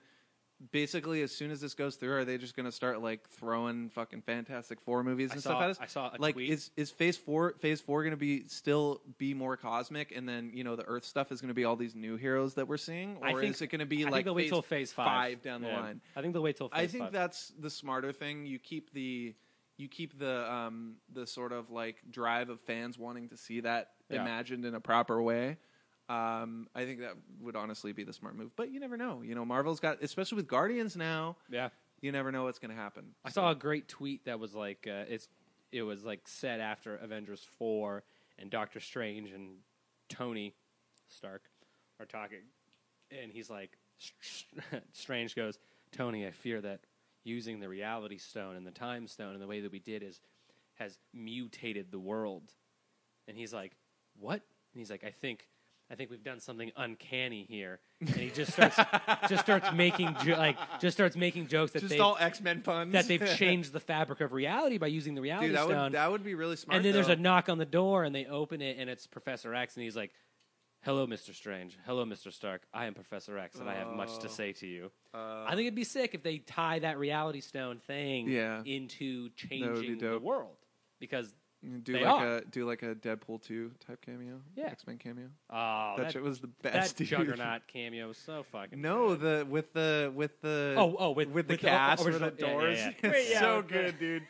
[SPEAKER 2] basically as soon as this goes through, are they just going to start like throwing fucking Fantastic Four movies
[SPEAKER 1] I
[SPEAKER 2] and
[SPEAKER 1] saw-
[SPEAKER 2] stuff at us?
[SPEAKER 1] I saw a
[SPEAKER 2] like
[SPEAKER 1] tweet.
[SPEAKER 2] is is Phase Four Phase Four going to be still be more cosmic, and then you know the Earth stuff is going to be all these new heroes that we're seeing,
[SPEAKER 1] I
[SPEAKER 2] or
[SPEAKER 1] think-
[SPEAKER 2] is it going to be
[SPEAKER 1] I
[SPEAKER 2] like
[SPEAKER 1] think they'll wait till phase five,
[SPEAKER 2] down the
[SPEAKER 1] Yeah.
[SPEAKER 2] line?
[SPEAKER 1] I think they'll wait till. Phase
[SPEAKER 2] I think
[SPEAKER 1] five.
[SPEAKER 2] that's the smarter thing. You keep the you keep the um the sort of like drive of fans wanting to see that
[SPEAKER 1] Yeah.
[SPEAKER 2] imagined in a proper way. Um, I think that would honestly be the smart move, but you never know. You know, Marvel's got especially with Guardians now.
[SPEAKER 1] yeah.
[SPEAKER 2] You never know what's going to happen.
[SPEAKER 1] I saw a great tweet that was like uh, it's it was like set after Avengers four and Doctor Strange and Tony Stark are talking, and he's like, (laughs) Strange goes, Tony, I fear that using the Reality Stone and the Time Stone and the way that we did is has mutated the world, and he's like, what? And he's like, I think. I think we've done something uncanny here, and he just
[SPEAKER 2] (laughs)
[SPEAKER 1] starts just starts making jo- like just starts making jokes that
[SPEAKER 2] Just
[SPEAKER 1] they've-
[SPEAKER 2] all X Men puns
[SPEAKER 1] that
[SPEAKER 2] (laughs)
[SPEAKER 1] they've changed the fabric of reality by using the reality
[SPEAKER 2] Dude, that
[SPEAKER 1] stone.
[SPEAKER 2] would that would be really smart.
[SPEAKER 1] and then there's
[SPEAKER 2] though.
[SPEAKER 1] a knock on the door, and they open it, and it's Professor X, and he's like, "Hello, Mister Strange. Hello, Mister Stark. I am Professor X, and I have much
[SPEAKER 2] Oh.
[SPEAKER 1] to say to you."
[SPEAKER 2] Uh,
[SPEAKER 1] I think it'd be sick if they tie that reality stone thing
[SPEAKER 2] Yeah.
[SPEAKER 1] into
[SPEAKER 2] would be
[SPEAKER 1] changing the
[SPEAKER 2] dope.
[SPEAKER 1] world because
[SPEAKER 2] do
[SPEAKER 1] they
[SPEAKER 2] like
[SPEAKER 1] are.
[SPEAKER 2] a do like a Deadpool two type cameo,
[SPEAKER 1] Yeah.
[SPEAKER 2] X Men cameo.
[SPEAKER 1] oh,
[SPEAKER 2] that,
[SPEAKER 1] that,
[SPEAKER 2] shit was the
[SPEAKER 1] that
[SPEAKER 2] best. dude.
[SPEAKER 1] juggernaut
[SPEAKER 2] (laughs)
[SPEAKER 1] cameo was so fucking
[SPEAKER 2] No,
[SPEAKER 1] good.
[SPEAKER 2] the with the with the
[SPEAKER 1] Oh, oh, with-
[SPEAKER 2] with the
[SPEAKER 1] with the (laughs)
[SPEAKER 2] cast with
[SPEAKER 1] original-
[SPEAKER 2] the
[SPEAKER 1] yeah, yeah,
[SPEAKER 2] doors.
[SPEAKER 1] yeah.
[SPEAKER 2] (laughs) It's
[SPEAKER 3] Wait, yeah,
[SPEAKER 2] so
[SPEAKER 3] with the-
[SPEAKER 1] (laughs)
[SPEAKER 2] good, dude.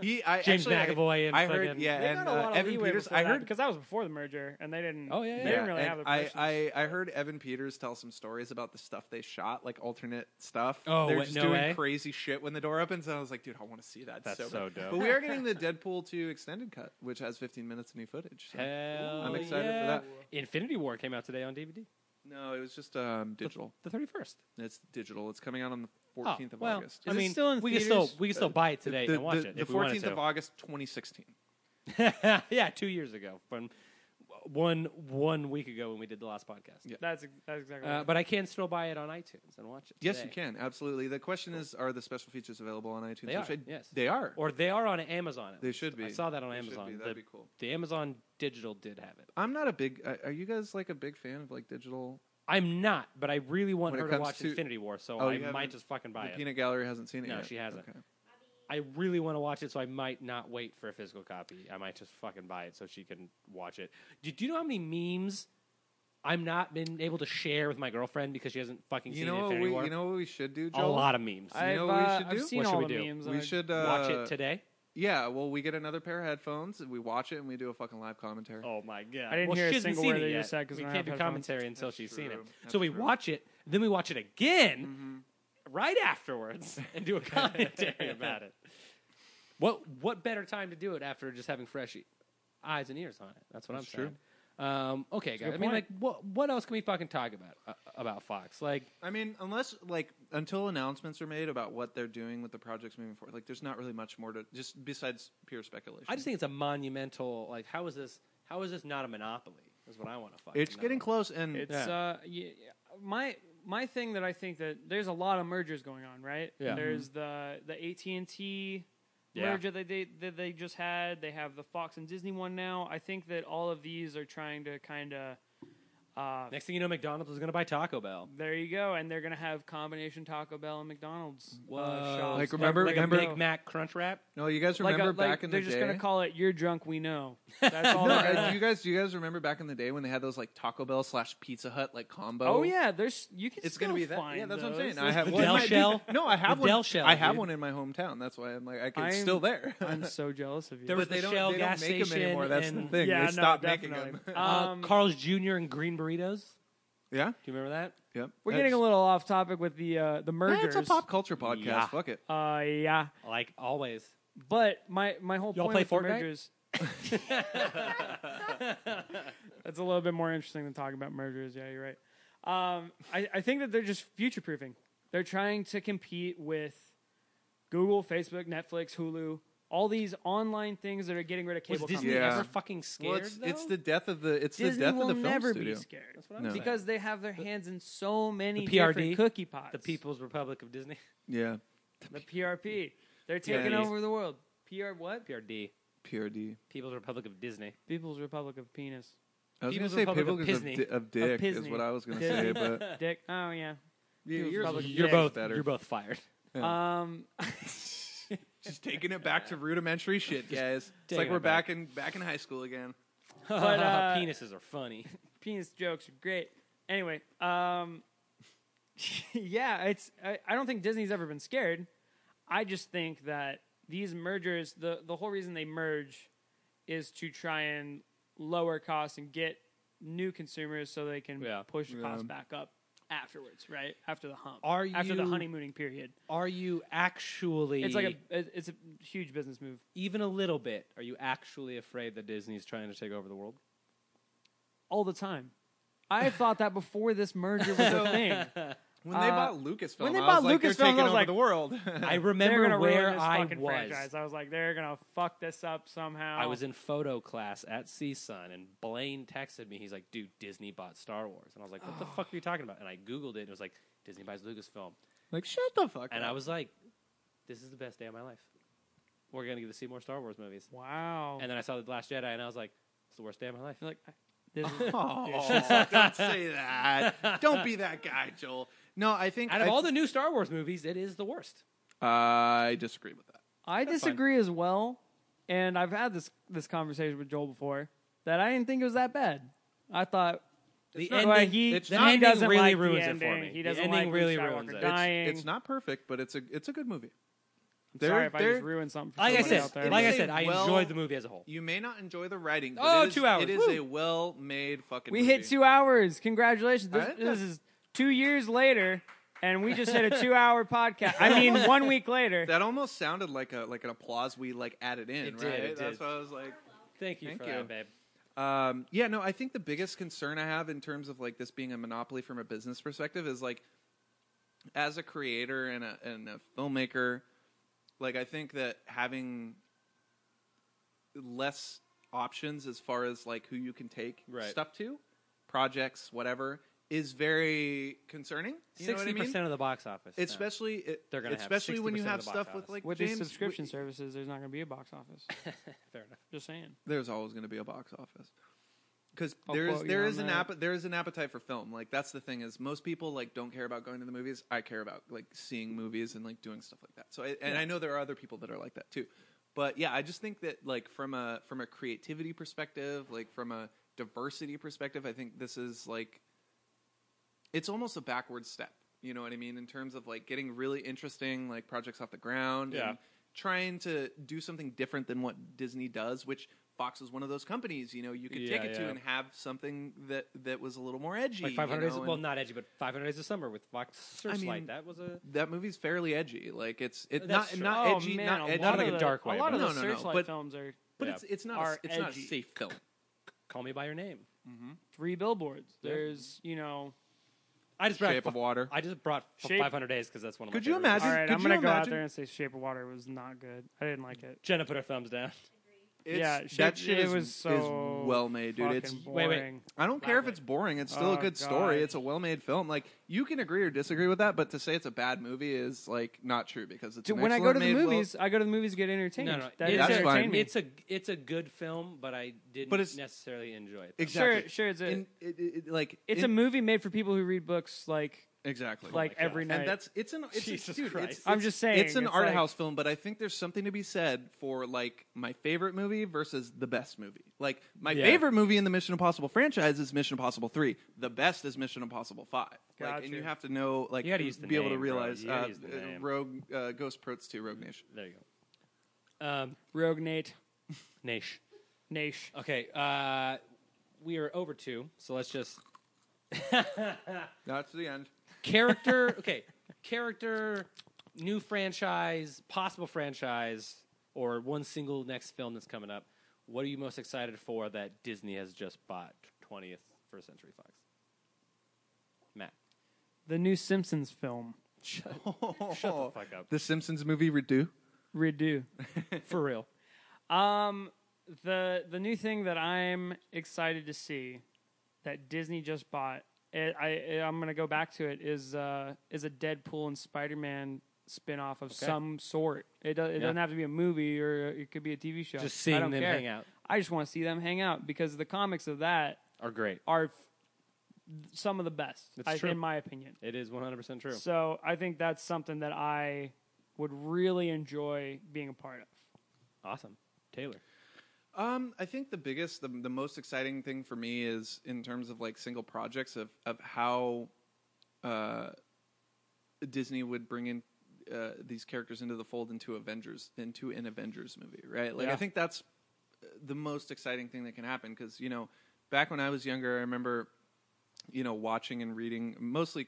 [SPEAKER 2] He, I,
[SPEAKER 1] James
[SPEAKER 2] actually, I-
[SPEAKER 1] McAvoy and
[SPEAKER 2] I, heard,
[SPEAKER 1] fucking-
[SPEAKER 2] yeah,
[SPEAKER 3] They
[SPEAKER 2] and
[SPEAKER 3] got a
[SPEAKER 2] uh,
[SPEAKER 3] lot of
[SPEAKER 2] Evan
[SPEAKER 3] leeway
[SPEAKER 2] Peters.
[SPEAKER 3] before
[SPEAKER 2] I
[SPEAKER 3] that,
[SPEAKER 2] heard.
[SPEAKER 3] because that was before the merger, and they didn't.
[SPEAKER 1] Oh, yeah,
[SPEAKER 3] they
[SPEAKER 1] yeah.
[SPEAKER 3] didn't really
[SPEAKER 2] and
[SPEAKER 3] have the
[SPEAKER 2] I,
[SPEAKER 3] patience.
[SPEAKER 2] I, I heard Evan Peters tell some stories about the stuff they shot, like alternate stuff.
[SPEAKER 1] Oh,
[SPEAKER 2] they're
[SPEAKER 1] what,
[SPEAKER 2] just
[SPEAKER 1] no
[SPEAKER 2] doing
[SPEAKER 1] way?
[SPEAKER 2] crazy shit when the door opens. And I was like, dude, I want to see that.
[SPEAKER 1] That's
[SPEAKER 2] so,
[SPEAKER 1] so (laughs)
[SPEAKER 2] bad.
[SPEAKER 1] dope.
[SPEAKER 2] But we are getting the Deadpool 2 extended cut, which has 15 minutes of new footage. so-
[SPEAKER 1] Hell
[SPEAKER 2] I'm excited for
[SPEAKER 1] yeah.
[SPEAKER 2] that.
[SPEAKER 1] Infinity War came out today on DVD,
[SPEAKER 2] No, it was just um, digital.
[SPEAKER 1] the thirty first.
[SPEAKER 2] It's digital. It's coming out on the 14th of
[SPEAKER 1] Oh, well,
[SPEAKER 2] August.
[SPEAKER 1] I
[SPEAKER 3] Is it
[SPEAKER 1] mean,
[SPEAKER 3] still in
[SPEAKER 1] we can still
[SPEAKER 3] theaters?
[SPEAKER 1] we can still buy it today
[SPEAKER 2] the,
[SPEAKER 1] and watch
[SPEAKER 2] the,
[SPEAKER 1] it
[SPEAKER 2] The
[SPEAKER 1] if we wanted
[SPEAKER 2] 14th of
[SPEAKER 1] to.
[SPEAKER 2] August, 2016.
[SPEAKER 1] (laughs) yeah, two years ago, from one one week ago when we did the last podcast.
[SPEAKER 2] Yeah.
[SPEAKER 3] that's that's exactly.
[SPEAKER 1] Uh,
[SPEAKER 3] Right.
[SPEAKER 1] but I can still buy it on iTunes and watch it.
[SPEAKER 2] Yes,
[SPEAKER 1] today.
[SPEAKER 2] you can absolutely. The question is, are the special features available on iTunes?
[SPEAKER 1] They
[SPEAKER 2] Which
[SPEAKER 1] are,
[SPEAKER 2] I-
[SPEAKER 1] yes.
[SPEAKER 2] they are.
[SPEAKER 1] Or they are on Amazon. at
[SPEAKER 2] They
[SPEAKER 1] least.
[SPEAKER 2] should be.
[SPEAKER 1] I saw that on
[SPEAKER 2] They should
[SPEAKER 1] Amazon.
[SPEAKER 2] be.
[SPEAKER 1] The,
[SPEAKER 2] That'd be cool.
[SPEAKER 1] the Amazon Digital did have it.
[SPEAKER 2] I'm not a big. I- Are you guys like a big fan of like digital?
[SPEAKER 1] I'm not, but I really want
[SPEAKER 2] When it
[SPEAKER 1] her to
[SPEAKER 2] comes
[SPEAKER 1] watch
[SPEAKER 2] to-
[SPEAKER 1] Infinity War, so
[SPEAKER 2] Oh,
[SPEAKER 1] I
[SPEAKER 2] you haven't-
[SPEAKER 1] might just fucking buy
[SPEAKER 2] the
[SPEAKER 1] it.
[SPEAKER 2] Peanut Gallery hasn't seen it.
[SPEAKER 1] No,
[SPEAKER 2] yet.
[SPEAKER 1] she hasn't.
[SPEAKER 2] Okay.
[SPEAKER 1] I really want to watch it, so I might not wait for a physical copy. I might just fucking buy it so she can watch it. Do, do you know how many memes I'm not been able to share with my girlfriend because she hasn't fucking
[SPEAKER 2] You
[SPEAKER 1] seen
[SPEAKER 2] know what
[SPEAKER 1] Infinity
[SPEAKER 2] we?
[SPEAKER 1] War?
[SPEAKER 2] You know what we should do?
[SPEAKER 1] a
[SPEAKER 2] Joel?
[SPEAKER 1] lot of memes.
[SPEAKER 2] I- know what we should do?
[SPEAKER 3] I've seen
[SPEAKER 1] What should
[SPEAKER 3] all
[SPEAKER 1] we
[SPEAKER 3] the
[SPEAKER 1] do?
[SPEAKER 3] memes.
[SPEAKER 2] We
[SPEAKER 3] I-
[SPEAKER 2] should uh,
[SPEAKER 1] Watch it today.
[SPEAKER 2] Yeah. Well, we get another pair of headphones. and We watch it and we do a fucking live commentary.
[SPEAKER 1] Oh my god!
[SPEAKER 3] I didn't
[SPEAKER 1] well,
[SPEAKER 3] hear a
[SPEAKER 1] she hasn't
[SPEAKER 3] single
[SPEAKER 1] seen
[SPEAKER 3] word
[SPEAKER 1] it
[SPEAKER 3] that you
[SPEAKER 1] yet.
[SPEAKER 3] said 'cause
[SPEAKER 1] we
[SPEAKER 3] I don't
[SPEAKER 1] can't
[SPEAKER 3] have
[SPEAKER 1] do
[SPEAKER 3] headphones.
[SPEAKER 1] commentary until
[SPEAKER 2] That's
[SPEAKER 1] she's seen it.
[SPEAKER 2] true.
[SPEAKER 1] so
[SPEAKER 2] That's
[SPEAKER 1] we
[SPEAKER 2] true. Mm-hmm.
[SPEAKER 1] watch it, then we watch it again right
[SPEAKER 2] (laughs)
[SPEAKER 1] afterwards and do a commentary about it. What what better time to do it after just having fresh e- eyes and ears on it? That's what
[SPEAKER 2] That's
[SPEAKER 1] I'm saying. Um, okay, guys.
[SPEAKER 3] good
[SPEAKER 1] I mean, like,
[SPEAKER 3] point.
[SPEAKER 1] what what else can we fucking talk about uh, about Fox? Like,
[SPEAKER 2] I mean, unless like until announcements are made about what they're doing with the projects moving forward, like there's not really much more to just besides pure speculation.
[SPEAKER 1] I just think it's a monumental. Like, how is this? How is this not a monopoly? Is what I want to fucking.
[SPEAKER 2] it's
[SPEAKER 1] know.
[SPEAKER 2] getting close, and
[SPEAKER 3] uh, It's
[SPEAKER 1] Yeah.
[SPEAKER 3] uh, y- my my thing that I think that there's a lot of mergers going on, right?
[SPEAKER 1] Yeah.
[SPEAKER 3] There's the
[SPEAKER 2] Mm-hmm.
[SPEAKER 3] the AT and T
[SPEAKER 1] Yeah.
[SPEAKER 3] merger that they that they just had. They have the Fox and Disney one now. I think that all of these are trying to kind of. Uh,
[SPEAKER 1] Next thing you know, McDonald's is going to buy Taco Bell.
[SPEAKER 3] there you go, and they're gonna have combination Taco Bell and McDonald's.
[SPEAKER 1] Whoa.
[SPEAKER 3] Uh, shops.
[SPEAKER 2] Like, remember-
[SPEAKER 1] like
[SPEAKER 2] remember-
[SPEAKER 1] a Big Mac Crunch Wrap.
[SPEAKER 2] no, you guys
[SPEAKER 3] like
[SPEAKER 2] remember
[SPEAKER 3] a- like,
[SPEAKER 2] back in the
[SPEAKER 3] they're
[SPEAKER 2] day?
[SPEAKER 3] just gonna call it "You're drunk,
[SPEAKER 2] (laughs)
[SPEAKER 3] we know." That's all.
[SPEAKER 2] no,
[SPEAKER 3] they're
[SPEAKER 2] uh,
[SPEAKER 3] gonna-
[SPEAKER 2] do you guys do you guys remember back in the day when they had those like Taco Bell slash Pizza Hut like combo?
[SPEAKER 3] oh yeah, there's you can.
[SPEAKER 2] it's
[SPEAKER 3] still
[SPEAKER 2] gonna be that.
[SPEAKER 3] Find
[SPEAKER 2] Yeah, that's what I'm
[SPEAKER 3] those.
[SPEAKER 2] saying. I
[SPEAKER 3] (laughs)
[SPEAKER 2] have
[SPEAKER 1] The
[SPEAKER 2] one.
[SPEAKER 1] Del
[SPEAKER 2] I do-
[SPEAKER 1] Shell?
[SPEAKER 2] (laughs) No, I have
[SPEAKER 1] The
[SPEAKER 2] one.
[SPEAKER 1] Del Shell,
[SPEAKER 2] I have
[SPEAKER 1] dude.
[SPEAKER 2] one in my hometown. That's why I'm like I can,
[SPEAKER 3] I'm-
[SPEAKER 2] it's still there. (laughs)
[SPEAKER 3] I'm so jealous of you.
[SPEAKER 1] There was
[SPEAKER 2] but
[SPEAKER 1] the
[SPEAKER 2] they don't,
[SPEAKER 1] Shell
[SPEAKER 2] they
[SPEAKER 1] gas
[SPEAKER 2] don't make them
[SPEAKER 1] station
[SPEAKER 2] anymore. That's the
[SPEAKER 1] and-
[SPEAKER 2] thing.
[SPEAKER 3] Yeah,
[SPEAKER 2] they
[SPEAKER 3] no,
[SPEAKER 2] stopped making them. (laughs)
[SPEAKER 3] definitely.
[SPEAKER 1] Uh,
[SPEAKER 3] Um,
[SPEAKER 1] Carl's Jr. and Green Burritos.
[SPEAKER 2] yeah,
[SPEAKER 1] Do you remember that?
[SPEAKER 2] yep.
[SPEAKER 3] We're getting a
[SPEAKER 2] That's-
[SPEAKER 3] little off topic with the uh, the mergers.
[SPEAKER 2] Eh, it's a pop culture podcast.
[SPEAKER 1] Yeah.
[SPEAKER 2] Fuck it.
[SPEAKER 3] Uh, yeah,
[SPEAKER 1] Like always.
[SPEAKER 3] but my my whole
[SPEAKER 1] Y'all
[SPEAKER 3] point
[SPEAKER 1] play
[SPEAKER 3] with the
[SPEAKER 1] Fortnite?
[SPEAKER 3] mergers. (laughs) That's a little bit more interesting than talking about mergers. Yeah, you're right. Um, I, I think that they're just future proofing. They're trying to compete with Google, Facebook, Netflix, Hulu, all these online things that are getting rid of
[SPEAKER 1] Was
[SPEAKER 3] cable.
[SPEAKER 1] Disney
[SPEAKER 3] companies.
[SPEAKER 2] Yeah.
[SPEAKER 1] ever fucking scared?
[SPEAKER 2] Well, it's, it's
[SPEAKER 1] though?
[SPEAKER 2] the death of the it's
[SPEAKER 3] Disney
[SPEAKER 2] the death
[SPEAKER 3] will
[SPEAKER 2] of the film
[SPEAKER 3] never
[SPEAKER 2] studio.
[SPEAKER 3] be scared
[SPEAKER 1] That's what I'm
[SPEAKER 2] No.
[SPEAKER 1] saying.
[SPEAKER 3] because they have their hands in so many
[SPEAKER 1] The PRD,
[SPEAKER 3] different cookie pots.
[SPEAKER 1] the People's Republic of Disney. (laughs)
[SPEAKER 2] Yeah,
[SPEAKER 3] the PRP, they're taking
[SPEAKER 2] PRD.
[SPEAKER 3] over the world. PR what?
[SPEAKER 1] PRD.
[SPEAKER 2] PRD.
[SPEAKER 1] People's Republic of Disney.
[SPEAKER 3] (laughs) People's Republic of Penis.
[SPEAKER 2] I was going
[SPEAKER 1] People's
[SPEAKER 2] to say
[SPEAKER 1] Republic
[SPEAKER 2] people
[SPEAKER 1] of
[SPEAKER 2] of,
[SPEAKER 1] Pisney.
[SPEAKER 2] di- of dick is
[SPEAKER 3] Pisney.
[SPEAKER 2] what I was going to
[SPEAKER 3] Pisney.
[SPEAKER 2] say, but
[SPEAKER 3] Dick. Oh yeah.
[SPEAKER 2] you,
[SPEAKER 3] People's
[SPEAKER 2] you're,
[SPEAKER 3] Republic of
[SPEAKER 2] you're
[SPEAKER 3] Dick.
[SPEAKER 2] both better.
[SPEAKER 1] both fired. (laughs)
[SPEAKER 3] Um,
[SPEAKER 2] Just taking it back to (laughs) rudimentary shit, guys. It's like
[SPEAKER 1] taking
[SPEAKER 2] we're
[SPEAKER 1] it back.
[SPEAKER 2] back in back in high school again.
[SPEAKER 3] But, uh,
[SPEAKER 1] (laughs) penises are funny.
[SPEAKER 3] penis jokes are great. Anyway, um, (laughs) yeah, it's. I, I don't think Disney's ever been scared. I just think that these mergers, the the whole reason they merge, is to try and lower costs and get new consumers so they can
[SPEAKER 1] Yeah.
[SPEAKER 3] push
[SPEAKER 2] Yeah.
[SPEAKER 3] costs back up afterwards, right after the hump,
[SPEAKER 1] Are
[SPEAKER 3] after the
[SPEAKER 1] you-
[SPEAKER 3] honeymooning period.
[SPEAKER 1] Are you actually?
[SPEAKER 3] It's like a it- it's a huge business move.
[SPEAKER 1] even a little bit. Are you actually afraid that Disney's trying to take over the world? (laughs)
[SPEAKER 3] all the time. I thought that before this merger was a
[SPEAKER 1] (laughs)
[SPEAKER 3] thing.
[SPEAKER 2] When they
[SPEAKER 3] Uh,
[SPEAKER 2] bought Lucasfilm,
[SPEAKER 3] when they
[SPEAKER 2] I was
[SPEAKER 3] bought
[SPEAKER 2] like, they're
[SPEAKER 3] Lucasfilm,
[SPEAKER 2] taking
[SPEAKER 3] I was
[SPEAKER 2] over
[SPEAKER 3] like,
[SPEAKER 2] the world.
[SPEAKER 1] I
[SPEAKER 3] They're
[SPEAKER 1] remember
[SPEAKER 3] gonna ruin
[SPEAKER 1] where
[SPEAKER 3] this
[SPEAKER 1] I
[SPEAKER 3] fucking
[SPEAKER 1] was.
[SPEAKER 3] franchise. I was like, they're gonna fuck this up somehow.
[SPEAKER 1] I was in photo class at CSUN, and Blaine texted me. He's like, "Dude, Disney bought Star Wars," and I was like, (sighs) "What the fuck are you talking about?" And I googled it, and it was like, "Disney buys Lucasfilm,"
[SPEAKER 2] (laughs) like, shut the fuck
[SPEAKER 1] and
[SPEAKER 2] up.
[SPEAKER 1] I was like, "This is the best day of my life. We're gonna get to see more Star Wars movies."
[SPEAKER 3] wow.
[SPEAKER 1] And then I saw the Last Jedi, and I was like, "It's the worst day of my life."
[SPEAKER 3] You're like this
[SPEAKER 1] (laughs)
[SPEAKER 3] is,
[SPEAKER 2] Oh, don't say that. Don't be that guy, Joel. No, I think
[SPEAKER 1] Out of
[SPEAKER 2] I,
[SPEAKER 1] all the new Star Wars movies, it is the worst.
[SPEAKER 2] I disagree with that.
[SPEAKER 3] I
[SPEAKER 1] That's fine.
[SPEAKER 3] disagree as well. And I've had this this conversation with Joel before that I didn't think it was that bad. I thought
[SPEAKER 1] The
[SPEAKER 3] not-
[SPEAKER 1] ending,
[SPEAKER 3] Well, he-
[SPEAKER 2] it's
[SPEAKER 1] the
[SPEAKER 2] not-
[SPEAKER 1] ending
[SPEAKER 3] he doesn't
[SPEAKER 1] really
[SPEAKER 3] like the
[SPEAKER 1] ruins it for
[SPEAKER 3] ending.
[SPEAKER 1] me.
[SPEAKER 3] He
[SPEAKER 1] The
[SPEAKER 3] doesn't
[SPEAKER 1] ending
[SPEAKER 3] like Luke
[SPEAKER 1] really
[SPEAKER 3] Skywalker
[SPEAKER 1] ruins it.
[SPEAKER 3] dying.
[SPEAKER 2] It's-
[SPEAKER 3] Dying.
[SPEAKER 2] It's, not perfect, but it's a it's a good movie.
[SPEAKER 3] sorry
[SPEAKER 2] They're-
[SPEAKER 3] if I
[SPEAKER 2] they're-
[SPEAKER 3] just ruined something. For
[SPEAKER 1] Like I
[SPEAKER 3] somebody
[SPEAKER 1] said,
[SPEAKER 3] out there.
[SPEAKER 1] like I
[SPEAKER 2] It is
[SPEAKER 1] said,
[SPEAKER 2] a
[SPEAKER 1] I
[SPEAKER 2] well-
[SPEAKER 1] enjoyed the movie as a whole.
[SPEAKER 2] You may not enjoy the writing. But
[SPEAKER 1] Oh,
[SPEAKER 2] it is,
[SPEAKER 1] two hours.
[SPEAKER 2] It is
[SPEAKER 1] Woo.
[SPEAKER 2] a well-made fucking.
[SPEAKER 3] We
[SPEAKER 2] movie.
[SPEAKER 3] hit two hours. Congratulations. This,
[SPEAKER 2] Alright,
[SPEAKER 3] this
[SPEAKER 2] then.
[SPEAKER 3] is two years later, and we just
[SPEAKER 2] (laughs)
[SPEAKER 3] hit a two hour podcast. I mean, one week later.
[SPEAKER 2] That almost sounded like a like an applause we like added in.
[SPEAKER 1] It did,
[SPEAKER 2] right?
[SPEAKER 1] it
[SPEAKER 2] That's
[SPEAKER 1] did.
[SPEAKER 2] why I was like.
[SPEAKER 1] Thank you
[SPEAKER 2] Thank
[SPEAKER 1] for
[SPEAKER 2] you.
[SPEAKER 1] that, babe.
[SPEAKER 2] Um, yeah, no, I think the biggest concern I have in terms of like this being a monopoly from a business perspective is like, as a creator and a and a filmmaker, like I think that having less options as far as like who you can take
[SPEAKER 1] Right.
[SPEAKER 2] stuff to, projects, whatever, is very concerning. You know what I
[SPEAKER 1] Sixty
[SPEAKER 2] mean?
[SPEAKER 1] percent of the box office. now.
[SPEAKER 2] Especially, it,
[SPEAKER 1] They're gonna have
[SPEAKER 2] especially when you
[SPEAKER 1] 60%
[SPEAKER 2] have
[SPEAKER 1] of the box
[SPEAKER 2] stuff with
[SPEAKER 1] office.
[SPEAKER 2] like
[SPEAKER 3] With
[SPEAKER 2] James,
[SPEAKER 3] these subscription
[SPEAKER 2] w-
[SPEAKER 3] services, there's not going to be a box office.
[SPEAKER 1] fair enough.
[SPEAKER 3] Just saying.
[SPEAKER 2] there's always going to be a box office because
[SPEAKER 3] I'll
[SPEAKER 2] there is
[SPEAKER 3] quote you
[SPEAKER 2] there
[SPEAKER 3] on
[SPEAKER 2] is an
[SPEAKER 3] that.
[SPEAKER 2] app there is an appetite for film like that's the thing is most people like don't care about going to the movies i care about like seeing movies and like doing stuff like that so I, and i know there are other people that are like that too but yeah i just think that like from a from a creativity perspective like from a diversity perspective i think this is like it's almost a backward step you know what i mean in terms of like getting really interesting like projects off the ground
[SPEAKER 1] Yeah.
[SPEAKER 2] and trying to do something different than what disney does which fox is one of those companies you know you could
[SPEAKER 1] Yeah,
[SPEAKER 2] take it to
[SPEAKER 1] yeah.
[SPEAKER 2] and have something that that was a little more edgy
[SPEAKER 1] Like 500
[SPEAKER 2] you
[SPEAKER 1] days,
[SPEAKER 2] know,
[SPEAKER 1] well,
[SPEAKER 2] and
[SPEAKER 1] not edgy, but 500 days of summer with Fox Searchlight.
[SPEAKER 2] mean,
[SPEAKER 1] that was a
[SPEAKER 2] that movie's fairly edgy like it's it's
[SPEAKER 1] That's
[SPEAKER 2] not
[SPEAKER 1] true. Oh,
[SPEAKER 2] not edgy not edgy
[SPEAKER 1] lot of
[SPEAKER 2] like a
[SPEAKER 1] the-
[SPEAKER 2] dark
[SPEAKER 1] dark way,
[SPEAKER 3] A Oh, lot of
[SPEAKER 2] but-
[SPEAKER 3] the
[SPEAKER 2] No, no, no,
[SPEAKER 3] searchlight
[SPEAKER 2] but-
[SPEAKER 3] films are
[SPEAKER 2] but
[SPEAKER 1] yeah.
[SPEAKER 2] it's it's not a,
[SPEAKER 3] are
[SPEAKER 2] it's not a
[SPEAKER 3] edgy.
[SPEAKER 2] safe film
[SPEAKER 1] Call Me by Your Name.
[SPEAKER 3] three billboards.
[SPEAKER 1] Yeah.
[SPEAKER 3] There's, you know,
[SPEAKER 1] I just brought
[SPEAKER 2] shape of
[SPEAKER 1] fu-
[SPEAKER 2] water
[SPEAKER 1] I just brought fu-
[SPEAKER 3] Shape-
[SPEAKER 1] 500 days because that's one of my.
[SPEAKER 2] Could you
[SPEAKER 1] favorite movies.
[SPEAKER 3] all
[SPEAKER 2] Could-
[SPEAKER 3] right.
[SPEAKER 2] could
[SPEAKER 3] I'm gonna
[SPEAKER 2] you
[SPEAKER 3] go out
[SPEAKER 2] imagine-
[SPEAKER 3] there and say Shape of Water was not good. I didn't like it.
[SPEAKER 1] Jenna put her thumbs down.
[SPEAKER 2] It's-
[SPEAKER 3] yeah,
[SPEAKER 2] that
[SPEAKER 3] shit-
[SPEAKER 2] shit
[SPEAKER 3] it
[SPEAKER 2] is-
[SPEAKER 3] was so
[SPEAKER 2] is well made dude it's
[SPEAKER 3] Fucking
[SPEAKER 1] Wait,
[SPEAKER 3] boring.
[SPEAKER 1] wait.
[SPEAKER 2] I don't care if
[SPEAKER 1] Broadway.
[SPEAKER 2] it's boring. It's still a
[SPEAKER 3] Oh,
[SPEAKER 2] good story.
[SPEAKER 3] God.
[SPEAKER 2] It's a well-made film. Like you can agree or disagree with that, but to say it's a bad movie is like not true because it's
[SPEAKER 3] Dude,
[SPEAKER 2] an
[SPEAKER 3] when I go to the
[SPEAKER 2] excellent-made, well-
[SPEAKER 3] movies, I go to the movies to get entertained.
[SPEAKER 1] No, no,
[SPEAKER 3] That
[SPEAKER 1] it's,
[SPEAKER 3] is
[SPEAKER 2] That's
[SPEAKER 1] a,
[SPEAKER 2] fine.
[SPEAKER 3] entertainment.
[SPEAKER 1] it's a it's a good film, but I didn't
[SPEAKER 2] But it's-
[SPEAKER 1] necessarily enjoy it.
[SPEAKER 2] Ex-
[SPEAKER 3] Sure,
[SPEAKER 2] Exactly.
[SPEAKER 3] sure. It's a,
[SPEAKER 2] in, it, it, it- like
[SPEAKER 3] it's a
[SPEAKER 2] in-
[SPEAKER 3] movie made for people who read books like
[SPEAKER 2] exactly
[SPEAKER 3] like
[SPEAKER 1] God.
[SPEAKER 3] every night.
[SPEAKER 2] and that's it's an it's
[SPEAKER 1] Jesus
[SPEAKER 2] a, dude,
[SPEAKER 1] Christ.
[SPEAKER 2] It's,
[SPEAKER 3] I'm
[SPEAKER 2] it's-
[SPEAKER 3] just saying,
[SPEAKER 2] it's an
[SPEAKER 3] it's
[SPEAKER 2] art
[SPEAKER 3] like-
[SPEAKER 2] house film, but I think there's something to be said for like my favorite movie versus the best movie. Like my
[SPEAKER 1] Yeah.
[SPEAKER 2] favorite movie in the Mission Impossible franchise is Mission Impossible Three. The best is Mission Impossible Five. Like, and
[SPEAKER 3] Gotcha.
[SPEAKER 2] you have to know like
[SPEAKER 1] You gotta use the
[SPEAKER 2] be able to
[SPEAKER 1] name, bro.
[SPEAKER 2] realize
[SPEAKER 1] You gotta
[SPEAKER 2] uh,
[SPEAKER 1] use the name.
[SPEAKER 2] Rogue uh, Ghost Protes Two Rogue Nation.
[SPEAKER 1] there you go. Um,
[SPEAKER 3] Rogue Nate,
[SPEAKER 1] Nash.
[SPEAKER 3] Nash.
[SPEAKER 1] Okay, uh, we are over two, so let's just
[SPEAKER 2] That's the (laughs) end.
[SPEAKER 1] character. (laughs) okay, character, new franchise, possible franchise, or one single next film that's coming up. What are you most excited for that Disney has just bought? Twentieth, first century Fox. Matt,
[SPEAKER 3] The new Simpsons film,
[SPEAKER 1] shut, the fuck up.
[SPEAKER 2] The Simpsons movie redo.
[SPEAKER 3] Redo.
[SPEAKER 1] (laughs) For real.
[SPEAKER 3] Um, the the new thing that I'm excited to see that Disney just bought. It, I it- I'm gonna go back to it. Is uh is a Deadpool and Spider Man spin off of some sort. It, do, it doesn't have to be a movie or it could be a TV show.
[SPEAKER 1] Just
[SPEAKER 3] I
[SPEAKER 1] seeing
[SPEAKER 3] don't
[SPEAKER 1] them
[SPEAKER 3] care.
[SPEAKER 1] hang out.
[SPEAKER 3] I just want to see them hang out because the comics of that
[SPEAKER 6] are great.
[SPEAKER 4] are f- some of the best,
[SPEAKER 6] That's
[SPEAKER 4] I,
[SPEAKER 6] true.
[SPEAKER 4] in my opinion.
[SPEAKER 1] It is 100% true.
[SPEAKER 4] So I think that's something that I would really enjoy being a part of.
[SPEAKER 1] Awesome. Taylor.
[SPEAKER 2] Um, I think the biggest, the, the most exciting thing for me is in terms of like single projects of of how uh, Disney would bring in uh, these characters into the fold into Avengers, into an Avengers movie, right? Like I
[SPEAKER 6] Yeah.
[SPEAKER 2] think that's uh, the most exciting thing that can happen because you know, back when I was younger, I remember you know watching and reading mostly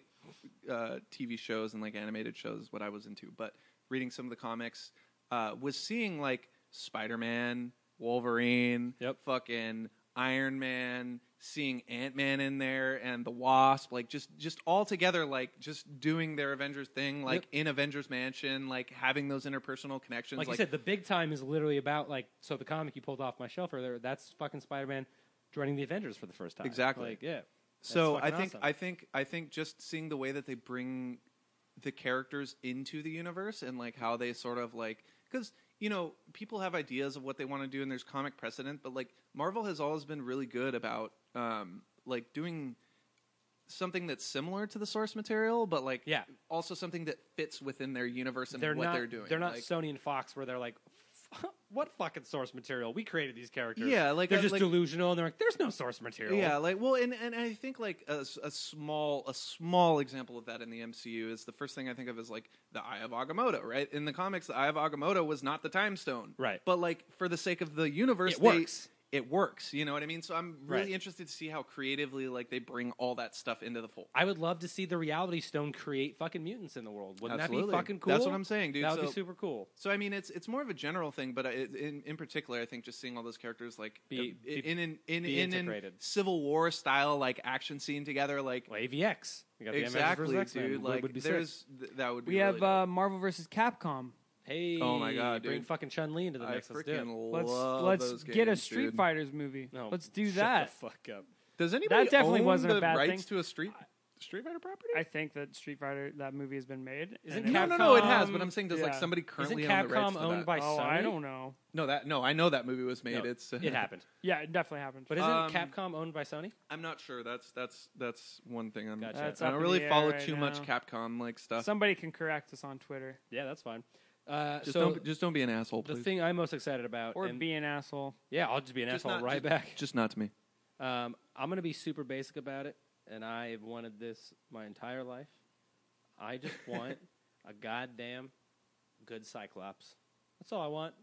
[SPEAKER 2] uh, TV shows and like animated shows is what I was into, but reading some of the comics uh, was seeing like Spider Man, Wolverine,
[SPEAKER 1] Yep.
[SPEAKER 2] fucking Iron Man, seeing Ant Man in there and the Wasp, like just just all together, like just doing their Avengers thing, like in Avengers Mansion, like having those interpersonal connections,
[SPEAKER 1] Like, you said, the big time is literally about, like, so the comic you pulled off my shelf earlier, that's fucking Spider Man joining the Avengers for the first time.
[SPEAKER 2] Exactly.
[SPEAKER 1] Like, yeah. That's
[SPEAKER 2] So I
[SPEAKER 1] fucking
[SPEAKER 2] think
[SPEAKER 1] awesome.
[SPEAKER 2] I think I think just seeing the way that they bring the characters into the universe and like how they sort of like because you know people have ideas of what they want to do and there's comic precedent, but like Marvel has always been really good about um, like doing something that's similar to the source material, but like
[SPEAKER 1] Yeah.
[SPEAKER 2] also something that fits within their universe and
[SPEAKER 1] they're
[SPEAKER 2] what
[SPEAKER 1] not,
[SPEAKER 2] they're doing.
[SPEAKER 1] They're not
[SPEAKER 2] Like,
[SPEAKER 1] Sony and Fox where they're like, (laughs) "F- what fucking source material? We created these characters.
[SPEAKER 2] Yeah, like- uh,
[SPEAKER 1] they're just
[SPEAKER 2] like-
[SPEAKER 1] delusional. And they're like, there's no source material.
[SPEAKER 2] Yeah, like well, and, and I think like a, s- a small a small example of that in the MCU is the first thing I think of is like the Eye of Agamotto, right? In the comics, the Eye of Agamotto was not the Time Stone,
[SPEAKER 1] Right.
[SPEAKER 2] But like for the sake of the universe,
[SPEAKER 1] It
[SPEAKER 2] they-
[SPEAKER 1] works.
[SPEAKER 2] It works. You know what I mean? So I'm really
[SPEAKER 1] Right.
[SPEAKER 2] interested to see how creatively like they bring all that stuff into the fold.
[SPEAKER 1] I would love to see the Reality Stone create fucking mutants in the world. Wouldn't that
[SPEAKER 2] Absolutely.
[SPEAKER 1] be fucking cool?
[SPEAKER 2] That's what I'm saying, dude.
[SPEAKER 1] That would be
[SPEAKER 2] So-
[SPEAKER 1] super cool.
[SPEAKER 2] So I mean, it's it's more of a general thing, but I- it, in in particular, I think just seeing all those characters like
[SPEAKER 1] Be-
[SPEAKER 2] i-
[SPEAKER 1] be-
[SPEAKER 2] in an in,
[SPEAKER 1] be
[SPEAKER 2] in an
[SPEAKER 1] integrated.
[SPEAKER 2] Civil War style like action scene together, like
[SPEAKER 1] Well, AVX. You got the Avengers versus
[SPEAKER 2] exactly,
[SPEAKER 1] X-Men.
[SPEAKER 2] dude.
[SPEAKER 1] Would-
[SPEAKER 2] Like
[SPEAKER 1] would be sick.
[SPEAKER 2] there's th- that would be.
[SPEAKER 4] We have
[SPEAKER 2] really dope.
[SPEAKER 4] uh, Marvel versus Capcom.
[SPEAKER 1] Hey,
[SPEAKER 2] Oh my God,
[SPEAKER 1] bring
[SPEAKER 2] dude.
[SPEAKER 1] fucking Chun Li into the
[SPEAKER 2] I
[SPEAKER 1] mix. Let's do it.
[SPEAKER 2] freaking
[SPEAKER 4] Let's
[SPEAKER 2] love
[SPEAKER 4] let's
[SPEAKER 2] those
[SPEAKER 4] get a
[SPEAKER 2] games,
[SPEAKER 4] Street
[SPEAKER 2] dude.
[SPEAKER 4] Fighters movie.
[SPEAKER 1] No,
[SPEAKER 4] let's do
[SPEAKER 1] shut
[SPEAKER 4] that.
[SPEAKER 1] The fuck up.
[SPEAKER 2] Does anybody
[SPEAKER 4] definitely
[SPEAKER 2] own
[SPEAKER 4] wasn't a
[SPEAKER 2] the
[SPEAKER 4] bad
[SPEAKER 2] rights
[SPEAKER 4] thing.
[SPEAKER 2] to a Street Street Fighter property?
[SPEAKER 4] I think that Street Fighter that movie has been made.
[SPEAKER 1] Isn't
[SPEAKER 4] and
[SPEAKER 2] no,
[SPEAKER 4] it's-
[SPEAKER 2] no, no. It
[SPEAKER 1] Capcom-
[SPEAKER 2] has, but I'm saying does like
[SPEAKER 4] yeah.
[SPEAKER 2] somebody
[SPEAKER 1] Isn't
[SPEAKER 2] currently own the rights
[SPEAKER 1] Capcom
[SPEAKER 2] to
[SPEAKER 1] owned
[SPEAKER 2] that?
[SPEAKER 1] by
[SPEAKER 4] Oh,
[SPEAKER 1] Sony?
[SPEAKER 4] I don't know.
[SPEAKER 2] No, that no. I know that movie was made.
[SPEAKER 1] No,
[SPEAKER 2] it's (laughs)
[SPEAKER 1] it happened.
[SPEAKER 4] Yeah, it definitely happened.
[SPEAKER 1] But isn't
[SPEAKER 2] Um,
[SPEAKER 1] Capcom owned by Sony?
[SPEAKER 2] I'm not sure. That's that's that's one thing. I'm.
[SPEAKER 1] Gotcha.
[SPEAKER 4] That's
[SPEAKER 2] I
[SPEAKER 4] up
[SPEAKER 2] don't
[SPEAKER 4] in
[SPEAKER 2] really
[SPEAKER 4] the air
[SPEAKER 2] follow
[SPEAKER 4] right
[SPEAKER 2] too much
[SPEAKER 4] now.
[SPEAKER 2] Capcom like stuff.
[SPEAKER 4] Somebody can correct us on Twitter
[SPEAKER 1] Yeah, that's fine. Uh,
[SPEAKER 2] just
[SPEAKER 1] so
[SPEAKER 2] don't just don't be an asshole,
[SPEAKER 1] the
[SPEAKER 2] please.
[SPEAKER 1] thing I'm most excited about,
[SPEAKER 4] or
[SPEAKER 1] and-
[SPEAKER 4] be an asshole.
[SPEAKER 1] yeah, I'll just be an
[SPEAKER 2] Just
[SPEAKER 1] asshole
[SPEAKER 2] not-
[SPEAKER 1] right
[SPEAKER 2] just-
[SPEAKER 1] back.
[SPEAKER 2] Just not to me.
[SPEAKER 1] Um, I'm gonna be super basic about it, and I have wanted this my entire life. I
[SPEAKER 2] (laughs)
[SPEAKER 1] just want a goddamn good Cyclops. That's all I want.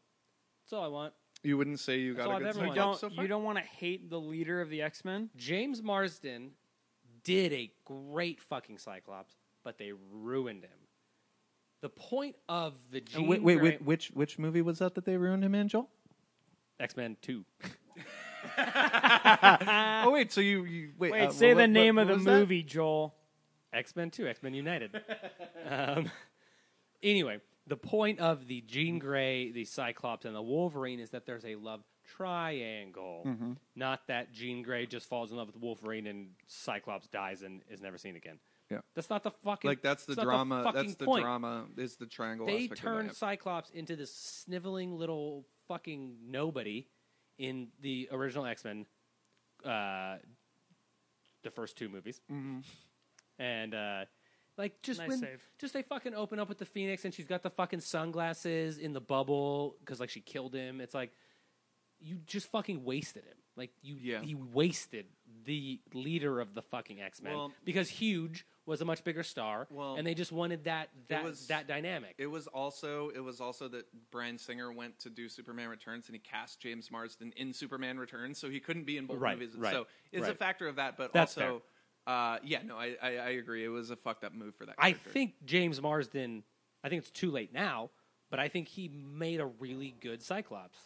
[SPEAKER 1] That's all I want.
[SPEAKER 2] You wouldn't say you
[SPEAKER 1] That's
[SPEAKER 2] got
[SPEAKER 1] all
[SPEAKER 2] a good
[SPEAKER 1] I've ever
[SPEAKER 2] side
[SPEAKER 4] You
[SPEAKER 1] wanted.
[SPEAKER 2] job so
[SPEAKER 4] don't
[SPEAKER 2] far?
[SPEAKER 4] you don't want to hate the leader of the X Men.
[SPEAKER 1] James Marsden did a great fucking Cyclops, but they ruined him. The point of the
[SPEAKER 2] And
[SPEAKER 1] Jean
[SPEAKER 2] Uh, wait, wait, wait, which which movie was that that they ruined him in, Joel?
[SPEAKER 1] X Men Two. (laughs)
[SPEAKER 2] oh wait, so you, you wait.
[SPEAKER 4] Wait,
[SPEAKER 2] uh,
[SPEAKER 4] say
[SPEAKER 2] what-
[SPEAKER 4] the name
[SPEAKER 2] what-
[SPEAKER 4] of
[SPEAKER 2] what
[SPEAKER 4] the
[SPEAKER 2] was that?
[SPEAKER 4] movie, Joel.
[SPEAKER 1] X Men Two, X Men United.
[SPEAKER 2] (laughs)
[SPEAKER 1] um, anyway, the point of the Jean Grey, the Cyclops, and the Wolverine is that there's a love triangle.
[SPEAKER 2] Mm-hmm.
[SPEAKER 1] Not that Jean Grey just falls in love with Wolverine and Cyclops dies and is never seen again.
[SPEAKER 2] Yeah.
[SPEAKER 1] that's not the fucking
[SPEAKER 2] Like that's the
[SPEAKER 1] not
[SPEAKER 2] drama.
[SPEAKER 1] fucking
[SPEAKER 2] that's the
[SPEAKER 1] point.
[SPEAKER 2] drama. Is the triangle?
[SPEAKER 1] They
[SPEAKER 2] aspect of that.
[SPEAKER 1] turned Cyclops into this sniveling little fucking nobody in the original X Men, uh, the first two movies, mm-hmm. and uh, like just
[SPEAKER 4] Nice
[SPEAKER 1] when
[SPEAKER 4] save.
[SPEAKER 1] just they fucking open up with the Phoenix and she's got the fucking sunglasses in the bubble because like she killed him. It's like you just fucking wasted him. Like you,
[SPEAKER 2] Yeah.
[SPEAKER 1] you wasted the leader of the fucking X Men
[SPEAKER 2] Well-
[SPEAKER 1] because Huge was a much bigger star,
[SPEAKER 2] Well,
[SPEAKER 1] and they just wanted that that
[SPEAKER 2] was-
[SPEAKER 1] that dynamic.
[SPEAKER 2] It was also it was also that Brian Singer went to do Superman Returns and he cast James Marsden in Superman Returns, so he couldn't be in both
[SPEAKER 1] Right,
[SPEAKER 2] movies.
[SPEAKER 1] right,
[SPEAKER 2] so it's a
[SPEAKER 1] right.
[SPEAKER 2] factor of that, but
[SPEAKER 1] That's
[SPEAKER 2] also, uh, yeah, no, I, I I agree. It was a fucked up move for that.
[SPEAKER 1] I
[SPEAKER 2] character.
[SPEAKER 1] think James Marsden. I think it's too late now, but I think he made a really good Cyclops,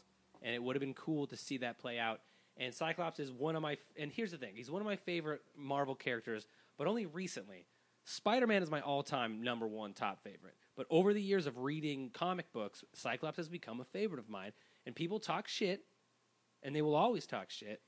[SPEAKER 1] and it would have been cool to see that play out. And Cyclops is one of my. And here's the thing: he's one of my favorite Marvel characters, but only recently. Spider Man is my all time number one top favorite. But over the years of reading comic books, Cyclops has become a favorite of mine. And people talk shit, and they will always talk shit.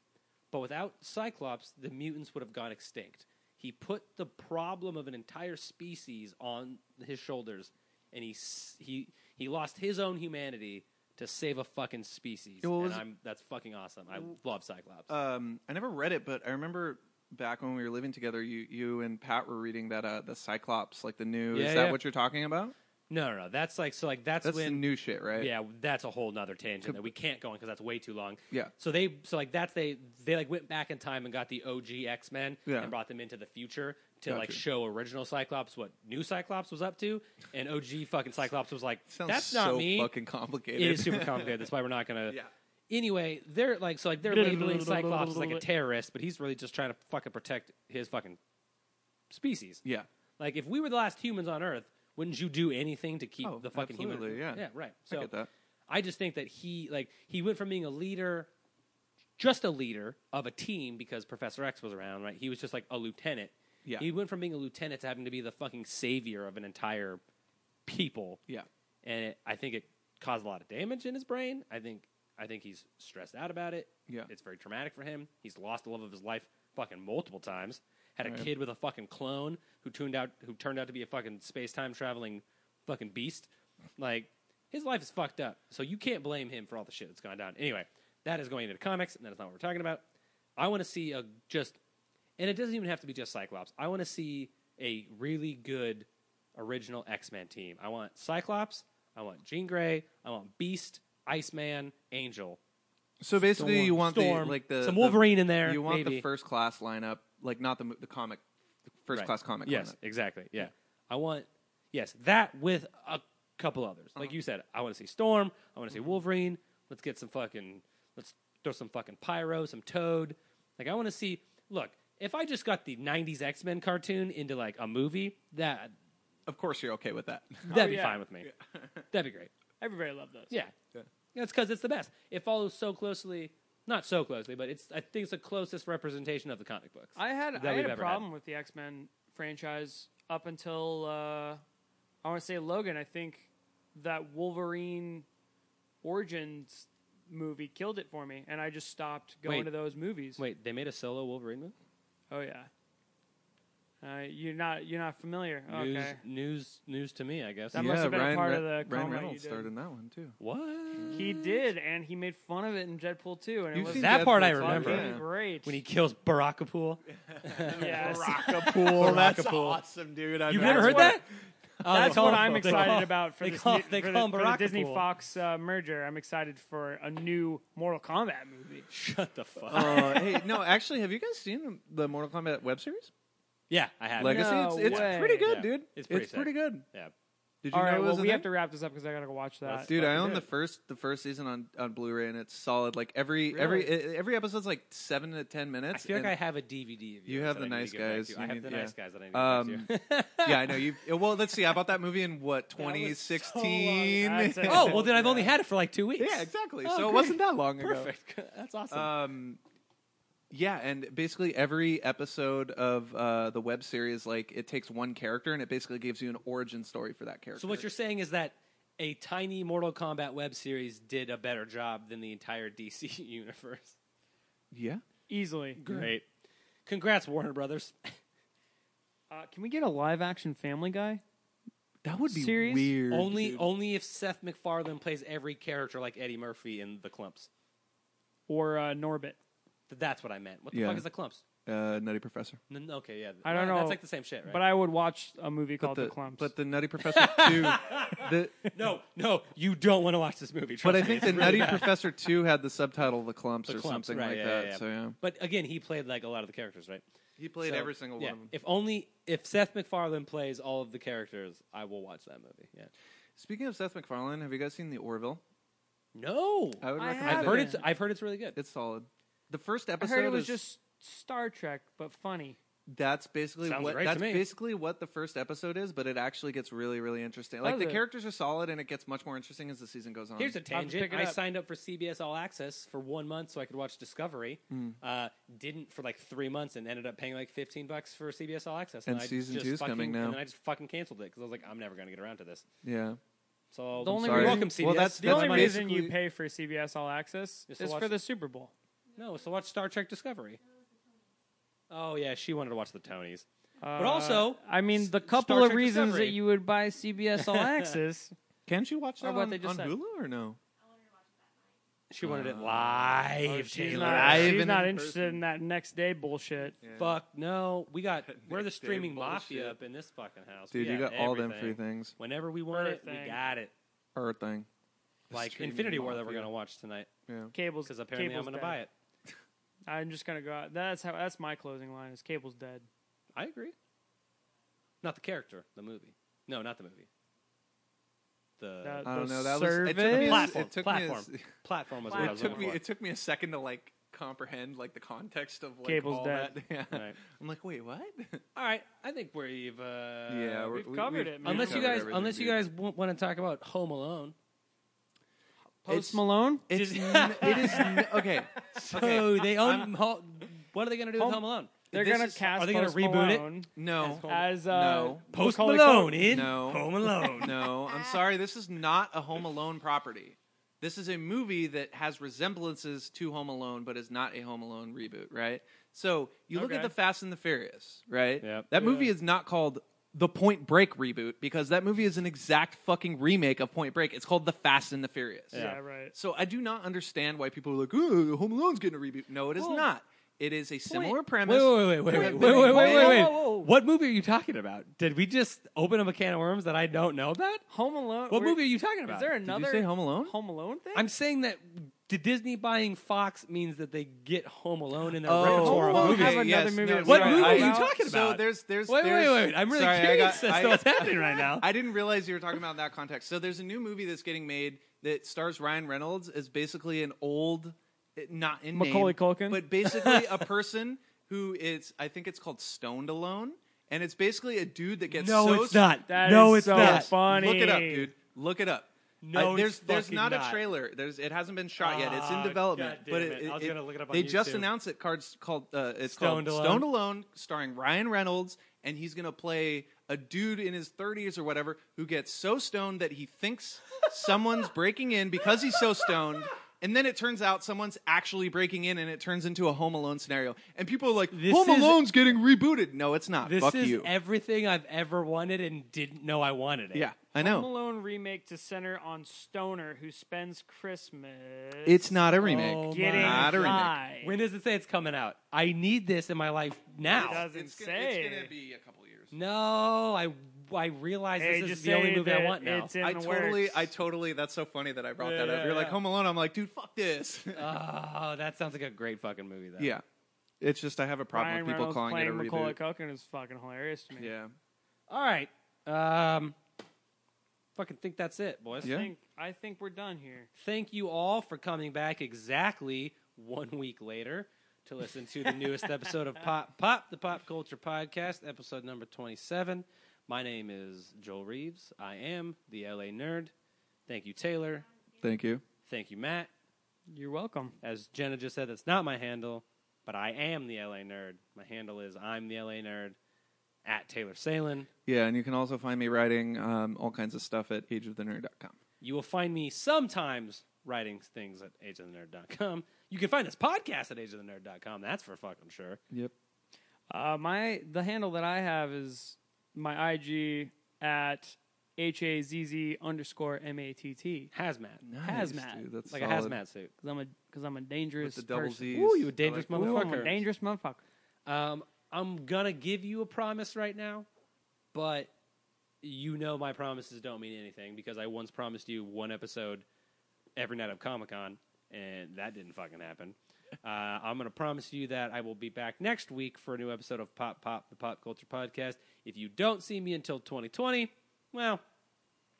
[SPEAKER 1] But without Cyclops, the mutants would have gone extinct. He put the problem of an entire species on his shoulders, and he s- he he lost his own humanity to save a fucking species.
[SPEAKER 2] Yeah, what
[SPEAKER 1] and
[SPEAKER 2] was it?
[SPEAKER 1] I'm, that's fucking awesome. I love Cyclops.
[SPEAKER 2] um, I never read it, but I remember back when we were living together, you you and Pat were reading that uh, the Cyclops, like the new.
[SPEAKER 1] Yeah,
[SPEAKER 2] is that
[SPEAKER 1] yeah.
[SPEAKER 2] what you're talking about?
[SPEAKER 1] no, no, no. That's like so. Like that's,
[SPEAKER 2] That's the
[SPEAKER 1] when
[SPEAKER 2] new shit, right?
[SPEAKER 1] Yeah, that's a whole nother tangent that we can't go on because that's way too long.
[SPEAKER 2] Yeah.
[SPEAKER 1] So they so like that's they they like went back in time and got the OG X Men
[SPEAKER 2] Yeah.
[SPEAKER 1] and brought them into the future to like
[SPEAKER 2] Gotcha.
[SPEAKER 1] show original Cyclops what new Cyclops was up to, and OG fucking Cyclops was like,
[SPEAKER 2] Sounds
[SPEAKER 1] that's
[SPEAKER 2] so
[SPEAKER 1] not me.
[SPEAKER 2] fucking
[SPEAKER 1] it
[SPEAKER 2] complicated.
[SPEAKER 1] is super complicated. That's why we're not gonna.
[SPEAKER 2] (laughs) Yeah.
[SPEAKER 1] Anyway, they're like so like they're labeling Cyclops as like a terrorist, but he's really just trying to fucking protect his fucking species.
[SPEAKER 2] yeah.
[SPEAKER 1] Like if we were the last humans on Earth, wouldn't you do anything to keep
[SPEAKER 2] Oh,
[SPEAKER 1] the fucking human?
[SPEAKER 2] absolutely, yeah.
[SPEAKER 1] yeah, right.
[SPEAKER 2] I
[SPEAKER 1] So
[SPEAKER 2] get that.
[SPEAKER 1] I just think that he like he went from being a leader, just a leader of a team because Professor X was around, right? He was just like a lieutenant.
[SPEAKER 2] Yeah.
[SPEAKER 1] He went from being a lieutenant to having to be the fucking savior of an entire people.
[SPEAKER 2] Yeah.
[SPEAKER 1] And it, I think it caused a lot of damage in his brain. I think I think he's stressed out about it.
[SPEAKER 2] Yeah.
[SPEAKER 1] It's very traumatic for him. He's lost the love of his life fucking multiple times. Had a
[SPEAKER 2] Right.
[SPEAKER 1] kid with a fucking clone who tuned out who turned out to be a fucking space time traveling fucking beast. Like his life is fucked up. So you can't blame him for all the shit that's gone down. Anyway, that is going into comics and that is not what we're talking about. I want to see a just and it doesn't even have to be just Cyclops. I want to see a really good original X Men team. I want Cyclops. I want Jean Grey. I want Beast, Iceman, Angel.
[SPEAKER 2] So basically, you want
[SPEAKER 1] Storm,
[SPEAKER 2] the like the
[SPEAKER 1] some
[SPEAKER 2] the-
[SPEAKER 1] Wolverine in there,
[SPEAKER 2] You want
[SPEAKER 1] maybe.
[SPEAKER 2] the first class lineup, like not the mo- the comic, first
[SPEAKER 1] Right.
[SPEAKER 2] class comic.
[SPEAKER 1] Yes,
[SPEAKER 2] lineup.
[SPEAKER 1] exactly. Yeah. I want yes that with a couple others. Like you said, I want to see Storm. I want to see Wolverine. Let's get some fucking. Let's throw some fucking pyro, some Toad. Like I want to see. Look, if I just got the '90s X Men cartoon into like a movie, that
[SPEAKER 2] Of course, you're okay
[SPEAKER 1] (laughs)
[SPEAKER 2] with that.
[SPEAKER 1] that'd be
[SPEAKER 4] yeah.
[SPEAKER 1] fine with me. that'd be great.
[SPEAKER 4] Everybody loved those.
[SPEAKER 1] Yeah. That's because it's the best. It follows so closely, not so closely, but it's I think it's the closest representation of the comic books.
[SPEAKER 4] I had
[SPEAKER 1] that
[SPEAKER 4] I
[SPEAKER 1] we've
[SPEAKER 4] had a
[SPEAKER 1] ever
[SPEAKER 4] problem with the X Men franchise up until uh, I want to say Logan. I think that Wolverine origins movie killed it for me, and I just stopped going
[SPEAKER 1] Wait.
[SPEAKER 4] to those movies.
[SPEAKER 1] Wait, they made a solo Wolverine movie?
[SPEAKER 4] Oh yeah. Uh, you're not you're not familiar.
[SPEAKER 1] News,
[SPEAKER 4] Okay.
[SPEAKER 1] news, news to me, I guess.
[SPEAKER 4] That Yeah. must have been a
[SPEAKER 2] Ryan
[SPEAKER 4] part
[SPEAKER 2] Re-
[SPEAKER 4] of the
[SPEAKER 2] Ryan
[SPEAKER 4] coma you
[SPEAKER 2] Reynolds
[SPEAKER 4] did.
[SPEAKER 2] starred in that one too.
[SPEAKER 1] What?
[SPEAKER 4] He did, and he made fun of it in Deadpool 2, and it
[SPEAKER 2] You've
[SPEAKER 4] was
[SPEAKER 2] seen
[SPEAKER 1] That part I
[SPEAKER 2] Deadpool,
[SPEAKER 1] remember.
[SPEAKER 4] fucking
[SPEAKER 2] yeah.
[SPEAKER 4] great.
[SPEAKER 1] When he kills Barakapool. (laughs)
[SPEAKER 4] yes.
[SPEAKER 2] Rockapool. That's
[SPEAKER 1] Rockapool.
[SPEAKER 2] awesome, dude. I've
[SPEAKER 1] You've never heard
[SPEAKER 4] what-
[SPEAKER 1] that? Oh, they
[SPEAKER 4] That's
[SPEAKER 1] call
[SPEAKER 4] what
[SPEAKER 1] him- (laughs)
[SPEAKER 4] I'm
[SPEAKER 1] they
[SPEAKER 4] excited
[SPEAKER 1] call-
[SPEAKER 4] about for,
[SPEAKER 1] they
[SPEAKER 4] this
[SPEAKER 1] call,
[SPEAKER 4] new-
[SPEAKER 1] they
[SPEAKER 4] for,
[SPEAKER 1] call
[SPEAKER 4] the,
[SPEAKER 1] him
[SPEAKER 4] for the Disney
[SPEAKER 1] Barakapool.
[SPEAKER 4] Fox uh, merger. I'm excited for a new Mortal Kombat movie.
[SPEAKER 1] Shut the fuck. up.
[SPEAKER 2] (laughs) Uh, hey, no, actually, have you guys seen the Mortal Kombat web series?
[SPEAKER 1] yeah, I have.
[SPEAKER 2] Legacy?
[SPEAKER 4] No
[SPEAKER 2] it's it's
[SPEAKER 4] way.
[SPEAKER 2] pretty good,
[SPEAKER 1] Uh, Yeah.
[SPEAKER 2] dude.
[SPEAKER 1] It's pretty sick.
[SPEAKER 2] good.
[SPEAKER 1] Yeah.
[SPEAKER 2] Did you
[SPEAKER 4] All
[SPEAKER 2] know
[SPEAKER 4] right,
[SPEAKER 2] it was
[SPEAKER 4] well,
[SPEAKER 2] a
[SPEAKER 4] we
[SPEAKER 2] thing?
[SPEAKER 4] have to wrap this up because I gotta go watch that.
[SPEAKER 2] Dude, I
[SPEAKER 1] fucking
[SPEAKER 2] own
[SPEAKER 1] do
[SPEAKER 2] the
[SPEAKER 1] it.
[SPEAKER 2] first the first season on, on Blu-ray, and it's solid. Like every every e- every episode's like seven to ten
[SPEAKER 1] I
[SPEAKER 2] minutes.
[SPEAKER 1] feel like I
[SPEAKER 2] and-
[SPEAKER 1] have a DVD of
[SPEAKER 2] You
[SPEAKER 1] yours
[SPEAKER 2] have
[SPEAKER 1] that
[SPEAKER 2] the
[SPEAKER 1] I need to
[SPEAKER 2] nice
[SPEAKER 1] get back
[SPEAKER 2] guys.
[SPEAKER 1] to.
[SPEAKER 2] You
[SPEAKER 1] I have
[SPEAKER 2] need-
[SPEAKER 1] the
[SPEAKER 2] yeah.
[SPEAKER 1] nice guys that I need to get back to.
[SPEAKER 2] yeah, I know you. Well, let's see. I bought that movie
[SPEAKER 1] (laughs)
[SPEAKER 2] in what 2016. (laughs)
[SPEAKER 4] That's it.
[SPEAKER 1] oh, well, then I've only had it for like two weeks.
[SPEAKER 2] yeah, exactly.
[SPEAKER 1] Oh,
[SPEAKER 2] so
[SPEAKER 1] great.
[SPEAKER 2] it wasn't that long ago.
[SPEAKER 1] Perfect. (laughs) That's awesome.
[SPEAKER 2] Um, yeah, and basically every episode of uh, the web series, like it takes one character and it basically gives you an origin story for that character.
[SPEAKER 1] So what you're saying is that a tiny Mortal Kombat web series did a better job than the entire DC (laughs) universe.
[SPEAKER 2] yeah,
[SPEAKER 4] Easily.
[SPEAKER 1] Great. Congrats, Warner Brothers.
[SPEAKER 4] Uh, can we get a live action Family Guy?
[SPEAKER 2] that would
[SPEAKER 4] be Series? weird,
[SPEAKER 1] only only if Seth MacFarlane plays every character like Eddie Murphy in The Clumps.
[SPEAKER 4] Or uh, Norbit?
[SPEAKER 1] Th- That's what I meant. What the
[SPEAKER 2] Yeah.
[SPEAKER 1] fuck is The Clumps?
[SPEAKER 2] uh, Nutty Professor.
[SPEAKER 1] N- okay, yeah.
[SPEAKER 4] I don't
[SPEAKER 1] Well,
[SPEAKER 4] know,
[SPEAKER 1] That's like the same shit, right?
[SPEAKER 4] But I would watch a movie
[SPEAKER 2] But
[SPEAKER 4] called The,
[SPEAKER 2] the,
[SPEAKER 4] Clumps.
[SPEAKER 2] but the Nutty Professor
[SPEAKER 1] (laughs)
[SPEAKER 2] two, the,
[SPEAKER 1] no, no, you don't want to watch this movie. (laughs)
[SPEAKER 2] but
[SPEAKER 1] trust
[SPEAKER 2] I
[SPEAKER 1] me,
[SPEAKER 2] think
[SPEAKER 1] it's
[SPEAKER 2] the
[SPEAKER 1] really
[SPEAKER 2] Nutty
[SPEAKER 1] bad.
[SPEAKER 2] Professor two had the subtitle "The Clumps"
[SPEAKER 1] The
[SPEAKER 2] or
[SPEAKER 1] Clumps,
[SPEAKER 2] something
[SPEAKER 1] right,
[SPEAKER 2] like
[SPEAKER 1] yeah,
[SPEAKER 2] that.
[SPEAKER 1] yeah, yeah.
[SPEAKER 2] So yeah,
[SPEAKER 1] But again, he played like a lot of the characters, right?
[SPEAKER 2] he played
[SPEAKER 1] So,
[SPEAKER 2] every single
[SPEAKER 1] yeah,
[SPEAKER 2] one of them.
[SPEAKER 1] If only if Seth MacFarlane plays all of the characters, I will watch that movie. Yeah.
[SPEAKER 2] Speaking of Seth MacFarlane, have you guys seen the Orville?
[SPEAKER 1] No.
[SPEAKER 2] I would
[SPEAKER 4] I
[SPEAKER 2] recommend.
[SPEAKER 1] I've
[SPEAKER 2] it.
[SPEAKER 1] heard it's I've heard it's really good.
[SPEAKER 2] It's solid. The first
[SPEAKER 4] I
[SPEAKER 2] episode
[SPEAKER 4] heard it was
[SPEAKER 2] is
[SPEAKER 4] just Star Trek, but funny.
[SPEAKER 2] that's basically
[SPEAKER 1] Sounds
[SPEAKER 2] what
[SPEAKER 1] great to
[SPEAKER 2] that's
[SPEAKER 1] me.
[SPEAKER 2] basically what the first episode is, but it actually gets really really interesting. Like
[SPEAKER 4] Love
[SPEAKER 2] the
[SPEAKER 4] it.
[SPEAKER 2] characters are solid, and it gets much more interesting as the season goes on.
[SPEAKER 1] Here's a
[SPEAKER 4] pick
[SPEAKER 1] tangent.
[SPEAKER 4] it
[SPEAKER 1] I
[SPEAKER 4] up.
[SPEAKER 1] signed up for CBS All Access for one month so I could watch Discovery.
[SPEAKER 2] Hmm.
[SPEAKER 1] Uh, didn't for like three months and ended up paying like fifteen bucks for CBS All Access.
[SPEAKER 2] And
[SPEAKER 1] I
[SPEAKER 2] season
[SPEAKER 1] just
[SPEAKER 2] two's
[SPEAKER 1] fucking-
[SPEAKER 2] coming now.
[SPEAKER 1] And then I just fucking canceled it because I was like, I'm never going to get around to this.
[SPEAKER 2] yeah,
[SPEAKER 1] So
[SPEAKER 4] The only
[SPEAKER 1] you're
[SPEAKER 4] reason-
[SPEAKER 1] welcome, CBS.
[SPEAKER 2] Well, that's-
[SPEAKER 4] The
[SPEAKER 2] that's
[SPEAKER 4] only
[SPEAKER 2] my-
[SPEAKER 4] reason you
[SPEAKER 2] basically-
[SPEAKER 4] pay for CBS All Access
[SPEAKER 1] Just to
[SPEAKER 4] is
[SPEAKER 1] watch
[SPEAKER 4] for
[SPEAKER 1] the-
[SPEAKER 4] the Super Bowl.
[SPEAKER 1] no. So watch Star Trek Discovery. Oh yeah, she wanted to watch the Tonys.
[SPEAKER 4] Uh,
[SPEAKER 1] also,
[SPEAKER 4] I mean, the
[SPEAKER 1] S-
[SPEAKER 4] couple
[SPEAKER 1] Star
[SPEAKER 4] of
[SPEAKER 1] Trek
[SPEAKER 4] reasons
[SPEAKER 1] Discovery.
[SPEAKER 4] (laughs) that you would buy CBS All Access.
[SPEAKER 2] can't you watch
[SPEAKER 4] Or
[SPEAKER 2] that
[SPEAKER 4] what
[SPEAKER 2] on,
[SPEAKER 4] they just
[SPEAKER 2] on
[SPEAKER 4] said.
[SPEAKER 2] Hulu or no?
[SPEAKER 1] She wanted it live,
[SPEAKER 3] Oh,
[SPEAKER 4] Oh, She's
[SPEAKER 1] Taylor.
[SPEAKER 4] not,
[SPEAKER 2] Live
[SPEAKER 4] she's
[SPEAKER 2] and
[SPEAKER 4] not
[SPEAKER 2] in
[SPEAKER 4] interested
[SPEAKER 2] person.
[SPEAKER 4] in that next day bullshit.
[SPEAKER 2] Yeah.
[SPEAKER 1] Fuck no. We got we're the
[SPEAKER 2] Next day
[SPEAKER 1] streaming mafia
[SPEAKER 2] bullshit.
[SPEAKER 1] up in this fucking house.
[SPEAKER 2] Dude,
[SPEAKER 1] We
[SPEAKER 2] you got all them free
[SPEAKER 1] everything.
[SPEAKER 2] things.
[SPEAKER 1] Whenever we want it,
[SPEAKER 4] Everything.
[SPEAKER 1] we got it.
[SPEAKER 2] Or thing.
[SPEAKER 1] Like
[SPEAKER 2] Streaming
[SPEAKER 1] Infinity War that we're
[SPEAKER 2] mafia.
[SPEAKER 1] gonna watch tonight
[SPEAKER 2] Yeah.
[SPEAKER 4] Cable's
[SPEAKER 1] because apparently I'm
[SPEAKER 4] Cable's
[SPEAKER 1] gonna
[SPEAKER 4] dead.
[SPEAKER 1] buy it.
[SPEAKER 4] I'm just gonna go out. That's how. That's my closing line. Is Cable's dead?
[SPEAKER 1] I agree. Not the character, the movie. No, not the movie. The
[SPEAKER 4] That-
[SPEAKER 2] I don't
[SPEAKER 4] The
[SPEAKER 2] know. That was it took me a-
[SPEAKER 1] platform.
[SPEAKER 2] Uh, it took me a-
[SPEAKER 1] platform.
[SPEAKER 2] (laughs)
[SPEAKER 1] platform was what I
[SPEAKER 2] It
[SPEAKER 1] was
[SPEAKER 2] took
[SPEAKER 1] looking
[SPEAKER 2] me.
[SPEAKER 1] for.
[SPEAKER 2] It took me a second to like comprehend like the context of like
[SPEAKER 4] Cable's
[SPEAKER 2] all
[SPEAKER 4] dead.
[SPEAKER 2] that. (laughs) Yeah.
[SPEAKER 1] Right.
[SPEAKER 2] I'm like, wait, what? Uh,
[SPEAKER 1] All right, I think we've uh,
[SPEAKER 2] yeah,
[SPEAKER 4] we've covered it, man.
[SPEAKER 1] Unless you
[SPEAKER 4] covered
[SPEAKER 1] guys, unless you guys want to talk about Home Alone,
[SPEAKER 4] Post
[SPEAKER 2] It's-
[SPEAKER 4] Malone.
[SPEAKER 2] it's n- it is n- okay.
[SPEAKER 1] so
[SPEAKER 2] Okay,
[SPEAKER 1] Oh, they own. Ho- what are they going to do
[SPEAKER 4] Home-
[SPEAKER 1] with Home Alone?
[SPEAKER 4] They're
[SPEAKER 2] this
[SPEAKER 4] gonna
[SPEAKER 2] is-
[SPEAKER 4] cast.
[SPEAKER 1] are they gonna
[SPEAKER 4] Post
[SPEAKER 1] reboot it?
[SPEAKER 4] Malone
[SPEAKER 2] No,
[SPEAKER 4] As uh,
[SPEAKER 2] No.
[SPEAKER 1] Post
[SPEAKER 4] Macaulay
[SPEAKER 1] Malone
[SPEAKER 4] Culkin.
[SPEAKER 1] in
[SPEAKER 2] No.
[SPEAKER 1] (laughs) Home Alone.
[SPEAKER 2] no. I'm sorry. This is not a Home Alone property. This is a movie that has resemblances to Home Alone, but is not a Home Alone reboot, right? So you look at
[SPEAKER 4] Okay.
[SPEAKER 2] the Fast and the Furious, right?
[SPEAKER 1] Yep.
[SPEAKER 2] That
[SPEAKER 4] Yeah.
[SPEAKER 2] movie is not called the Point Break reboot because that movie is an exact fucking remake of Point Break. It's called the Fast and the Furious.
[SPEAKER 4] Yeah,
[SPEAKER 1] Yeah.
[SPEAKER 4] right.
[SPEAKER 2] So I do not understand why people are like, "Ooh, Home Alone's getting a reboot." No, it is
[SPEAKER 1] Well,
[SPEAKER 2] not. It is a similar
[SPEAKER 1] Wait,
[SPEAKER 2] premise.
[SPEAKER 1] wait, wait, wait, wait, wait,
[SPEAKER 2] Point
[SPEAKER 1] wait, wait,
[SPEAKER 2] Break.
[SPEAKER 1] wait, wait.
[SPEAKER 4] Whoa, whoa, whoa.
[SPEAKER 1] What movie are you talking about? Did we just open up a can of worms that I don't know about?
[SPEAKER 4] Home Alone.
[SPEAKER 1] What
[SPEAKER 4] were-
[SPEAKER 1] movie are you talking about?
[SPEAKER 4] Is there
[SPEAKER 2] Did you
[SPEAKER 4] another
[SPEAKER 2] say Home Alone?
[SPEAKER 4] Home Alone thing?
[SPEAKER 1] I'm saying that the Disney buying Fox means that they get Home Alone in their
[SPEAKER 2] Oh,
[SPEAKER 1] repertoire of
[SPEAKER 4] Home Alone
[SPEAKER 1] movies.
[SPEAKER 4] has a- another movie
[SPEAKER 1] What
[SPEAKER 2] sorry,
[SPEAKER 1] movie
[SPEAKER 2] I-
[SPEAKER 1] are you talking
[SPEAKER 2] So
[SPEAKER 1] about?
[SPEAKER 2] there's, there's,
[SPEAKER 1] Wait, wait,
[SPEAKER 2] there's-
[SPEAKER 1] wait, wait. I'm really
[SPEAKER 2] sorry, I
[SPEAKER 1] curious
[SPEAKER 2] got-
[SPEAKER 1] as
[SPEAKER 2] I-
[SPEAKER 1] to what's happening right
[SPEAKER 4] (laughs)
[SPEAKER 1] now.
[SPEAKER 2] (laughs) I didn't realize you were talking about that context. So there's a new movie that's getting made that stars Ryan Reynolds as basically an old, eh, not in name,
[SPEAKER 4] Macaulay Culkin?
[SPEAKER 1] (laughs)
[SPEAKER 2] but basically a person who is, I think it's called Stoned Alone, and it's basically a dude that gets
[SPEAKER 1] no,
[SPEAKER 2] so
[SPEAKER 1] it's not.
[SPEAKER 4] That
[SPEAKER 1] no,
[SPEAKER 4] is
[SPEAKER 1] it's
[SPEAKER 4] so
[SPEAKER 1] not.
[SPEAKER 4] funny.
[SPEAKER 2] Look it up, dude. Look it up.
[SPEAKER 1] No,
[SPEAKER 2] I- there's
[SPEAKER 1] it's
[SPEAKER 2] there's
[SPEAKER 1] fucking
[SPEAKER 2] not,
[SPEAKER 1] not.
[SPEAKER 2] a trailer. There's it hasn't been shot yet. It's in
[SPEAKER 1] Ah,
[SPEAKER 2] development,
[SPEAKER 1] God damn
[SPEAKER 2] but
[SPEAKER 1] it.
[SPEAKER 2] it,
[SPEAKER 1] I was gonna look it up on
[SPEAKER 2] they just
[SPEAKER 1] YouTube.
[SPEAKER 2] announced it. Cards called uh, it's
[SPEAKER 1] Stoned
[SPEAKER 2] called
[SPEAKER 1] Alone.
[SPEAKER 2] Stoned Alone, starring Ryan Reynolds, and he's gonna play a dude in his 30s or whatever who gets so stoned that he thinks someone's (laughs) breaking in because he's so stoned. And then it turns out someone's actually breaking in, and it turns into a Home Alone scenario. And people are like,
[SPEAKER 1] This
[SPEAKER 2] "Home
[SPEAKER 1] is-
[SPEAKER 2] Alone's getting rebooted." No, it's not.
[SPEAKER 1] This
[SPEAKER 2] Fuck
[SPEAKER 1] is
[SPEAKER 2] you.
[SPEAKER 1] everything I've ever wanted and didn't know I wanted it.
[SPEAKER 2] yeah, I
[SPEAKER 4] Home
[SPEAKER 2] know.
[SPEAKER 4] Alone remake to center on Stoner who spends Christmas.
[SPEAKER 2] It's not a remake.
[SPEAKER 1] Oh
[SPEAKER 4] getting
[SPEAKER 1] my
[SPEAKER 2] not a remake.
[SPEAKER 4] high.
[SPEAKER 1] When does it say it's coming out? I need this in my life
[SPEAKER 4] It
[SPEAKER 1] now.
[SPEAKER 4] does. doesn't say.
[SPEAKER 2] It's gonna be a couple years.
[SPEAKER 1] No, I I realize
[SPEAKER 4] Hey,
[SPEAKER 1] this
[SPEAKER 4] just
[SPEAKER 1] is the only
[SPEAKER 4] say
[SPEAKER 1] movie
[SPEAKER 4] that
[SPEAKER 1] I want now.
[SPEAKER 4] it's in
[SPEAKER 2] I
[SPEAKER 4] the
[SPEAKER 2] totally,
[SPEAKER 4] works.
[SPEAKER 2] I totally. That's so funny that I brought
[SPEAKER 1] Yeah,
[SPEAKER 2] that up.
[SPEAKER 1] yeah,
[SPEAKER 2] You're like
[SPEAKER 1] yeah.
[SPEAKER 2] Home Alone. I'm like, dude,
[SPEAKER 1] (laughs)
[SPEAKER 2] fuck this.
[SPEAKER 1] oh, that sounds like a great fucking movie. Though.
[SPEAKER 2] (laughs) yeah, it's just I have a problem
[SPEAKER 4] Ryan
[SPEAKER 2] with people
[SPEAKER 4] Reynolds
[SPEAKER 2] calling it
[SPEAKER 4] playing
[SPEAKER 2] a
[SPEAKER 4] Macaulay
[SPEAKER 2] reboot.
[SPEAKER 4] Culkin is fucking hilarious to me.
[SPEAKER 2] Yeah,
[SPEAKER 1] All right. Um, fucking think that's it, boys.
[SPEAKER 4] I
[SPEAKER 2] Yeah.
[SPEAKER 4] think, I think we're done here.
[SPEAKER 1] Thank you all for coming back exactly one week later to listen to the newest episode of Pop Pop, the Pop Culture Podcast, episode number 27. My name is Joel Reeves. I am the LA Nerd. Thank you, Taylor.
[SPEAKER 2] thank you.
[SPEAKER 1] Thank you, Matt.
[SPEAKER 4] You're welcome.
[SPEAKER 1] As Jenna just said, that's not my handle, but I am the LA Nerd. My handle is I'm the LA Nerd at Taylor Salen.
[SPEAKER 2] Yeah, and you can also find me writing um, all kinds of stuff at ageofthenerd.com.
[SPEAKER 1] You will find me sometimes writing things at ageofthenerd.com. You can find this podcast at ageofthenerd.com. That's for fucking sure.
[SPEAKER 2] Yep.
[SPEAKER 4] Uh, my the handle that I have is my IG at h a z z underscore m a t t
[SPEAKER 1] Hazmat.
[SPEAKER 2] Nice,
[SPEAKER 4] Hazmat.
[SPEAKER 2] dude, that's
[SPEAKER 1] Like a
[SPEAKER 2] solid.
[SPEAKER 1] hazmat suit.
[SPEAKER 4] because I'm a because I'm a dangerous
[SPEAKER 2] With the double
[SPEAKER 4] person.
[SPEAKER 2] Z's.
[SPEAKER 1] Ooh, you a
[SPEAKER 2] I
[SPEAKER 1] dangerous
[SPEAKER 2] like that.
[SPEAKER 4] Ooh, I'm a
[SPEAKER 1] Motherfuckers.
[SPEAKER 4] dangerous motherfucker.
[SPEAKER 1] Um, I'm gonna give you a promise right now, but you know my promises don't mean anything because I once promised you one episode every night of Comic Con, and that didn't fucking happen. Uh, I'm gonna promise you that I will be back next week for a new episode of Pop Pop, the Pop Culture Podcast. If you don't see me until 2020, well,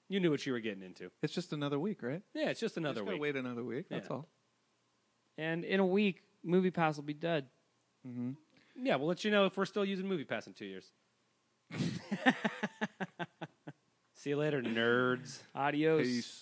[SPEAKER 1] you knew what you were getting into.
[SPEAKER 2] It's just another week, right?
[SPEAKER 1] Yeah, it's just
[SPEAKER 2] You
[SPEAKER 1] another
[SPEAKER 2] just gotta
[SPEAKER 1] week.
[SPEAKER 2] Wait another week. That's
[SPEAKER 1] Yeah.
[SPEAKER 2] all.
[SPEAKER 4] And in a week, Movie Pass will be dead.
[SPEAKER 1] Yeah, we'll let you know if we're still using Movie Pass in two years. See you later, nerds.
[SPEAKER 4] Adios.
[SPEAKER 2] Peace.